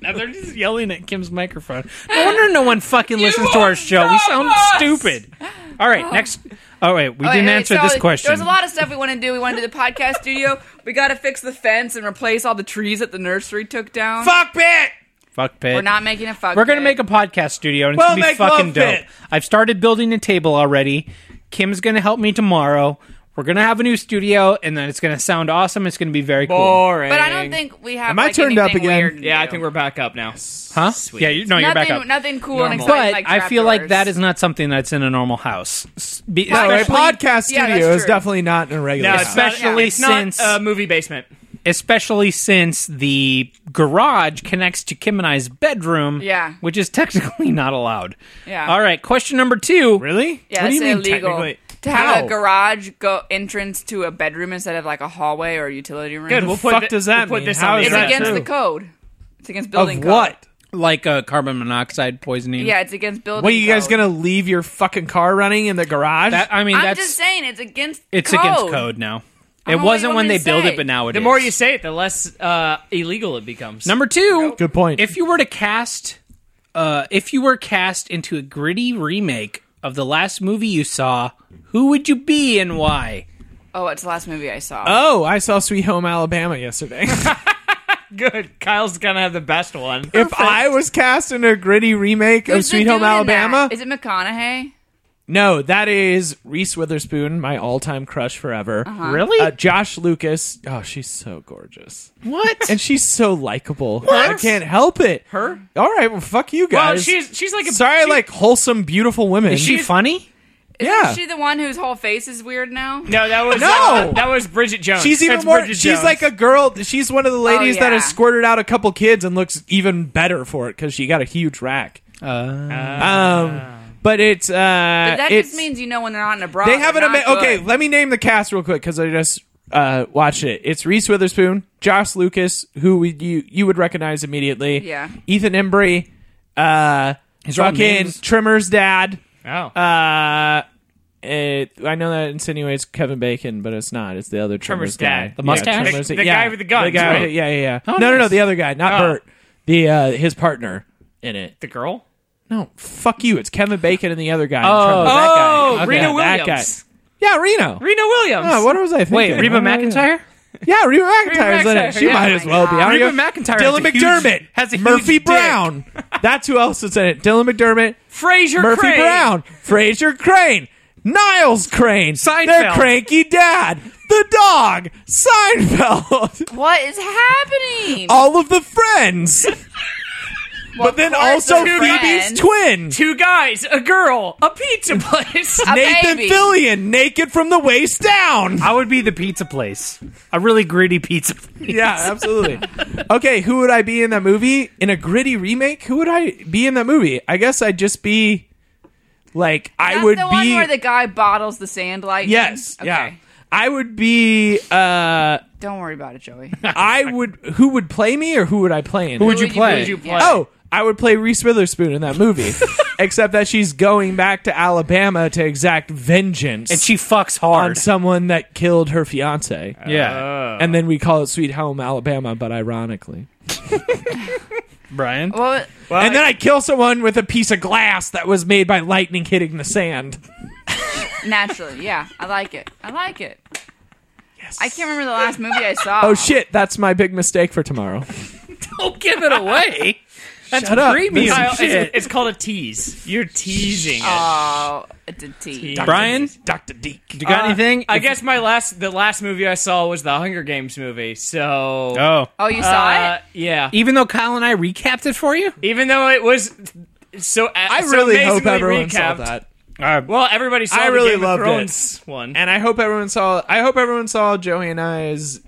Speaker 3: now they're just yelling at Kim's microphone. No wonder no one fucking listens to our show. We sound
Speaker 4: us!
Speaker 3: stupid. All right, next. Oh wait, we
Speaker 2: Oh,
Speaker 3: didn't
Speaker 2: wait, wait,
Speaker 3: answer
Speaker 2: so
Speaker 3: this question.
Speaker 2: There's a lot of stuff we want to do. We want to do the podcast studio. We got to fix the fence and replace all the trees that the nursery took down.
Speaker 5: Fuck it.
Speaker 3: Fuck pit.
Speaker 2: We're not making a fuck.
Speaker 3: We're gonna
Speaker 2: pit.
Speaker 3: make a podcast studio and it's
Speaker 5: We'll
Speaker 3: gonna be
Speaker 5: make love
Speaker 3: fucking dope.
Speaker 5: pit.
Speaker 3: I've started building a table already. Kim's gonna help me tomorrow. We're gonna have a new studio and then it's gonna sound awesome. It's gonna be very cool.
Speaker 4: Boring.
Speaker 2: But I don't think we have.
Speaker 5: Am I
Speaker 2: like,
Speaker 5: turned up
Speaker 2: anything
Speaker 5: again?
Speaker 2: weird to
Speaker 4: Yeah, I
Speaker 2: do.
Speaker 4: think we're back up now.
Speaker 3: Huh? Yeah, you, no, you're
Speaker 2: nothing,
Speaker 3: back up.
Speaker 2: Nothing cool and
Speaker 4: Normal.
Speaker 2: exciting. like
Speaker 3: but I feel like
Speaker 2: trapdoors.
Speaker 3: that is not something that's in a normal house. S- be-
Speaker 2: Well,
Speaker 5: No, a
Speaker 3: especially,
Speaker 5: podcast
Speaker 2: Yeah, that's
Speaker 5: studio is
Speaker 2: true.
Speaker 5: definitely not in a regular.
Speaker 4: No,
Speaker 5: house.
Speaker 4: it's not-
Speaker 3: Especially
Speaker 4: it's not,
Speaker 3: since-
Speaker 4: uh, movie basement.
Speaker 3: especially since the garage connects to Kim and I's bedroom,
Speaker 2: Yeah.
Speaker 3: which is technically not allowed.
Speaker 2: Yeah.
Speaker 3: All right, question number two.
Speaker 5: really.
Speaker 2: Yeah,
Speaker 5: what do
Speaker 2: that's
Speaker 5: you mean
Speaker 2: illegal.
Speaker 5: technically?
Speaker 2: To have
Speaker 5: How?
Speaker 2: a garage go entrance to a bedroom instead of like a hallway or a utility room.
Speaker 4: Good. We'll put
Speaker 5: fuck
Speaker 4: thi-
Speaker 5: does that
Speaker 4: we'll put
Speaker 5: mean?
Speaker 4: this
Speaker 5: How
Speaker 4: on
Speaker 5: is
Speaker 2: it's
Speaker 5: that
Speaker 4: internet.
Speaker 2: against
Speaker 5: true?
Speaker 2: the code. It's against building
Speaker 5: Of
Speaker 2: code.
Speaker 5: what?
Speaker 3: Like uh, carbon monoxide poisoning.
Speaker 2: Yeah, it's against building.
Speaker 5: What, you guys
Speaker 2: code.
Speaker 5: gonna leave your fucking car running in the garage?
Speaker 3: That, I mean,
Speaker 2: I'm
Speaker 3: that's
Speaker 2: just saying it's against.
Speaker 3: it's
Speaker 2: code.
Speaker 3: against code now. It
Speaker 2: don't know what
Speaker 3: wasn't
Speaker 2: you
Speaker 3: when
Speaker 2: want me
Speaker 3: they
Speaker 2: to
Speaker 3: built
Speaker 2: say.
Speaker 3: it, but now it is.
Speaker 4: The more you say it, the less uh, illegal it becomes.
Speaker 3: Number two.
Speaker 5: Good point.
Speaker 3: If you were to cast, uh, if you were cast into a gritty remake of the last movie you saw, who would you be and why?
Speaker 2: Oh, it's the last movie I saw.
Speaker 5: oh, I saw Sweet Home Alabama yesterday.
Speaker 4: Good. Kyle's gonna have the best one.
Speaker 5: if I was cast in a gritty remake
Speaker 2: Who's
Speaker 5: of
Speaker 2: the
Speaker 5: Sweet Home
Speaker 2: dude in that?
Speaker 5: Alabama,
Speaker 2: Is it McConaughey?
Speaker 5: no, that is Reese Witherspoon, my all-time crush forever.
Speaker 2: Uh-huh.
Speaker 3: Really?
Speaker 5: Uh, Josh Lucas, oh, she's so gorgeous,
Speaker 3: what?
Speaker 5: and she's so likable. I can't help it. Her? All right, well, fuck you guys.
Speaker 4: Well, Oh, she's she's like a
Speaker 5: Sorry, I
Speaker 4: she-
Speaker 5: like wholesome, beautiful women.
Speaker 3: Is she funny?
Speaker 5: yeah,
Speaker 2: Is she the one whose whole face is weird now?
Speaker 4: no, that was
Speaker 5: No!
Speaker 4: that was Bridget Jones.
Speaker 5: She's even
Speaker 4: That's
Speaker 5: more.
Speaker 4: Bridget
Speaker 5: she's
Speaker 4: Jones.
Speaker 5: like a girl. She's one of the ladies that
Speaker 2: yeah.
Speaker 5: has squirted out a couple kids and looks even better for it because she got a huge rack. um, but it's uh,
Speaker 2: that
Speaker 5: it's,
Speaker 2: just means you know when they're not in a bra.
Speaker 5: they have an
Speaker 2: they're
Speaker 5: ama-
Speaker 2: not
Speaker 5: okay.
Speaker 2: good.
Speaker 5: Let me name the cast real quick because I just uh watched it. It's Reese Witherspoon, Josh Lucas, who we, you you would recognize immediately.
Speaker 2: Yeah.
Speaker 5: Ethan Embry, uh,
Speaker 3: all
Speaker 5: fucking
Speaker 3: names.
Speaker 5: Trimmer's dad.
Speaker 4: oh.
Speaker 5: Uh, it, I know that insinuates Kevin Bacon, but it's not. It's the other Trevor's,
Speaker 4: Trevor's
Speaker 5: guy.
Speaker 4: dad. The
Speaker 5: Yeah,
Speaker 3: mustache?
Speaker 5: Trevor's-
Speaker 4: The- the guy with the guns,
Speaker 5: The guy
Speaker 4: right?
Speaker 5: with- yeah, yeah, yeah. no, no, no.
Speaker 3: Oh, nice.
Speaker 5: The other guy, not
Speaker 4: Oh.
Speaker 5: Bert. The uh, his partner in it.
Speaker 4: the girl.
Speaker 5: No, fuck you. It's Kevin Bacon and the other guy.
Speaker 3: Oh.
Speaker 5: Oh, that guy.
Speaker 4: Oh,
Speaker 5: Okay.
Speaker 4: Rena
Speaker 5: Yeah, that
Speaker 4: Williams.
Speaker 5: guy. Yeah, Reno.
Speaker 4: Rena Williams.
Speaker 5: Oh, what was I thinking?
Speaker 3: Wait, Reba
Speaker 5: Oh, yeah.
Speaker 3: McIntyre?
Speaker 5: Yeah, Reba McIntyre's in
Speaker 4: McEntire,
Speaker 5: it. She
Speaker 4: yeah.
Speaker 5: might
Speaker 2: Oh
Speaker 5: as
Speaker 2: my
Speaker 5: well be.
Speaker 2: God.
Speaker 5: I don't
Speaker 3: Reba
Speaker 5: know.
Speaker 3: McEntire
Speaker 5: Dylan
Speaker 3: has a huge-
Speaker 5: McDermott
Speaker 3: has a huge
Speaker 5: Murphy
Speaker 3: dick.
Speaker 5: Brown. That's who else is in it. Dylan McDermott,
Speaker 4: Fraser
Speaker 5: Murphy
Speaker 4: Crane.
Speaker 5: Brown, Fraser Crane, Niles Crane,
Speaker 3: Seinfeld.
Speaker 5: their cranky dad, the dog, Seinfeld,
Speaker 2: What is happening?
Speaker 5: all of the friends, Oh, but then
Speaker 2: course
Speaker 5: also
Speaker 2: they're
Speaker 5: Phoebe's
Speaker 2: friends.
Speaker 5: twin,
Speaker 4: Two guys, a girl, a pizza place.
Speaker 2: A
Speaker 5: Nathan
Speaker 2: baby.
Speaker 5: Fillion, naked from the waist down.
Speaker 3: I would be the pizza place. A really gritty pizza place.
Speaker 5: Yeah, absolutely. okay, who would I be in that movie? In a gritty remake, who would I be in that movie? I guess I'd just be like I
Speaker 2: That's
Speaker 5: would
Speaker 2: the
Speaker 5: be
Speaker 2: one where the guy bottles the sand lightning.
Speaker 5: Yes,
Speaker 2: Okay.
Speaker 5: yeah. I would be uh
Speaker 2: Don't worry about it, Joey.
Speaker 5: I would who would play me or who would I play in? it?
Speaker 3: would you play?
Speaker 4: Would you play?
Speaker 5: Oh, I would play Reese Witherspoon in that movie. Except that she's going back to Alabama to exact vengeance
Speaker 3: And she fucks
Speaker 5: on
Speaker 3: hard. Oh.
Speaker 5: someone that killed her fiance.
Speaker 3: yeah.
Speaker 5: and then we call it Sweet Home Alabama, but ironically.
Speaker 3: Brian?
Speaker 2: Well,
Speaker 5: and then I kill someone with a piece of glass that was made by lightning hitting the sand.
Speaker 2: naturally, yeah. I like it. I like it. I can't remember the last movie I saw.
Speaker 5: Oh shit, that's my big mistake for tomorrow.
Speaker 3: Don't give it away. That's
Speaker 5: Shut up.
Speaker 3: premium
Speaker 4: Kyle, it's,
Speaker 3: shit. Uh,
Speaker 4: it's called a tease. You're teasing. it.
Speaker 2: Oh, it's a T.
Speaker 3: Brian,
Speaker 5: Dr. Deke.
Speaker 3: you
Speaker 2: Uh,
Speaker 3: got anything?
Speaker 4: I
Speaker 3: If-
Speaker 4: guess my last, the last movie I saw was the Hunger Games movie. So,
Speaker 3: Oh,
Speaker 2: Oh, you saw
Speaker 4: uh,
Speaker 2: it?
Speaker 4: yeah.
Speaker 3: even though Kyle and I recapped it for you,
Speaker 4: Even though it was so,
Speaker 5: I
Speaker 4: I
Speaker 5: really hope everyone saw that.
Speaker 3: uh,
Speaker 4: Well, everybody saw
Speaker 5: I
Speaker 4: the
Speaker 5: really
Speaker 4: Game
Speaker 5: loved
Speaker 4: of
Speaker 5: it.
Speaker 4: Thrones one.
Speaker 5: And I hope everyone saw I hope everyone saw Joey and I's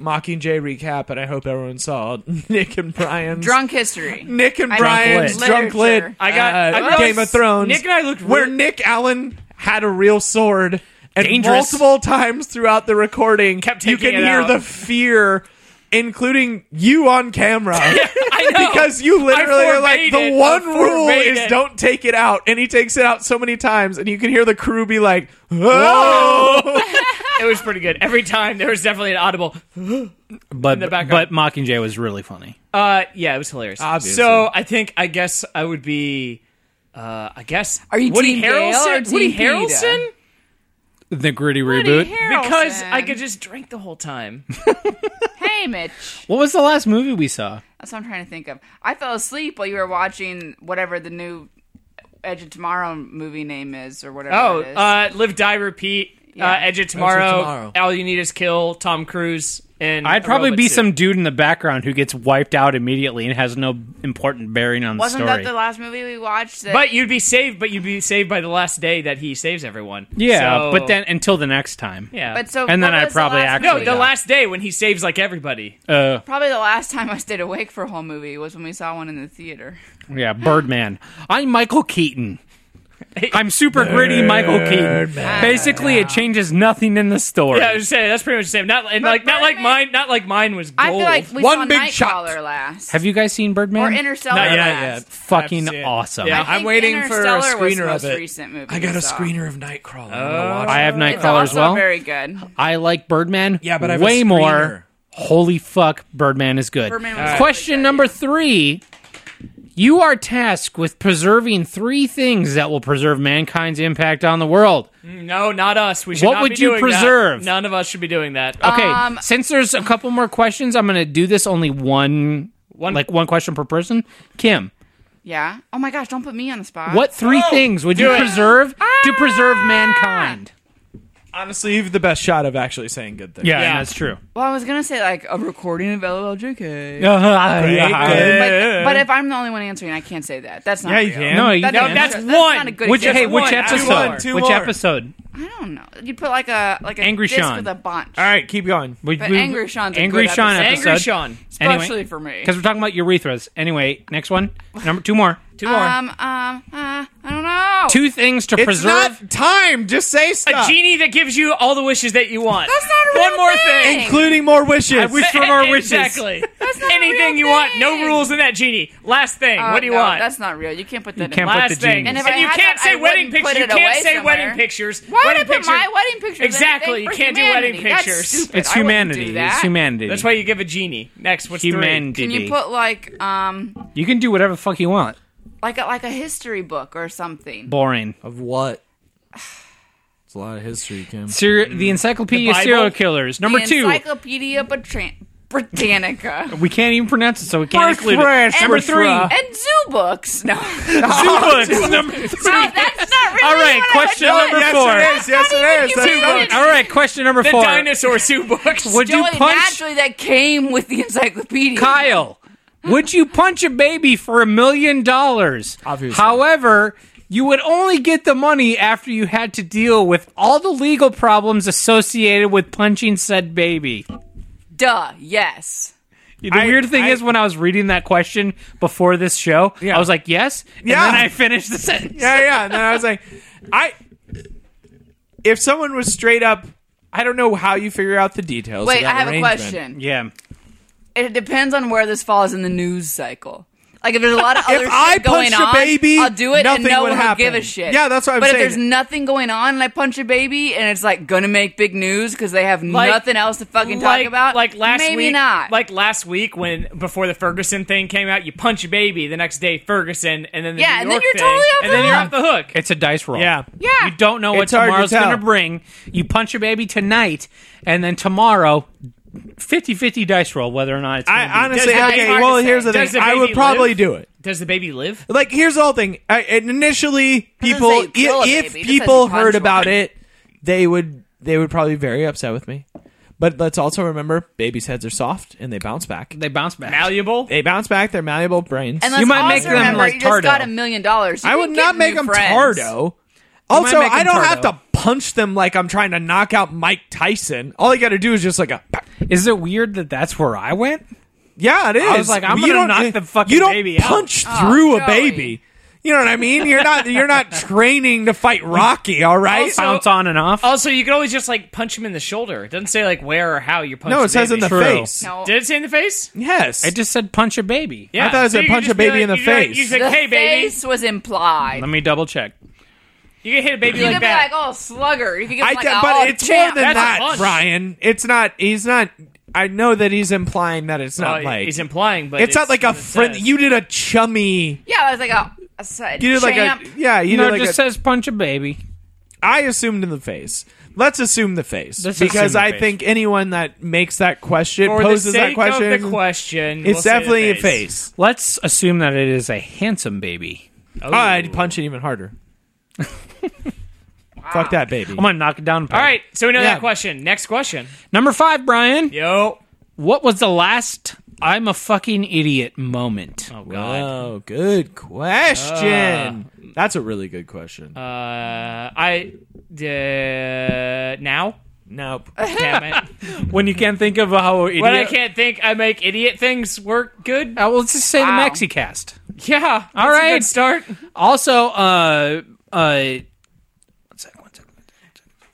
Speaker 5: Mockingjay recap and I hope everyone saw Nick and Brian's
Speaker 2: Drunk history.
Speaker 5: Nick and
Speaker 2: I mean,
Speaker 5: Brian's
Speaker 2: Lit.
Speaker 5: drunk lit.
Speaker 2: Literature.
Speaker 4: I got- I
Speaker 5: uh,
Speaker 4: realized
Speaker 5: Game of Thrones.
Speaker 4: Nick and I looked
Speaker 5: where
Speaker 4: real-
Speaker 5: Nick Allen had a real sword, and
Speaker 3: Dangerous.
Speaker 5: multiple times throughout the recording,
Speaker 4: Kept
Speaker 5: you
Speaker 4: taking
Speaker 5: can
Speaker 4: it
Speaker 5: hear
Speaker 4: out.
Speaker 5: the fear, including you on camera.
Speaker 4: I know
Speaker 5: Because you literally are like
Speaker 4: forbade
Speaker 5: the
Speaker 4: it. I
Speaker 5: one rule
Speaker 4: forbade
Speaker 5: is
Speaker 4: it."
Speaker 5: don't take it out, and he takes it out so many times, and you can hear the crew be like, "Whoa!"
Speaker 4: it was pretty good. Every time there was definitely an audible.
Speaker 3: but
Speaker 4: the
Speaker 3: but
Speaker 4: background.
Speaker 3: Mockingjay was really funny.
Speaker 4: Uh, yeah, it was hilarious.
Speaker 5: Obviously.
Speaker 4: So I think I guess I would be. Uh, I guess.
Speaker 2: Are you
Speaker 4: Woody
Speaker 2: Team Gale
Speaker 4: Harrelson?
Speaker 2: or Team
Speaker 4: Woody
Speaker 2: PETA?
Speaker 4: Harrelson?
Speaker 3: The gritty
Speaker 2: Woody
Speaker 3: reboot.
Speaker 2: Harrelson.
Speaker 4: Because I could just drink the whole time.
Speaker 2: Hey, Mitch.
Speaker 3: what was the last movie we saw?
Speaker 2: That's what I'm trying to think of. I fell asleep while you were watching whatever the new Edge of Tomorrow movie name is, or whatever.
Speaker 4: Oh,
Speaker 2: it is.
Speaker 4: uh, Live, Die, Repeat,
Speaker 2: Yeah.
Speaker 4: uh, Edge of Tomorrow,
Speaker 5: Tomorrow.
Speaker 4: All You Need Is Kill, Tom Cruise, and
Speaker 3: I'd
Speaker 4: a
Speaker 3: probably
Speaker 4: robot
Speaker 3: be
Speaker 4: suit.
Speaker 3: some dude in the background who gets wiped out immediately and has no important bearing on the
Speaker 2: wasn't
Speaker 3: story.
Speaker 2: that the last movie we watched? That,
Speaker 4: But you'd be saved. But you'd be saved by the last day that he saves everyone.
Speaker 3: yeah,
Speaker 4: So-
Speaker 3: but then until the next time.
Speaker 4: yeah,
Speaker 2: but so
Speaker 3: and then
Speaker 2: what
Speaker 3: I
Speaker 2: was
Speaker 3: probably
Speaker 2: the last
Speaker 3: actually-
Speaker 4: no,
Speaker 2: movie?
Speaker 4: the last day when he saves like everybody.
Speaker 3: Uh,
Speaker 2: probably the last time I stayed awake for a whole movie was when we saw one in the theater.
Speaker 3: yeah, Birdman. I'm Michael Keaton. I'm super gritty Michael Keaton. Basically, it changes nothing in the story.
Speaker 4: Yeah, I was saying that's pretty much the same. Not and like not like
Speaker 2: Birdman-
Speaker 4: mine. Not like mine was
Speaker 2: I
Speaker 4: gold.
Speaker 2: feel like we
Speaker 5: One
Speaker 2: saw
Speaker 5: big
Speaker 2: Nightcrawler
Speaker 5: shot.
Speaker 2: last,
Speaker 3: Have you guys seen Birdman?
Speaker 2: or Interstellar
Speaker 4: Not yet,
Speaker 2: last.
Speaker 5: I've
Speaker 3: Fucking
Speaker 5: seen it.
Speaker 3: awesome.
Speaker 4: Yeah.
Speaker 2: I think
Speaker 5: I'm waiting for a
Speaker 2: Interstellar was the
Speaker 5: screener
Speaker 2: most
Speaker 5: of it.
Speaker 2: recent movie
Speaker 5: I got
Speaker 2: we
Speaker 5: a
Speaker 2: saw.
Speaker 5: screener of Nightcrawler. I wanna
Speaker 4: Oh.
Speaker 5: watch
Speaker 3: I have
Speaker 2: It's
Speaker 3: Nightcrawler Oh, as
Speaker 2: also
Speaker 3: well.
Speaker 2: very good.
Speaker 3: I like Birdman.
Speaker 5: Yeah, but I have a
Speaker 3: way
Speaker 5: screener.
Speaker 3: more. Holy fuck, Birdman is good.
Speaker 2: Birdman was really
Speaker 3: Question
Speaker 2: good,
Speaker 3: number
Speaker 2: yeah.
Speaker 3: three: You are tasked with preserving three things that will preserve mankind's impact on the world.
Speaker 4: no, not us. We should.
Speaker 3: What
Speaker 4: not
Speaker 3: would
Speaker 4: be
Speaker 3: you
Speaker 4: doing that.
Speaker 3: preserve? Uh,
Speaker 4: None of us should be doing that. Uh,
Speaker 3: Okay,
Speaker 2: Um,
Speaker 3: since there's a couple more questions, I'm going to do this only one,
Speaker 4: One-
Speaker 3: like one question per person. Kim,
Speaker 2: Yeah. Oh my gosh! Don't put me on the spot.
Speaker 3: what three things would you
Speaker 4: it.
Speaker 3: preserve
Speaker 2: Ah!
Speaker 3: to preserve mankind?
Speaker 5: Honestly, you've the best shot of actually saying good things.
Speaker 4: Yeah.
Speaker 3: that's true.
Speaker 2: Well, I was gonna say like a recording of LOLJK.
Speaker 3: Yeah.
Speaker 4: Eh.
Speaker 2: But, but if I'm the only one answering, I can't say that. That's not.
Speaker 5: Yeah, you
Speaker 2: real.
Speaker 5: can.
Speaker 3: No, you
Speaker 2: That's,
Speaker 3: can't.
Speaker 2: not-
Speaker 4: that's
Speaker 2: that's
Speaker 4: one.
Speaker 2: Not a good
Speaker 3: Which
Speaker 2: example.
Speaker 3: hey, which
Speaker 4: one,
Speaker 3: episode?
Speaker 5: two more, two
Speaker 3: which
Speaker 5: more.
Speaker 3: episode?
Speaker 2: I don't know. You put like a like a
Speaker 3: Angry
Speaker 2: disc
Speaker 3: Sean.
Speaker 2: with a bunch.
Speaker 5: All right, keep going.
Speaker 3: We-
Speaker 2: But
Speaker 3: we-
Speaker 2: Angry Sean's a
Speaker 3: Angry
Speaker 2: good
Speaker 3: Sean
Speaker 2: episode.
Speaker 3: episode.
Speaker 4: Angry Sean.
Speaker 3: Anyway,
Speaker 2: Especially for me.
Speaker 3: because we're talking about urethras. Anyway, next one, number two more.
Speaker 4: Two more.
Speaker 2: Um. Um. Uh, I don't know.
Speaker 3: Two things to
Speaker 5: It's
Speaker 3: preserve.
Speaker 5: not time. Just say
Speaker 4: a
Speaker 5: stuff.
Speaker 4: genie that gives you all the wishes that you want.
Speaker 2: That's not a real
Speaker 4: One more thing.
Speaker 5: including more wishes.
Speaker 3: I wish for more wishes.
Speaker 4: Exactly.
Speaker 2: not a
Speaker 4: Anything
Speaker 2: real
Speaker 4: you want. No
Speaker 2: thing.
Speaker 4: rules in that genie. Last thing.
Speaker 2: Uh,
Speaker 4: what do you
Speaker 2: no,
Speaker 4: want?
Speaker 2: That's not real. You can't put that.
Speaker 3: can't
Speaker 2: in.
Speaker 3: put
Speaker 4: Last
Speaker 3: the
Speaker 4: thing.
Speaker 3: genies. And
Speaker 2: if I
Speaker 4: you
Speaker 2: had
Speaker 4: can't
Speaker 2: that,
Speaker 4: say
Speaker 2: I
Speaker 4: wedding
Speaker 2: wouldn't
Speaker 4: pictures.
Speaker 2: put
Speaker 4: You
Speaker 2: it
Speaker 4: can't
Speaker 2: away
Speaker 4: say
Speaker 2: somewhere.
Speaker 4: wedding pictures.
Speaker 2: Why would I
Speaker 4: wedding
Speaker 2: put
Speaker 4: picture-
Speaker 2: my wedding picture?
Speaker 4: Exactly. You can't do wedding pictures.
Speaker 3: It's humanity. It's humanity.
Speaker 4: That's why you give a genie. Next, what's three?
Speaker 3: humanity.
Speaker 2: Can you put like um
Speaker 3: You can do whatever the fuck you want.
Speaker 2: like a, like a history book or something?
Speaker 3: Boring.
Speaker 5: Of what? It's a lot of history, Kim.
Speaker 3: Ser- the Encyclopedia of
Speaker 4: Bible?
Speaker 3: Serial Killers. Number
Speaker 2: the
Speaker 3: two.
Speaker 2: Encyclopedia Britran- Britannica.
Speaker 3: We can't even pronounce it, so we can't include
Speaker 5: Birthright,
Speaker 3: it. Number
Speaker 5: Birthright.
Speaker 3: three.
Speaker 5: Birthright.
Speaker 2: and zoo books. No, no,
Speaker 3: Two number three.
Speaker 2: that's not really.
Speaker 3: All right,
Speaker 2: what I
Speaker 3: question
Speaker 2: would
Speaker 3: number
Speaker 2: want.
Speaker 3: four.
Speaker 5: Yes, it is. Yes, it is.
Speaker 2: That's
Speaker 5: That's
Speaker 2: not
Speaker 5: not-
Speaker 2: even
Speaker 3: All right, question number
Speaker 4: The
Speaker 3: four.
Speaker 4: dinosaur zoo books.
Speaker 3: Would you
Speaker 2: Joey,
Speaker 3: punch
Speaker 2: naturally that came with the encyclopedia.
Speaker 3: Kyle? Would you punch a baby for a million dollars?
Speaker 5: Obviously.
Speaker 3: However, you would only get the money after you had to deal with all the legal problems associated with punching said baby.
Speaker 2: duh, yes.
Speaker 3: The weird thing is, when I was reading that question before this show, I was like, "Yes," and
Speaker 5: Yeah.
Speaker 3: then I finished the sentence.
Speaker 5: yeah, yeah. And then I was like, I. If someone was straight up, I don't know how you figure out the details. of
Speaker 2: Wait, I
Speaker 5: that
Speaker 2: have a
Speaker 5: arrangement.
Speaker 2: question.
Speaker 3: Yeah.
Speaker 2: It depends on where this falls in the news cycle. Like if there's a lot of other
Speaker 5: If
Speaker 2: shit
Speaker 5: I
Speaker 2: going
Speaker 5: punched a
Speaker 2: on,
Speaker 5: baby,
Speaker 2: I'll do it and
Speaker 5: nothing
Speaker 2: no
Speaker 5: would
Speaker 2: one
Speaker 5: happen.
Speaker 2: will give a shit.
Speaker 5: Yeah, that's what I'm
Speaker 2: but
Speaker 5: saying.
Speaker 2: if there's nothing going on and I punch a baby and it's like gonna make big news because they have
Speaker 4: Like-
Speaker 2: nothing else to fucking
Speaker 4: like,
Speaker 2: talk about,
Speaker 4: Like last
Speaker 2: maybe
Speaker 4: week,
Speaker 2: not.
Speaker 4: Like last week when before the Ferguson thing came out, you punch a baby. The next day, Ferguson, and then the
Speaker 2: Yeah,
Speaker 4: New
Speaker 2: and then
Speaker 4: York
Speaker 2: you're
Speaker 4: thing,
Speaker 2: totally off
Speaker 4: and
Speaker 2: the
Speaker 4: then you're
Speaker 2: hook.
Speaker 4: off the hook.
Speaker 3: It's a dice roll.
Speaker 5: Yeah.
Speaker 2: Yeah.
Speaker 3: You don't know what
Speaker 5: It's hard to
Speaker 3: tomorrow's going
Speaker 5: tell.
Speaker 3: to bring. You punch a baby tonight, and then tomorrow, 50 50 dice roll whether or not it's. gonna
Speaker 5: I
Speaker 3: be-
Speaker 5: honestly,
Speaker 4: Does the
Speaker 5: okay.
Speaker 4: baby-
Speaker 5: Well, here's the
Speaker 4: Does
Speaker 5: thing.
Speaker 4: the
Speaker 5: I would
Speaker 4: baby
Speaker 5: probably
Speaker 4: live?
Speaker 5: do it.
Speaker 4: Does the baby live?
Speaker 5: Like, here's the whole thing. I, and initially, people,
Speaker 2: say you
Speaker 5: i-
Speaker 2: kill a
Speaker 5: if
Speaker 2: baby, it just
Speaker 5: people
Speaker 2: says you
Speaker 5: heard
Speaker 2: punch
Speaker 5: about
Speaker 2: one.
Speaker 5: it, they would they would probably be very upset with me. But let's also remember, babies' heads are soft and they bounce back.
Speaker 3: they bounce back.
Speaker 4: Malleable?
Speaker 5: They bounce back. They're malleable brains.
Speaker 2: and let's
Speaker 3: you might
Speaker 2: also
Speaker 3: make them
Speaker 2: remember,
Speaker 3: like
Speaker 2: you just got
Speaker 3: Tardo.
Speaker 2: a million dollars. You
Speaker 5: I
Speaker 2: can
Speaker 5: would
Speaker 2: get
Speaker 5: not make
Speaker 2: new
Speaker 5: them
Speaker 2: friends.
Speaker 5: tardo. Also,
Speaker 3: make 'em
Speaker 5: I don't
Speaker 3: tardo.
Speaker 5: have to punch them like I'm trying to knock out Mike Tyson. All I got to do is just like a.
Speaker 3: Is it weird that that's where I went?
Speaker 5: Yeah, it is.
Speaker 3: I was like, I'm
Speaker 5: You
Speaker 3: gonna
Speaker 5: don't- eh,
Speaker 3: knock the fucking
Speaker 5: You don't
Speaker 3: baby out.
Speaker 5: punch
Speaker 2: Oh,
Speaker 5: through a
Speaker 2: Joey.
Speaker 5: baby. You know what I mean? You're not. You're not training to fight Rocky. All right.
Speaker 4: Also-
Speaker 3: Bounce on and off.
Speaker 4: Also, you could always just like punch him in the shoulder. It doesn't say like where or how you punch.
Speaker 5: no,
Speaker 4: the
Speaker 5: it says in the
Speaker 4: baby.
Speaker 3: True.
Speaker 5: face.
Speaker 2: No.
Speaker 4: Did it say in the face?
Speaker 5: Yes.
Speaker 3: I just said punch a baby.
Speaker 4: Yeah.
Speaker 5: thought it said
Speaker 4: you could
Speaker 5: punch a
Speaker 4: just be
Speaker 5: baby in the
Speaker 4: you could-
Speaker 5: face.
Speaker 4: You said,
Speaker 2: The
Speaker 4: "Hey, baby,"
Speaker 2: face was implied.
Speaker 3: Let me double check.
Speaker 4: you can hit a baby
Speaker 2: you
Speaker 4: like
Speaker 2: could be
Speaker 4: that.
Speaker 2: like, "Oh, slugger." You could get
Speaker 5: I
Speaker 2: like,
Speaker 5: ca-
Speaker 2: a,
Speaker 5: but
Speaker 2: "Oh,
Speaker 5: it's
Speaker 2: champ."
Speaker 5: more than
Speaker 4: That's a
Speaker 5: that,
Speaker 4: punch.
Speaker 5: Brian. It's not. He's not. I know that he's implying that it's not
Speaker 4: Well,
Speaker 5: like.
Speaker 4: Oh, he's implying, but
Speaker 5: it's, not like a
Speaker 4: what it
Speaker 5: friend.
Speaker 4: says.
Speaker 5: You did a chummy.
Speaker 2: yeah, I was like a, a side
Speaker 5: You did like
Speaker 2: champ.
Speaker 5: a. Yeah, you
Speaker 3: no,
Speaker 5: did like
Speaker 3: it just
Speaker 5: a,
Speaker 3: says punch a baby.
Speaker 5: I assumed in the face. Let's assume the face
Speaker 3: Let's
Speaker 5: because
Speaker 3: assume the
Speaker 5: I
Speaker 3: face.
Speaker 5: think anyone that makes that question
Speaker 4: For the
Speaker 5: poses that
Speaker 4: sake
Speaker 5: question.
Speaker 4: of the question,
Speaker 5: it's
Speaker 4: we'll say the
Speaker 5: definitely a face.
Speaker 3: Let's assume that it is a handsome baby.
Speaker 5: Oh, I'd punch it even harder. Fuck that baby.
Speaker 4: Oh
Speaker 3: I'm gonna knock it down.
Speaker 4: All right, so we know
Speaker 5: Yeah.
Speaker 4: that question. Next question.
Speaker 3: number five, Brian.
Speaker 4: Yo.
Speaker 3: What was the last "I'm a fucking idiot" moment?
Speaker 4: Oh
Speaker 5: Oh, good question. That's a really good question.
Speaker 4: Uh, I uh, now.
Speaker 5: nope.
Speaker 4: Damn it.
Speaker 3: When you can't think of how idiot.
Speaker 4: when I can't think, I make idiot things work good.
Speaker 3: I will just say
Speaker 2: Wow.
Speaker 3: the MaxiCast.
Speaker 4: Yeah.
Speaker 3: Oh. All
Speaker 4: All right.
Speaker 3: right.
Speaker 4: start.
Speaker 3: Also, uh, uh, one second, one second.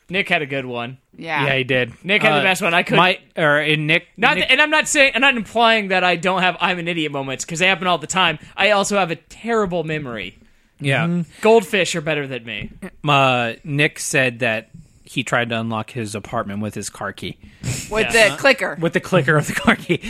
Speaker 4: Nick had a good one.
Speaker 2: yeah.
Speaker 3: Yeah, he did.
Speaker 4: Nick had the
Speaker 3: Uh,
Speaker 4: best one. I couldn't.
Speaker 3: My or uh, Nick.
Speaker 4: Not
Speaker 3: Nick-
Speaker 4: that, and I'm not saying I'm not implying that I don't have I'm an idiot moments because they happen all the time. I also have a terrible memory.
Speaker 3: yeah.
Speaker 4: Goldfish are better than me.
Speaker 3: Uh, Nick said that he tried to unlock his apartment with his car key,
Speaker 2: with the clicker.
Speaker 3: with the clicker of the car key,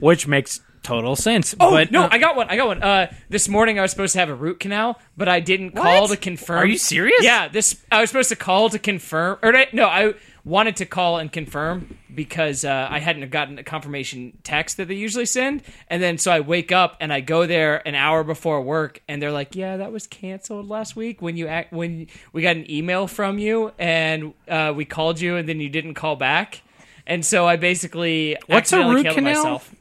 Speaker 3: which makes total sense.
Speaker 4: Oh
Speaker 3: but
Speaker 4: no,
Speaker 3: uh,
Speaker 4: I got one. I got one. Uh, this morning I was supposed to have a root canal, but I didn't call to confirm.
Speaker 3: Are you serious?
Speaker 4: Yeah, this I was supposed to call to confirm, or no, I wanted to call and confirm because uh, I hadn't gotten a confirmation text that they usually send, and then so I wake up and I go there an hour before work, and they're like, "Yeah, that was canceled last week when you act when we got an email from you and uh, we called you and then you didn't call back." And so I basically
Speaker 3: What's a
Speaker 4: accidentally
Speaker 3: root
Speaker 4: killed
Speaker 3: canal?
Speaker 4: myself.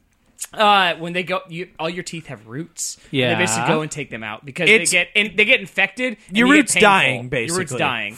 Speaker 4: Uh, when they go, you, all your teeth have roots. And
Speaker 3: Yeah.
Speaker 4: they basically go and take them out because
Speaker 5: It's-
Speaker 4: they get in, they get infected. and
Speaker 5: Your
Speaker 4: you get
Speaker 5: root's
Speaker 4: painful.
Speaker 5: dying,
Speaker 4: Your root's
Speaker 5: basically.
Speaker 4: dying.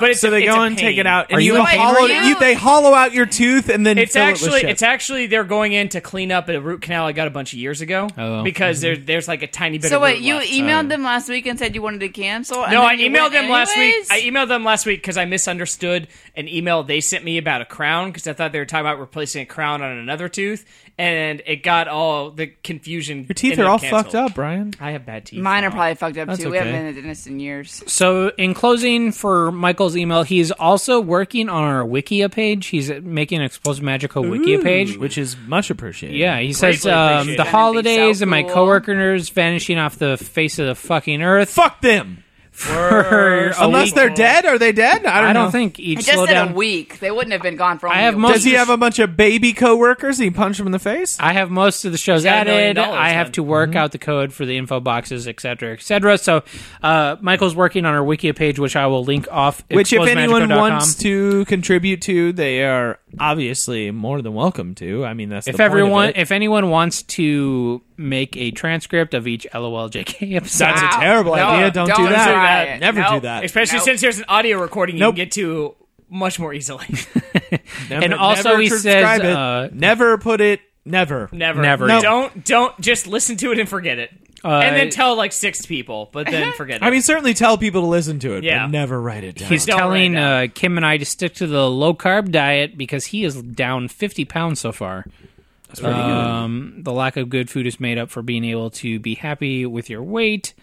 Speaker 4: But it's
Speaker 5: so
Speaker 4: a-
Speaker 5: they
Speaker 4: it's
Speaker 5: go
Speaker 4: a
Speaker 5: and take
Speaker 4: pain.
Speaker 5: it out, and
Speaker 3: Are
Speaker 5: you,
Speaker 3: you in pain
Speaker 5: hollow
Speaker 2: right now?
Speaker 5: you. They hollow out your tooth, and then
Speaker 4: It's
Speaker 5: fill it with
Speaker 4: actually
Speaker 5: shit.
Speaker 4: it's actually they're going in to clean up a root canal I got a bunch of years ago
Speaker 3: Oh.
Speaker 4: because there there's like a tiny bit.
Speaker 2: So
Speaker 4: of
Speaker 2: wait,
Speaker 4: root
Speaker 2: you
Speaker 4: left.
Speaker 2: emailed them last week and said you wanted to cancel. and
Speaker 4: No,
Speaker 2: then
Speaker 4: I
Speaker 2: you
Speaker 4: emailed
Speaker 2: went
Speaker 4: them last week.
Speaker 2: anyways?
Speaker 4: I e- emailed them last week because I misunderstood an email they sent me about a crown because I thought they were talking about replacing a crown on another tooth, and it got all the confusion.
Speaker 5: your teeth are all fucked up, Brian.
Speaker 4: I have bad teeth.
Speaker 2: Mine are probably fucked up too. We haven't
Speaker 5: okay.
Speaker 2: been to the dentist in years.
Speaker 3: So, in closing for Michael's email, he's also working on our Wikia page. He's making an Explosive Magical Wikia page.
Speaker 5: which is much appreciated.
Speaker 3: Yeah, he says
Speaker 4: Greatly
Speaker 3: um,
Speaker 4: appreciated.
Speaker 3: the
Speaker 4: That'd be so
Speaker 3: holidays and my
Speaker 2: cool.
Speaker 3: coworkers vanishing off the face of the fucking earth.
Speaker 5: fuck them.
Speaker 3: for a
Speaker 5: Unless
Speaker 3: week.
Speaker 5: they're dead, are they dead? I don't,
Speaker 3: I
Speaker 5: know.
Speaker 3: don't think each
Speaker 2: I just said
Speaker 3: slowdown.
Speaker 2: a week. They wouldn't have been gone for. Only
Speaker 3: have
Speaker 2: a
Speaker 3: most-
Speaker 5: Does
Speaker 2: week.
Speaker 5: he have a bunch of baby coworkers? And he punch them in the face.
Speaker 3: I have most of the shows
Speaker 4: got a million
Speaker 3: added.
Speaker 4: dollars,
Speaker 3: I have
Speaker 4: man.
Speaker 3: to
Speaker 5: Mm-hmm.
Speaker 3: work out the code for the info boxes, et cetera, et cetera. So, uh, Michael's working on our Wikia page, which I will link off.
Speaker 5: Which, if anyone
Speaker 3: explosemagico.com.
Speaker 5: wants to contribute to, they are obviously more than welcome to. I mean, that's the
Speaker 3: if
Speaker 5: point of
Speaker 3: everyone,
Speaker 5: it.
Speaker 3: if anyone wants to make a transcript of each LOLJK episode,
Speaker 5: that's
Speaker 2: Wow.
Speaker 5: a terrible
Speaker 2: No,
Speaker 5: idea. Don't, do
Speaker 2: don't
Speaker 5: that.
Speaker 2: do that.
Speaker 5: Never do
Speaker 2: Nope.
Speaker 5: that.
Speaker 4: Especially
Speaker 2: Nope.
Speaker 4: since there's an audio recording you
Speaker 5: Nope.
Speaker 4: can get to much more easily.
Speaker 5: Never-
Speaker 3: and also
Speaker 5: never
Speaker 3: he
Speaker 5: transcribe
Speaker 3: says,
Speaker 5: it.
Speaker 3: uh,
Speaker 5: never put it. Never.
Speaker 4: Never.
Speaker 3: Never.
Speaker 5: No.
Speaker 4: Don't don't just listen to it and forget it. and then tell like six people, but then forget it.
Speaker 5: Uh, I mean, certainly tell people to listen to it,
Speaker 4: Yeah.
Speaker 5: but never write it down.
Speaker 3: He's
Speaker 4: Don't
Speaker 3: telling
Speaker 4: write it
Speaker 3: uh, Kim and I to stick to the low carb diet because he is down 50 pounds so far. That's pretty good. The lack of good food is made up for being able to be happy with your weight.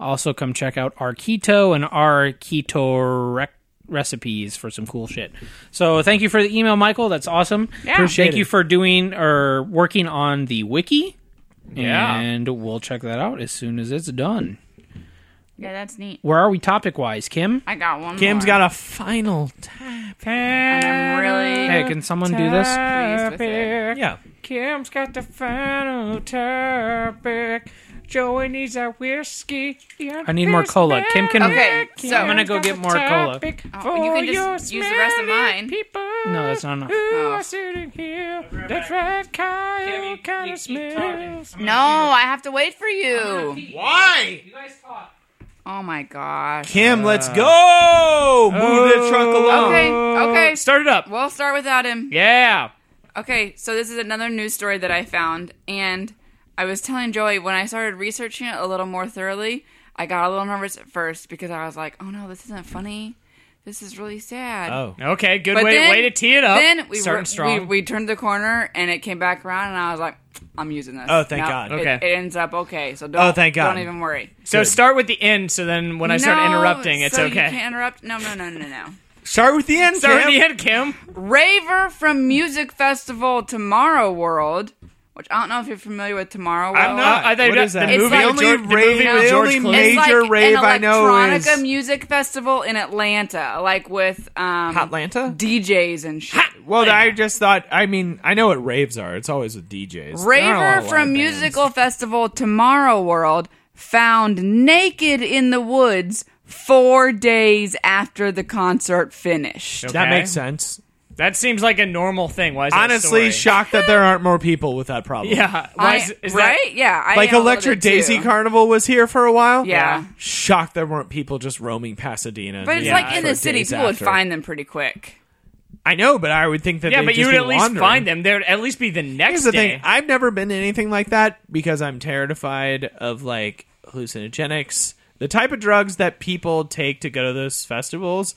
Speaker 3: Also, come check out our keto and our keto rec- recipes for some cool shit. So, thank you for the email, Michael. That's awesome.
Speaker 2: Yeah. Appreciate
Speaker 3: thank
Speaker 2: it.
Speaker 3: you for doing or working on the wiki.
Speaker 4: Yeah.
Speaker 3: And we'll check that out as soon as it's done.
Speaker 2: Yeah, that's neat.
Speaker 3: Where are we topic wise, Kim?
Speaker 2: I got one.
Speaker 5: Kim's
Speaker 2: more.
Speaker 5: got a final.
Speaker 2: And I'm really
Speaker 3: Hey, can someone do this?
Speaker 2: pleased with it.
Speaker 5: Yeah.
Speaker 4: Kim's got the final topic. Joey needs a whiskey.
Speaker 3: I need more cola. Kim can.
Speaker 2: Okay, so-
Speaker 3: I'm gonna go get more cola.
Speaker 2: Oh, you can just use the rest of mine.
Speaker 4: People
Speaker 3: No, that's not enough.
Speaker 4: who
Speaker 2: Oh.
Speaker 4: are sitting here. That's right, Kyle kind of smells.
Speaker 2: No, I have to wait for you.
Speaker 5: Why?
Speaker 2: Oh my gosh.
Speaker 5: Kim, let's go. Move
Speaker 4: Oh,
Speaker 5: the truck along.
Speaker 2: Okay, okay.
Speaker 4: Start it up.
Speaker 2: We'll start without him.
Speaker 4: Yeah.
Speaker 2: Okay, so this is another news story that I found, and I was telling Joey when I started researching it a little more thoroughly, I got a little nervous at first because I was like, "Oh no, this isn't funny. This is really sad."
Speaker 5: Oh.
Speaker 4: Okay, good
Speaker 2: But
Speaker 4: way,
Speaker 2: then-
Speaker 4: way to tee it up.
Speaker 2: Then we,
Speaker 4: Starting
Speaker 2: were-
Speaker 4: strong.
Speaker 2: we we turned the corner and it came back around, and I was like, "I'm using this."
Speaker 5: Oh, thank
Speaker 2: No,
Speaker 5: God.
Speaker 2: it-
Speaker 4: Okay.
Speaker 2: It, ends up okay, so don't.
Speaker 5: Oh, thank God.
Speaker 2: Don't even worry.
Speaker 4: so start with the end, so then when I start
Speaker 2: No,
Speaker 4: interrupting, it's
Speaker 2: so You
Speaker 4: okay.
Speaker 2: can't interrupt. No, no, no, no, no.
Speaker 5: Start with the end.
Speaker 4: Start
Speaker 5: Kim.
Speaker 4: with the end, Kim.
Speaker 2: Raver from Music Festival Tomorrow World, which I don't know if you're familiar with Tomorrow World.
Speaker 5: I'm not.
Speaker 4: Oh, I thought
Speaker 5: Ah,
Speaker 4: you
Speaker 5: What
Speaker 4: meant
Speaker 5: is that?
Speaker 4: the It's movie
Speaker 5: the
Speaker 4: like-
Speaker 5: only
Speaker 4: George- the
Speaker 5: rave,
Speaker 4: movie
Speaker 5: the
Speaker 4: with George
Speaker 5: only
Speaker 4: Clooney.
Speaker 2: It's
Speaker 5: major
Speaker 2: like
Speaker 5: rave
Speaker 2: an
Speaker 5: I know
Speaker 2: electronica
Speaker 5: is
Speaker 2: music festival in Atlanta, like with um,
Speaker 5: Atlanta.
Speaker 2: DJs and shit.
Speaker 5: Well, I just thought. I mean, I know what raves are. It's always with DJs. There are a lot
Speaker 2: Raver
Speaker 5: of
Speaker 2: from
Speaker 5: bands.
Speaker 2: musical festival Tomorrow World found naked in the woods four days after the concert finished.
Speaker 5: That
Speaker 4: Okay.
Speaker 5: makes sense.
Speaker 4: That seems like a normal thing. Why is that a
Speaker 5: Honestly,
Speaker 4: story?
Speaker 5: shocked that there aren't more people with that problem.
Speaker 4: Yeah. Why
Speaker 2: I-
Speaker 4: is, is that-
Speaker 2: right? yeah. I
Speaker 5: Like
Speaker 2: am a little
Speaker 5: Electra
Speaker 2: bit too.
Speaker 5: Daisy Carnival was here for a while.
Speaker 2: Yeah.
Speaker 5: Shocked there weren't people just roaming Pasadena.
Speaker 2: But it's
Speaker 5: Yeah.
Speaker 2: like in
Speaker 5: for
Speaker 2: the city,
Speaker 5: days
Speaker 2: people would
Speaker 5: after.
Speaker 2: find them pretty quick.
Speaker 5: I know, but I would think that.
Speaker 4: yeah,
Speaker 5: they'd
Speaker 4: but you
Speaker 5: just
Speaker 4: would
Speaker 5: be
Speaker 4: at least
Speaker 5: wandering.
Speaker 4: find them. There'd at least be the next
Speaker 5: Here's the
Speaker 4: day.
Speaker 5: thing. I've never been to anything like that because I'm terrified of like hallucinogenics. The type of drugs that people take to go to those festivals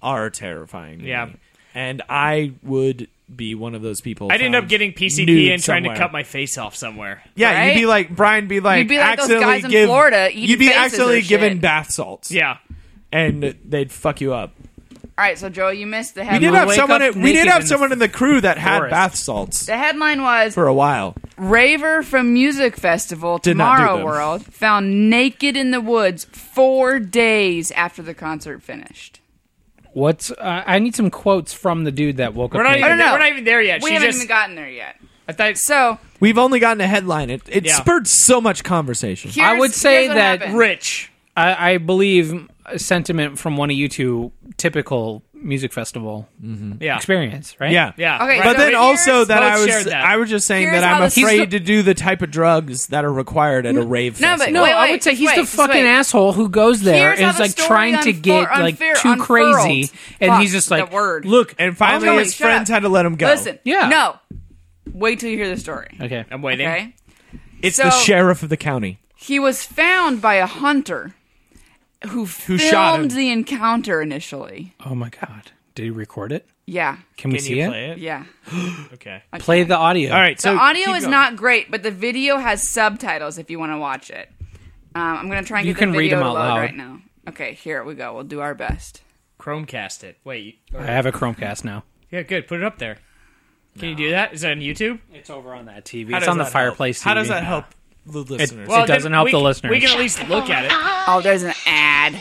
Speaker 5: are terrifying. to
Speaker 4: Yeah.
Speaker 5: me. And I would be one of those people.
Speaker 4: I'd end
Speaker 5: found
Speaker 4: up getting PCP
Speaker 5: nude
Speaker 4: and trying to
Speaker 5: somewhere.
Speaker 4: cut my face off somewhere.
Speaker 5: Yeah,
Speaker 2: Right?
Speaker 5: you'd be like Brian. Be like,
Speaker 2: You'd be like those
Speaker 5: accidentally
Speaker 2: guys in
Speaker 5: give-
Speaker 2: Florida eating
Speaker 5: You'd be
Speaker 2: faces or
Speaker 5: accidentally given
Speaker 2: shit.
Speaker 5: bath salts.
Speaker 4: Yeah.
Speaker 5: and they'd fuck you up.
Speaker 2: All right, so Joe, you missed the
Speaker 5: We
Speaker 2: headline.
Speaker 5: did have
Speaker 3: wake
Speaker 5: someone.
Speaker 3: up
Speaker 5: we did
Speaker 3: naked
Speaker 5: have
Speaker 3: in the
Speaker 5: someone in the crew that had
Speaker 3: forest.
Speaker 5: bath salts
Speaker 2: the headline was
Speaker 5: for a while.
Speaker 2: Raver from Music Festival
Speaker 5: Did not do
Speaker 2: Tomorrow
Speaker 5: them.
Speaker 2: World found naked in the woods four days after the concert finished.
Speaker 3: What's uh, I need some quotes from the dude that woke
Speaker 4: We're
Speaker 3: up.
Speaker 4: not,
Speaker 3: naked.
Speaker 4: even,
Speaker 2: no.
Speaker 4: we're not even there yet.
Speaker 2: We
Speaker 4: she
Speaker 2: haven't
Speaker 4: just,
Speaker 2: even gotten there yet.
Speaker 4: I thought,
Speaker 2: So
Speaker 5: We've only gotten a headline. It, it
Speaker 4: Yeah.
Speaker 5: spurred so much conversation.
Speaker 2: here's-
Speaker 3: I would say
Speaker 2: here's what
Speaker 3: that
Speaker 2: happened.
Speaker 4: Rich.
Speaker 3: I, I believe a sentiment from one of you two. Typical music festival
Speaker 4: Yeah.
Speaker 3: experience, right?
Speaker 5: Yeah.
Speaker 4: Yeah.
Speaker 2: Okay,
Speaker 4: right.
Speaker 5: But
Speaker 2: So
Speaker 5: then
Speaker 2: here's-
Speaker 5: also that
Speaker 4: Both
Speaker 5: I was
Speaker 4: shared that.
Speaker 5: I was just saying
Speaker 2: Here's
Speaker 5: that
Speaker 2: how
Speaker 5: I'm
Speaker 2: this-
Speaker 5: afraid
Speaker 2: He's
Speaker 5: to do the type of drugs that are required at a rave.
Speaker 2: No, but-
Speaker 5: festival.
Speaker 3: No,
Speaker 2: Wait,
Speaker 3: I
Speaker 2: wait,
Speaker 3: would say he's
Speaker 2: wait,
Speaker 3: the
Speaker 2: just
Speaker 3: fucking
Speaker 2: wait.
Speaker 3: asshole who goes there
Speaker 2: Here's how
Speaker 3: and is
Speaker 2: the
Speaker 3: like
Speaker 2: story
Speaker 3: trying to
Speaker 2: unfur-
Speaker 3: get like
Speaker 2: unfair-
Speaker 3: too crazy,
Speaker 2: unfurled.
Speaker 3: and
Speaker 2: Fuck,
Speaker 3: he's just like,
Speaker 2: that word.
Speaker 3: "Look,
Speaker 5: and finally
Speaker 2: Joey,
Speaker 5: his
Speaker 2: shut
Speaker 5: friends
Speaker 2: up.
Speaker 5: had to let him go.
Speaker 2: Listen,
Speaker 3: Yeah.
Speaker 2: no. Wait till you hear the story.
Speaker 3: oh, okay,
Speaker 4: I'm waiting.
Speaker 2: Okay.
Speaker 5: it's
Speaker 2: so-
Speaker 5: the sheriff of the county.
Speaker 2: He was found by a hunter who,
Speaker 5: shot him.
Speaker 2: filmed the encounter initially.
Speaker 3: oh my god, did he record it?
Speaker 2: Yeah.
Speaker 3: Can we see it?
Speaker 2: Yeah.
Speaker 5: Okay.
Speaker 3: Play the audio.
Speaker 5: All right. So
Speaker 2: the audio
Speaker 5: keep
Speaker 2: is
Speaker 5: going.
Speaker 2: not great, but the video has subtitles if you want to watch it. Um, I'm going to try and
Speaker 3: You
Speaker 2: get
Speaker 3: can
Speaker 2: the
Speaker 3: read
Speaker 2: video
Speaker 3: them
Speaker 2: to
Speaker 3: out
Speaker 2: load
Speaker 3: loud.
Speaker 2: right now. Okay, here we go. We'll do our best.
Speaker 4: Chromecast it. Wait. you-
Speaker 3: I have a Chromecast now.
Speaker 4: Yeah, good. Put it up there. Can you do that? Is that on YouTube?
Speaker 3: It's over on that TV.
Speaker 5: How
Speaker 3: it's
Speaker 5: does
Speaker 3: on the
Speaker 5: that help?
Speaker 3: fireplace.
Speaker 5: How does
Speaker 3: TV.
Speaker 5: that help the listeners?
Speaker 3: Well, It doesn't
Speaker 4: then
Speaker 3: help
Speaker 4: we
Speaker 3: the
Speaker 4: c-
Speaker 3: listeners.
Speaker 4: We can at least look at it.
Speaker 2: Oh, there's an ad.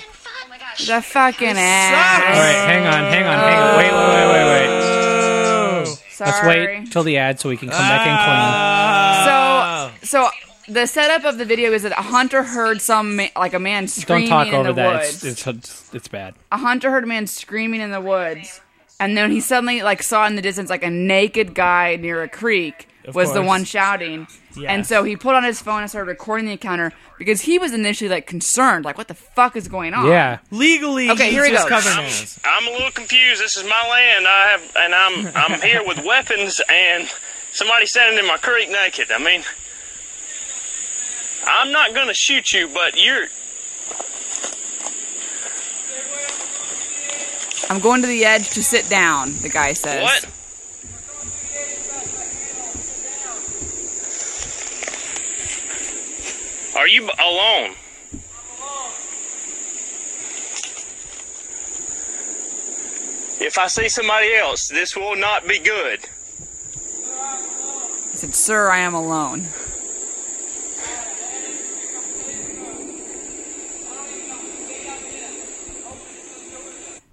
Speaker 2: There's a fucking ad.
Speaker 3: All right, hang on, hang on, hang on. Wait, wait, wait, wait, wait. Let's
Speaker 2: Sorry. Ah,
Speaker 3: wait till Oh. the ad so we can come back in clean.
Speaker 2: So, so the setup of the video is that a hunter heard some ma- like a man
Speaker 3: Don't
Speaker 2: screaming
Speaker 3: talk
Speaker 2: in
Speaker 3: over
Speaker 2: the
Speaker 3: that.
Speaker 2: woods. Ah.
Speaker 3: It's, it's it's it's bad.
Speaker 2: a hunter heard a man screaming in the woods, and then he suddenly like saw in the distance like a naked guy near a creek was the
Speaker 5: course.
Speaker 2: one shouting. And so he pulled out his phone and started recording the encounter because he was initially like concerned, like what the fuck is going on?
Speaker 3: Yeah.
Speaker 5: legally,
Speaker 2: Okay,
Speaker 5: he's
Speaker 2: here we
Speaker 5: just
Speaker 2: go.
Speaker 5: covering
Speaker 2: I'm-
Speaker 5: us.
Speaker 8: I'm a little confused. This is my land. I have, and I'm I'm here with weapons, and somebody standing in my creek naked. I mean, I'm not gonna shoot you, but you're.
Speaker 2: I'm going to the edge to sit down. The guy says,
Speaker 8: What? Are you b- alone? If I see somebody else, this will not be good.
Speaker 2: I said, Sir, I am alone.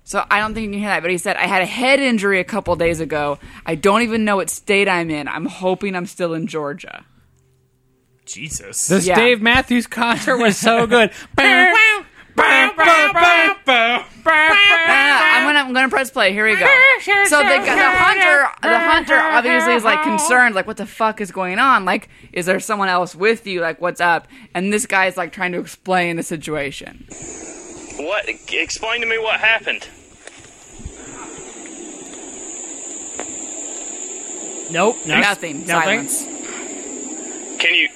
Speaker 2: So I don't think you can hear that, but he said, I had a head injury a couple days ago. I don't even know what state I'm in. I'm hoping I'm still in Georgia.
Speaker 5: Jesus.
Speaker 3: This
Speaker 2: Yeah.
Speaker 3: Dave Matthews concert was so good. Bow, wow, bow, bow, bow, bow, bow,
Speaker 2: Uh,
Speaker 3: bow.
Speaker 2: I'm gonna I'm gonna press play. Here we go. So the, the hunter the hunter obviously is like concerned, like what the fuck is going on? Like, is there someone else with you? Like, what's up? And this guy's like trying to explain the situation.
Speaker 8: What? Explain to me what happened.
Speaker 4: Nope. no-
Speaker 2: Nothing. Silence.
Speaker 8: Can you?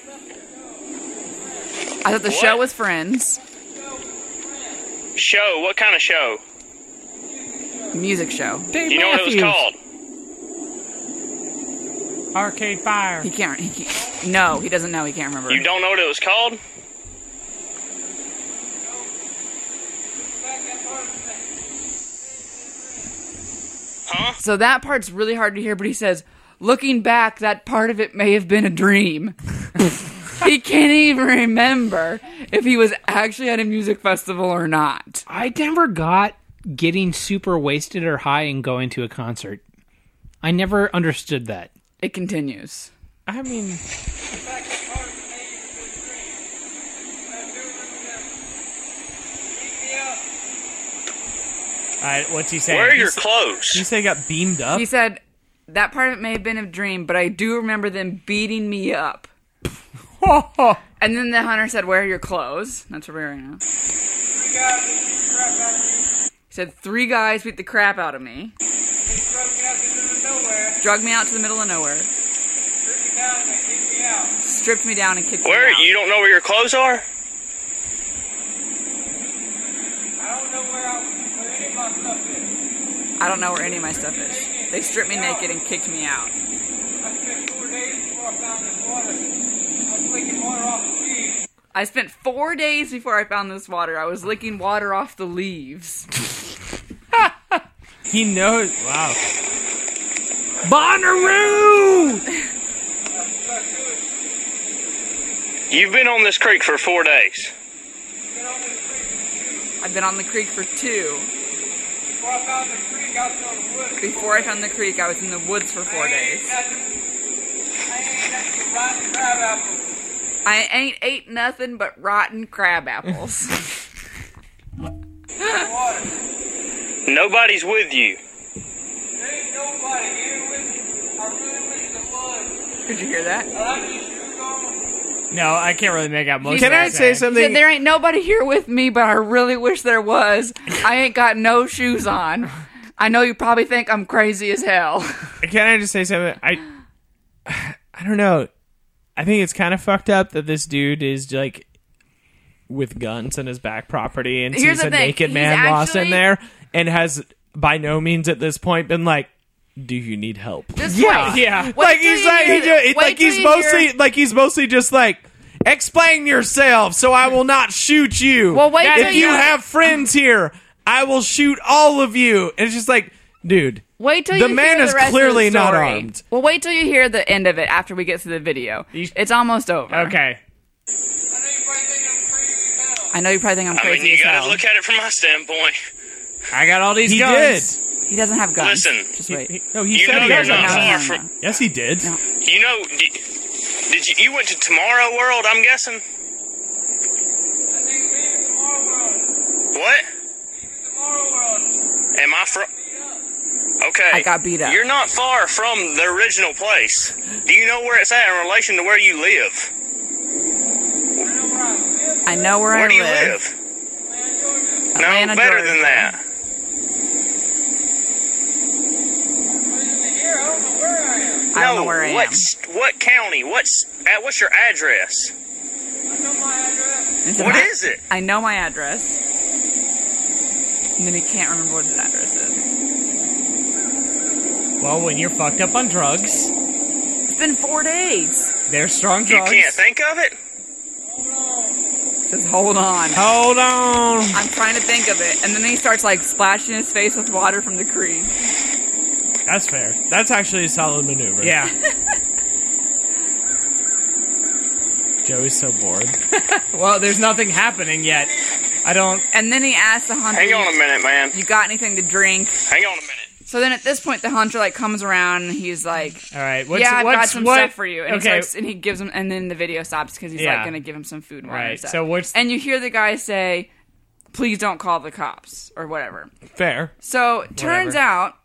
Speaker 2: I thought the show
Speaker 8: What?
Speaker 2: was Friends,
Speaker 8: Show? What kind of show?
Speaker 2: music show.
Speaker 3: Dave
Speaker 8: You know what it was
Speaker 3: Matthews.
Speaker 8: called?
Speaker 7: Arcade Fire.
Speaker 2: He can't. He can't no, he doesn't know. He can't remember.
Speaker 8: You don't know what it was called?
Speaker 2: So that part's really hard to hear. But he says, looking back, that part of it may have been a dream. he can't even remember if he was actually at a music festival or not.
Speaker 3: I never got getting super wasted or high and going to a concert. I never understood that.
Speaker 2: It continues.
Speaker 5: I mean,
Speaker 4: All right, what's he saying?
Speaker 8: Where are your
Speaker 4: He's-
Speaker 8: clothes?
Speaker 5: you say got beamed up.
Speaker 2: He said, That part of it may have been a dream, but I do remember them beating me up. and then the hunter said, Where are your clothes? That's where we are now. He said, Three guys beat the crap out of me. Drug me out to the middle of nowhere. Stripped me down and kicked
Speaker 8: Where?
Speaker 2: me out.
Speaker 8: You don't know where your clothes are?
Speaker 2: I don't know where any of my stuff is. They stripped me naked and kicked me out. I spent four days before I found this water. I was licking water off the leaves.
Speaker 5: He knows. Wow.
Speaker 3: Bonnaroo!
Speaker 8: You've been on this creek for four days.
Speaker 2: I've been on the creek for two. Before I found the creek, I was in the woods for four days. I ain't ate nothing but rotten crab apples.
Speaker 8: Nobody's with you.
Speaker 2: Did you hear that?
Speaker 4: No, I can't really make out most.
Speaker 2: Can
Speaker 4: of what
Speaker 2: I
Speaker 4: he's
Speaker 5: Say
Speaker 4: saying.
Speaker 2: Yeah,
Speaker 5: something.
Speaker 2: there ain't nobody here with me, but I really wish there was. I ain't got no shoes on. I know you probably think I'm crazy as hell.
Speaker 5: Can I just say something? I, I don't know. I think it's kind of fucked up that this dude is like with guns in his back property and
Speaker 2: Here's
Speaker 5: sees
Speaker 2: the
Speaker 5: a
Speaker 2: thing.
Speaker 5: naked
Speaker 2: He's
Speaker 5: man lost in
Speaker 2: actually-
Speaker 5: there and has by no means at this point been like, "Do you need help?"
Speaker 2: Just yeah, wait.
Speaker 5: Yeah,
Speaker 2: Wait
Speaker 5: like
Speaker 2: till
Speaker 5: he's
Speaker 2: you
Speaker 5: like
Speaker 2: hear
Speaker 5: he
Speaker 2: the-
Speaker 5: just, it's
Speaker 2: wait
Speaker 5: like
Speaker 2: till
Speaker 5: he's
Speaker 2: you hear-
Speaker 5: mostly like he's mostly just like explain yourself so I will not shoot you.
Speaker 2: Well, wait till
Speaker 5: if you
Speaker 2: you-
Speaker 5: have friends here, I will shoot all of you. And it's just like, dude,
Speaker 2: Wait till
Speaker 5: the
Speaker 2: you
Speaker 5: man
Speaker 2: hear
Speaker 5: is
Speaker 2: the rest
Speaker 5: clearly
Speaker 2: of the
Speaker 5: not
Speaker 2: story.
Speaker 5: armed.
Speaker 2: Well, wait till you hear the end of it after we get to the video. It's almost over.
Speaker 4: Okay.
Speaker 2: I know you probably think I'm
Speaker 8: I
Speaker 2: crazy
Speaker 8: mean, you
Speaker 2: as
Speaker 8: gotta
Speaker 2: hell.
Speaker 8: look at it from my standpoint.
Speaker 4: I got all these
Speaker 5: He
Speaker 4: guns.
Speaker 2: he doesn't have guns.
Speaker 8: Listen.
Speaker 2: just wait.
Speaker 5: No, he
Speaker 8: You know
Speaker 5: said
Speaker 8: you're
Speaker 5: he
Speaker 2: No, no,
Speaker 8: not far
Speaker 2: no,
Speaker 8: from.
Speaker 2: no.
Speaker 5: Yes, he did.
Speaker 8: You know, did, did you you went to Tomorrow World? I'm guessing. What? Am I from? Okay.
Speaker 2: I got beat up.
Speaker 8: You're not far from the original place. Do you know where it's at in relation to where you live?
Speaker 2: I know where, I
Speaker 8: where do you
Speaker 2: live.
Speaker 8: live?
Speaker 2: Atlanta,
Speaker 8: no, better
Speaker 2: Georgia.
Speaker 8: than that.
Speaker 2: I don't
Speaker 8: no,
Speaker 2: know where I am.
Speaker 8: what's, What county? What's at? What's your address?
Speaker 2: He said,
Speaker 8: What
Speaker 2: "I-
Speaker 8: is it?
Speaker 2: I know my address. And then he can't remember what his address is.
Speaker 4: Well, when you're fucked up on drugs,
Speaker 2: It's been four days.
Speaker 4: they're strong
Speaker 8: You
Speaker 4: drugs.
Speaker 8: can't think of it?
Speaker 2: says, "Hold on,
Speaker 5: Hold on.
Speaker 2: I'm trying to think of it." And then he starts like splashing his face with water from the creek.
Speaker 5: That's fair.
Speaker 9: That's actually a solid maneuver.
Speaker 5: Yeah.
Speaker 9: Joey's so bored.
Speaker 4: Well, there's nothing happening yet. I don't.
Speaker 2: And then he asks the hunter,
Speaker 8: Hang on a minute, man.
Speaker 2: "You got anything to drink?"
Speaker 8: Hang on a minute.
Speaker 2: So then at this point, the hunter like comes around and he's like,
Speaker 4: All right. What's,
Speaker 2: "Yeah, I've
Speaker 4: what's,
Speaker 2: got some
Speaker 4: what,
Speaker 2: stuff for you." And, he
Speaker 4: okay.
Speaker 2: starts, and he gives him, and then the video stops because he's
Speaker 4: Yeah.
Speaker 2: like going to give him some food and water
Speaker 4: Right,
Speaker 2: And stuff.
Speaker 4: so what's-
Speaker 2: and you hear the guy say, "Please don't call the cops" or whatever.
Speaker 5: Fair.
Speaker 2: So turns
Speaker 4: Whatever.
Speaker 2: out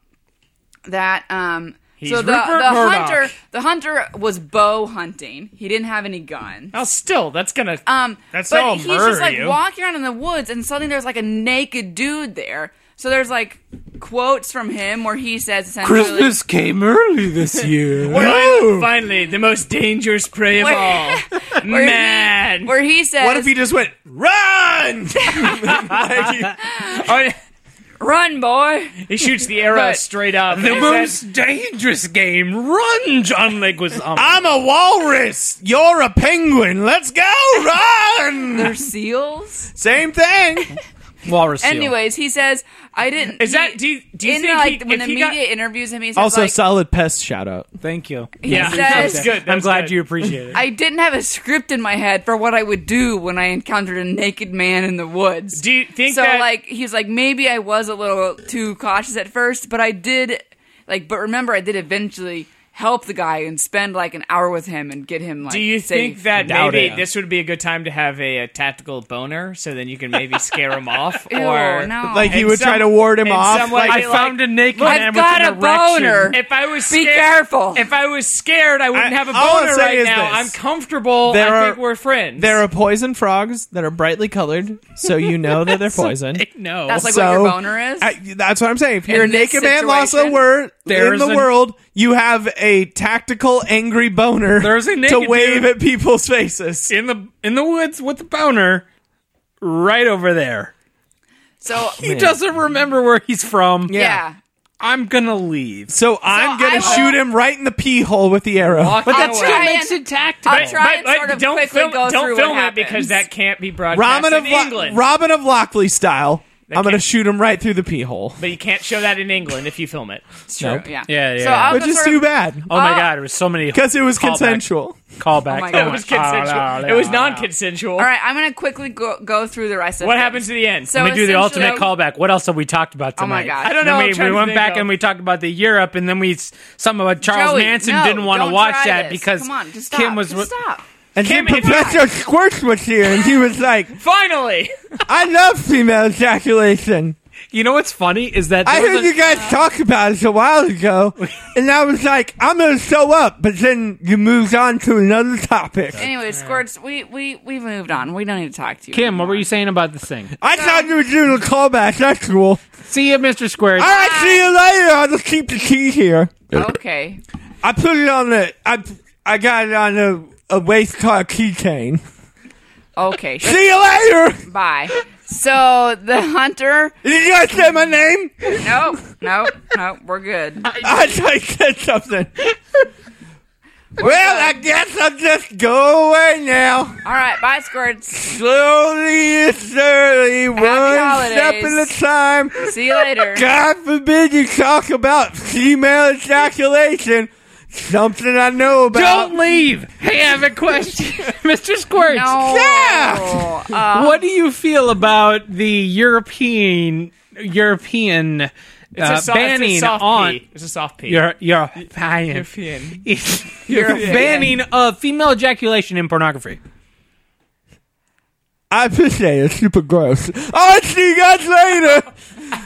Speaker 2: that um so the, the
Speaker 4: Rupert Murdoch.
Speaker 2: hunter the hunter was bow hunting. He didn't have any gun.
Speaker 4: oh, still, that's gonna.
Speaker 2: Um
Speaker 5: That's
Speaker 2: but
Speaker 5: how I'll
Speaker 2: he's
Speaker 5: murder
Speaker 2: just like
Speaker 5: you.
Speaker 2: walking around in the woods and suddenly there's like a naked dude there. So there's like quotes from him where he says essentially
Speaker 3: came early this year.
Speaker 4: Finally, the most dangerous prey of
Speaker 2: Where-
Speaker 4: all.
Speaker 2: where he-
Speaker 4: Man.
Speaker 2: where he says
Speaker 5: What if he just went run? Like,
Speaker 4: Oh, yeah.
Speaker 2: run boy
Speaker 4: he shoots the arrow
Speaker 2: But-
Speaker 4: straight up.
Speaker 3: The
Speaker 4: Is
Speaker 3: most dangerous game. Run, John um, Leguizamo.
Speaker 5: I'm a walrus. You're a penguin. Let's go run.
Speaker 2: they're seals.
Speaker 5: Same thing.
Speaker 3: Walrus. seal.
Speaker 2: Anyways, he says I didn't
Speaker 4: Is that-
Speaker 2: he-
Speaker 4: do you- do you
Speaker 2: in
Speaker 4: think
Speaker 2: like
Speaker 4: he-
Speaker 2: when
Speaker 4: if
Speaker 2: the
Speaker 4: he
Speaker 2: media
Speaker 4: got-
Speaker 2: interviews him he says
Speaker 9: Also,
Speaker 2: like,
Speaker 9: solid pest shout out.
Speaker 3: Thank you.
Speaker 2: he
Speaker 4: Yeah.
Speaker 2: says,
Speaker 4: That's good. That
Speaker 3: I'm
Speaker 4: was
Speaker 3: glad
Speaker 4: good.
Speaker 3: you appreciate it.
Speaker 2: I didn't have a script in my head for what I would do when I encountered a naked man in the woods.
Speaker 4: Do you think
Speaker 2: so?
Speaker 4: that-
Speaker 2: Like he's like maybe I was a little too cautious at first, but I did like. But remember, I did eventually help the guy and spend like an hour with him and get him like.
Speaker 4: Do you
Speaker 2: safe.
Speaker 4: think that
Speaker 9: Doubt
Speaker 4: maybe
Speaker 9: it.
Speaker 4: this would be a good time to have a, a tactical boner so then you can maybe scare him off?
Speaker 2: Ew,
Speaker 4: or
Speaker 2: no.
Speaker 9: Like you
Speaker 4: And
Speaker 9: would
Speaker 4: some-
Speaker 9: try to ward him
Speaker 4: and
Speaker 9: off.
Speaker 4: some way-
Speaker 9: Like,
Speaker 3: I
Speaker 4: like-
Speaker 3: found a naked
Speaker 4: Look,
Speaker 3: man
Speaker 2: I've
Speaker 3: with
Speaker 2: got
Speaker 3: an
Speaker 2: a
Speaker 3: erection.
Speaker 2: boner.
Speaker 4: If I was
Speaker 2: Be
Speaker 4: scared,
Speaker 2: careful.
Speaker 4: If I was scared, I wouldn't
Speaker 5: I-
Speaker 4: have a
Speaker 5: all I'll
Speaker 4: boner
Speaker 5: say
Speaker 4: right
Speaker 5: is
Speaker 4: now.
Speaker 5: this.
Speaker 4: I'm comfortable.
Speaker 9: There
Speaker 4: I
Speaker 9: are-
Speaker 4: think we're friends.
Speaker 9: there are poison frogs that are brightly colored, so you know that they're poisoned.
Speaker 4: no.
Speaker 2: that's like what
Speaker 9: so-
Speaker 2: your boner is?
Speaker 5: I, that's what I'm saying. If you're
Speaker 2: In
Speaker 5: a
Speaker 2: this
Speaker 5: naked man lost
Speaker 2: situation,
Speaker 5: a word in
Speaker 3: there's
Speaker 5: the
Speaker 3: an-
Speaker 5: world, you have a tactical angry boner
Speaker 3: There's a
Speaker 5: to
Speaker 3: naked
Speaker 5: wave
Speaker 3: dude.
Speaker 5: at people's faces.
Speaker 3: in the in the woods with the boner, right over there.
Speaker 2: so
Speaker 3: He doesn't remember where he's from.
Speaker 2: yeah.
Speaker 3: I'm gonna leave.
Speaker 5: So I'm gonna
Speaker 2: I will-
Speaker 5: shoot him right in the pee hole with the arrow.
Speaker 4: Walk
Speaker 3: But
Speaker 4: away.
Speaker 3: that
Speaker 2: I'll
Speaker 3: still
Speaker 2: try
Speaker 3: makes
Speaker 2: and-
Speaker 3: it tactical.
Speaker 2: I'll try and
Speaker 4: but
Speaker 2: sort of
Speaker 4: don't
Speaker 2: quickly
Speaker 4: film,
Speaker 2: go
Speaker 4: don't
Speaker 2: through
Speaker 4: film
Speaker 2: what
Speaker 4: it because
Speaker 2: happens.
Speaker 4: that can't be broadcast
Speaker 5: Robin
Speaker 4: in
Speaker 5: of Lo-
Speaker 4: England.
Speaker 5: Robin of Lockley style. I'm gonna
Speaker 4: can't-
Speaker 5: shoot him right through the pee hole.
Speaker 4: but you can't show that in England if you film it.
Speaker 2: It's true.
Speaker 5: Nope.
Speaker 2: Yeah.
Speaker 3: Yeah, yeah,
Speaker 2: So
Speaker 3: yeah.
Speaker 2: I'll
Speaker 5: Which
Speaker 2: just
Speaker 5: is
Speaker 2: sort
Speaker 5: too
Speaker 2: of-
Speaker 5: bad
Speaker 3: Oh my
Speaker 2: I'll-
Speaker 3: god, there was so many
Speaker 5: because it was
Speaker 3: callback-
Speaker 5: consensual.
Speaker 3: Callback.
Speaker 2: Oh my God.
Speaker 4: It was consensual. it was non-consensual.
Speaker 2: All right, I'm gonna quickly go, go through the rest of
Speaker 4: What
Speaker 2: things.
Speaker 4: happens to the end?
Speaker 2: So
Speaker 3: Let me do the
Speaker 2: essentially-
Speaker 3: ultimate callback. What else have we talked about
Speaker 2: Oh my
Speaker 3: tonight?
Speaker 2: gosh.
Speaker 4: I don't
Speaker 3: Then
Speaker 4: know. I'm
Speaker 3: we,
Speaker 4: trying
Speaker 3: we
Speaker 4: to
Speaker 3: went
Speaker 4: think
Speaker 3: back
Speaker 4: of-
Speaker 3: and we talked about the Europe, and then we s- something about Charles
Speaker 2: Joey,
Speaker 3: Manson
Speaker 2: no,
Speaker 3: didn't want to
Speaker 2: don't
Speaker 3: watch
Speaker 2: try
Speaker 3: that
Speaker 2: this.
Speaker 3: because
Speaker 2: Come on, just stop.
Speaker 3: Kim was
Speaker 2: just stop.
Speaker 5: And then
Speaker 4: Kim, if you-
Speaker 5: Professor Squirts was here, and he was like,
Speaker 4: Finally,
Speaker 5: "I love female ejaculation."
Speaker 3: You know what's funny is that
Speaker 5: I
Speaker 3: there was
Speaker 5: heard
Speaker 3: a-
Speaker 5: you guys talk about it a while ago, and I was like, "I'm gonna show up," but then you moved on to another topic.
Speaker 2: Anyway, Squirts, we we we've moved on. We don't need to talk to you.
Speaker 3: Kim, what were you saying about the thing?
Speaker 5: I thought you were doing a callback. That's cool.
Speaker 3: See you, Mr. Squares.
Speaker 5: All right, see you later. I'll just keep the key here.
Speaker 2: Okay.
Speaker 5: I put it on the. I I got it on a, a waste car keychain.
Speaker 2: Okay.
Speaker 5: See you later.
Speaker 2: Bye. So the hunter.
Speaker 5: Did you guys say my name?
Speaker 2: No, no, no. We're good.
Speaker 5: I thought you said something. Well, I guess I'll just go away now.
Speaker 2: All right. Bye, Squirts.
Speaker 5: Slowly and surely, one step at
Speaker 2: holidays.
Speaker 5: a time.
Speaker 2: See you later.
Speaker 5: God forbid you talk about female ejaculation, something I know about.
Speaker 3: Don't leave. Hey, I have a question, Mr. Squirts.
Speaker 2: No.
Speaker 5: Yeah.
Speaker 2: Uh,
Speaker 3: What do you feel about the European European uh,
Speaker 4: it's a so-
Speaker 3: banning
Speaker 4: it's a soft
Speaker 3: on
Speaker 4: P. It's a soft P.
Speaker 3: your your European
Speaker 4: European.
Speaker 3: banning of female ejaculation in pornography?
Speaker 5: I appreciate it. It's super gross. I'll see you guys later.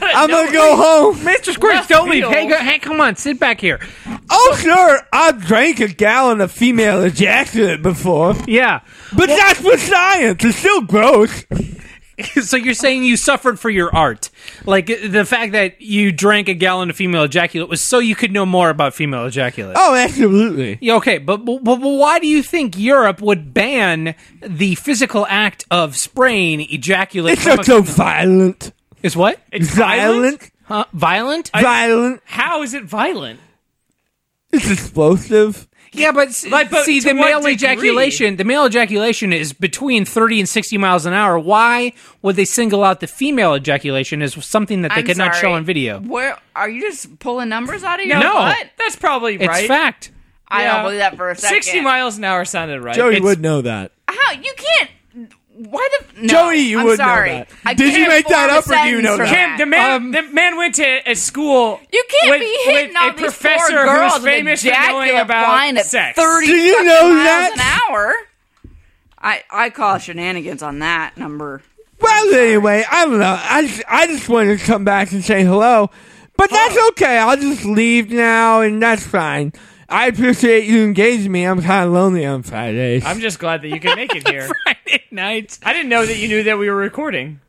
Speaker 5: I'm gonna go home.
Speaker 3: Mr. Squirts, don't leave.
Speaker 4: field.
Speaker 3: Hey, go, hey, come on, sit back here.
Speaker 5: Oh, sure, I've drank a gallon of female ejaculate before,
Speaker 3: Yeah.
Speaker 5: but that's for science. It's still gross.
Speaker 3: so you're saying you suffered for your art. Like the fact that you drank a gallon of female ejaculate was so you could know more about female ejaculate.
Speaker 5: Oh, absolutely.
Speaker 3: Yeah, okay, but, but, but why do you think Europe would ban the physical act of spraying ejaculate?
Speaker 5: It's
Speaker 3: from
Speaker 5: not
Speaker 3: a-
Speaker 5: so violent.
Speaker 3: is what?
Speaker 4: It's
Speaker 5: Violent?
Speaker 4: Uh,
Speaker 3: Huh? Violent?
Speaker 5: Violent.
Speaker 4: How is it violent?
Speaker 5: It's explosive.
Speaker 3: Yeah, but, s-
Speaker 4: Like, but
Speaker 3: see,
Speaker 4: to
Speaker 3: the
Speaker 4: what
Speaker 3: male
Speaker 4: degree?
Speaker 3: ejaculation, the male ejaculation is between thirty and sixty miles an hour. Why would they single out the female ejaculation as something that they
Speaker 2: I'm
Speaker 3: could not show
Speaker 2: sorry.
Speaker 3: on video?
Speaker 2: Where are you just pulling numbers out of your
Speaker 3: No.
Speaker 2: butt?
Speaker 4: That's probably
Speaker 3: It's
Speaker 4: right.
Speaker 3: fact.
Speaker 2: I
Speaker 4: Yeah.
Speaker 2: don't believe that for a second.
Speaker 4: Sixty miles an hour sounded right.
Speaker 7: Joey
Speaker 3: It's-
Speaker 7: would know that.
Speaker 2: How you can't? Why the no,
Speaker 7: Joey, you
Speaker 2: I'm
Speaker 7: would know
Speaker 2: sorry.
Speaker 7: that.
Speaker 2: I
Speaker 7: Did you
Speaker 2: can't
Speaker 7: make that
Speaker 2: form a
Speaker 7: up or do you
Speaker 2: sentence
Speaker 7: know
Speaker 2: from
Speaker 7: that?
Speaker 4: Kim, the man,
Speaker 3: Um,
Speaker 4: the man went to a school.
Speaker 2: You can't
Speaker 4: with,
Speaker 2: be hitting
Speaker 4: with
Speaker 2: all
Speaker 4: a
Speaker 2: these
Speaker 4: professor
Speaker 2: poor girls
Speaker 4: who's famous
Speaker 2: with
Speaker 4: for knowing
Speaker 2: ejaculate wine
Speaker 4: about
Speaker 2: at
Speaker 4: sex.
Speaker 2: thirty
Speaker 7: Do you
Speaker 2: fucking
Speaker 7: know
Speaker 2: miles
Speaker 7: that?
Speaker 2: an hour. I I call shenanigans on that number.
Speaker 7: Well, anyway, I don't know. I just, I just wanted to come back and say hello, but that's okay. I'll just leave now, and that's fine. I appreciate you engaging me. I'm kind of lonely on Fridays.
Speaker 4: I'm just glad that you could make it here.
Speaker 3: Friday night.
Speaker 4: I didn't know that you knew that we were recording.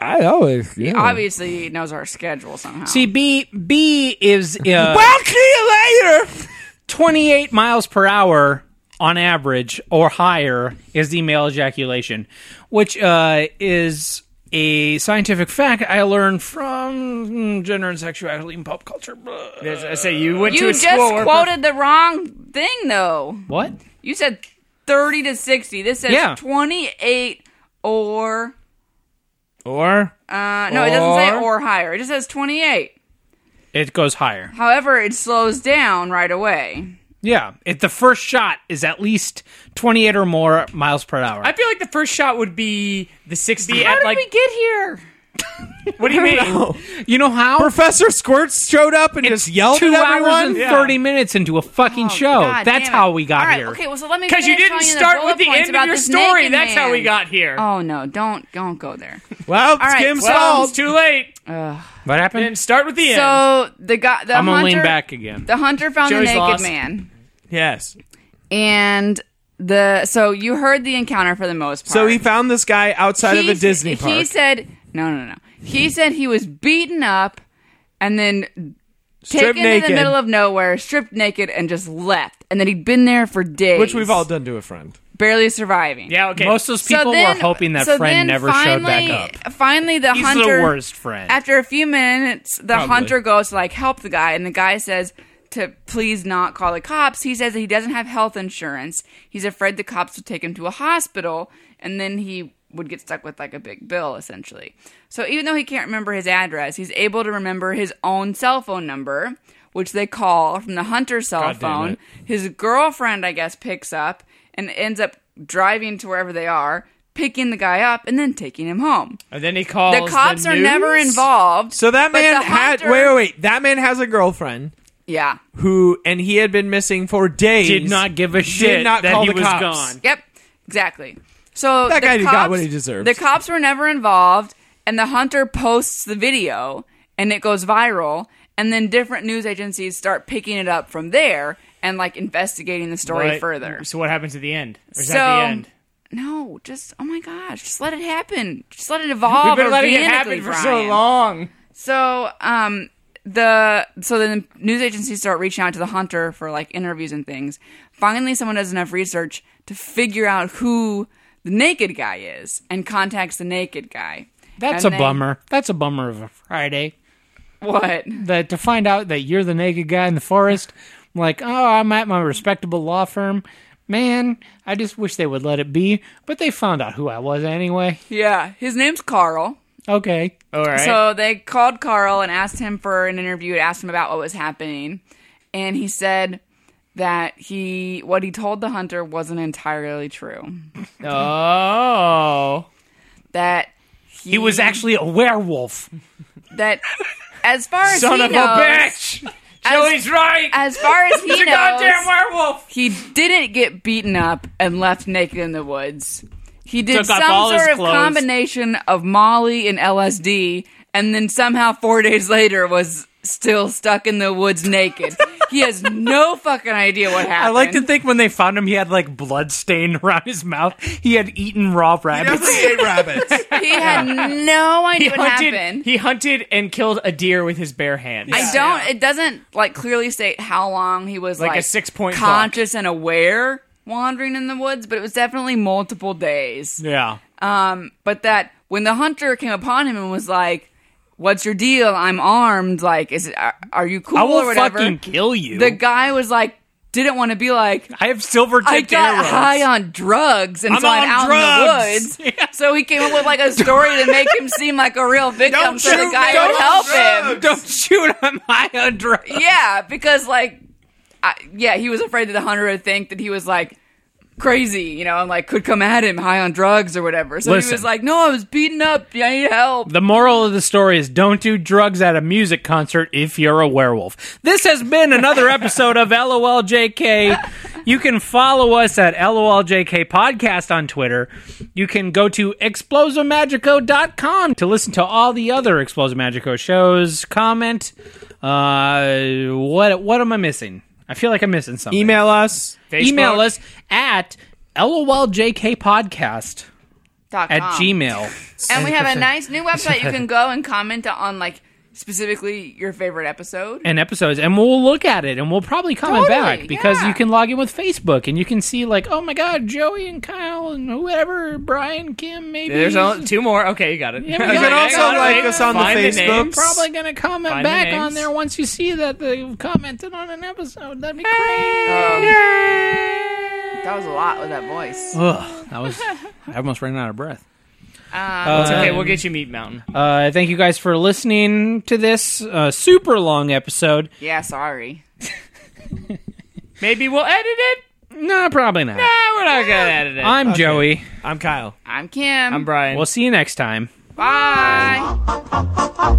Speaker 7: I always do.
Speaker 2: Obviously, he knows our schedule somehow.
Speaker 3: See, B B is uh,
Speaker 7: I'll see you later.
Speaker 3: twenty eight miles per hour on average or higher is the male ejaculation, which uh, is a scientific fact I learned from gender and sexuality and pop culture. Blah.
Speaker 4: As I say you went to
Speaker 2: you
Speaker 4: a
Speaker 2: just
Speaker 4: school. where-
Speaker 2: quoted the wrong thing though.
Speaker 3: What?
Speaker 2: You said thirty to sixty. This says
Speaker 3: Yeah.
Speaker 2: twenty eight or
Speaker 7: Or
Speaker 2: uh, no, it doesn't say or higher. It just says twenty eight.
Speaker 3: It goes higher.
Speaker 2: However, it slows down right away.
Speaker 3: Yeah, it, the first shot is at least 28 or more miles per hour.
Speaker 4: I feel like the first shot would be the sixty.
Speaker 2: How
Speaker 4: at
Speaker 2: did
Speaker 4: like,
Speaker 2: we get here?
Speaker 4: what do you mean?
Speaker 3: you know how?
Speaker 7: Professor Squirts showed up and just yelled
Speaker 3: Two
Speaker 7: at
Speaker 3: hours
Speaker 7: everyone.
Speaker 3: and 30 minutes into a fucking show.
Speaker 2: Oh, God
Speaker 3: That's
Speaker 2: damn it.
Speaker 3: how we got
Speaker 2: All right,
Speaker 3: here.
Speaker 2: Okay, well, so let me
Speaker 4: Because you
Speaker 2: finish
Speaker 4: didn't
Speaker 2: telling
Speaker 4: start
Speaker 2: the
Speaker 4: with the
Speaker 2: bullet points
Speaker 4: end of
Speaker 2: about
Speaker 4: your
Speaker 2: this
Speaker 4: story.
Speaker 2: naked
Speaker 4: That's how we
Speaker 2: man.
Speaker 4: got here.
Speaker 2: Oh no! Don't don't go there.
Speaker 7: Well, it's
Speaker 2: All right,
Speaker 7: Kim's
Speaker 2: well-
Speaker 4: well, it's
Speaker 7: fault.
Speaker 4: too late.
Speaker 3: what happened?
Speaker 4: And start with the end.
Speaker 2: So the guy, the
Speaker 3: I'm going to
Speaker 2: hunter,
Speaker 3: lean back again.
Speaker 2: the hunter found
Speaker 4: Joey's
Speaker 2: the naked
Speaker 4: lost.
Speaker 2: man,
Speaker 7: Yes.
Speaker 2: and the so you heard the encounter for the most part.
Speaker 7: So he found this guy outside of a
Speaker 2: He-
Speaker 7: Disney park.
Speaker 2: He said, "No, no, no." He said he was beaten up and then
Speaker 7: Stripped
Speaker 2: taken to
Speaker 7: naked.
Speaker 2: the middle of nowhere, stripped naked, and just left. And then he'd been there for days,
Speaker 7: which we've all done to a friend.
Speaker 2: barely surviving.
Speaker 4: Yeah, okay.
Speaker 3: Most of those
Speaker 2: so
Speaker 3: people
Speaker 2: then,
Speaker 3: were hoping that
Speaker 2: so then
Speaker 3: friend never
Speaker 2: finally,
Speaker 3: showed back up.
Speaker 2: Finally, the
Speaker 3: He's
Speaker 2: hunter.
Speaker 3: the worst friend.
Speaker 2: After a few minutes, the hunter goes to like help the guy, and the guy says to please not call the cops. He says that he doesn't have health insurance. He's afraid the cops would take him to a hospital, and then he would get stuck with like a big bill essentially. So even though he can't remember his address, he's able to remember his own cell phone number, which they call from the hunter's cell
Speaker 7: damn
Speaker 2: phone.
Speaker 7: it.
Speaker 2: His girlfriend, I guess, picks up and ends up driving to wherever they are, picking the guy up, and then taking him home.
Speaker 4: and then he calls.
Speaker 2: The cops are never
Speaker 4: news.
Speaker 2: involved.
Speaker 7: So that
Speaker 2: but
Speaker 7: man
Speaker 2: the
Speaker 7: had
Speaker 2: hunter-
Speaker 7: wait, wait, wait. That man has a girlfriend
Speaker 2: Yeah.
Speaker 7: who, and he had been missing for days.
Speaker 3: Did not give a shit
Speaker 7: not
Speaker 3: that
Speaker 7: call
Speaker 3: he
Speaker 7: the
Speaker 3: was
Speaker 7: cops.
Speaker 3: gone.
Speaker 2: Yep. Exactly. So
Speaker 7: That
Speaker 2: the
Speaker 7: guy
Speaker 2: cops,
Speaker 7: got what he deserved.
Speaker 2: The cops were never involved, and the hunter posts the video, and it goes viral, and then different news agencies start picking it up from there and like investigating the story
Speaker 4: Right.
Speaker 2: further.
Speaker 7: Mm.
Speaker 4: So what happens at the end? Or is
Speaker 2: So-
Speaker 4: that the end?
Speaker 2: No, just oh my gosh, just let it happen. Just let it evolve.
Speaker 4: We've been letting it
Speaker 2: organically,
Speaker 4: happen for so
Speaker 2: Brian.
Speaker 4: long.
Speaker 2: So, um, the so then the news agencies start reaching out to the hunter for like interviews and things. Finally, someone does enough research to figure out who the naked guy is and contacts the naked guy.
Speaker 3: That's
Speaker 2: And
Speaker 3: a
Speaker 2: they-
Speaker 3: bummer. That's a bummer of a Friday.
Speaker 2: What?
Speaker 3: That to find out that you're the naked guy in the forest, I'm like, oh, I'm at my respectable law firm. Man, I just wish they would let it be, but they found out who I was anyway.
Speaker 2: Yeah, his name's Carl.
Speaker 3: Okay.
Speaker 4: All right.
Speaker 2: So they called Carl and asked him for an interview and asked him about what was happening. And he said that he what he told the hunter wasn't entirely true.
Speaker 4: oh.
Speaker 2: That
Speaker 3: He was actually a werewolf.
Speaker 2: that as far as
Speaker 4: Son
Speaker 2: he
Speaker 4: of
Speaker 2: knows,
Speaker 4: a bitch! Joey's right!
Speaker 2: as far as he
Speaker 4: He's a
Speaker 2: knows,
Speaker 4: goddamn werewolf!
Speaker 2: he didn't get beaten up and left naked in the woods. He did
Speaker 4: Took off
Speaker 2: some
Speaker 4: all his
Speaker 2: sort of
Speaker 4: clothes.
Speaker 2: combination of Molly and LSD, and then somehow four days later was still stuck in the woods naked. he has no fucking idea what happened.
Speaker 3: I like to think when they found him, he had like blood stain around his mouth. He had eaten raw rabbits.
Speaker 7: Hey, rabbits.
Speaker 2: he had no idea what happened.
Speaker 4: he hunted and killed a deer with his bare hands.
Speaker 2: I don't. It doesn't like clearly state how long he was
Speaker 4: Like
Speaker 2: like,
Speaker 4: a six-point clock.
Speaker 2: conscious and aware wandering in the woods, but it was definitely multiple days.
Speaker 3: yeah.
Speaker 2: But that when the hunter came upon him and was like, "What's your deal? I'm armed. Like, is it, are, are you cool
Speaker 3: I
Speaker 2: or
Speaker 3: will
Speaker 2: whatever?"
Speaker 3: fucking kill you.
Speaker 2: the guy was like, didn't want to be like,
Speaker 3: I have silver
Speaker 2: I
Speaker 3: tipped
Speaker 2: got
Speaker 3: arrows.
Speaker 2: high on drugs, and
Speaker 3: I'm
Speaker 2: so I'm
Speaker 3: on
Speaker 2: out
Speaker 3: drugs.
Speaker 2: in the woods. So he came up with like a story to make him seem like a real victim,
Speaker 3: Don't
Speaker 2: so the
Speaker 3: shoot
Speaker 2: guy
Speaker 3: me.
Speaker 2: would help him.
Speaker 3: Don't shoot! I'm high on drugs.
Speaker 2: Yeah, because like, I, yeah, he was afraid that the hunter would think that he was like crazy, you know, and like could come at him high on drugs or whatever. So he
Speaker 3: Listen.
Speaker 2: was like, "No, I was beaten up. I need help."
Speaker 3: The moral of the story is don't do drugs at a music concert if you're a werewolf. This has been another episode of LOLJK. You can follow us at LOLJK Podcast on Twitter. You can go to explosomagico.com to listen to all the other Exploso Magico shows. Comment. Uh, what what am I missing? I feel like I'm missing something.
Speaker 5: Email us.
Speaker 3: Email us at loljkpodcast
Speaker 2: Dot
Speaker 3: at
Speaker 2: com.
Speaker 3: gmail.
Speaker 2: and we have a nice new website. You can go and comment on like specifically your favorite episode.
Speaker 3: and episodes and we'll look at it and we'll probably comment
Speaker 2: Totally,
Speaker 3: back because
Speaker 2: yeah.
Speaker 3: you can log in with Facebook and you can see like oh my god Joey and Kyle and whoever Brian Kim maybe
Speaker 4: There's only two more. Okay, you got it.
Speaker 3: Yeah, we You
Speaker 5: You
Speaker 3: got
Speaker 5: can
Speaker 3: it.
Speaker 5: also
Speaker 3: Hang on,
Speaker 5: like
Speaker 3: hang
Speaker 5: us on the
Speaker 4: Find the
Speaker 5: Facebooks.
Speaker 4: names.
Speaker 3: probably going to comment
Speaker 4: Find the
Speaker 3: back on
Speaker 4: names.
Speaker 3: there once you see that they've commented on an episode that'd be great
Speaker 2: That was a lot with that voice.
Speaker 4: Um,
Speaker 3: Ugh, that was I almost ran out of breath
Speaker 2: Um,
Speaker 4: It's okay. We'll get you Meat Mountain.
Speaker 3: uh, thank you guys for listening to this uh, super long episode
Speaker 2: Yeah, sorry.
Speaker 4: Maybe we'll edit it.
Speaker 3: no probably not
Speaker 4: Ah, we're not gonna edit it.
Speaker 3: I'm Joey
Speaker 5: I'm Kyle.
Speaker 2: I'm Kim.
Speaker 4: I'm Brian.
Speaker 3: we'll see you next time
Speaker 2: Bye.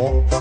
Speaker 1: Oh,